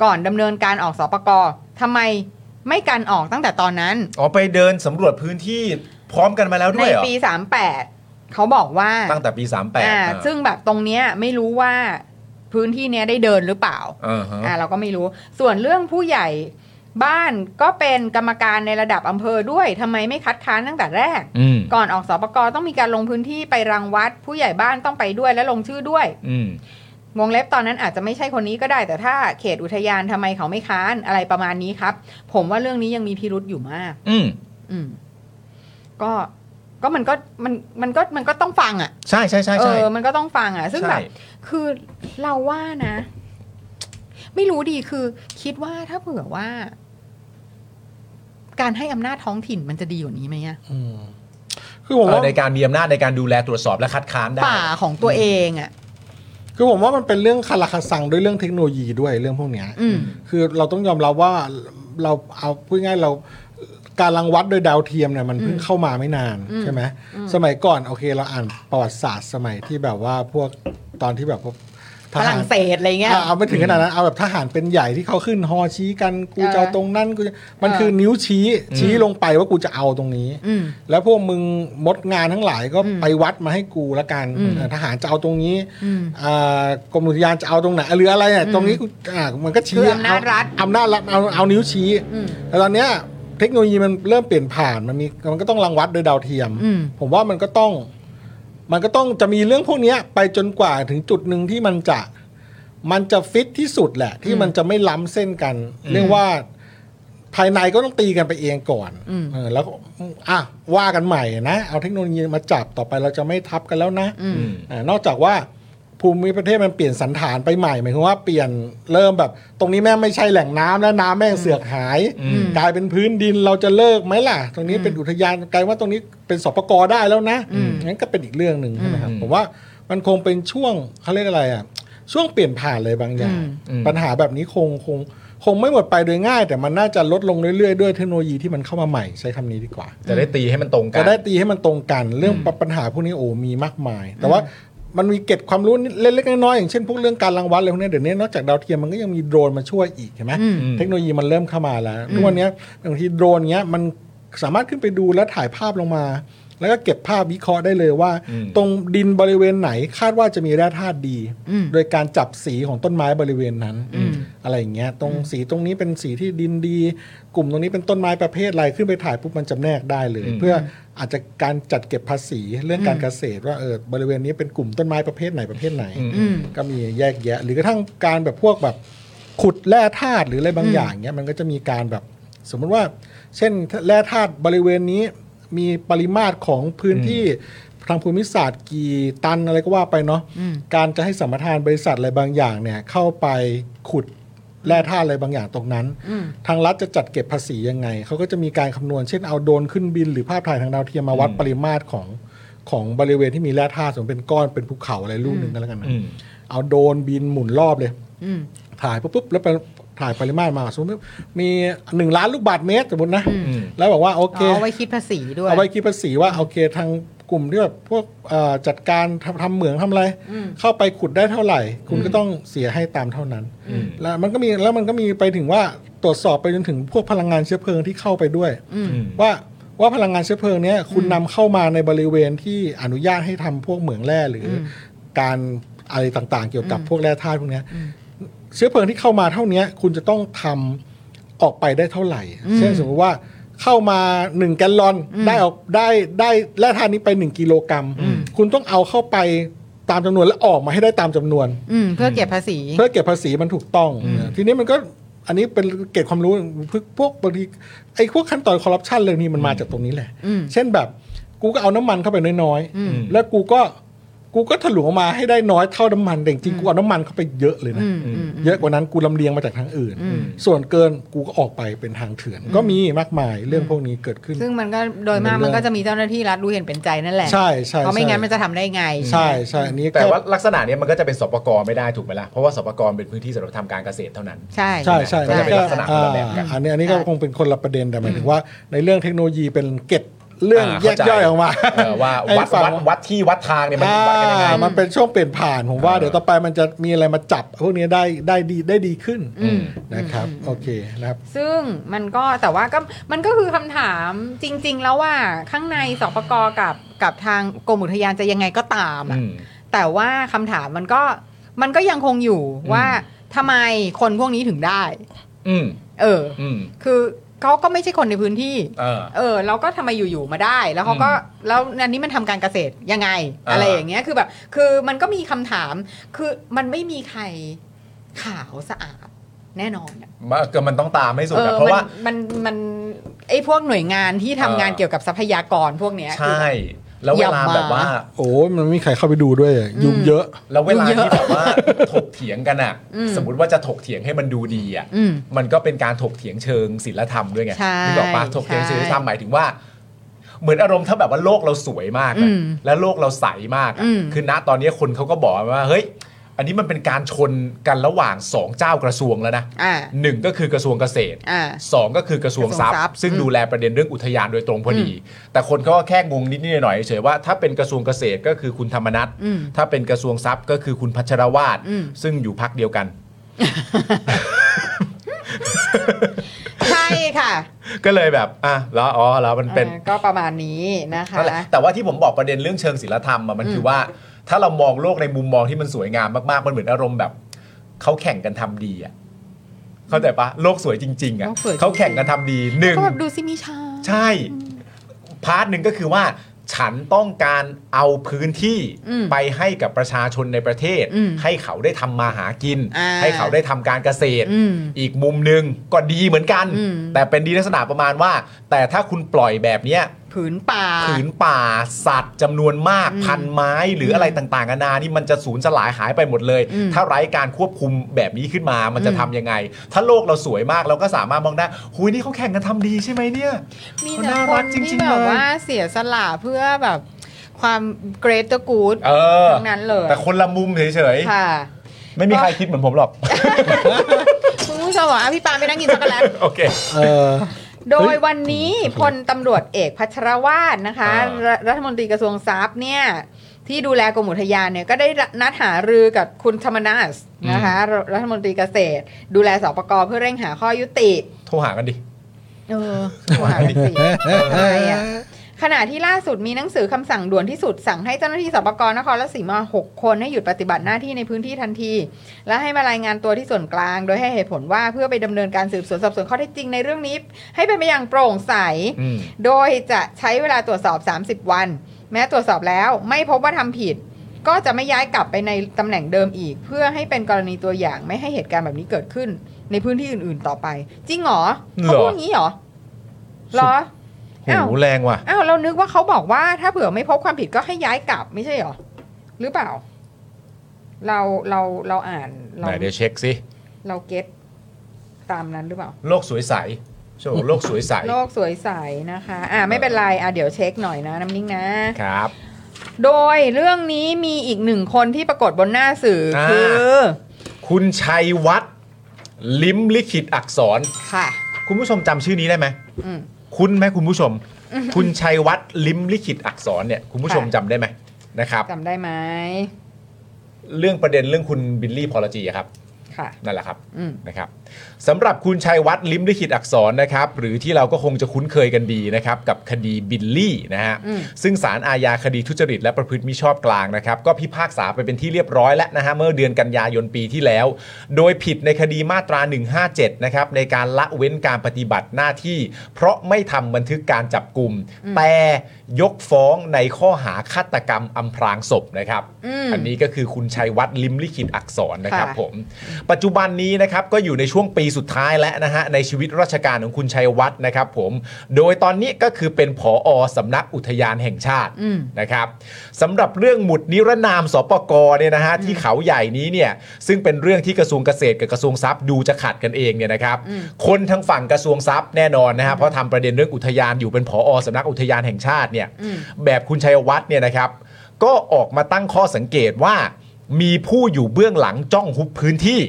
Speaker 4: ก่อนดำเนินการออกสปกทำไมไม่กันออกตั้งแต่ตอนนั้น
Speaker 1: อ๋อไปเดินสำรวจพื้นที่พร้อมกันมาแล้วด้
Speaker 4: ใน
Speaker 1: วยเหรอ
Speaker 4: ปี 38 เขาบอกว่า
Speaker 1: ตั้งแต่ปี 38
Speaker 4: อ่า
Speaker 1: อ่า
Speaker 4: ซึ่งแบบตรงเนี้ยไม่รู้ว่าพื้นที่เนี้ยได้เดินหรือเปล่า
Speaker 1: อ่าฮะ
Speaker 4: อ่าเราก็ไม่รู้ ส่วนเรื่องผู้ใหญ่บ้านก็เป็นกรรมการในระดับอำเภอด้วยทำไมไม่คัดค้านตั้งแต่แรก
Speaker 1: อืม
Speaker 4: ก่อนออกสอบประกอต้องมีการลงพื้นที่ไปรังวัด ผู้ใหญ่บ้านต้องไปด้วยและลงชื่อด้วย
Speaker 1: อืม
Speaker 4: วงเล็บตอนนั้นอาจจะไม่ใช่คนนี้ก็ได้ แต่ถ้าเขตอุทยานทำไมเขาไม่ค้านอะไรประมาณนี้ครับ ผมว่าเรื่องนี้ยังมีพิรุษอยู่มาก
Speaker 1: อืม
Speaker 4: อืม ก็ก็มันก็มันมันก็มันก็ต้องฟังอ่ะ
Speaker 1: ใช่ใช่ใช่
Speaker 4: เอ
Speaker 1: ใช่
Speaker 4: อ มันก็ต้องฟังอ่ะ ซึ่ง
Speaker 1: ใช่
Speaker 4: แบบคือเราว่านะ ไม่รู้ดีคือ คิดว่าถ้าเผื่อว่า การให้อำนาจท้องถิ่นมันจะดีกว่านี้ไหมอะ
Speaker 3: คือผม
Speaker 1: เออ
Speaker 3: ว่า
Speaker 1: ในการมีอำนาจในการดูแลตรวจสอบและคัดค้านได้
Speaker 4: ป่าของตัวเองอะ
Speaker 3: คือผมว่ามันเป็นเรื่องคาราคาซังด้วยเรื่องเทคโนโลยีด้วยเรื่องพวกเนี้ย
Speaker 4: อืม
Speaker 3: คือเราต้องยอมรับว่าเราเอาพูดง่ายๆเราการรังวัดโดยดาวเทียมเนี่ยมันเพิ่งเข้ามาไม่นาน
Speaker 4: อืม
Speaker 3: ใช่ไหม
Speaker 4: อืม
Speaker 3: สมัยก่อนโอเคเราอ่านประวัติศาสตร์สมัยที่แบบว่าพวกตอนที่แบบพวกท
Speaker 4: ฝ
Speaker 3: หา
Speaker 4: รั่งเศสอะไรเงี้ย
Speaker 3: าเอาไม่ถึงขนาดนั้นเอาแบบทหารเป็นใหญ่ที่เขาขึ้นฮอชี้กันกูจะเอาตรงนั้นกูจะมันคือนิ้วชี้ชี้ลงไปว่ากูจะเอาตรงนี้
Speaker 4: อืม
Speaker 3: แล้วพวกมึงมดงานทั้งหลายก็ไปวัดมาให้กูละกัน
Speaker 4: อืม
Speaker 3: ทหารจะเอาตรงนี้
Speaker 4: อืม
Speaker 3: อ่ากรมอุทยานจะเอาตรงไหนหรืออะไรเนี่ย
Speaker 4: อืม
Speaker 3: ตรงนี้กูอ่ามันก็ชี้
Speaker 4: คืออำนาจรัฐ
Speaker 3: เอาอำนาจรัฐเอาเอานิ้วชี้
Speaker 4: อืม
Speaker 3: แต่ตอนเนี้ยเทคโนโลยีมันเริ่มเปลี่ยนผ่านมันมีมันก็ต้องรังวัดโดยดาวเทียม
Speaker 4: อืม
Speaker 3: ผมว่ามันก็ต้อง มันก็ต้องจะมีเรื่องพวกเนี้ย ไปจนกว่าถึงจุดหนึ่งที่มันจะ มันจะฟิตที่สุดแหละ ที่
Speaker 4: อืม
Speaker 3: มันจะไม่ล้ำเส้นกัน
Speaker 1: อืม
Speaker 3: เรียกว่าภายในก็ต้องตีกันไปเองก่อน
Speaker 4: อืม
Speaker 3: เออแล้วก็อ่ะว่ากันใหม่นะเอาเทคโนโลยีมาจับต่อไปเราจะไม่ทับกันแล้วนะ
Speaker 4: อืม
Speaker 3: อานอกจากว่าภูมิประเทศมันเปลี่ยนสันฐานไปใหม่หมายความว่าเปลี่ยนเริ่มแบบ ตรงนี้แม่งไม่ใช่แหล่งน้ำแล้วน้ำแม่งเสือกหาย
Speaker 1: อืม
Speaker 3: กลายเป็นพื้นดินเราจะเลิกไหมล่ะ ตรงนี้เป็นอุทยานกลายว่าตรงนี้เป็นสปกได้แล้วนะ
Speaker 4: อืม
Speaker 3: งั้นก็เป็นอีกเรื่องหนึ่งใช่ไหมครับ
Speaker 1: อืม
Speaker 3: ผมว่ามันคงเป็นช่วงเขาเรียกอะไรอ่ะช่วงเปลี่ยนผ่านเลยบางอย่าง
Speaker 4: อืม
Speaker 1: อืม
Speaker 3: ปัญหาแบบนี้คงคงคงไม่หมดไปโดยง่าย แต่มันน่าจะลดลงเรื่อยๆด้วยเทคโนโลยีที่มันเข้ามาใหม่ใช้คำนี้ดีกว่า
Speaker 1: จะได้ตีให้มันตรงกั
Speaker 3: จะ
Speaker 1: น
Speaker 3: ได้ตีให้มันตรงกันเรื่อง
Speaker 1: อืม
Speaker 3: ปปัญหาพวกนี้โอ้มีมากมาย แต่ว่ามันมีเกร็ดความรู้นิดเล็กๆน้อยๆอย่างเช่นพวกเรื่องการรังวัดอะไรพวกนี้เดี๋ยวนี้นอกจากดาวเทียมมันก็ยังมีโดรนมาช่วยอีกเห็นไหม
Speaker 4: อืม
Speaker 3: เทคโนโลยีมันเริ่มเข้ามาแล้วทุกวันนี้บางทีโดรนเนี้ยมันสามารถขึ้นไปดูแล้วถ่ายภาพลงมา แล้วก็เก็บภาพวิเคราะห์ได้เลยว่า
Speaker 1: อืม
Speaker 3: ตรงดินบริเวณไหนคาดว่าจะมีแร่ธาตุดี
Speaker 4: อืม
Speaker 3: โดยการจับสีของต้นไม้บริเวณนั้น
Speaker 4: อืม
Speaker 3: อะไรอย่างเงี้ยตรงสีตรงนี้เป็นสีที่ดินดี กลุ่มตรงนี้เป็นต้นไม้ประเภทอะไรขึ้นไปถ่ายปุ๊บมันจำแนกได้เลย
Speaker 1: อืม
Speaker 3: เพื่ออาจจะการจัดเก็บภาษีเรื่องการเกษตรว่าเออบริเวณนี้เป็นกลุ่มต้นไม้ประเภทไหนประเภทไหน
Speaker 4: อืม
Speaker 3: ก็มีแยกแยะ หรือกระทั่งการแบบพวกแบบขุดแร่ธาตุหรืออะไรบาง
Speaker 4: อืม
Speaker 3: อย่างเงี้ยมันก็จะมีการแบบสมมติว่า เช่นแร่ธาตุบริเวณนี้มีปริมาตรของพื้นที่ทางภูมิศาสตร์กี่ตันอะไรก็ว่าไปเนาะ
Speaker 4: อืม
Speaker 3: การจะให้สัมปทานบริษัทอะไรบางอย่างเนี่ยเข้าไปขุดแร่ธาตุอะไรบางอย่างตรงนั้น
Speaker 4: อืม
Speaker 3: ทางรัฐจะจัดเก็บภาษียังไง เขาก็จะมีการคำนวณเช่นเอาโดรนขึ้นบิน หรือภาพถ่ายทางดาวเทียมมาวัดปริมาตรของของบริเวณที่มีแร่ธาตุสมมติเป็นก้อนเป็นภูเขาอะไรลูกหนึ่งก็แล้วกันนะ
Speaker 1: อืม
Speaker 3: เอาโดรนบินหมุนรอบเลย
Speaker 4: อืม
Speaker 3: ถ่ายปุ๊บปุ๊บแล้วไปถ่ายปริมาตรมาสมมติมีหนึ่งล้านลูกบาทเมตรสมมตินะ
Speaker 4: อืม
Speaker 3: แล้วบอกว่าโอเค
Speaker 4: อ๋อเอาไว้คิดภาษีด้วย
Speaker 3: เอาไว้คิดภาษีว่าโอเคทางกลุ่มที่แบบพวกเอ่อจัดการทำทำเหมืองทำอะไร
Speaker 4: อืม
Speaker 3: เข้าไปขุดได้เท่าไหร่ คุณก็ต้องเสียให้ตามเท่านั้น
Speaker 1: อืม
Speaker 3: แล้วมันก็มีแล้วมันก็มีไปถึงว่าตรวจสอบไปจนถึงพวกพลังงานเชื้อเพลิงที่เข้าไปด้วย
Speaker 4: อืม
Speaker 1: อืม
Speaker 3: ว่าว่าพลังงานเชื้อเพลิงเนี้ยคุณนำเข้ามาในบริเวณที่อนุญาตให้ทำพวกเหมืองแร่หรืออ
Speaker 4: ม
Speaker 3: การอะไรต่างๆ เกี่ยวกับ
Speaker 4: อืม
Speaker 3: พวกแร่ธาตุพวกเนี้ย
Speaker 4: อืม
Speaker 3: เชื้อเพลิงที่เข้ามาเท่าเนี้ยคุณจะต้องทำออกไปได้เท่าไหร่
Speaker 4: อืม
Speaker 3: เช่นสมมติว่าเข้ามาหนึ่งแกลลอน
Speaker 4: อืม
Speaker 3: ได้ออกได้ได้แร่ธาตุนี้ไปหนึ่งกิโลกรัม
Speaker 4: อืม
Speaker 3: คุณต้องเอาเข้าไปตามจำนวนและออกมาให้ได้ตามจำนวน
Speaker 4: อืม เพื่อเก็บภาษี
Speaker 3: เพื่อเก็บภาษีมันถูกต้อง ทีนี้มันก็ อันนี้เป็นเกร็ดความรู้พวกบางทีไอ้พวกขั้นตอนคอร์รัปชันเลยนี่มันมาจากตรงนี้แหละ
Speaker 4: อืม
Speaker 3: เช่นแบบกูก็เอาน้ำมันเข้าไปน้อย
Speaker 4: อืม
Speaker 3: ๆ แล้วกูก็กูก็ถลุงออกมาให้ได้น้อยเท่าน้ำมันแต่จริงๆกูเอาน้ำมันเข้าไปเยอะเลยนะ
Speaker 4: อืมอืม
Speaker 3: เยอะกว่านั้นกูลำเลียงมาจากทางอื่น
Speaker 4: อืม
Speaker 3: ส่วนเกินกูก็ออกไปเป็นทางเถื่อน ก็มีมากมายเรื่องพวกนี้เกิดขึ้น
Speaker 4: ซึ่งมันก็โดยมาก
Speaker 3: เป็นเรื่อง
Speaker 4: มันก็จะมีเจ้าหน้าที่รัฐรู้เห็นเป็นใจนั่นแหละ
Speaker 3: ใช่ใช่
Speaker 4: เพราะไม่
Speaker 3: ใช่
Speaker 4: งั้นมันจะทำได้ไง
Speaker 3: ใช่ใช่อันนี้
Speaker 1: แต่
Speaker 3: ก็
Speaker 1: ว่าลักษณะเนี้ยมันก็จะเป็นสปกรไม่ได้ถูกไหมล่ะ เพราะว่าสปกรเป็นพื้นที่สำหรับทำการเกษตรเท่านั้น
Speaker 4: ใช่
Speaker 3: ใช่ใช่
Speaker 1: ก็จะเป็นลักษณะคนละแบบกัน
Speaker 3: อ่าอันนี้อันนี้ก็คงเป็นคนละประเด็นแต่หมายถึงว่าในเรื่องเทคโนโลยีเป็นเก็ดเรื่อง
Speaker 1: อ่า
Speaker 3: แยกย่อยออกมา
Speaker 1: เข้ใจเออว่า
Speaker 3: ไอ้
Speaker 1: วัด
Speaker 3: ฝั่ง
Speaker 1: วัดวัดที่วัดทางเนี่ยมันวัดกันยังไง
Speaker 3: อ่ามันเป็นช่วงเปลี่ยนผ่านผมว่าเดี๋ยวต่อไปมันจะมีอะไรมาจับ พวกนี้ได้ได้ดีได้ดีขึ้น
Speaker 4: อืม
Speaker 3: นะครับโอเคนะครับ
Speaker 4: ซึ่งมันก็แต่ว่าก็มันก็คือคำถามจริง ๆ แล้วว่าข้างในสปกกับกับทางกรมอุทยานจะยังไงก็ตามอะแต่ว่าคำถามมันก็มันก็ยังคงอยู่ว่าทำไมคนพวกนี้ถึงได้
Speaker 1: อืม
Speaker 4: เออ
Speaker 1: อืม
Speaker 4: คือเขาก็ไม่ใช่คนในพื้นที่
Speaker 1: เออ
Speaker 4: เออเราก็ทำไมอยู่ๆมาได้ แล้วเขาก็แล้วอันนี้มันทำการเกษตรยังไง
Speaker 1: อ่า
Speaker 4: อะไรอย่างเงี้ยคือแบบ คือมันก็มีคำถาม คือมันไม่มีใครขาวสะอาดแน่นอนอะ
Speaker 1: มันก็มันต้องตามให้สุด
Speaker 4: เอ
Speaker 1: อะ
Speaker 4: อ
Speaker 1: เพราะ
Speaker 4: มัน
Speaker 1: ว่า
Speaker 4: มันมันไอ้พวกหน่วยงานที่ทำงาน
Speaker 1: เออ
Speaker 4: เกี่ยวกับทรัพยากรพวกเนี้ยคือ
Speaker 1: ใช่ แล้วเวลาแบบว่า
Speaker 3: โอ้ยมันไม่มีใครเข้าไปดูด้วยอะยุ่งเยอะ
Speaker 1: แล้วเวลา
Speaker 4: ยุ่งเย
Speaker 1: ที่
Speaker 4: อะ
Speaker 1: แบบว่าถกเถียงกันอ่ะ
Speaker 4: อืม
Speaker 1: สมมติว่าจะถกเถียงให้มันดูดีอ่ะ
Speaker 4: อืม
Speaker 1: มันก็เป็นการถกเถียงเชิงศิลธรรมด้วยไง
Speaker 4: ใช่
Speaker 1: นึกออกปะถกเถียง
Speaker 4: ใช่
Speaker 1: เชิงศิลธรรมหมายถึงว่า เหมือนอารมณ์ถ้าแบบว่าโลกเราสวยมากอะ
Speaker 4: อืม
Speaker 1: และโลกเราใสมากอะ
Speaker 4: อืม
Speaker 1: คือณตอนนี้คนเขาก็บอกว่าเฮ้ย อันนี้มันเป็นการชนกันระหว่างสองเจ้ากระทรวงแล้วนะ
Speaker 4: อ่า
Speaker 1: หนึ่งก็คือกระทรวงเกษตร
Speaker 4: อ่า
Speaker 1: สองก็คือกระทรวงทรั
Speaker 4: ก
Speaker 1: พ
Speaker 4: ระทรวงทรัพย์
Speaker 1: ย์ ซึ่ง
Speaker 4: อืม
Speaker 1: ดูแลประเด็นเรื่องอุทยานโดยตรงพอดี แต่คนเขาก็แค่งงนิดนิดๆหน่อยๆเฉยๆว่าถ้าเป็นกระทรวงเกษตรก็คือคุณธรรมนัท
Speaker 4: อืม
Speaker 1: ถ้าเป็นกระทรวงทรัพย์ก็คือคุณพัชรวาด
Speaker 4: อืม
Speaker 1: ซึ่งอยู่พักเดียวกัน
Speaker 4: ใช่ค่ะ
Speaker 1: ก็เลยแบบอ่ะแล้วอ๋อแล้วมันเป็น
Speaker 4: เออก็ประมาณนี้นะคะ
Speaker 1: นั่นแหละแต่ว่าที่ผมบอกประเด็นเรื่องเชิงศิลธรรมอะมัน
Speaker 4: อืม
Speaker 1: คือว่า ถ้าเรามองโลกในมุมมองที่มันสวยงามมากๆมันเหมือนอารมณ์แบบเขาแข่งกันทำดีอ่ะเข้าใจปะโลกสวยจริงๆอ่ะเขาแข่งกันทำดีหนึ่ง
Speaker 4: ก็แบบดูซิมีชา
Speaker 1: ใช่ พาร์ทหนึ่งก็คือว่า ฉันต้องการเอาพื้นที่
Speaker 4: อืม
Speaker 1: ไปให้กับประชาชนในประเทศ
Speaker 4: อืม
Speaker 1: ให้เขาได้ทำมาหากิน
Speaker 4: อ่า
Speaker 1: ให้เขาได้ทำการเกษตร
Speaker 4: อืม
Speaker 1: อีกมุมหนึ่งก็ดีเหมือนกัน
Speaker 4: อืม
Speaker 1: แต่เป็นดีลักษณะประมาณว่า แต่ถ้าคุณปล่อยแบบเนี้ย
Speaker 4: ผืนป่า
Speaker 1: ผืนป่าสัตว์จำนวนมากพันไม้หรืออะไรต่างๆนานานี่มันจะสูญสลายหายไปหมดเลย
Speaker 4: อืม
Speaker 1: ถ้าไร้การควบคุมแบบนี้ขึ้นมามันจะ
Speaker 4: อืม
Speaker 1: ทำยังไง ถ้าโลกเราสวยมากเราก็สามารถมองได้หุยนี่เขาแข่งกันทำดีใช่ไหมเนี่ย
Speaker 4: มี
Speaker 1: เขา
Speaker 4: แต่
Speaker 1: น่า
Speaker 4: ค
Speaker 1: รั
Speaker 4: น
Speaker 1: กจริงๆ
Speaker 4: ที่แบ
Speaker 1: เล
Speaker 4: บ
Speaker 1: ย
Speaker 4: ว่าเสียสละเพื่อแบบความเกร t ต e g กู๊ด
Speaker 1: เออ
Speaker 4: ทั้งนั้นเลย
Speaker 1: แต่คนละมุมเฉย
Speaker 4: ค่ะ
Speaker 1: ๆ ไม่มีใครคิดเหมือนผมหรอก
Speaker 4: คุณผู้ชมบอกว่าพี่ปาไปนั่งกินช็อกโกแลต
Speaker 1: (laughs) โอเค
Speaker 3: เออ
Speaker 4: โดยวันนี้พลตำรวจเอกพัชรวาทนะคะ
Speaker 1: อ่า
Speaker 4: รัฐรัฐมนตรีกระทรวงทรัพย์เนี่ย ที่ดูแลกรมอุทยานเนี่ย ก็ได้นัดหารือกับคุณธรรมนัสนะคะรัฐรัฐมนตรีเกษตร ดูแลสปกเพื่อเร่งหาข้อยุติ
Speaker 1: โทรหากันดิ
Speaker 4: เออโทรหากันสิ ทำไมอะ ขณะที่ล่าสุดมีหนังสือคำสั่งด่วนที่สุดสั่งให้เจ้าหน้าที่สปกรนครราชสีมา 6 คนให้หยุดปฏิบัติหน้าที่ในพื้นที่ทันที และให้มารายงานตัวที่ส่วนกลาง โดยให้เหตุผลว่าเพื่อไปดำเนินการสืบสวนสอบสวนข้อเท็จจริงในเรื่องนี้ ให้เป็นไปอย่างโปร่งใส
Speaker 1: อืม
Speaker 4: โดยจะใช้เวลาตรวจสอบ 30 วัน แม้ตรวจสอบแล้วไม่พบว่าทำผิด ก็จะไม่ย้ายกลับไปในตำแหน่งเดิมอีก เพื่อให้เป็นกรณีตัวอย่างไม่ให้เหตุการณ์แบบนี้เกิดขึ้น ในพื้นที่อื่นๆต่อไปจริงเหรอเขาพูดอย่างนี้เหรอเหรออ้าว
Speaker 1: หูแรงว่ะ
Speaker 4: อ้าวเรานึกว่าเขาบอกว่าถ้าเผื่อไม่พบความผิดก็ให้ย้ายกลับไม่ใช่เหรอ หรือเปล่า เราเราเราอ่านเรา
Speaker 1: ไหนเดี๋ยวเช็คสิ
Speaker 4: เราเก็ตตามนั้นหรือเปล่า
Speaker 1: โลกสวยใสโชว์โลกสวยใส
Speaker 4: โลกสวยใสนะคะ อ่าไม่เป็นไรอ่าเดี๋ยวเช็คหน่อยนะน้ำนิ่งนะ
Speaker 1: ครับ
Speaker 4: โดยเรื่องนี้มีอีกหนึ่งคนที่ปรากฏบนหน้าสื่ออา คือ
Speaker 1: คุณชัยวัฒน์ลิ้มลิขิตอักษร
Speaker 4: ค่ะ
Speaker 1: คุณผู้ชมจำชื่อนี้ได้ไหม
Speaker 4: อืม
Speaker 1: คุณไหมคุณผู้ชม
Speaker 4: อืม
Speaker 1: คุณชัยวัฒน์ลิ้มลิขิตอักษรเนี่ย คุณผู้ชม
Speaker 4: ค่ะ
Speaker 1: จำได้ไหมนะครับ
Speaker 4: จำได้ไหม
Speaker 1: เรื่องประเด็นเรื่องคุณบิลลี่พอลจีอะครับ
Speaker 4: ค่ะ
Speaker 1: นั่นแหละครับ
Speaker 4: อืม
Speaker 1: นะครับสำหรับคุณชัยวัฒน์ลิ้มลิขิตอักษรนะครับหรือที่เราก็คงจะคุ้นเคยกันดีนะครับกับคดีบิลลี่นะฮะ
Speaker 4: อืม
Speaker 1: ซึ่งศาลอาญาคดีทุจริตและประพฤติมิชอบกลางนะครับก็พิพากษาไปเป็นที่เรียบร้อยแล้วนะฮะเมื่อเดือนกันยายนปีที่แล้ว โดยผิดในคดีมาตรา 157นะครับในการละเว้นการปฏิบัติหน้าที่ เพราะไม่ทำบันทึกการจับกลุ่มแต่ยกฟ้องในข้อหาฆาตกรรมอำพรางศพนะครับ
Speaker 4: อืม
Speaker 1: นนี้ก็คือคุณชัยวัฒน์ลิ้มลิขิตอักษรนะครับ
Speaker 4: ค่ะ
Speaker 1: ผม ปัจจุบันนี้นะครับก็อยู่ในช่วงปีสุดท้ายแล้วนะฮะในชีวิตราชการของคุณชัยวัฒน์นะครับผมโดยตอนนี้ก็คือเป็นผอสำนักอุทยานแห่งชาติ
Speaker 4: อืม
Speaker 1: นะครับสำหรับเรื่องหมุดนิรนามสปกเนี่ยนะฮะที่เขาใหญ่นี้เนี่ยซึ่งเป็นเรื่องที่กระทรวงเกษตรกับกระทรวงทรัพย์ดูจะขัดกันเองเนี่ยนะครับ
Speaker 4: อืม
Speaker 1: คนทางฝั่งกระทรวงทรัพย์แน่นอนนะฮะเพราะทำประเด็นเรื่องอุทยานอยู่เป็นผออสำนักอุทยานแห่งชาติเนี่ย
Speaker 4: อืม
Speaker 1: แบบคุณชัยวัฒน์เนี่ยนะครับก็ออกมาตั้งข้อสังเกตว่ามีผู้อยู่เบื้องหลังจ้องฮุบพื้นที่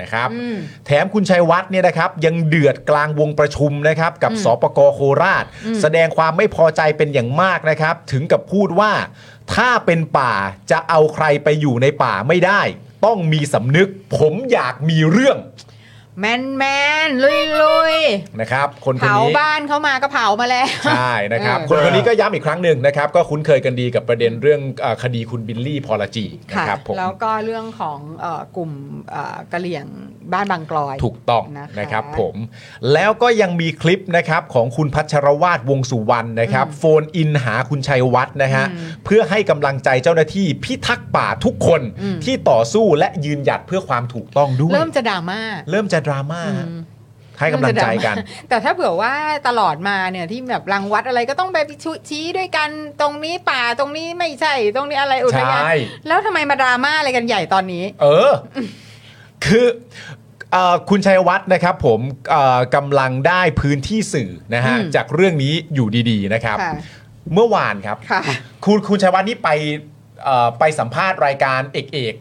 Speaker 1: นะครับ
Speaker 4: อืม
Speaker 1: แถมคุณชัยวัฒน์เนี่ยนะครับยังเดือดกลางวงประชุมนะครับกับ
Speaker 4: อืม
Speaker 1: สปกโคราช
Speaker 4: อืม
Speaker 1: แสดงความไม่พอใจเป็นอย่างมากนะครับ ถึงกับพูดว่า ถ้าเป็นป่าจะเอาใครไปอยู่ในป่าไม่ได้ ต้องมีสำนึก ผมอยากมีเรื่อง
Speaker 4: แมนแมนลุยลุย
Speaker 1: นะครับ คนคน
Speaker 4: เผา
Speaker 1: นี้
Speaker 4: บ้านเขามาก็เผามาแล้ว
Speaker 1: ใช่นะครับ
Speaker 4: เออ
Speaker 1: คนคนนี้ก็ย้ำอีกครั้งหนึ่งนะครับ ก็คุ้นเคยกันดีกับประเด็นเรื่องเอ่อคดีคุณบิลลี่พอลจีนะ
Speaker 4: ะ
Speaker 1: ครับผม
Speaker 4: แล้วก็เรื่องของเอ่อกลุ่มเอ่อกะเหลี่ยงบ้านบางกลอย
Speaker 1: ถูกต้อง
Speaker 4: นะคะ
Speaker 1: นะครับผมแล้วก็ยังมีคลิปนะครับของคุณพัชรวาดวงสุวรรณนะครับ โฟนอินหาคุณชัยวัฒน์นะฮะ
Speaker 4: อืม
Speaker 1: เพื่อให้กำลังใจเจ้าหน้าที่พิทักษ์ป่าทุกคน
Speaker 4: อืม
Speaker 1: ที่ต่อสู้และยืนหยัดเพื่อความถูกต้องด้วย
Speaker 4: เริ่มจะดราม่า
Speaker 1: เริ่มจะดราม่า
Speaker 4: อืม
Speaker 1: ให้กำลังใจกัน
Speaker 4: แต่ถ้าเผื่อว่าตลอดมาเนี่ยที่แบบรังวัดอะไรก็ต้องไปชุชี้ด้วยกันตรงนี้ป่าตรงนี้ไม่ใช่ตรงนี้อะไรอุทยาน
Speaker 1: ใช่
Speaker 4: แล้วทำไมมาดราม่าอะไรกันใหญ่ตอนนี้
Speaker 1: เออ คือเอ่อคุณชัยวัฒน์นะครับผมเอ่อกำลังได้พื้นที่สื่อนะฮะ
Speaker 4: อืม
Speaker 1: จากเรื่องนี้อยู่ดีๆนะครับ
Speaker 4: ค่ะ
Speaker 1: เมื่อวานครับ
Speaker 4: ค่ะ
Speaker 1: คุณคุณชัยวัฒน์นี่ไปเอ่อไปสัมภาษณ์รายการเอกเอก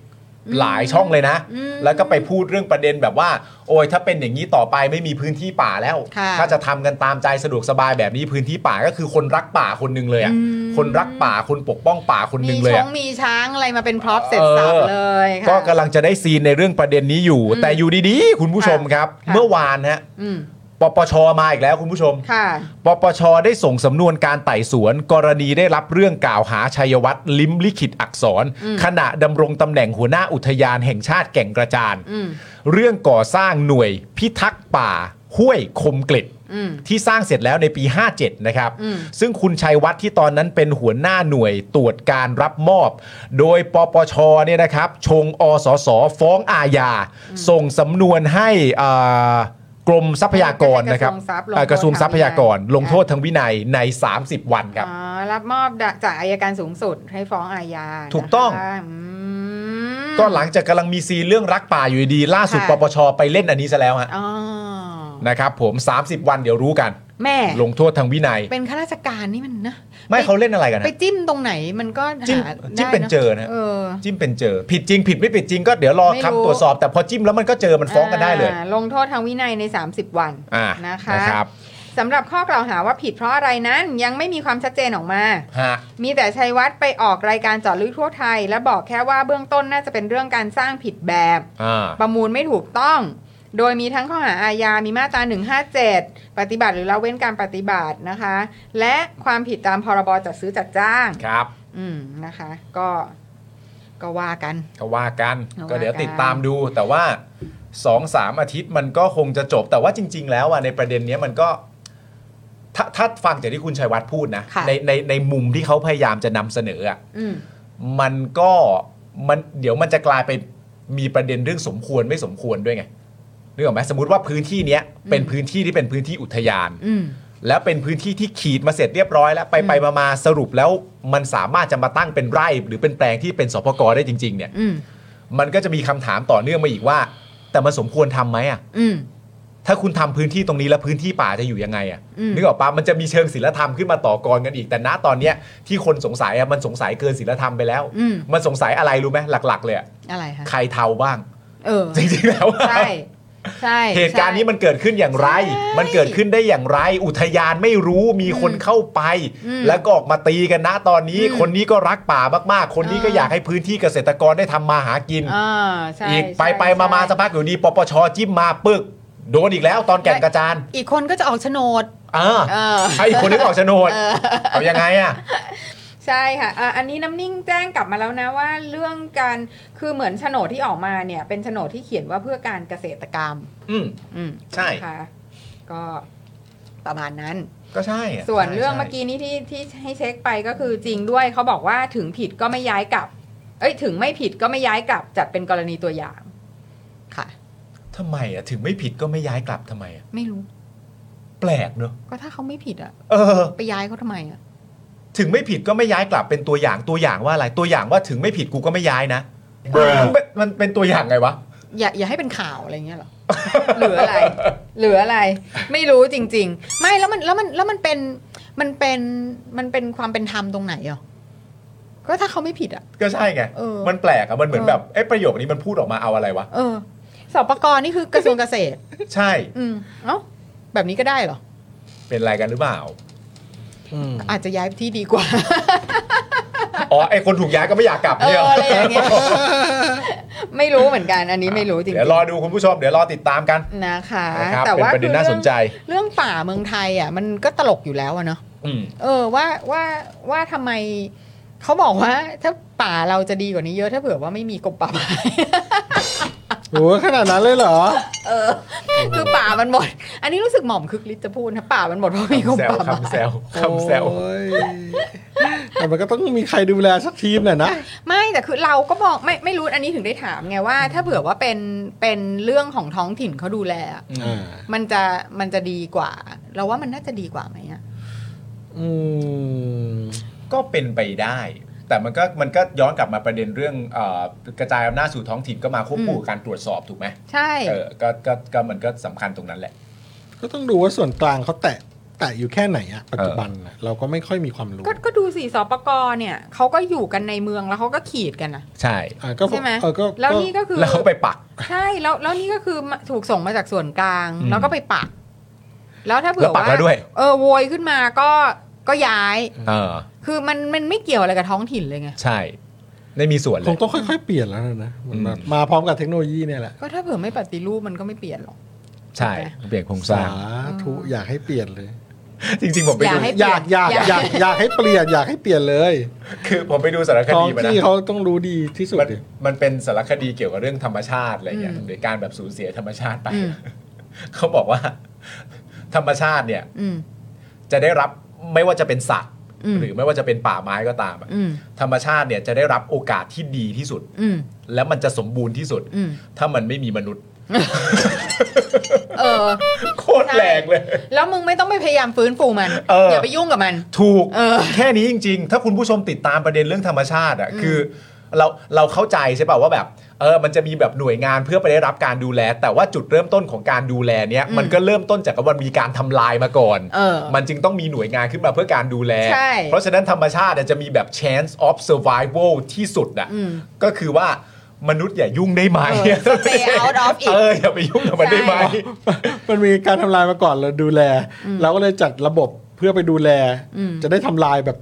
Speaker 4: อืม
Speaker 1: หลายช่องเลยนะ
Speaker 4: อืม
Speaker 1: แล้วก็ไปพูดเรื่องประเด็นแบบว่า โอ้ยถ้าเป็นอย่างนี้ต่อไปไม่มีพื้นที่ป่าแล้ว
Speaker 4: ค่ะ
Speaker 1: ถ้าจะทำกันตามใจสะดวกสบายแบบนี้พื้นที่ป่าก็คือคนรักป่าคนหนึ่งเลยอะคนรักป่าคนปกป้องป่าคน
Speaker 4: มี
Speaker 1: หนึ่งเลย
Speaker 4: ช้อง
Speaker 1: อะ
Speaker 4: มีช้างอะไรมาเป็นพร็อพเสร็จสับเลยค่ะ
Speaker 1: ก็กำลังจะได้ซีนในเรื่องประเด็นนี้อยู่
Speaker 4: อืม
Speaker 1: แต่อยู่ดีๆ คุณผู้ชมครับ
Speaker 4: ค่ะ
Speaker 1: เมื่อวานฮะ
Speaker 4: อืม
Speaker 1: ปปชมาอีกแล้วคุณผู้ชม
Speaker 4: ค่ะ
Speaker 1: ปปชได้ส่งสำนวนการไต่สวน กรณีได้รับเรื่องกล่าวหาชัยวัตรลิ้มลิขิตอักษร
Speaker 4: อืม
Speaker 1: ขณะดำรงตำแหน่งหัวหน้าอุทยานแห่งชาติแก่งกระจาน
Speaker 4: อืม
Speaker 1: เรื่องก่อสร้างหน่วยพิทักษ์ป่า ห้วยคมกลิด
Speaker 4: อืม
Speaker 1: ที่สร้างเสร็จแล้วในปี 57 นะครับ
Speaker 4: อืม
Speaker 1: ซึ่งคุณชัยวัฒน์ที่ตอนนั้นเป็นหัวหน้าหน่วยตรวจการรับมอบ โดยปปชเนี่ยนะครับ ชงอสสฟ้องอาญา ส่งสำนวนให้อ่ากรมทรัพยากรนะครับเอ่อกระทรวงทรัพยากร ลงโทษทางวินัยใน 30 วันครับ
Speaker 4: อ๋อรับมอบจากอายการสูงสุดให้ฟ้องอาญา
Speaker 1: ถูกต้อง
Speaker 4: นะคะอืม
Speaker 1: ก็หลังจากกำลังมีซีเรื่องรักป่าอยู่ดีๆล่าสุด
Speaker 4: ค่ะ
Speaker 1: ปปชไปเล่นอันนี้ซะแล้วฮะ
Speaker 4: อ๋อ
Speaker 1: นะครับผม 30 วันเดี๋ยวรู้กัน
Speaker 4: แม่
Speaker 1: ลงโทษทางวินัย
Speaker 4: เป็นข้าราชการนี่มันนะ
Speaker 1: ไม่เขาเล่นอะไรกัน
Speaker 4: ไป
Speaker 1: ฮะ
Speaker 4: จิ้มตรงไหนมันก็หา
Speaker 1: จิ้ม
Speaker 4: ได้
Speaker 1: จิ้มเป็นเจอนะ
Speaker 4: เออ
Speaker 1: จิ้มเป็นเจอ ผิดจริงผิดไม่ผิดจริงก็เดี๋ยวรอ
Speaker 4: ไม่รู้
Speaker 1: คำตรวจสอบ แต่พอจิ้มแล้วมันก็เจอมันฟ้องกันได้เลย
Speaker 4: อ่าลงโทษทางวินัยใน 30 วัน
Speaker 1: อ่านะ
Speaker 4: นะคะ
Speaker 1: ครับ
Speaker 4: สำหรับข้อกล่าวหาว่าผิดเพราะอะไรนั้นยังไม่มีความชัดเจนออกมา
Speaker 1: ฮะ
Speaker 4: มีแต่ชัยวัฒน์ไปออกรายการเจอดลึกทั่วไทย และบอกแค่ว่าเบื้องต้นน่าจะเป็นเรื่องการสร้างผิดแบบ
Speaker 1: อ่า
Speaker 4: ประมูลไม่ถูกต้อง โดยมีทั้งข้อหาอาญา มีมาตรา 157 ปฏิบัติหรือละเว้นการปฏิบัตินะคะ และความผิดตามพรบจัดซื้อจัดจ้าง
Speaker 1: ครับ
Speaker 4: อืมนะคะ ก็ก็ว่ากัน
Speaker 1: ก็ว่ากัน
Speaker 4: ก็ว่า
Speaker 1: ก็เดี๋ยวติด
Speaker 4: กัน
Speaker 1: ตามดูแต่ว่า2อสามอาทิตย์มันก็คงจะจบ แต่ว่าจริง ๆ แล้วอ่ะในประเด็นเนี้ยมันก็ ถ้าถ้าฟังจากที่คุณชัยวัฒน์พูดนะะในในในมุมที่เขาพยายามจะนำเสนออ่ะ
Speaker 4: อืม
Speaker 1: มันก็มันเดี๋ยวมันจะกลายไปมีประเด็นเรื่องสมควรไม่สมควรด้วยไงนึกออกไหมสมมติว่าพื้นที่เนี้ยเป็นพื้นที่ที่เป็นพื้นที่อุทยาน
Speaker 4: อืม
Speaker 1: แล้วเป็นพื้นที่ที่ขีดมาเสร็จเรียบร้อยแล้วไปไปมามาสรุปแล้วมันสามารถจะมาตั้งเป็นไร่ หรือเป็นแปลงที่เป็นสปกรได้จริง ๆ เนี่ย
Speaker 4: อืม
Speaker 1: มันก็จะมีคำถามต่อเนื่องมาอีกว่า แต่มันสมควรทำไหมอ่ะ
Speaker 4: อืม
Speaker 1: ถ้าคุณทำพื้นที่ตรงนี้แล้วพื้นที่ป่าจะอยู่ยังไงอ่ะ
Speaker 4: อืม
Speaker 1: นึกออกปะมันจะมีเชิงศิลธรรมขึ้นมาต่อกรกันอีกแต่ณตอนเนี้ยที่คนสงสัยอ่ะมันสงสัยเกินศิลธรรมไปแล้ว
Speaker 4: อืม
Speaker 1: มันสงสัยอะไรรู้ไหมหลัก ๆ เลยอะ
Speaker 4: อะไรคะ
Speaker 1: ใครเทาบ้าง
Speaker 4: เออ
Speaker 1: จริงๆแล้วอะ
Speaker 4: ใช่ ใช่
Speaker 1: เหตุการณ์นี้
Speaker 4: ใช่
Speaker 1: มันเกิดขึ้นอย่างไร
Speaker 4: ใช่
Speaker 1: มันเกิดขึ้นได้อย่างไร อุทยานไม่รู้มีคนเข้าไป
Speaker 4: อืม
Speaker 1: แล้วก็ออกมาตีกันนะตอนนี้
Speaker 4: อืม
Speaker 1: คนนี้ก็รักป่ามากๆ คนนี้ก็
Speaker 4: อ่า
Speaker 1: อยากให้พื้นที่เกษตรกรได้ทำมาหากิน
Speaker 4: อ่าใช่
Speaker 1: อีกไป
Speaker 4: ใช่
Speaker 1: ไปมามา
Speaker 4: ใช่
Speaker 1: สักพักอยู่ดีปปชจิ้มมาปึกโดนอีกแล้วตอนแก่งกระจาน
Speaker 4: อีกคนก็จะออกโฉนด
Speaker 1: อ่า
Speaker 4: เออ
Speaker 1: ให้อีกคนนึงออกโฉนดเอายังไงอ่ะ
Speaker 4: ใช่ค่ะอ่ะ อันนี้น้ำนิ่งแจ้งกลับมาแล้วนะว่าเรื่องการ คือเหมือนโฉนดที่ออกมาเนี่ย เป็นโฉนดที่เขียนว่าเพื่อการเกษตรกรรม
Speaker 1: อืม
Speaker 4: อืม
Speaker 1: ใช่
Speaker 4: นะคะก็ประมาณนั้น
Speaker 1: ก็ใช่อะ
Speaker 4: ส่วนเรื่อง
Speaker 1: ใช่
Speaker 4: เมื่อกี้นี้ที่ที่ให้เช็คไปก็คือจริงด้วยเขาบอกว่าถึงผิดก็ไม่ย้ายกลับ เอ้ยถึงไม่ผิดก็ไม่ย้ายกลับจัดเป็นกรณีตัวอย่าง ค่ะ
Speaker 1: ทำไมอ่ะถึงไม่ผิดก็ไม่ย้ายกลับทำไมอ่ะ
Speaker 4: ไม่รู้
Speaker 1: แปลกเนอะ
Speaker 4: ก็ถ้าเขาไม่ผิดอ่ะ
Speaker 1: เออ
Speaker 4: ไปย้ายเขาทำไมอ่ะ
Speaker 1: ถึงไม่ผิดก็ไม่ย้ายกลับเป็นตัวอย่างตัวอย่างว่าอะไรตัวอย่างว่าถึงไม่ผิดกูก็ไม่ย้ายนะมันเป็นมันเป็นตัวอย่างไงวะ
Speaker 4: อย่าอย่าให้เป็นข่าวอะไรอย่างเงี้ยเหรอ (laughs) หรืออะไร หรืออะไร ไม่รู้จริง ๆ ไม่แล้วมันแล้วมันแล้วมันเป็นมันเป็นมันเป็นความเป็นธรรมตรงไหนอ่ะก็ถ้าเขาไม่ผิดอ่ะ
Speaker 1: ก็ใช่ไง
Speaker 4: เออ
Speaker 1: มันแปลกอะมันเหมือน
Speaker 4: เออ
Speaker 1: แบบเอ้ประโยคนี้มันพูดออกมาเอาอะไรวะ
Speaker 4: เออสอบประกรนี่คือกระทรวงเกษตร
Speaker 1: ใช่
Speaker 4: อืมเอ้าแบบนี้ก็ได้เหรอ
Speaker 1: เป็นอะไรกันหรือเปล่า
Speaker 4: อาจจะย้ายที่ดีกว่า
Speaker 1: อ๋อ ไอคนถูกย้ายก็ไม่อยากกลับ
Speaker 4: เอ
Speaker 1: เนี่ย
Speaker 4: ออะไรอย่างเงี้ย ไม่รู้เหมือนกัน อันนี้ไม่รู้จริง
Speaker 1: เดี๋ยวรอดูคุณผู้ชม เดี๋ยวรอติดตามกัน
Speaker 4: ๆนะคะ
Speaker 1: นะครับ
Speaker 4: แต่ว่า
Speaker 1: เป็นประเด็น
Speaker 4: คือ
Speaker 1: น่าสนใจ
Speaker 4: เรื่องเรื่องป่าเมืองไทยอ่ะ มันก็ตลกอยู่แล้วอะเนาะ
Speaker 1: อืม
Speaker 4: เออว่าว่าว่าทำไมเขาบอกว่า ถ้าป่าเราจะดีกว่านี้เยอะถ้าเผื่อว่าไม่มีกรมป่าไม้
Speaker 3: โอ้ขนาดนั้นเลยเหรอ
Speaker 4: เออ (laughs) คือป่ามันหมด อันนี้รู้สึกหม่อมคึกฤทธิ์จะพูดนะป่ามันหมดเพราะมีกรมป่าไม้
Speaker 1: คำแซวคำแซว
Speaker 3: โอ้ยแต่มันก็ต้องมีใครดูแลสักทีมแหละนะ
Speaker 4: ไม่แต่คือเราก็บอกไม่ไม่รู้อันนี้ถึงได้ถามไงว่า ถ้าเผื่อว่าเป็นเป็นเรื่องของท้องถิ่นเขาดูแลอะ
Speaker 3: อืม
Speaker 4: มันจะมันจะดีกว่า เราว่ามันน่าจะดีกว่าไหมอะ
Speaker 1: ก็เป็นไปได้ แต่มันก็มันก็ย้อนกลับมาประเด็นเรื่องเอ่อกระจายอำนาจสู่ท้องถิ่นก็มาควบคู่กับการตรวจสอบถูกไหม
Speaker 4: ใช่
Speaker 1: เออก็ก็ก็มันก็สำคัญตรงนั้นแหละ
Speaker 3: ก็ต้องดูว่าส่วนกลางเขาแตะแตะอยู่แค่ไหนอะปัจจุบันน่ะเราก็ไม่ค่อยมีความรู้
Speaker 4: ก็ก็ดูสิสปกรเนี่ยเขาก็อยู่กันในเมืองแล้วเขาก็ขีดกันนะ
Speaker 1: ใช่
Speaker 3: อ่ะก็
Speaker 4: ใช่ไหม
Speaker 3: เออก็
Speaker 4: แล้วนี่ก็คือ
Speaker 1: แล้วเขาไปปัก
Speaker 4: ใช่แล้วแล้วนี่ก็คือมาถูกส่งมาจากส่วนกลาง
Speaker 1: อืม
Speaker 4: แล้วก็ไปปัก แล้วถ้าเผื่
Speaker 1: แล้
Speaker 4: อ
Speaker 1: วปักแล้วด้วย
Speaker 4: เออโวยขึ้นมาก็ก็ย้าย
Speaker 1: เออ
Speaker 4: คือมันมันไม่เกี่ยวอะไรกับท้องถิ่นเลยไง
Speaker 1: ใช่ไม่มีส่วนเล
Speaker 3: ค
Speaker 1: ย
Speaker 3: งต้องค่อยๆ เปลี่ยนแล้วนะมันแบบมาพร้อมกับเทคโนโลยีเนี่ยแหละ
Speaker 4: ก็ถ้าเผื่อไม่ปฏิรูปมันก็ไม่เปลี่ยนหรอก
Speaker 1: ใช่เปลี่ยนโครงสร้าง
Speaker 3: ทุอยากให้เปลี่ยนเลย
Speaker 1: จริง ๆ ผมไป
Speaker 4: อยา
Speaker 1: ดู
Speaker 4: กให้
Speaker 3: อยากอยาก
Speaker 4: อยา
Speaker 3: อยา
Speaker 4: ก
Speaker 3: กอยากให้เปลี่ยนอยากให้เปลี่ยนเลย
Speaker 1: คือผมไปดูสารค
Speaker 3: ท้อง
Speaker 1: ดีมานะ
Speaker 3: ที่เขาต้องรู้ดีที่สุด
Speaker 1: มัน
Speaker 3: ดิ (laughs)
Speaker 1: มันเป็นสารคดีเกี่ยวกับเรื่องธรรมชาติอะไรอย่างเงี้ย
Speaker 4: อืม
Speaker 1: หรือการแบบสูญเสียธรรมชาติไป
Speaker 4: อืม
Speaker 1: (laughs) เขาบอกว่า ธรรมชาติเนี่ย
Speaker 4: อืม
Speaker 1: จะได้รับไม่ว่าจะเป็นสัตว์
Speaker 4: อืม
Speaker 1: หรือไม่ว่าจะเป็นป่าไม้ก็ตามอะ
Speaker 4: อืม
Speaker 1: ธรรมชาติเนี่ยจะได้รับโอกาสที่ดีที่สุด
Speaker 4: อืม
Speaker 1: และมันจะสมบูรณ์ที่สุด
Speaker 4: อืม
Speaker 1: ถ้ามันไม่มีมนุษย์
Speaker 4: เออ
Speaker 1: โคตรแรงเลย
Speaker 4: แล้วมึงไม่ต้องไปพยายามฟื้นฟูมัน
Speaker 1: เอออ
Speaker 4: ย่าไปยุ่งกับมัน
Speaker 1: ถูก
Speaker 4: เออ
Speaker 1: แค่นี้จริง ๆ ถ้าคุณผู้ชมติดตามประเด็นเรื่องธรรมชาติอ่ะคือ เราเราเข้าใจใช่ป่าว่าแบบเออมันจะมีแบบหน่วยงานเพื่อไปได้รับการดูแล แต่ว่าจุดเริ่มต้นของการดูแลเนี้ยมันก็เริ่มต้นจากว่ามันมีการทำลายมาก่อน
Speaker 4: เออ
Speaker 1: มันจึงต้องมีหน่วยงานขึ้นมาเพื่อการดูแล
Speaker 4: ใช่
Speaker 1: เพราะฉะนั้นธรรมชาติอะจะมีแบบ chance of survival ที่สุดอ่ะ
Speaker 4: อืม
Speaker 1: ก็คือว่ามนุษย์อย่ายุ่งได้ไหม
Speaker 4: เออ stay out of it
Speaker 1: เอออย่าไปยุ่งกับมันได้ไหม
Speaker 4: ใช่
Speaker 3: มันมีการทำลายมาก่อนเราดูแล เราก็เลยจัดระบบเพื่อไปดูแล
Speaker 4: อืม
Speaker 3: จะได้ทำลายแบบ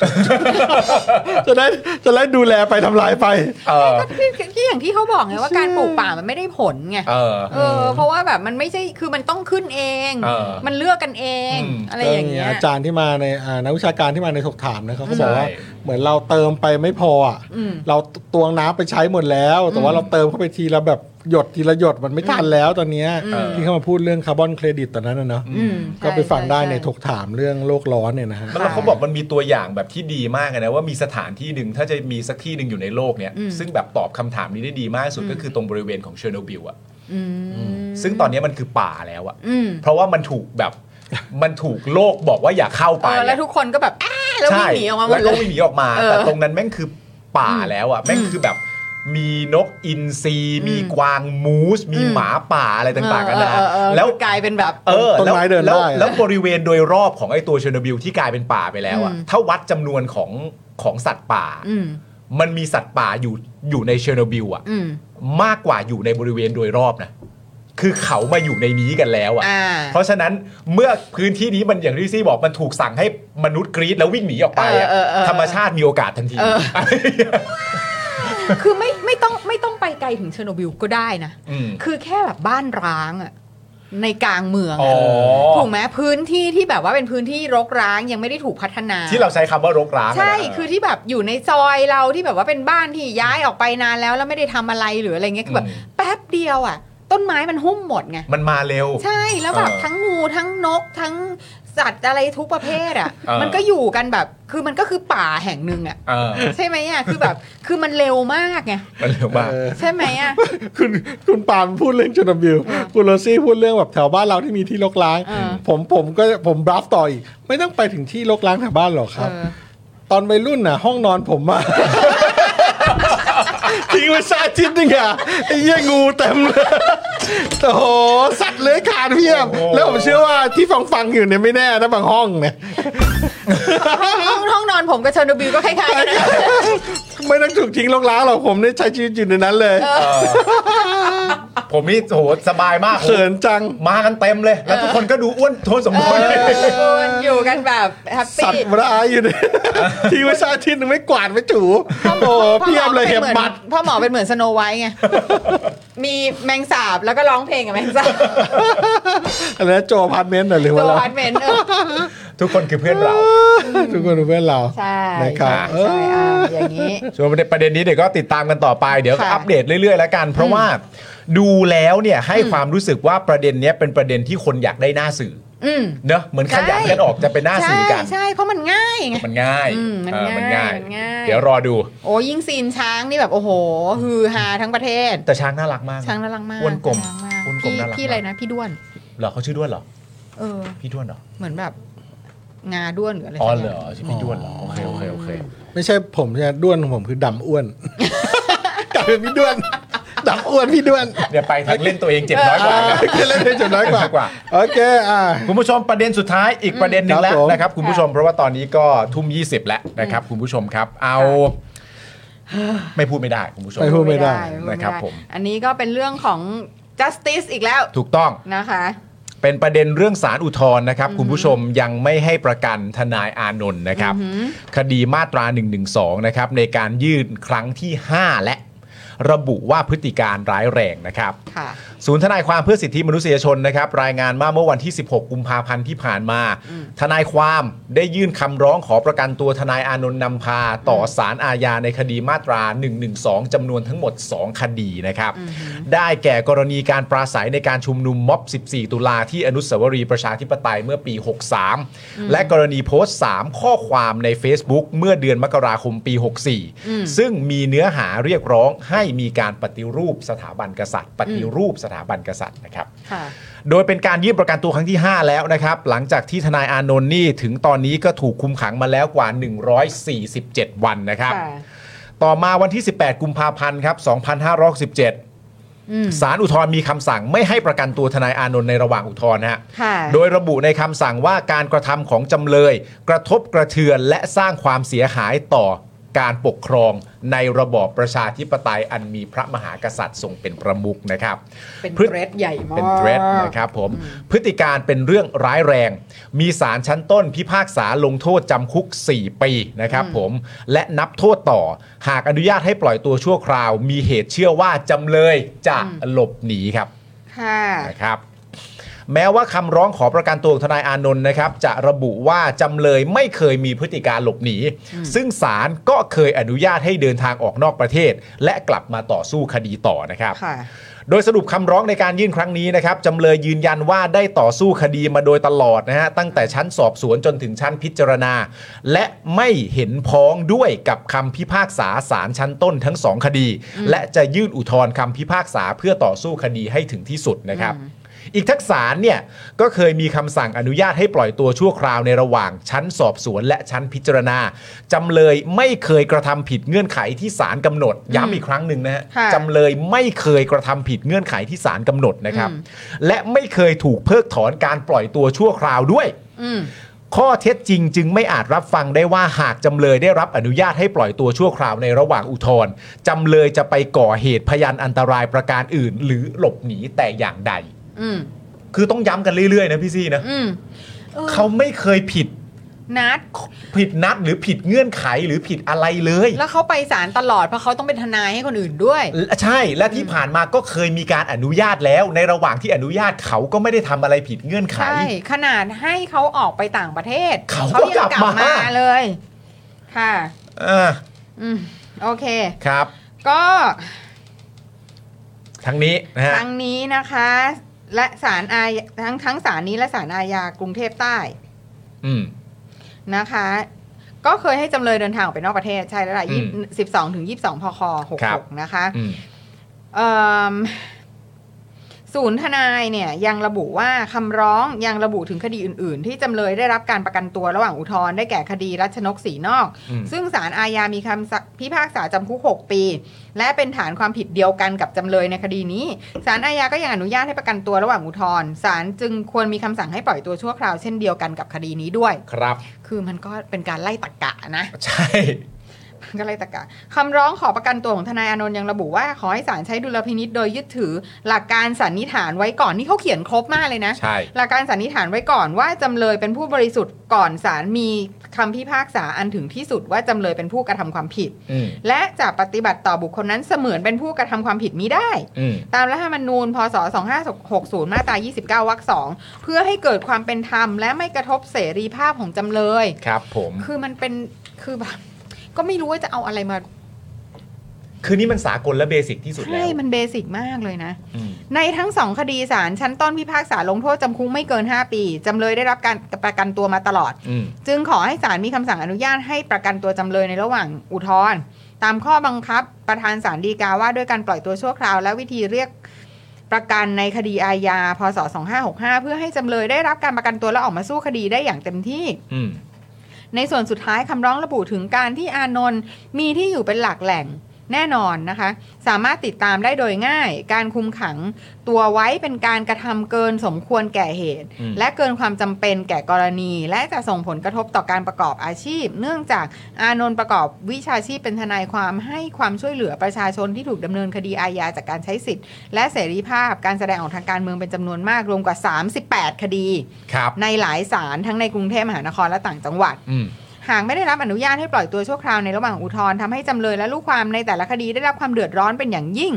Speaker 3: (laughs) จะได้จะได้ดูแลไปทำลายไป
Speaker 1: เออ
Speaker 4: ก็ที่ที่อย่างที่เขาบอกไงว่าการปลูกป่ามันไม่ได้ผลไง
Speaker 1: เออ
Speaker 4: เออเพราะว่าแบบมันไม่ใช่คือมันต้องขึ้นเอง
Speaker 1: เออ
Speaker 4: มันเลือกกันเอง
Speaker 1: อืม
Speaker 4: อะไรอย่างเงี้ย
Speaker 3: ก็มีอาจารย์ที่มาในอ่านักวิชาการที่มาในถกถามนะเขาก็บอกว่า
Speaker 1: ใช่
Speaker 3: เหมือนเราเติมไปไม่พออะ
Speaker 4: อืม
Speaker 3: เราตวงน้ำไปใช้หมดแล้ว แต่ว่าเราเติมเข้าไปทีละแบบหยดทีละหยดมันไม่ทันแล้วตอนเนี้ย
Speaker 4: อืม
Speaker 3: ที่เขามาพูดเรื่องคาร์บอนเครดิตตอนนั้นนะเนาะ
Speaker 4: อืม
Speaker 3: ก็ไปฟังได้ในถ
Speaker 4: ช่ช่
Speaker 3: กถามเรื่องโลกร้อนเนี่ยนะฮะ
Speaker 1: แล้วเขาบอกมันมีตัวอย่างแบบที่ดีมากเลยนะว่ามีสถานที่หนึ่งถ้าจะมีสักที่หนึ่งอยู่ในโลกเนี่ย
Speaker 4: อืม
Speaker 1: ซึ่งแบบตอบคำถามนี้ได้ดีมากที่สุดก็คือตรงบริเวณของเชอร์โนบิลอะ
Speaker 4: อืม
Speaker 1: ซึ่งตอนนี้มันคือป่าแล้วอะ
Speaker 4: อืม
Speaker 1: เพราะว่ามันถูกแบบมันถูกโลกบอกว่าอย่าเข้า
Speaker 4: เอ
Speaker 1: ไป
Speaker 4: อแล้วทุกคนก็แบบอ้าแล้ววิ่งหนีออกมาหม
Speaker 1: แล้
Speaker 4: ด
Speaker 1: ว
Speaker 4: เล
Speaker 1: ก็
Speaker 4: ย
Speaker 1: วิ่งหนีออกมา
Speaker 4: เออ
Speaker 1: แต่ตรงนั้นแม่งคือป่าแล้วอะแม่งคือแบบมีนกอินทรีมี
Speaker 4: อืม
Speaker 1: กวางมูส มี
Speaker 4: อืม
Speaker 1: หมาป่าอะไรต่างๆกันนะ
Speaker 4: เออเออเออ
Speaker 1: แล้ว
Speaker 4: กลายเป็นแบบ
Speaker 1: เออ
Speaker 3: ต้นไม้
Speaker 1: แล้ว
Speaker 3: เดินได้
Speaker 1: แล้ว
Speaker 3: อะ
Speaker 1: แล้วบริเวณโดยรอบของไอ้ตัวเชอร์โนบิลที่กลายเป็นป่าไปแล้วอะ
Speaker 4: อืม
Speaker 1: ถ้าวัดจำนวนของของสัตว์ป่า
Speaker 4: อืม
Speaker 1: มันมีสัตว์ป่าอยู่อยู่ในเชอร์โนบิลอะ
Speaker 4: อืม
Speaker 1: มากกว่าอยู่ในบริเวณโดยรอบนะคือเขามาอยู่ในนี้กันแล้วอะ
Speaker 4: อ่า
Speaker 1: เพราะฉะนั้นเมื่อพื้นที่นี้มันอย่างที่ซี่บอกมันถูกสั่งให้มนุษย์กรีดแล้ววิ่งหนีออกไปอะ
Speaker 4: เออเออเออ
Speaker 1: ธรรมชาติมีโอกาสทันที
Speaker 4: เออ คือไม่ไม่ต้องไม่ต้องไปไกลถึงเชอร์โนบิลก็ได้นะ
Speaker 1: ม
Speaker 4: คือแค่แบบบ้านร้างอะในกลางเมืองอะ
Speaker 1: อ๋อ
Speaker 4: ถูกไหมพื้นที่ที่แบบว่าเป็นพื้นที่รกร้างยังไม่ได้ถูกพัฒนา
Speaker 1: ที่เราใช้คำว่ารกร้างอะนะ
Speaker 4: ใช่ คือที่แบบอยู่ในซอยเราที่แบบว่าเป็นบ้านที่ย้ายออกไปนานแล้ว แล้วไม่ได้ทำอะไรหรืออะไรเงี้ย คือแบบ
Speaker 1: ม
Speaker 4: แป๊บเดียวอ่ะ ต้นไม้มันหุ้มหมดไง
Speaker 1: มันมาเร็ว
Speaker 4: ใช่ แล้วแบบ
Speaker 1: เออ
Speaker 4: ทั้งงูทั้งนกทั้ง สัตว์อะไรทุกประเภทอ่ะ
Speaker 1: เออ
Speaker 4: มันก็อยู่กันแบบ คือมันก็คือป่าแห่งหนึ่งอ่ะ
Speaker 1: เออ
Speaker 4: ใช่ไหมอ่ะ คือแบบ คือมันเร็วมากไง
Speaker 1: มันเร็วมาก
Speaker 4: ใช่ไหมอ่ะ
Speaker 3: คุณคุณปาล์มพูดเรื่องชนบิลคุณโรซี่พูดเรื่องแบบแถวบ้านเราที่มีที่รกร้าง
Speaker 4: เออ
Speaker 3: ผมผมก็ผมบลัฟต่ออีก ไม่ต้องไปถึงที่รกร้างแถวบ้านหรอกครับ ตอนวัยรุ่นน่ะ ห้องนอนผม (laughs) อะทิ้งไว้ซาทิตย์หนึงอะไอ้เหี้ยงูเต็มเลยโอ้โหสัตว์เลื้อยคลานเพียบแล้วผมเชื่อว่าที่ฟังฟังๆอยู่เนี่ยไม่แน่นะบางห้อง (laughs) เนี่ย
Speaker 4: ห้องห้องนอนผมกับเชอร์โนบิลก็คล้ายๆกันนะ
Speaker 3: ไม่ต้องถูกทิ้งรกร้างหรอกผมเนี่ยใช้ชีวิตอยู่ในนั้นเลย
Speaker 1: ผมนี่โหสบายมาก
Speaker 3: เขินจัง
Speaker 1: มากันเต็มเลย แล้วทุกคนก็ดูอ้วนโทนสมบูรณ์
Speaker 4: เอออยู่กันแบบแฮป
Speaker 3: สั
Speaker 4: ปี้
Speaker 3: ตว์ร้ายอยู่ (laughs) เนี่ย ทีไว้ซาทิตย์หนึงไม่กวาดไม่จูโอ้โหเพียบเลยเห็บบัด
Speaker 4: พ่อหมอเป็นเหมือนสโนไวท์ไง มีแมงสาบแล้วก็ร้องเพลงกับแมงสาบ
Speaker 3: อะไรนะโจพาร์ทเมนต์น่ะหรือ
Speaker 4: ตัว
Speaker 3: ว่าเรา
Speaker 4: พาร์ทเมนต์เออ
Speaker 1: ทุกคนคือเพื่อนเรา
Speaker 3: ทุกคนเป็นเพื่อนเรา
Speaker 4: ใช่
Speaker 3: นะครับ
Speaker 4: ใช่อ่ะอย่างนี้
Speaker 1: ส่วนประเด็นนี้เดี๋ยวก็ติดตามกันต่อไปเดี๋ยวก็
Speaker 4: ค่ะ
Speaker 1: อัปเดตเรื่อยๆแล้วกัน เพราะว่าดูแล้วเนี่ยให้ความรู้สึกว่าประเด็นเนี้ยเป็นประเด็นที่คนอยากได้หน้าสื่อ
Speaker 4: อืม
Speaker 1: เนอะเหมือน
Speaker 4: ใช่
Speaker 1: ขยันกันออกจะเป็นหน้า
Speaker 4: ใช่
Speaker 1: สื่อกัน
Speaker 4: ใช่เพราะมันง่ายไง
Speaker 1: มันง่าย
Speaker 4: อืมมัน
Speaker 1: เออ
Speaker 4: ง่ายมันง่าย
Speaker 1: เดี๋ยวรอดู
Speaker 4: โอ้ยิ่งซีนช้างนี่แบบ โอ้โห ฮือฮาทั้งประเทศ
Speaker 1: แต่ช้างน่ารักมาก
Speaker 4: ช้างน่ารักมาก
Speaker 1: อ้วนกลม
Speaker 4: ช้างน่ารัก
Speaker 1: อ้วนกลม
Speaker 4: พี่
Speaker 1: น่ารัก
Speaker 4: พี่อะไร
Speaker 1: มาก
Speaker 4: นะ พี่ด้วน
Speaker 1: เหรอเขาชื่อด้วนเหรอ
Speaker 4: เออ
Speaker 1: พี่ด้วนเหรอ
Speaker 4: เหมือนแบบ งาด้วนหรืออะไร
Speaker 1: อ๋อ
Speaker 4: สัก
Speaker 1: เหร
Speaker 4: ย่าง
Speaker 1: อชื่อพี่ด้วนเหรอโอเคโอเคโอเค
Speaker 3: ไม่ใช่ผมใช่ไหมด้วนของผมคือดำอ้วน (laughs) กลายเป็นพี่ด้วนดำอ้วนพี่ด้วน
Speaker 1: เดี๋ยวไปทางเล่นตัวเองเจ็บน้อยกว่า
Speaker 3: เล่นเล่นจนน้อยกว่า
Speaker 1: น้อยกว่า
Speaker 3: โอเคอ่า
Speaker 1: (laughs) คุณผู้ชมประเด็นสุดท้ายอีกประเด็นหนึ่ง
Speaker 3: ครั
Speaker 1: แล้
Speaker 3: บ
Speaker 1: ว
Speaker 3: ผม
Speaker 1: นะครับคุณผู้ชมเพราะว่าตอนนี้ก็ทุ่ม 20 แล้วนะครับคุณผู้ชมครับ เอา ไม่พูดไม่ได้คุณผู้ชม
Speaker 3: ไม่พูดไม่ได้
Speaker 4: พูดไม่
Speaker 1: นะครับผม
Speaker 4: อันนี้ก็เป็นเรื่องของ justice อีกแล้ว
Speaker 1: ถูกต้อง
Speaker 4: นะคะ
Speaker 1: เป็นประเด็นเรื่องสารอุทธรณ์นะครับ คุณผู้ชมยังไม่ให้ประกันทนายอานนท์นะครับ คดีมาตรา 112 นะครับในการยื่นครั้งที่ 5 และ ระบุว่าพฤติการร้ายแรงนะครับ
Speaker 4: ค่ะ
Speaker 1: ศูนย์ทนายความเพื่อสิทธิมนุษยชนนะครับ รายงานมาเมื่อวันที่ 16 กุมภาพันธ์ที่ผ่านมา ทนายความได้ยื่นคำร้องขอประกันตัวทนายอานนท์นำพา ต่อศาลอาญาในคดีมาตรา 112 จำนวนทั้งหมด 2 คดีนะครับ ได้แก่กรณีการปราศัยในการชุมนุมม็อบ 14 ตุลาที่อนุสาวรีย์ประชาธิปไตยเมื่อปี 63 และกรณีโพสต์ 3 ข้อความใน Facebook เมื่อเดือนมกราคมปี
Speaker 4: อืม
Speaker 1: 64 ซึ่งมีเนื้อหาเรียกร้องให้มีการปฏิรูปสถาบันกษัตริย์ ปฏิรูปสถาบันกษัตริย์นะครับ
Speaker 4: ค่ะ
Speaker 1: โดยเป็นการยื่นประกันตัวครั้งที่ 5 แล้วนะครับ หลังจากที่ทนายอานนท์นี่ถึงตอนนี้ก็ถูกคุมขังมาแล้วกว่า 147 วันนะครับ ต่อมาวันที่ 18 กุมภาพันธ์ครับ 2517
Speaker 4: อืม
Speaker 1: ศาลอุทธรณ์มีคำสั่งไม่ให้ประกันตัวทนายอานนท์ในระหว่างอุทธรณ์ฮะ
Speaker 4: ค่ะ
Speaker 1: โดยระบุในคำสั่งว่าการกระทำของจำเลย กระทบกระเทือนและสร้างความเสียหายต่อการปกครองในระบอบประชาธิปไตยอันมีพระมหากษัตริย์ทรงเป็นประมุขนะครับ
Speaker 4: เป็น
Speaker 1: พฤ
Speaker 4: เทรดใหญ่มาก
Speaker 1: เป็นเทรดนะครับผม พฤติการเป็นเรื่องร้ายแรง มีสารชั้นต้นพิพากษาลงโทษจำคุก 4 ปีนะครับผม และนับโทษต่อ หากอนุญาตให้ปล่อยตัวชั่วคราว มีเหตุเชื่อว่าจำเลยจะหลบหนีครับ
Speaker 4: ค่ะ
Speaker 1: นะครับแม้ว่าคำร้องขอประกันตัวของทนายอานนท์นะครับ จะระบุว่าจำเลยไม่เคยมีพฤติการหลบหนี ซึ่งศาลก็เคยอนุญาตให้เดินทางออกนอกประเทศ และกลับมาต่อสู้คดีต่อนะครับ
Speaker 4: ค่ะ
Speaker 1: โดยสรุปคำร้องในการยื่นครั้งนี้นะครับจำเลยยืนยันว่าได้ต่อสู้คดีมาโดยตลอดนะฮะตั้งแต่ชั้นสอบสวนจนถึงชั้นพิจารณา และไม่เห็นพ้องด้วยกับคำพิพากษาศาลชั้นต้นทั้งสองคดี และจะยื่นอุทธรณ์คำพิพากษาเพื่อต่อสู้คดีให้ถึงที่สุดนะครับ อีกทักษารเนี่ยก็เคยมีคำสั่งอนุญาตให้ปล่อยตัวชั่วคราวในระหว่างชั้นสอบสวนและชั้นพิจารณาจำเลยไม่เคยกระทำผิดเงื่อนไขที่ศาลกำหนดย้ำอีกครั้งหนึ่งนะฮะ
Speaker 4: ค่ะ
Speaker 1: จำเลยไม่เคยกระทำผิดเงื่อนไขที่ศาลกำหนดนะครับ และไม่เคยถูกเพิกถอนการปล่อยตัวชั่วคราวด้วย
Speaker 4: อืม
Speaker 1: ข้อเท็จจริงจึงไม่อาจรับฟังได้ว่าหากจำเลยได้รับอนุญาตให้ปล่อยตัวชั่วคราวในระหว่างอุทธรณ์จำเลยจะไปก่อเหตุพยานอันตรายประการอื่น หรือหลบหนีแต่อย่างใด
Speaker 4: อืม
Speaker 1: คือต้องย้ำกันเรื่อยๆนะพี่ซี่นะ
Speaker 4: อืม
Speaker 1: เขาไม่เคยผิด
Speaker 4: นัด
Speaker 1: ผิดนัดหรือผิดเงื่อนไขหรือผิดอะไรเลย
Speaker 4: (laughs) แล้วเขาไปศาลตลอดเพราะเขาต้องเป็นทนายให้คนอื่นด้วย
Speaker 1: และใช่และที่ผ่านมาก็เคยมีการอนุญาตแล้ว ในระหว่างที่อนุญาตเขาก็ไม่ได้ทำอะไรผิดเงื่อนไข
Speaker 4: ใช่ ขนาดให้เขาออกไปต่างประเทศ
Speaker 1: เขาก็
Speaker 4: ยัง
Speaker 1: กลับมา
Speaker 4: เลย ค่ะ
Speaker 1: อ่า
Speaker 4: อืม โอเค
Speaker 1: ครับ
Speaker 4: ก็
Speaker 1: ทั้งนี้นะฮะ
Speaker 4: ครั้งนี้นะคะ และศาลอาญาทั้งทั้งศาลนี้และศาลอาญากรุงเทพใต้
Speaker 1: อืม
Speaker 4: นะคะ ก็เคยให้จำเลยเดินทางออกไปนอกประเทศใช่แล้วล่ะ
Speaker 1: อืม
Speaker 4: สิบสองถึงยี่สิบสองพคหก
Speaker 1: ครั
Speaker 4: ห
Speaker 1: บ
Speaker 4: กนะคะ
Speaker 1: อืม
Speaker 4: เอิ่มศูนย์ทนายเนี่ยยังระบุว่าคำร้องยังระบุถึงคดีอื่น ๆ ที่จำเลยได้รับการประกันตัวระหว่างอุทธรณ์ได้แก่คดีรัชนกสีนอก
Speaker 13: อืม
Speaker 4: ซึ่งศาลอาญามีคำสั่งพิพากษาจำคุก 6 ปี และเป็นฐานความผิดเดียวกันกับจำเลยในคดีนี้ศาลอาญาก็ยังอนุญาตให้ประกันตัวระหว่างอุทธรณ์ศาลจึงควรมีคำสั่งให้ปล่อยตัวชั่วคราวเช่นเดียวกันกับคดีนี้ด้วย
Speaker 1: ครับ
Speaker 4: คือมันก็เป็นการไล่ตะกกะนะ
Speaker 1: ใช่
Speaker 4: ก็ไล่ตะกกะคำร้องขอประกันตัวของทนายอานนท์ยังระบุว่า ขอให้ศาลใช้ดุลพินิษโดยยึดถือ หลักการสันนิษฐานไว้ก่อนนี่เขาเขียนครบมากเลยนะ
Speaker 1: ใช่
Speaker 4: หลักการสันนิษฐานไว้ก่อนว่าจำเลยเป็นผู้บริสุทธิ์ก่อนศาลมีคำพิพากษาอันถึงที่สุดว่าจำเลยเป็นผู้กระทำความผิด
Speaker 1: อืม
Speaker 4: และจะปฏิบัติต่อบุคคลนั้นเสมือนเป็นผู้กระทำความผิดมิได้
Speaker 1: อืม
Speaker 4: ตามรัฐธรรมนูญ พศ 2560 มาตรา 29 วรรค 2 เพื่อให้เกิดความเป็นธรรม และไม่กระทบเสรีภาพของจำเลย
Speaker 1: ครับผม
Speaker 4: คือมันเป็น คือแบบ ก็ไม่รู้ว่าจะเอาอะไรมา
Speaker 1: คือนี่มันสากลและเบสิกที่สุดแล้
Speaker 4: ใช่
Speaker 1: ว
Speaker 4: มันเบสิกมากเลยนะ
Speaker 1: อืม
Speaker 4: ในทั้งสองคดีศาลชั้นต้นพิพากษาลงโทษจำคุกไม่เกิน 5 ปี จำเลยได้รับการประกันตัวมาตลอด
Speaker 1: อืม
Speaker 4: จึงขอให้ศาลมีคำสั่งอนุญาตให้ประกันตัวจำเลยในระหว่างอุทธรณ์ตามข้อบังคับประธานศาลฎีกาว่าด้วยการปล่อยตัวชั่วคราว และวิธีเรียกประกันในคดีอาญาพศ 2565 เพื่อให้จำเลยได้รับการประกันตัวและออกมาสู้คดีได้อย่างเต็มที่
Speaker 1: อืม
Speaker 4: ในส่วนสุดท้ายคำร้องระบุถึงการที่อานนท์มีที่อยู่เป็นหลักแหล่งแน่นอนนะคะ สามารถติดตามได้โดยง่าย การคุมขังตัวไว้เป็นการกระทำเกินสมควรแก่เหตุ
Speaker 13: อืม
Speaker 4: และเกินความจำเป็นแก่กรณี และจะส่งผลกระทบต่อการประกอบอาชีพ เนื่องจากอานนท์ประกอบวิชาชีพเป็นทนายความให้ความช่วยเหลือประชาชนที่ถูกดำเนินคดีอาญาจากการใช้สิทธิ์ และเสรีภาพการแสดงออกทางการเมืองเป็นจำนวนมากรวมกว่า 38 คดี
Speaker 1: ครับ
Speaker 4: ในหลายศาลทั้งในกรุงเทพมหานครและต่างจังหวัด
Speaker 1: อืม
Speaker 4: หากไม่ได้รับอนุญาตให้ปล่อยตัวชั่วคราวในระหว่างอุทธรณ์ทำให้จำเลยและลูกความในแต่ละคดีได้รับความเดือดร้อนเป็นอย่างยิ่ง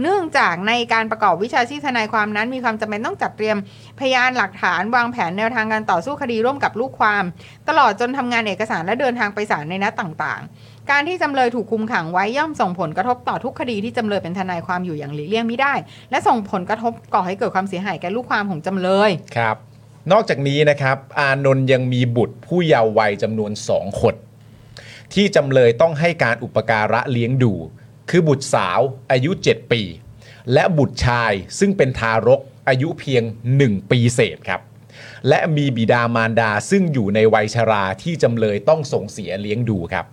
Speaker 4: เนื่องจากในการประกอบวิชาชีพทนายความนั้น มีความจำเป็นต้องจัดเตรียมพยานหลักฐานวางแผนแนวทางการต่อสู้คดีร่วมกับลูกความ ตลอดจนทำงานเอกสารและเดินทางไปศาลในนัดต่างๆ การที่จำเลยถูกคุมขังไว้ย่อมส่งผลกระทบต่อทุกคดีที่จำเลยเป็นทนายความอยู่อย่างหลีกเลี่ยงไม่ได้ และส่งผลกระทบก่อให้เกิดความเสียหายแก่ลูกความของจำเลย
Speaker 1: ครับ นอกจากนี้นะครับ อานนท์ยังมีบุตรผู้เยาว์วัยจำนวนสองคน ที่จำเลยต้องให้การอุปการะเลี้ยงดู คือบุตรสาวอายุ 7 ปี และบุตรชายซึ่งเป็นทารกอายุเพียง 1 ปีเศษครับ และมีบิดามารดาซึ่งอยู่ในวัยชราที่จำเลยต้องส่งเสียเลี้ยงดูครับ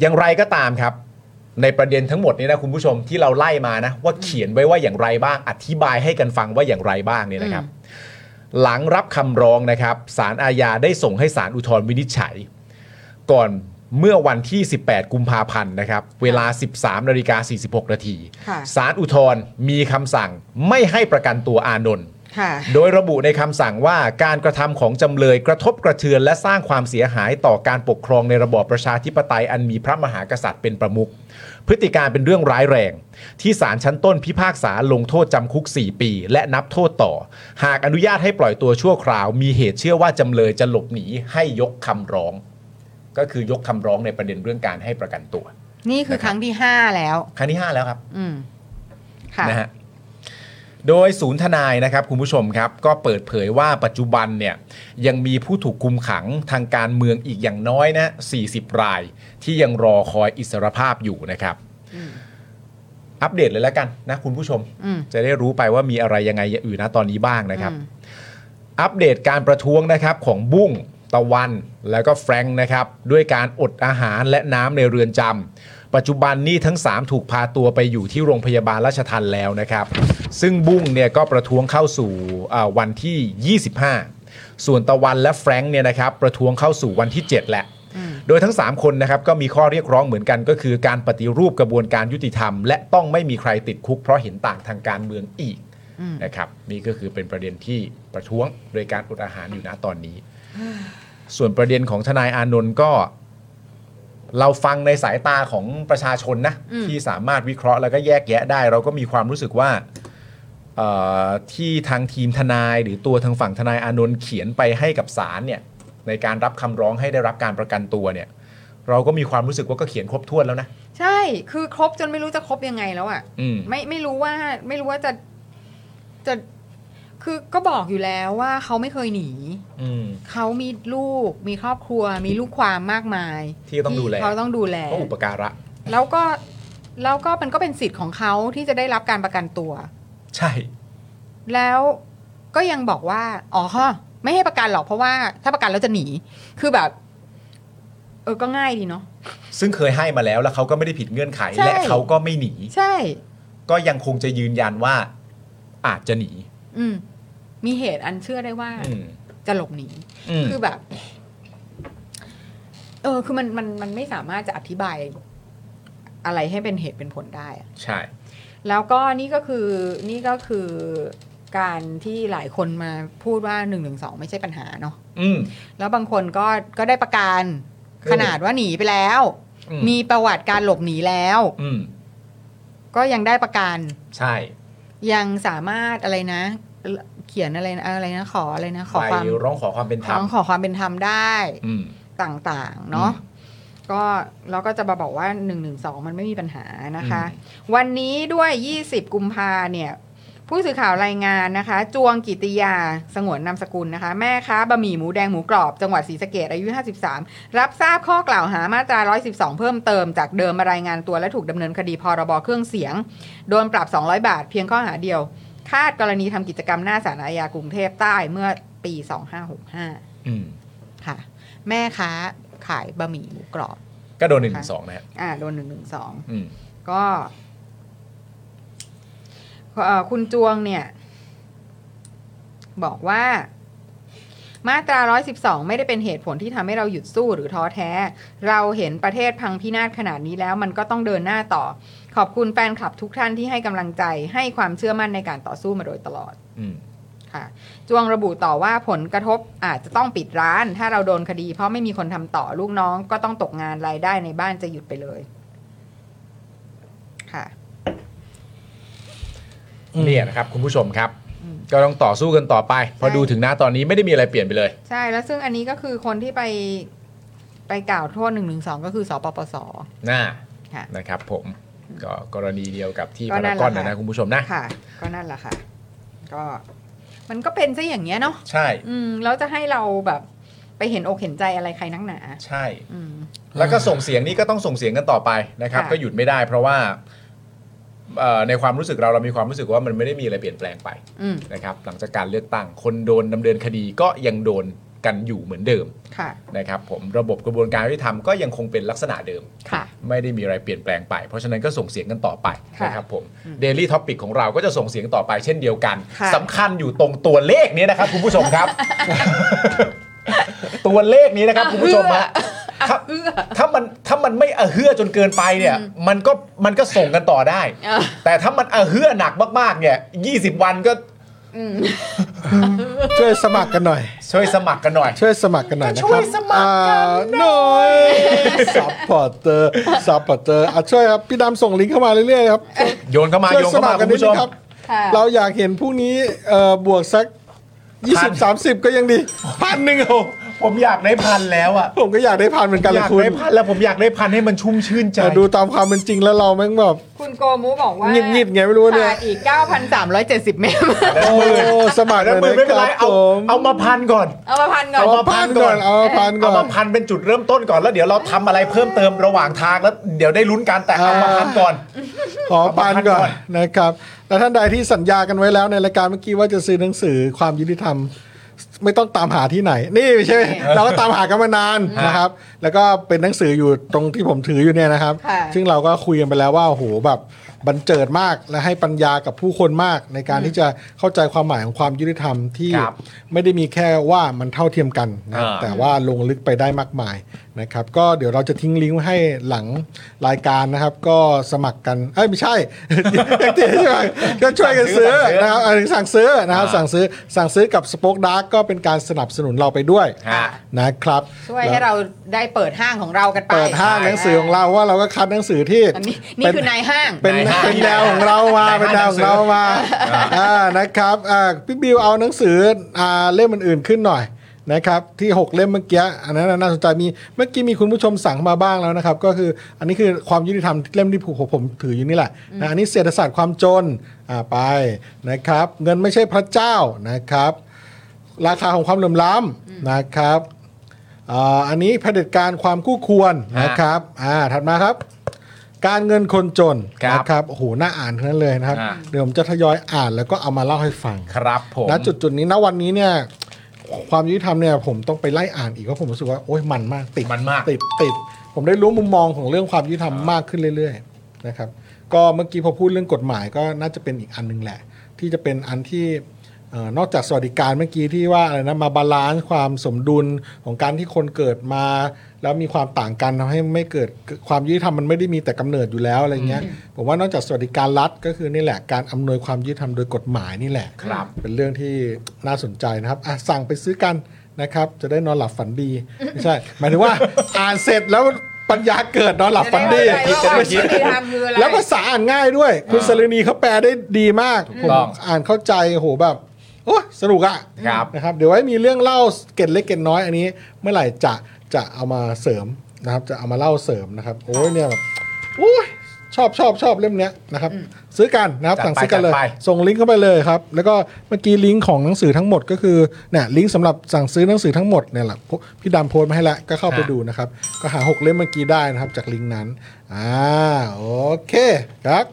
Speaker 1: อย่างไรก็ตามครับ ในประเด็นทั้งหมดนี้นะคุณผู้ชมที่เราไล่มานะ ว่าเขียนไว้ว่าอย่างไรบ้าง อธิบายให้กันฟังว่าอย่างไรบ้างเนี่ยนะครับ หลังรับคำร้องนะครับศาลอาญาได้ส่งให้ศาลอุทธรณ์วินิจฉัย ก่อนเมื่อวันที่ 18 กุมภาพันธ์นะครับ เวลา 13นาฬิกา46 นาที
Speaker 4: ค่ะ
Speaker 1: ศาลอุทธรณ์มีคำสั่งไม่ให้ประกันตัวอานนท์
Speaker 4: ค่ะ
Speaker 1: โดยระบุในคำสั่งว่าการกระทำของจำเลยกระทบกระเทือนและสร้างความเสียหายต่อการปกครองในระบอบประชาธิปไตยอันมีพระมหากษัตริย์เป็นประมุขพฤติการเป็นเรื่องร้ายแรง ที่ศาลชั้นต้นพิพากษาลงโทษจำคุก 4 ปี และนับโทษต่อ หากอนุญาตให้ปล่อยตัวชั่วคราว มีเหตุเชื่อว่าจำเลยจะหลบหนีให้ยกคำร้อง ก็คือยกคำร้องในประเด็นเรื่องการให้ประกันตัว
Speaker 4: นี่คือครั้งที่ห้าแล้ว
Speaker 1: ครั้งที่ห้าแล้วครับ
Speaker 4: อืม ค่ะ
Speaker 1: นะฮะ โดยศูนย์ทนายนะครับคุณผู้ชมครับ ก็เปิดเผยว่าปัจจุบันเนี่ยยังมีผู้ถูกคุมขังทางการเมืองอีกอย่างน้อยนะ 40 ราย ที่ยังรอคอยอิสรภาพอยู่นะครับ อัปเดตเลยแล้วกันนะคุณผู้ชม
Speaker 4: อืม
Speaker 1: จะได้รู้ไปว่ามีอะไรยังไงอย่างอื่นนะตอนนี้บ้างนะครับ อัปเดตการประท้วงนะครับของบุ้งตะวันแล้วก็แฟรงค์นะครับ ด้วยการอดอาหารและน้ำในเรือนจำปัจจุบันนี่ทั้ง 3 ถูกพาตัวไปอยู่ที่โรงพยาบาลราชทันแล้วนะครับ ซึ่งบุ้งเนี่ยก็ประท้วงเข้าสู่อ่าวันที่ 25 ส่วนตะวันและแฟรงค์เนี่ยนะครับประท้วงเข้าสู่วันที่ 7 แหละ โดยทั้ง 3 คนนะครับก็มีข้อเรียกร้องเหมือนกันก็คือการปฏิรูปกระบวนการยุติธรรม และต้องไม่มีใครติดคุกเพราะเห็นต่างทางการเมืองอีก นะครับนี่ก็คือเป็นประเด็นที่ประท้วงโดยการอดอาหารอยู่นะตอนนี้ ส่วนประเด็นของทนายอานนท์ก็ เราฟังในสายตาของประชาชนนะ
Speaker 13: อืม
Speaker 1: ที่สามารถวิเคราะห์แล้วก็แยกแยะได้ เราก็มีความรู้สึกว่าเอ่อที่ทางทีมทนายหรือตัวทางฝั่งทนายอานนท์เขียนไปให้กับศาลเนี่ย ในการรับคำร้องให้ได้รับการประกันตัวเนี่ย เราก็มีความรู้สึกว่าก็เขียนครบถ้วนแล้วนะ
Speaker 4: ใช่ คือครบจนไม่รู้จะครบยังไงแล้วอะ่ะ
Speaker 1: อืม
Speaker 4: ไม่ไม่รู้ว่า ไม่รู้ว่าจะจะ คือก็บอกอยู่แล้วว่าเขาไม่เคยหนี
Speaker 1: อืม
Speaker 4: เขามีลูก มีครอบครัว มีลูกความมากมาย
Speaker 1: ที่ต้องดูแล
Speaker 4: เขาต้องดูแล
Speaker 1: ก็อุปการะ
Speaker 4: แล้วก็แล้วก็มันก็เป็นสิทธิ์ของเขาที่จะได้รับการประกันตัว
Speaker 1: ใช่
Speaker 4: แล้วก็ยังบอกว่า อ๋อฮะไม่ให้ประกันหรอกเพราะว่าถ้าประกันแล้วจะหนี คือแบบ เออก็ง่ายดีเนาะ
Speaker 1: ซึ่งเคยให้มาแล้วแล้วเขาก็ไม่ได้ผิดเงื่อนไข
Speaker 4: ใช่
Speaker 1: และเขาก็ไม่หนี
Speaker 4: ใช่
Speaker 1: ก็ยังคงจะยืนยันว่า อาจจะหนี
Speaker 4: อืม มีเหตุอันเชื่อได้ว่า
Speaker 1: อืม
Speaker 4: จะหลบหนี
Speaker 1: อืม
Speaker 4: คือแบบ เออ คือมันมันมันไม่สามารถจะอธิบาย อะไรให้เป็นเหตุเป็นผลได้อะ
Speaker 1: ใช่
Speaker 4: แล้วก็นี่ก็คือ นี่ก็คือการที่หลายคนมาพูดว่าหนึ่งหนึ่งสองไม่ใช่ปัญหาเนาะ
Speaker 1: อืม
Speaker 4: แล้วบางคนก็ก็ได้ประกัน
Speaker 1: อืม
Speaker 4: ขนาดว่าหนีไปแล้ว
Speaker 1: อืม
Speaker 4: มีประวัติการหลบหนีแล้ว
Speaker 1: อืม
Speaker 4: ก็ยังได้ประกัน
Speaker 1: ใช่
Speaker 4: ยังสามารถอะไรนะ เขียนอะไรนะอะไรนะขออะไรนะ ขอ
Speaker 1: ไป
Speaker 4: ความ
Speaker 1: ร้องขอความเป็นธรรม
Speaker 4: ร้องขอความเป็นธรรมได้
Speaker 1: อืม
Speaker 4: ต่างๆ เนาะก็เราก็จะมาบอกว่า 1 1 2 มันไม่มีปัญหานะคะ วันนี้ด้วย 20 กุมภาเนี่ย ผู้สื่อข่าวรายงานนะคะ จวงกิติยาสงวนนามสกุลนะคะ แม่ค้าบะหมี่หมูแดงหมูกรอบ จังหวัดศรีสะเกดอายุ 53 รับทราบข้อกล่าวหามาตรา 112 เพิ่มเติมจากเดิมมารายงานตัวและถูกดำเนินคดีพรบเครื่องเสียง โดนปรับ 200 บาทเพียงข้อหาเดียว คาดกรณีทำกิจกรรมหน้าศาลอาญากรุงเทพใต้เมื่อปี 2565
Speaker 1: อืม
Speaker 4: ค่ะ แม่ค้าขายบะหมี่หมูกรอบ
Speaker 1: ก็โดนหนึ่งสองนะฮะ
Speaker 4: อ่าโดนหนึ่งหนึ่งสอง
Speaker 1: อืม
Speaker 4: ก็เอ่อคุณจวงเนี่ย บอกว่า มาตรา 112 ไม่ได้เป็นเหตุผลที่ทำให้เราหยุดสู้หรือท้อแท้ เราเห็นประเทศพังพินาศขนาดนี้แล้ว มันก็ต้องเดินหน้าต่อ ขอบคุณแฟนคลับทุกท่านที่ให้กำลังใจ ให้ความเชื่อมั่นในการต่อสู้มาโดยตลอด
Speaker 1: อืม
Speaker 4: ค่ะจวงระบุต่อว่าผลกระทบอาจจะต้องปิดร้าน ถ้าเราโดนคดี เพราะไม่มีคนทำต่อลูกน้องก็ต้องตกงานรายได้ในบ้านจะหยุดไปเลย ค่ะ
Speaker 1: เนี่ยนะครับ คุณผู้ชมครับ ก็ต้องต่อสู้กันต่อไป พอดูถึงหน้าตอนนี้ไม่ได้มีอะไรเปลี่ยนไปเลย
Speaker 4: ใช่แล้วซึ่งอันนี้ก็คือคนที่ไปไปกล่าวโทษหนึ่งหนึ่งสองก็คือสปปส
Speaker 1: น่า
Speaker 4: ค่ะ
Speaker 1: นะครับ ผมก็กรณีเดียวกับที่
Speaker 4: ก็
Speaker 1: พา
Speaker 4: นั่
Speaker 1: ราน กอน
Speaker 4: แหละ
Speaker 1: นะ
Speaker 4: ค่ะ
Speaker 1: นะคุณผู้ชมนะ
Speaker 4: ค่ะ ก็นั่นแหละค่ะ ก็ มันก็เป็นซะอย่างเงี้ยเนาะ
Speaker 1: ใช่
Speaker 4: อืมแล้วจะให้เราแบบไปเห็นอกเห็นใจอะไรใครนักหนา
Speaker 1: ใช่
Speaker 4: อืม
Speaker 1: แล้วก็ส่งเสียงนี่ก็ต้องส่งเสียงกันต่อไปนะครับ
Speaker 4: ค่ะ
Speaker 1: ก็หยุดไม่ได้ เพราะว่าเอ่อในความรู้สึกเราเรามีความรู้สึกว่ามันไม่ได้มีอะไรเปลี่ยนแปลงไป
Speaker 4: อืม
Speaker 1: นะครับหลังจากการเลือกตั้งคนโดนดำเนินคดีก็ยังโดนกันอยู่เหมือนเดิม
Speaker 4: ค่ะ
Speaker 1: นะครับ ผมระบบกระบวนการยุติธรรมก็ยังคงเป็นลักษณะเดิม
Speaker 4: ค่ะ
Speaker 1: ไม่ได้มีอะไรเปลี่ยนแปลงไป เพราะฉะนั้นก็ส่งเสียงกันต่อไป
Speaker 4: ค่ะ
Speaker 1: นะครับผม
Speaker 4: อืม
Speaker 1: Daily To อปิของเราก็จะส่งเสียงต่อไปเช่นเดียวกัน
Speaker 4: ค่ะ
Speaker 1: สำคัญอยู่ตรงตัวเลขนี้นะครับ คุณผู้ชม
Speaker 4: (laughs)
Speaker 1: ครับ ตัวเลขนี้นะครับคุณผู้ชมฮะถ้าถ้ามันถ้ามันไม่อะเฮือจนเกินไปเนี่ย มันก็มันก็ส่งกันต่อได้
Speaker 4: เออ
Speaker 1: แต่ถ้ามันอะเฮือหนักมากๆ เนี่ย 20 วันก็
Speaker 4: อืม
Speaker 3: ช่วยสมัครกันหน่อย
Speaker 1: ช่วยสมัครกันหน่อย
Speaker 3: ช่วยสมัครกันหน่อยนะครับ
Speaker 1: ช่วยสมัครกัน
Speaker 3: หน่อยซัพพอร์เตอร์ซัพพอร์เตอร์อ่ะช่วยครับ พี่ดำส่งลิงก์เข้ามาเรื่อยๆครับ
Speaker 1: โยนเข้ามา
Speaker 3: ช่วย
Speaker 1: โยนเข้า
Speaker 3: ส
Speaker 1: มา
Speaker 3: มัครกั
Speaker 1: คุ
Speaker 3: น
Speaker 1: ณผู้ชม
Speaker 3: นิดนึงครับ
Speaker 4: ค่ะ
Speaker 3: เราอยากเห็นพรุ่งนี้เอ่อบวกสัก 20 30 ก็ยังดีพันหนึ่งเอา
Speaker 1: ผมอยากได้พันแล้วอ่ะ
Speaker 3: ผมก็อยากได้พันเหมือนกัน
Speaker 1: อ
Speaker 3: แหละ
Speaker 1: ยาก
Speaker 3: คุณ
Speaker 1: ได้พันแล้วผมอยากได้พันให้มันชุ่มชื่นใจ
Speaker 3: แต่ดูตามความเป็นจริงแล้วเราแม่งแบบ
Speaker 4: คุณโกมูบอกว่า
Speaker 3: หงิดหงิดไงไม่รู้เนี่ย
Speaker 4: ขาดอีก 9,370 เมตร
Speaker 3: โอ้สมัคร
Speaker 1: แล้ว
Speaker 3: เล
Speaker 1: มือย ไม่
Speaker 3: นะค
Speaker 1: เป็นไร
Speaker 3: รับผ
Speaker 1: เอา
Speaker 3: ม
Speaker 1: เอามาพันก่อน
Speaker 4: เอามาพันก่อน
Speaker 3: เอามาพันก่อนเอามาพันก่อน
Speaker 1: เอามาพันเป็นจุดเริ่มต้นก่อนแล้วเดี๋ยวเราทำอะไรเพิ่มเติมระหว่างทางแล้วเดี๋ยวได้ลุ้นกันแต่เอามาพันก่อน
Speaker 3: ขอปานก่อ
Speaker 1: ขอปานก่อน น
Speaker 3: นะครับ และท่านใดที่สัญญากันไว้แล้วในรายการเมื่อกี้ว่าจะซื้อหนังสือความยุติธรรม ไม่ต้องตามหาที่ไหน นี่ไม่ใช่ เราก็ตามหากันมานานนะครับ แล้วก็เป็นหนังสืออยู่ตรงที่ผมถืออยู่เนี่ยนะครับ
Speaker 4: ค่ะ
Speaker 3: ซึ่งเราก็คุยกันไปแล้วว่าโอ้โหแบบบันเจิดมากและให้ปัญญากับผู้คนมาก ในการที่จะเข้าใจความหมายของความยุติธรรมที่
Speaker 1: ครับ
Speaker 3: ไม่ได้มีแค่ว่ามันเท่าเทียมกันนะครับ
Speaker 1: อ่า
Speaker 3: แต่ว่าลงลึกไปได้มากมายนะครับ ก็เดี๋ยวเราจะทิ้งลิงก์ไว้ให้หลังรายการนะครับ ก็สมัครกันเอ้ยไม่ใช่ (laughs) ยังติดใช่ไหมก็ช่วยกันซื้อนะครับเออสั่งซื้อนะครับสั่งซื้อสั่งซื้อกับสป็อกดาร์กก็เป็นการสนับสนุนเราไปด้วย
Speaker 1: ฮะ
Speaker 3: นะครับ
Speaker 4: ช่วยให้เราได้เปิดห้างของเรากันไป
Speaker 3: เปิดห้างหนังสือของเราว่าเราก็คัดหนังสือที่
Speaker 4: อันนี้นี่คือนายห้าง
Speaker 3: เป็น
Speaker 1: นายห้าง
Speaker 3: เป็นแนวของเรามาเป็นแนวของเรามาอ่านะครับอ่าพี่บิวเอาหนังสืออ่าเล่มอื่นๆขึ้นหน่อย นะครับที่ 6 เล่มเมื่อกี้อันนั้นน่ะน่าสนใจมีเมื่อกี้มีคุณผู้ชมสั่งมาบ้างแล้วนะครับ ก็คืออันนี้คือความยุติธรรมเล่มที่ผูกผมถืออยู่นี่แหละนะอันนี้เศรษฐศาสตร์ความจนอ่าไปนะครับ เงินไม่ใช่พระเจ้านะครับ ราคาของความเหลื่อมล้ำนะครับอ่าอันนี้เผด็จการความคู่ควรนะครับอ่าถัดมาครับ การเงินคนจนนะครับโอ้โหน่าอ่านทั้งนั้นเลยนะครับ
Speaker 1: อ่า
Speaker 3: เดี๋ยวผมจะทยอยอ่านแล้วก็เอามาเล่าให้ฟัง
Speaker 1: ครับผม
Speaker 3: ณจุดจุดๆนี้ณวันนี้เนี่ยความยุติธรรมเนี่ยผมต้องไปไล่อ่านอีกเพราะผมรู้สึกว่าโอ้ยมันมากติด
Speaker 1: มันมาก
Speaker 3: ติดติดผมได้รู้มุมมองของเรื่องความยุติธรรมมากขึ้นเรื่อยๆนะครับก็เมื่อกี้พอพูดเรื่องกฎหมายก็น่าจะเป็นอีกอันหนึงแหละ ที่จะเป็นอันที่เอ่อนอกจากสวัสดิการเมื่อกี้ที่ว่าอะไรนะมาบาลานซ์ความสมดุลของการที่คนเกิดมา แล้วมีความต่างกันทำให้ไม่เกิดความยุติธรรมมันไม่ได้มีแต่กำเนิดอยู่แล้วอะไรเงี้ยผมว่านอกจากสวัสดิการรัฐก็คือนี่แหละการอำนวยความยุติธรรมโดยกฎหมายนี่แหละ
Speaker 1: ครับ
Speaker 3: เป็นเรื่องที่น่าสนใจนะครับอ่ะสั่งไปซื้อกันนะครับ จะได้นอนหลับฝันดี ไม่ใช่ หมายถึงว่า (laughs) อ่านเสร็จแล้วปัญญาเกิดนอนหลับฝันดี
Speaker 4: จะได้เข้าใจว่าความยุติธรรมคืออะไร
Speaker 3: แล้วภาษาอ่านง่ายด้วย คุณสลินีเขาแปลได้ดีมาก ผม
Speaker 1: ต้อง
Speaker 3: อ่านเข้าใจโอ้โหแบบโอ้ยสนุกอะ
Speaker 1: ครับ
Speaker 3: นะครับ เดี๋ยวไว้มีเรื่องเล่าเกร็ดเล็กเกร็ดน้อยอันนี้ เมื่อไหร่จะจะเอามาเสริมนะครับ จะเอามาเล่าเสริมนะครับ โอ้ยเนี่ยแบบโอ้ยชอบชอบชอบเล่มเนี้ยนะครับ ซื้อกันนะครับ
Speaker 1: จัดไป
Speaker 3: สั่งซื้อกันเลย
Speaker 1: จัดไป
Speaker 3: ส่งลิงก์เข้าไปเลยครับ แล้วก็เมื่อกี้ลิงก์ของหนังสือทั้งหมดก็คือเนี่ยลิงก์สำหรับสั่งซื้อหนังสือทั้งหมดเนี่ยแหละพวกพี่ดำโพสต์มาให้แล้วก็เข้าไป
Speaker 1: ฮะ
Speaker 3: ดูนะครับ ก็หา 6 เล่มเมื่อกี้ได้นะครับ จากลิงก์นั้นอ่าโอเคครับ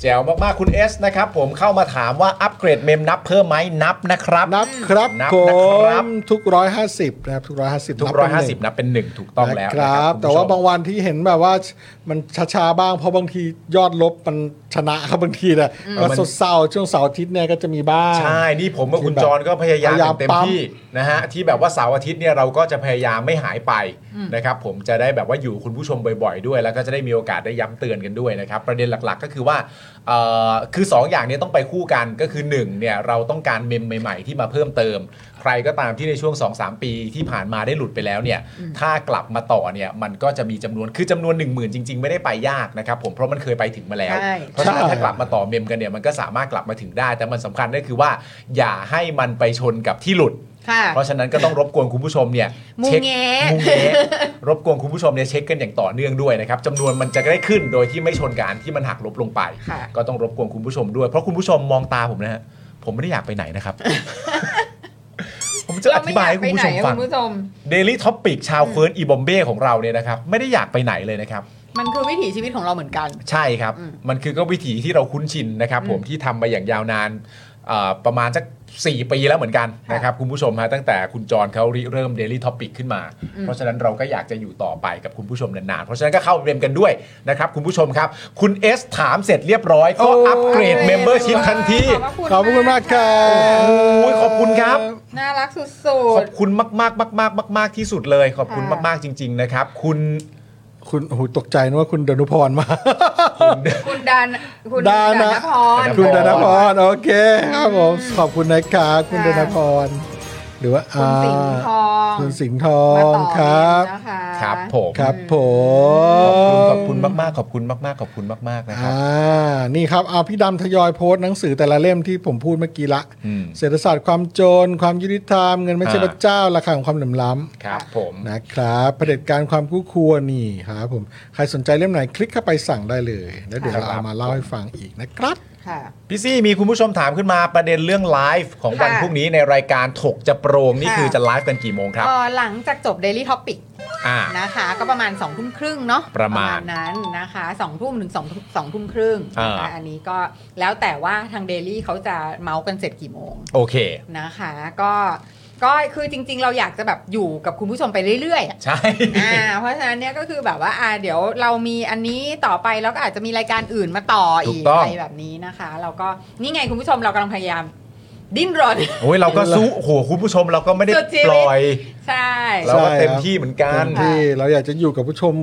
Speaker 1: แจ๋วมากๆ คุณ S นะครับ ผมเข้ามาถามว่าอัปเกรดเมมนับเพิ่มไหมนับนะครับ
Speaker 3: นับครับ
Speaker 1: นับ
Speaker 3: ผ
Speaker 1: นะครับ
Speaker 3: มทุกร้อยห้าสิบนะครับทุกร้อยห้าสิบ
Speaker 1: ทุกร้อยห้าสิบนับเป็นหนึ่งถูกต้องแล้ว
Speaker 3: ค
Speaker 1: นะ
Speaker 3: รับ
Speaker 1: คุณผู้ชม
Speaker 3: แต่ว่าบางวันที่เห็นแบบว่ามันช้าๆบ้าง เพราะบางทียอดลบมันชนะครับบางทีนะ
Speaker 1: อืม
Speaker 3: ก็สดเศร้าช่วงเสาร์อาทิตย์เนี่ยก็จะมีบ้าง
Speaker 1: ใช่ นี่ผมกับคุณ
Speaker 3: ที่แบบ
Speaker 1: จรก็พยายาม
Speaker 3: พยายาม
Speaker 1: เต็ม
Speaker 3: ปั๊ม
Speaker 1: ที่นะฮะที่แบบว่าเสาร์อาทิตย์เนี่ยเราก็จะพยายามไม่หายไปนะครับผมจะได้แบบว่าอยู่คุณผู้ชมบ่อยๆด้วย แล้วก็จะได้มีโอกาสได้ย้ำเตือนกันด้วยนะครับ ประเด็นหลักๆก็คือว่าเอ่อคือ 2 อย่างเนี้ต้องไปคู่กันก็คือ1เนี่ยเราต้องการเมมใหม่ๆที่มาเพิ่มเติม ใครก็ตามที่ในช่วง 2-3 ปีที่ผ่านมาได้หลุดไปแล้วเนี่ยถ้ากลับมาต่อเนี่ยมันก็จะมีจำนวนคือจำนวน 1 0,000 จริง ๆ ไม่ได้ไปยากนะครับผมเพราะมันเคยไปถึงมาแล้ว
Speaker 4: ใช่
Speaker 1: เพราะฉะนั้นถ้ากลับมาต่อเมมกันเนี่ยมันก็สามารถกลับมาถึงได้ แต่มันสำคัญก็คือว่า อย่าให้มันไปชนกับที่หลุด
Speaker 4: ค่ะ
Speaker 1: เพราะฉะนั้นก็ต้องรบกวนคุณผู้ชมเนี่ย
Speaker 4: มู
Speaker 1: เช็ค
Speaker 4: แงะ
Speaker 1: มูแงะรบกวนคุณผู้ชมเนี่ยเช็คกันอย่างต่อเนื่องด้วยนะครับจำนวนมันจะได้ขึ้นโดยที่ไม่ชนกับอันที่มันหักลบลงไป
Speaker 4: ค่ะ
Speaker 1: ก็ต้องรบกวนคุณผู้ชมด้วย เพราะคุณผู้ชมมองตาผมนะฮะผมไม่ได้อยากไปไหนนะครับ ผมจะอธิบายให้คุณผู้ชมฟัง
Speaker 4: คุณผู้ชม
Speaker 1: Daily Topic ชาวเฟิร์นอีบอมเบ้ของเราเนี่ยนะครับไม่ได้อยากไปไหนเลยนะครับ
Speaker 4: มันคือวิถีชีวิตของเราเหมือนกัน
Speaker 1: ใช่ครับ มันคือก็วิถีที่เราคุ้นชินนะครับผมที่ทำมาอย่างยาวนานเอ่อประมาณสัก 4 ปีแล้วเหมือนกันนะครับคุณผู้ชมฮะตั้งแต่คุณจรเขาริเริ่ม Daily Topic ขึ้นมา
Speaker 4: อืม
Speaker 1: เพราะฉะนั้นเราก็อยากจะอยู่ต่อไปกับคุณผู้ชมนานๆ เพราะฉะนั้นก็เข้าเมมกันด้วยนะครับคุณผู้ชมครับ คุณ S ถามเสร็จเรียบร้อย ก็อัปเกรดเมมเบอร์ชิพทันที
Speaker 3: ขอบคุณมากครับ
Speaker 1: โอ้ยขอบคุณครับ
Speaker 4: น่ารักสุ
Speaker 1: ขอ
Speaker 4: ด
Speaker 1: บคุณมากมากมากมากๆมากๆที่สุดเลยขอบคุณมากๆจริง ๆ นะครับ คุณ
Speaker 3: คุณโอ้โหตกใจนึกว่าคุณดนุพรมา
Speaker 4: ๆ คุณดานคุณ
Speaker 3: ดานะ
Speaker 4: พร
Speaker 3: คุณดานพรโอเคครับผมขอบคุณนะครับคุณดานพรหรือว่า
Speaker 4: คุณสิงห์ทอง
Speaker 3: คุณสิงห์ทองครับ
Speaker 4: มาต่อเลยนะคะ
Speaker 1: ครับผม
Speaker 3: ครับผม
Speaker 1: ขอบคุณมากมากๆขอบคุณมากมากๆขอบคุณมากมากๆนะครับ
Speaker 3: อ่า นี่ครับ เอาพี่ดำทยอยโพสต์หนังสือแต่ละเล่มที่ผมพูดเมื่อกี้ละ
Speaker 1: อืม
Speaker 3: เศรษฐศาสตร์ความจน ความยุติธรรม เงินไม่ใช่
Speaker 1: อ่า
Speaker 3: พระเจ้า ราคาของความเหลื่อมล้
Speaker 1: ครับผม
Speaker 3: ำนะครับเผด็จการความคู่ควรนี่ครับผม ใครสนใจเล่มไหนคลิกเข้าไปสั่งได้เลย แล้วเดี๋ยวเรา
Speaker 1: ครับ
Speaker 3: เอามาเล่าให้ฟังอีกนะครับ
Speaker 4: ค่ะ
Speaker 1: พี่ซี่มีคุณผู้ชมถามขึ้นมาประเด็นเรื่องไลฟ์ของวัน
Speaker 4: ค่ะ
Speaker 1: พรุ่งนี้ในรายการถกจะโปรง นี่
Speaker 4: ค่ะ
Speaker 1: คือจะไลฟ์กันกี่โมงครับ
Speaker 4: เอ่อหลังจากจบ Daily Topic
Speaker 1: อ่า
Speaker 4: นะคะ ก็ประมาณ2องทุ่มครึ่งเนาะ
Speaker 1: ประมาณ
Speaker 4: นั้นนะคะ2องทุ่มถึง2องทุ่มสองทุ่มครึ่งนะคะ
Speaker 1: อ่า
Speaker 4: อันนี้ก็แล้วแต่ว่าทาง Daily เขาจะเมาส์กันเสร็จกี่โมง
Speaker 1: โอเค
Speaker 4: นะคะก็ก็คือจริง ๆ เราอยากจะแบบอยู่กับคุณผู้ชมไปเรื่อยๆอะ
Speaker 1: ใช่
Speaker 4: อ่าเพราะฉะนั้นเนี่ยก็คือแบบว่าอ่าเดี๋ยวเรามีอันนี้ต่อไปแล้วก็อาจจะมีรายการอื่นมาต่ออี
Speaker 1: ถู
Speaker 4: ก
Speaker 1: กต้อง
Speaker 4: อะไรแบบนี้นะคะ เราก็นี่ไงคุณผู้ชมเรากำลังพยายาม ดิ้นรน (laughs)
Speaker 1: โอ้ยเราก็
Speaker 3: (laughs)
Speaker 1: สู้โอ้โหคุณผู้ชมเราก็ไม่ได้
Speaker 4: สุดชีวิต
Speaker 1: ปล่อย
Speaker 4: ใช่
Speaker 1: เราก็
Speaker 3: ใช่ครับ
Speaker 1: เต็มที่เหมือนกัน
Speaker 3: ที่เราอยากจะอยู่กับผู้ชม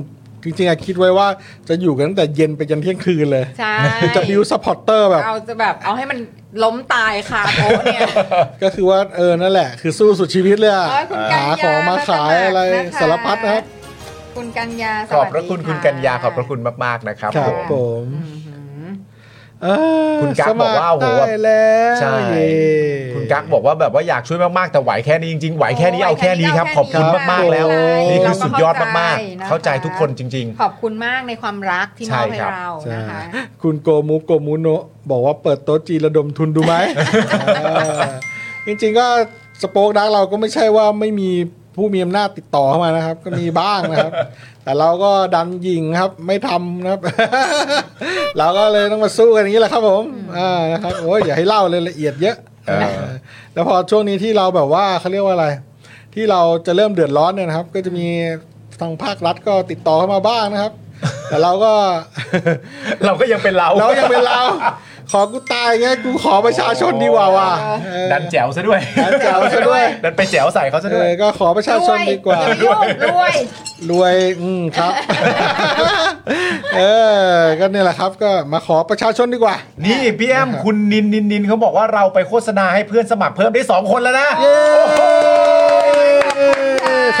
Speaker 3: จริงๆอะคิดไว้ว่าจะอยู่กันตั้งแต่เย็นไปจนเที่ยงคืนเลย
Speaker 4: ใช่
Speaker 3: คือจะบิวซัพพอร์เตอร์แบบ
Speaker 4: เอาจะแบบเอาให้มันล้มตายคาโต๊ะเนี่ย
Speaker 3: ก็คือว่าเออนั่นแหละ คือสู้สุดชีวิตเลยอะ
Speaker 4: เอ้ยคุณกัญญา
Speaker 3: หาของมาขายอะไร
Speaker 4: มาสมัค
Speaker 3: สาร
Speaker 4: รนะคะ
Speaker 3: พัดนะครับ
Speaker 4: คุณกัญญาส
Speaker 1: ขอบ
Speaker 4: วัสดี
Speaker 1: พระคุณคุณกัญญาขอบพระคุณมาก ๆ นะครับ
Speaker 3: ครั
Speaker 1: ผ
Speaker 3: บ
Speaker 1: ม
Speaker 3: ผม
Speaker 4: อือหือ
Speaker 1: คุณกั๊กบอกว่าโอ้โห
Speaker 3: สมัครได้แล้ว
Speaker 1: ใช่
Speaker 3: เย้
Speaker 1: คุณกั๊กบอกว่าแบบว่าอยากช่วยมากๆแต่ไหวแค่นี้จริงๆไหวแค่นี้เอาแค่นี้ครับขอบคุณ
Speaker 4: เอาแค่นี้
Speaker 1: มากๆแล้ว
Speaker 4: เราเข้าใจ
Speaker 1: นี่คือสุดยอดมาก
Speaker 4: นะคะ
Speaker 1: ๆ เข้าใจทุกคนจริง
Speaker 4: ขอบคุณมากในความรักที่ม
Speaker 1: ใช่
Speaker 4: อบให้
Speaker 1: ครับ
Speaker 4: เรานะคะ
Speaker 3: คุณโกมุโกมุโนะบอกว่าเปิดโต๊ะจีนระดมทุนดูไหม เออจริงๆก็สโปกดักเราก็ไม่ใช่ว่าไม่มีผู้มีอำนาจติดต่อเข้ามานะครับ ก็มีบ้างนะครับ แต่เราก็ดันยิงครับไม่ทำนะครับ เราก็เลยต้องมาสู้กันอย่างนี้แหละครับผมอ่านะครับโอ้ยอย่าให้เล่าเลยละเอียดเยอะ
Speaker 1: เออ
Speaker 3: แล้วพอช่วงนี้ที่เราแบบว่าเขาเรียกว่าอะไร ที่เราจะเริ่มเดือดร้อนเนี่ยนะครับ ก็จะมีทางภาครัฐก็ติดต่อเข้ามาบ้างนะครับ แต่เราก็
Speaker 1: ๆ เราก็ยังเป็นเรา
Speaker 3: เรายังเป็นเรา ขอกูตายไงกูขอประชาชนดีกว่าว่ะเออ
Speaker 1: ดันแจ๋วซะด้วย
Speaker 3: ดันแจ๋วซะด้วย
Speaker 1: ดันไปแจ๋วใส่เขาซะด้วย
Speaker 3: เออก็ขอประชาชนดีกว่า
Speaker 4: รวยรวย
Speaker 3: รวย อืมครับ เออ ก็เนี่ยแหละครับก็มาขอประชาชนดีกว่า
Speaker 1: นี่พี่แอมคุณนินนินนินเขาบอกว่าเราไปโฆษณาให้เพื่อนสมัครเพิ่มได้สองคนแล้วนะ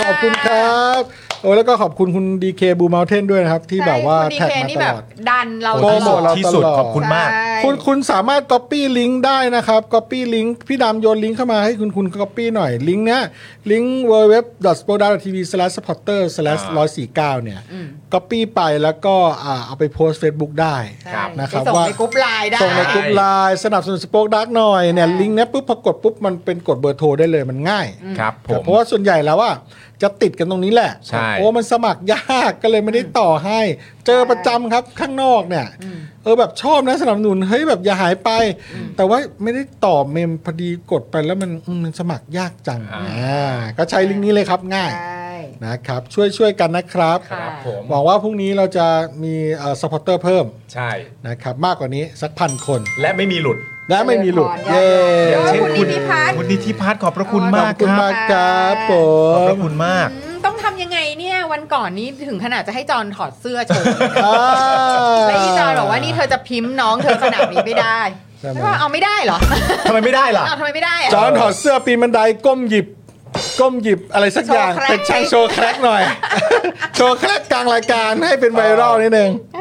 Speaker 3: ขอบคุณครับโอ้แล้วก็ขอบคุณคุณดีเคบูม u n เทนด้วยนะครับ ที่แบบว่า
Speaker 4: คุณดี
Speaker 3: แท็ก
Speaker 4: เค
Speaker 3: มา
Speaker 4: นี่
Speaker 3: ต
Speaker 4: แบ
Speaker 3: ล
Speaker 4: บ
Speaker 3: อด
Speaker 4: ดันเรา
Speaker 3: โปรโมทเรา
Speaker 1: ที่
Speaker 3: ต
Speaker 1: สุด
Speaker 3: ลอด
Speaker 1: ขอบคุณมาก
Speaker 4: ใช่
Speaker 3: คุณคุณสามารถ Copy ลิงก์ได้นะครับ Copy ลิงก์พี่ดำโยนลิงก์เข้ามาให้คุณคุณ Copy หน่อยลิงก์เนี้ยลิงก์ w w w s p o d a t v s u p p o r t e r 149เนี่ย Copy ไปแล้วก็อ่าเอาไปโพสต์ Facebook ได้
Speaker 1: ครับ
Speaker 3: นะครับ
Speaker 4: ไปส่ง
Speaker 3: ว่า
Speaker 4: ในกรุ๊ปไลน์ได้
Speaker 3: ส่งในกลุ่มไลน์สนับสนุนสป o อคดักหน่อยเนี่ยลิงก์เนี้ยปุ๊บพอกดปุ๊บมันเป็นกดเบอร์โทรได้เลยมันง่าย
Speaker 1: ครับผ
Speaker 3: ครับ
Speaker 1: ม
Speaker 3: เพราะว่าส่วนใหญ่แล้วว่าจะติดกันตรงนี้แหละ
Speaker 1: ใช่
Speaker 3: โอ้มันสมัครยากก็เลยไม่ได้ต่อให้ เจอประจำครับข้างนอกเนี่ย เออแบบชอบนะสนับสนุนเฮ้ยแบบอย่าหายไป แต่ว่าไม่ได้ต่อเมมพอดีกดไปแล้วมันอืมมันสมัครยากจังอ่าก็ใช้ลิงก์นี้เลยครับง่าย
Speaker 4: ใช่
Speaker 3: นะครับ ช่วยช่วยกันนะครับ
Speaker 1: ครับผม
Speaker 3: หวังว่าพรุ่งนี้เราจะมีเอ่อสปอร์เตอร์เพิ่ม
Speaker 1: ใช่
Speaker 3: นะครับมากกว่านี้สักพันคน
Speaker 1: และไม่มีหลุด
Speaker 3: และไม่มีหลุดเย้
Speaker 1: อย่างเช่น
Speaker 4: คุณนิติพัฒน์
Speaker 1: คุณนิติพัฒน์ขอบพระคุณ
Speaker 3: ข
Speaker 1: มา
Speaker 3: อบ
Speaker 1: ก
Speaker 3: คุณ
Speaker 1: ครับ
Speaker 3: มากครับผ
Speaker 1: ขอบ
Speaker 3: ม
Speaker 1: พระคุณมาก
Speaker 4: อืมต้องทำยังไงเนี่ย วันก่อนนี้ถึงขนาดจะให้จอนถอดเสื้อโชว์แล้วอีจอนบอกว่านี่เธอจะพิมพ์น้องเธอขนาดนี้ไม่ได้
Speaker 3: ทำไม
Speaker 4: แล้วว่าเอาไม่ได้เหรอ
Speaker 1: ทำไมไม่ได้ล่ะ
Speaker 4: เอาทำไมไม่ได้อะ
Speaker 3: จอห์นถอดเสื้อปีนบันไดก้มหยิบ ก้มหยิบอะไรสักอย่างเป็นช่างโชว์แครกหน่อย (laughs) โชว์แครกกลางรายการให้เป็นไวรัลนิดนึงเ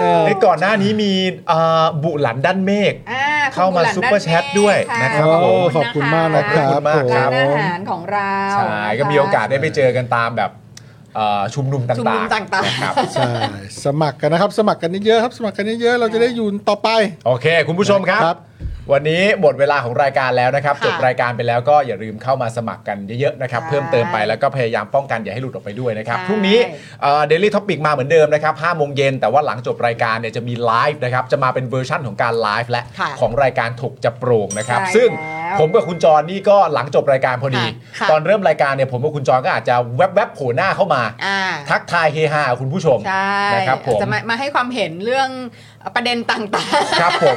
Speaker 3: ออ
Speaker 1: ไอ้ก่อนหน้านี้มีเอ่อบุหลันด้านเมฆ
Speaker 4: อ่
Speaker 1: เข้ามา
Speaker 4: คุณ
Speaker 1: ซุปเปอร์แชทด้วยนะครับ
Speaker 3: โอ้ขอบคุณมากนะครั
Speaker 1: ขอบคุ
Speaker 3: บ
Speaker 1: ณมากค
Speaker 4: ร้าน
Speaker 3: ผ
Speaker 4: อาม หารของเรา
Speaker 1: ใช่ก็มีโอกาสได้ไปเจอกันตามแบบเอ่อชุมนุมต่างๆ
Speaker 4: ชุมนุมต่าง
Speaker 1: นะครับ
Speaker 3: ใช่สมัครกันนะครับ สมัครกันเยอะๆครับ สมัครกันเยอะๆเราจะได้อยู่ต่อไป
Speaker 1: โอเค คุณผู้ชมครับ
Speaker 3: ครับ
Speaker 1: วันนี้หมดเวลาของรายการแล้วนะครับจบรายการไปแล้วก็อย่าลืมเข้ามาสมัครกันเยอะๆนะครับเพิ่มเติมไปแล้วก็พยายามป้องกันอย่าให้หลุดออกไปด้วยนะครับ พรุ่งนี้เดลี่ท็อปิกมาเหมือนเดิมนะครับ5โมงเย็นแต่ว่าหลังจบรายการเนี่ยจะมีไลฟ์นะครับจะมาเป็นเวอร์ชั่นของการไลฟ์และ
Speaker 4: ค่ะ
Speaker 1: ของรายการถกจะโปร่งนะครับ
Speaker 4: ใช่
Speaker 1: ซึ่ง
Speaker 4: แล้ว
Speaker 1: ผมกับคุณจรนี่ก็หลังจบรายการพอดี
Speaker 4: ค่ะ
Speaker 1: ตอนเริ่มรายการเนี่ยผมกับคุณจรก็อาจจะแวบๆโผล่หน้าเข้ามา
Speaker 4: ๆอ่า
Speaker 1: ทักทายเฮฮากับคุณผู้ชม
Speaker 4: ใช่
Speaker 1: นะครับผม
Speaker 4: จะมามาให้ความเห็นเรื่องประเด็นต่าง
Speaker 1: ครับผม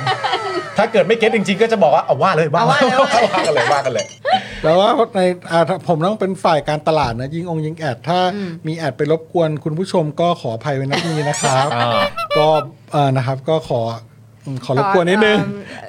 Speaker 1: ถ้าเกิดไม่เก็ตจริงๆ ก็จะบอกว่าเอาว่าเลยว่า
Speaker 4: เอาว่าเลย
Speaker 1: (laughs) ว่ากันเลยว่ากันเลย
Speaker 3: แล้วว่าในอ่าผมต้องเป็นฝ่ายการตลาดนะยิงองค์ยิงแอดถ้ามีแอดไปรบกวนคุณผู้ชมก็ขออภัยไว้นักนี้นะครับ
Speaker 1: อ่า
Speaker 3: ก็เออนะครับก็ขออืมขอ
Speaker 4: ๆ
Speaker 3: รบกวนนิดนึง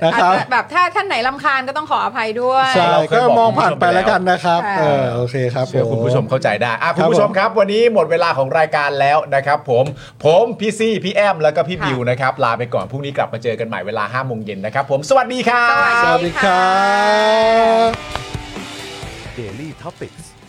Speaker 4: เอ่อ
Speaker 3: นะครับ
Speaker 4: อาจจแบบถ้าท่านไหนลำคาญก็ต้องขออภัยด้วย
Speaker 3: ใช่
Speaker 1: เราเคย
Speaker 3: ก็
Speaker 1: บอก
Speaker 3: มองผ่าน
Speaker 1: คุณผู้ชม
Speaker 3: ไป
Speaker 1: ไปแล้ว
Speaker 3: แล้วกันนะครับ
Speaker 4: ค่ะ
Speaker 3: เออโอเคครับ
Speaker 1: เชื่อคุณผู้ชม
Speaker 3: ผ
Speaker 1: เข้าใจได้อ่ะ
Speaker 3: ค
Speaker 1: คุ
Speaker 3: รั
Speaker 1: ณ
Speaker 3: บ
Speaker 1: ผู้ชมครับ วันนี้หมดเวลาของรายการแล้วนะครับผมผมพี่ซี่พี่แอมแล้วก็พี่
Speaker 4: ค่ะ
Speaker 1: บิวนะครับ ลาไปก่อนพรุ่งนี้กลับมาเจอกันใหม่เวลา5้าโมงเย็นนะครับ ผมสวัสดีครับ
Speaker 3: สวัสดีครับ
Speaker 10: Daily Topics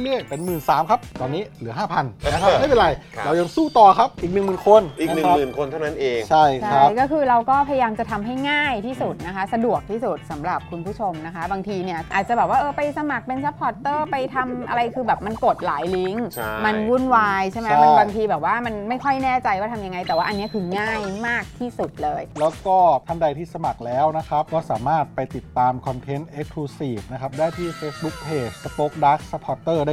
Speaker 12: ยๆเรื่อยๆเป็นหมื่นสามครับ ตอนนี้เหลือ 5,000นะครับ ไม่เป็นไร
Speaker 14: ครับ
Speaker 12: เรายังสู้ต่อครับ อีก 1 0,000 คน
Speaker 14: อีก 1
Speaker 12: ะครับ
Speaker 14: 0,000 คนเท่านั้นเอง
Speaker 12: ใช่ค
Speaker 2: ใช่
Speaker 12: รับ
Speaker 2: ก็คือเราก็พยายามจะทำให้ง่ายที่สุดนะคะ สะดวกที่สุดสำหรับคุณผู้ชมนะคะ บางทีเนี่ยอาจจะแบบว่าเออไปสมัครเป็น ซัพพอร์เตอร์ไปทำอะไรคือแบบมันกดหลายลิงก์
Speaker 14: ใช่
Speaker 2: มันวุ่นวายใช่ไหม
Speaker 12: ใช่
Speaker 2: มันบางทีแบบว่ามันไม่ค่อยแน่ใจว่าทำยังไง แต่ว่าอันเนี้ยคือง่ายมากที่สุดเลย
Speaker 12: แล้วก็ท่านใดที่สมัครแล้วนะครับ ก็สามารถไปติดตามคอนเทนต์ Exclusive นะครับ ได้ที่ Facebook Page Spoke Dark Supporter ได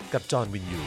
Speaker 10: กับจอห์นวินยู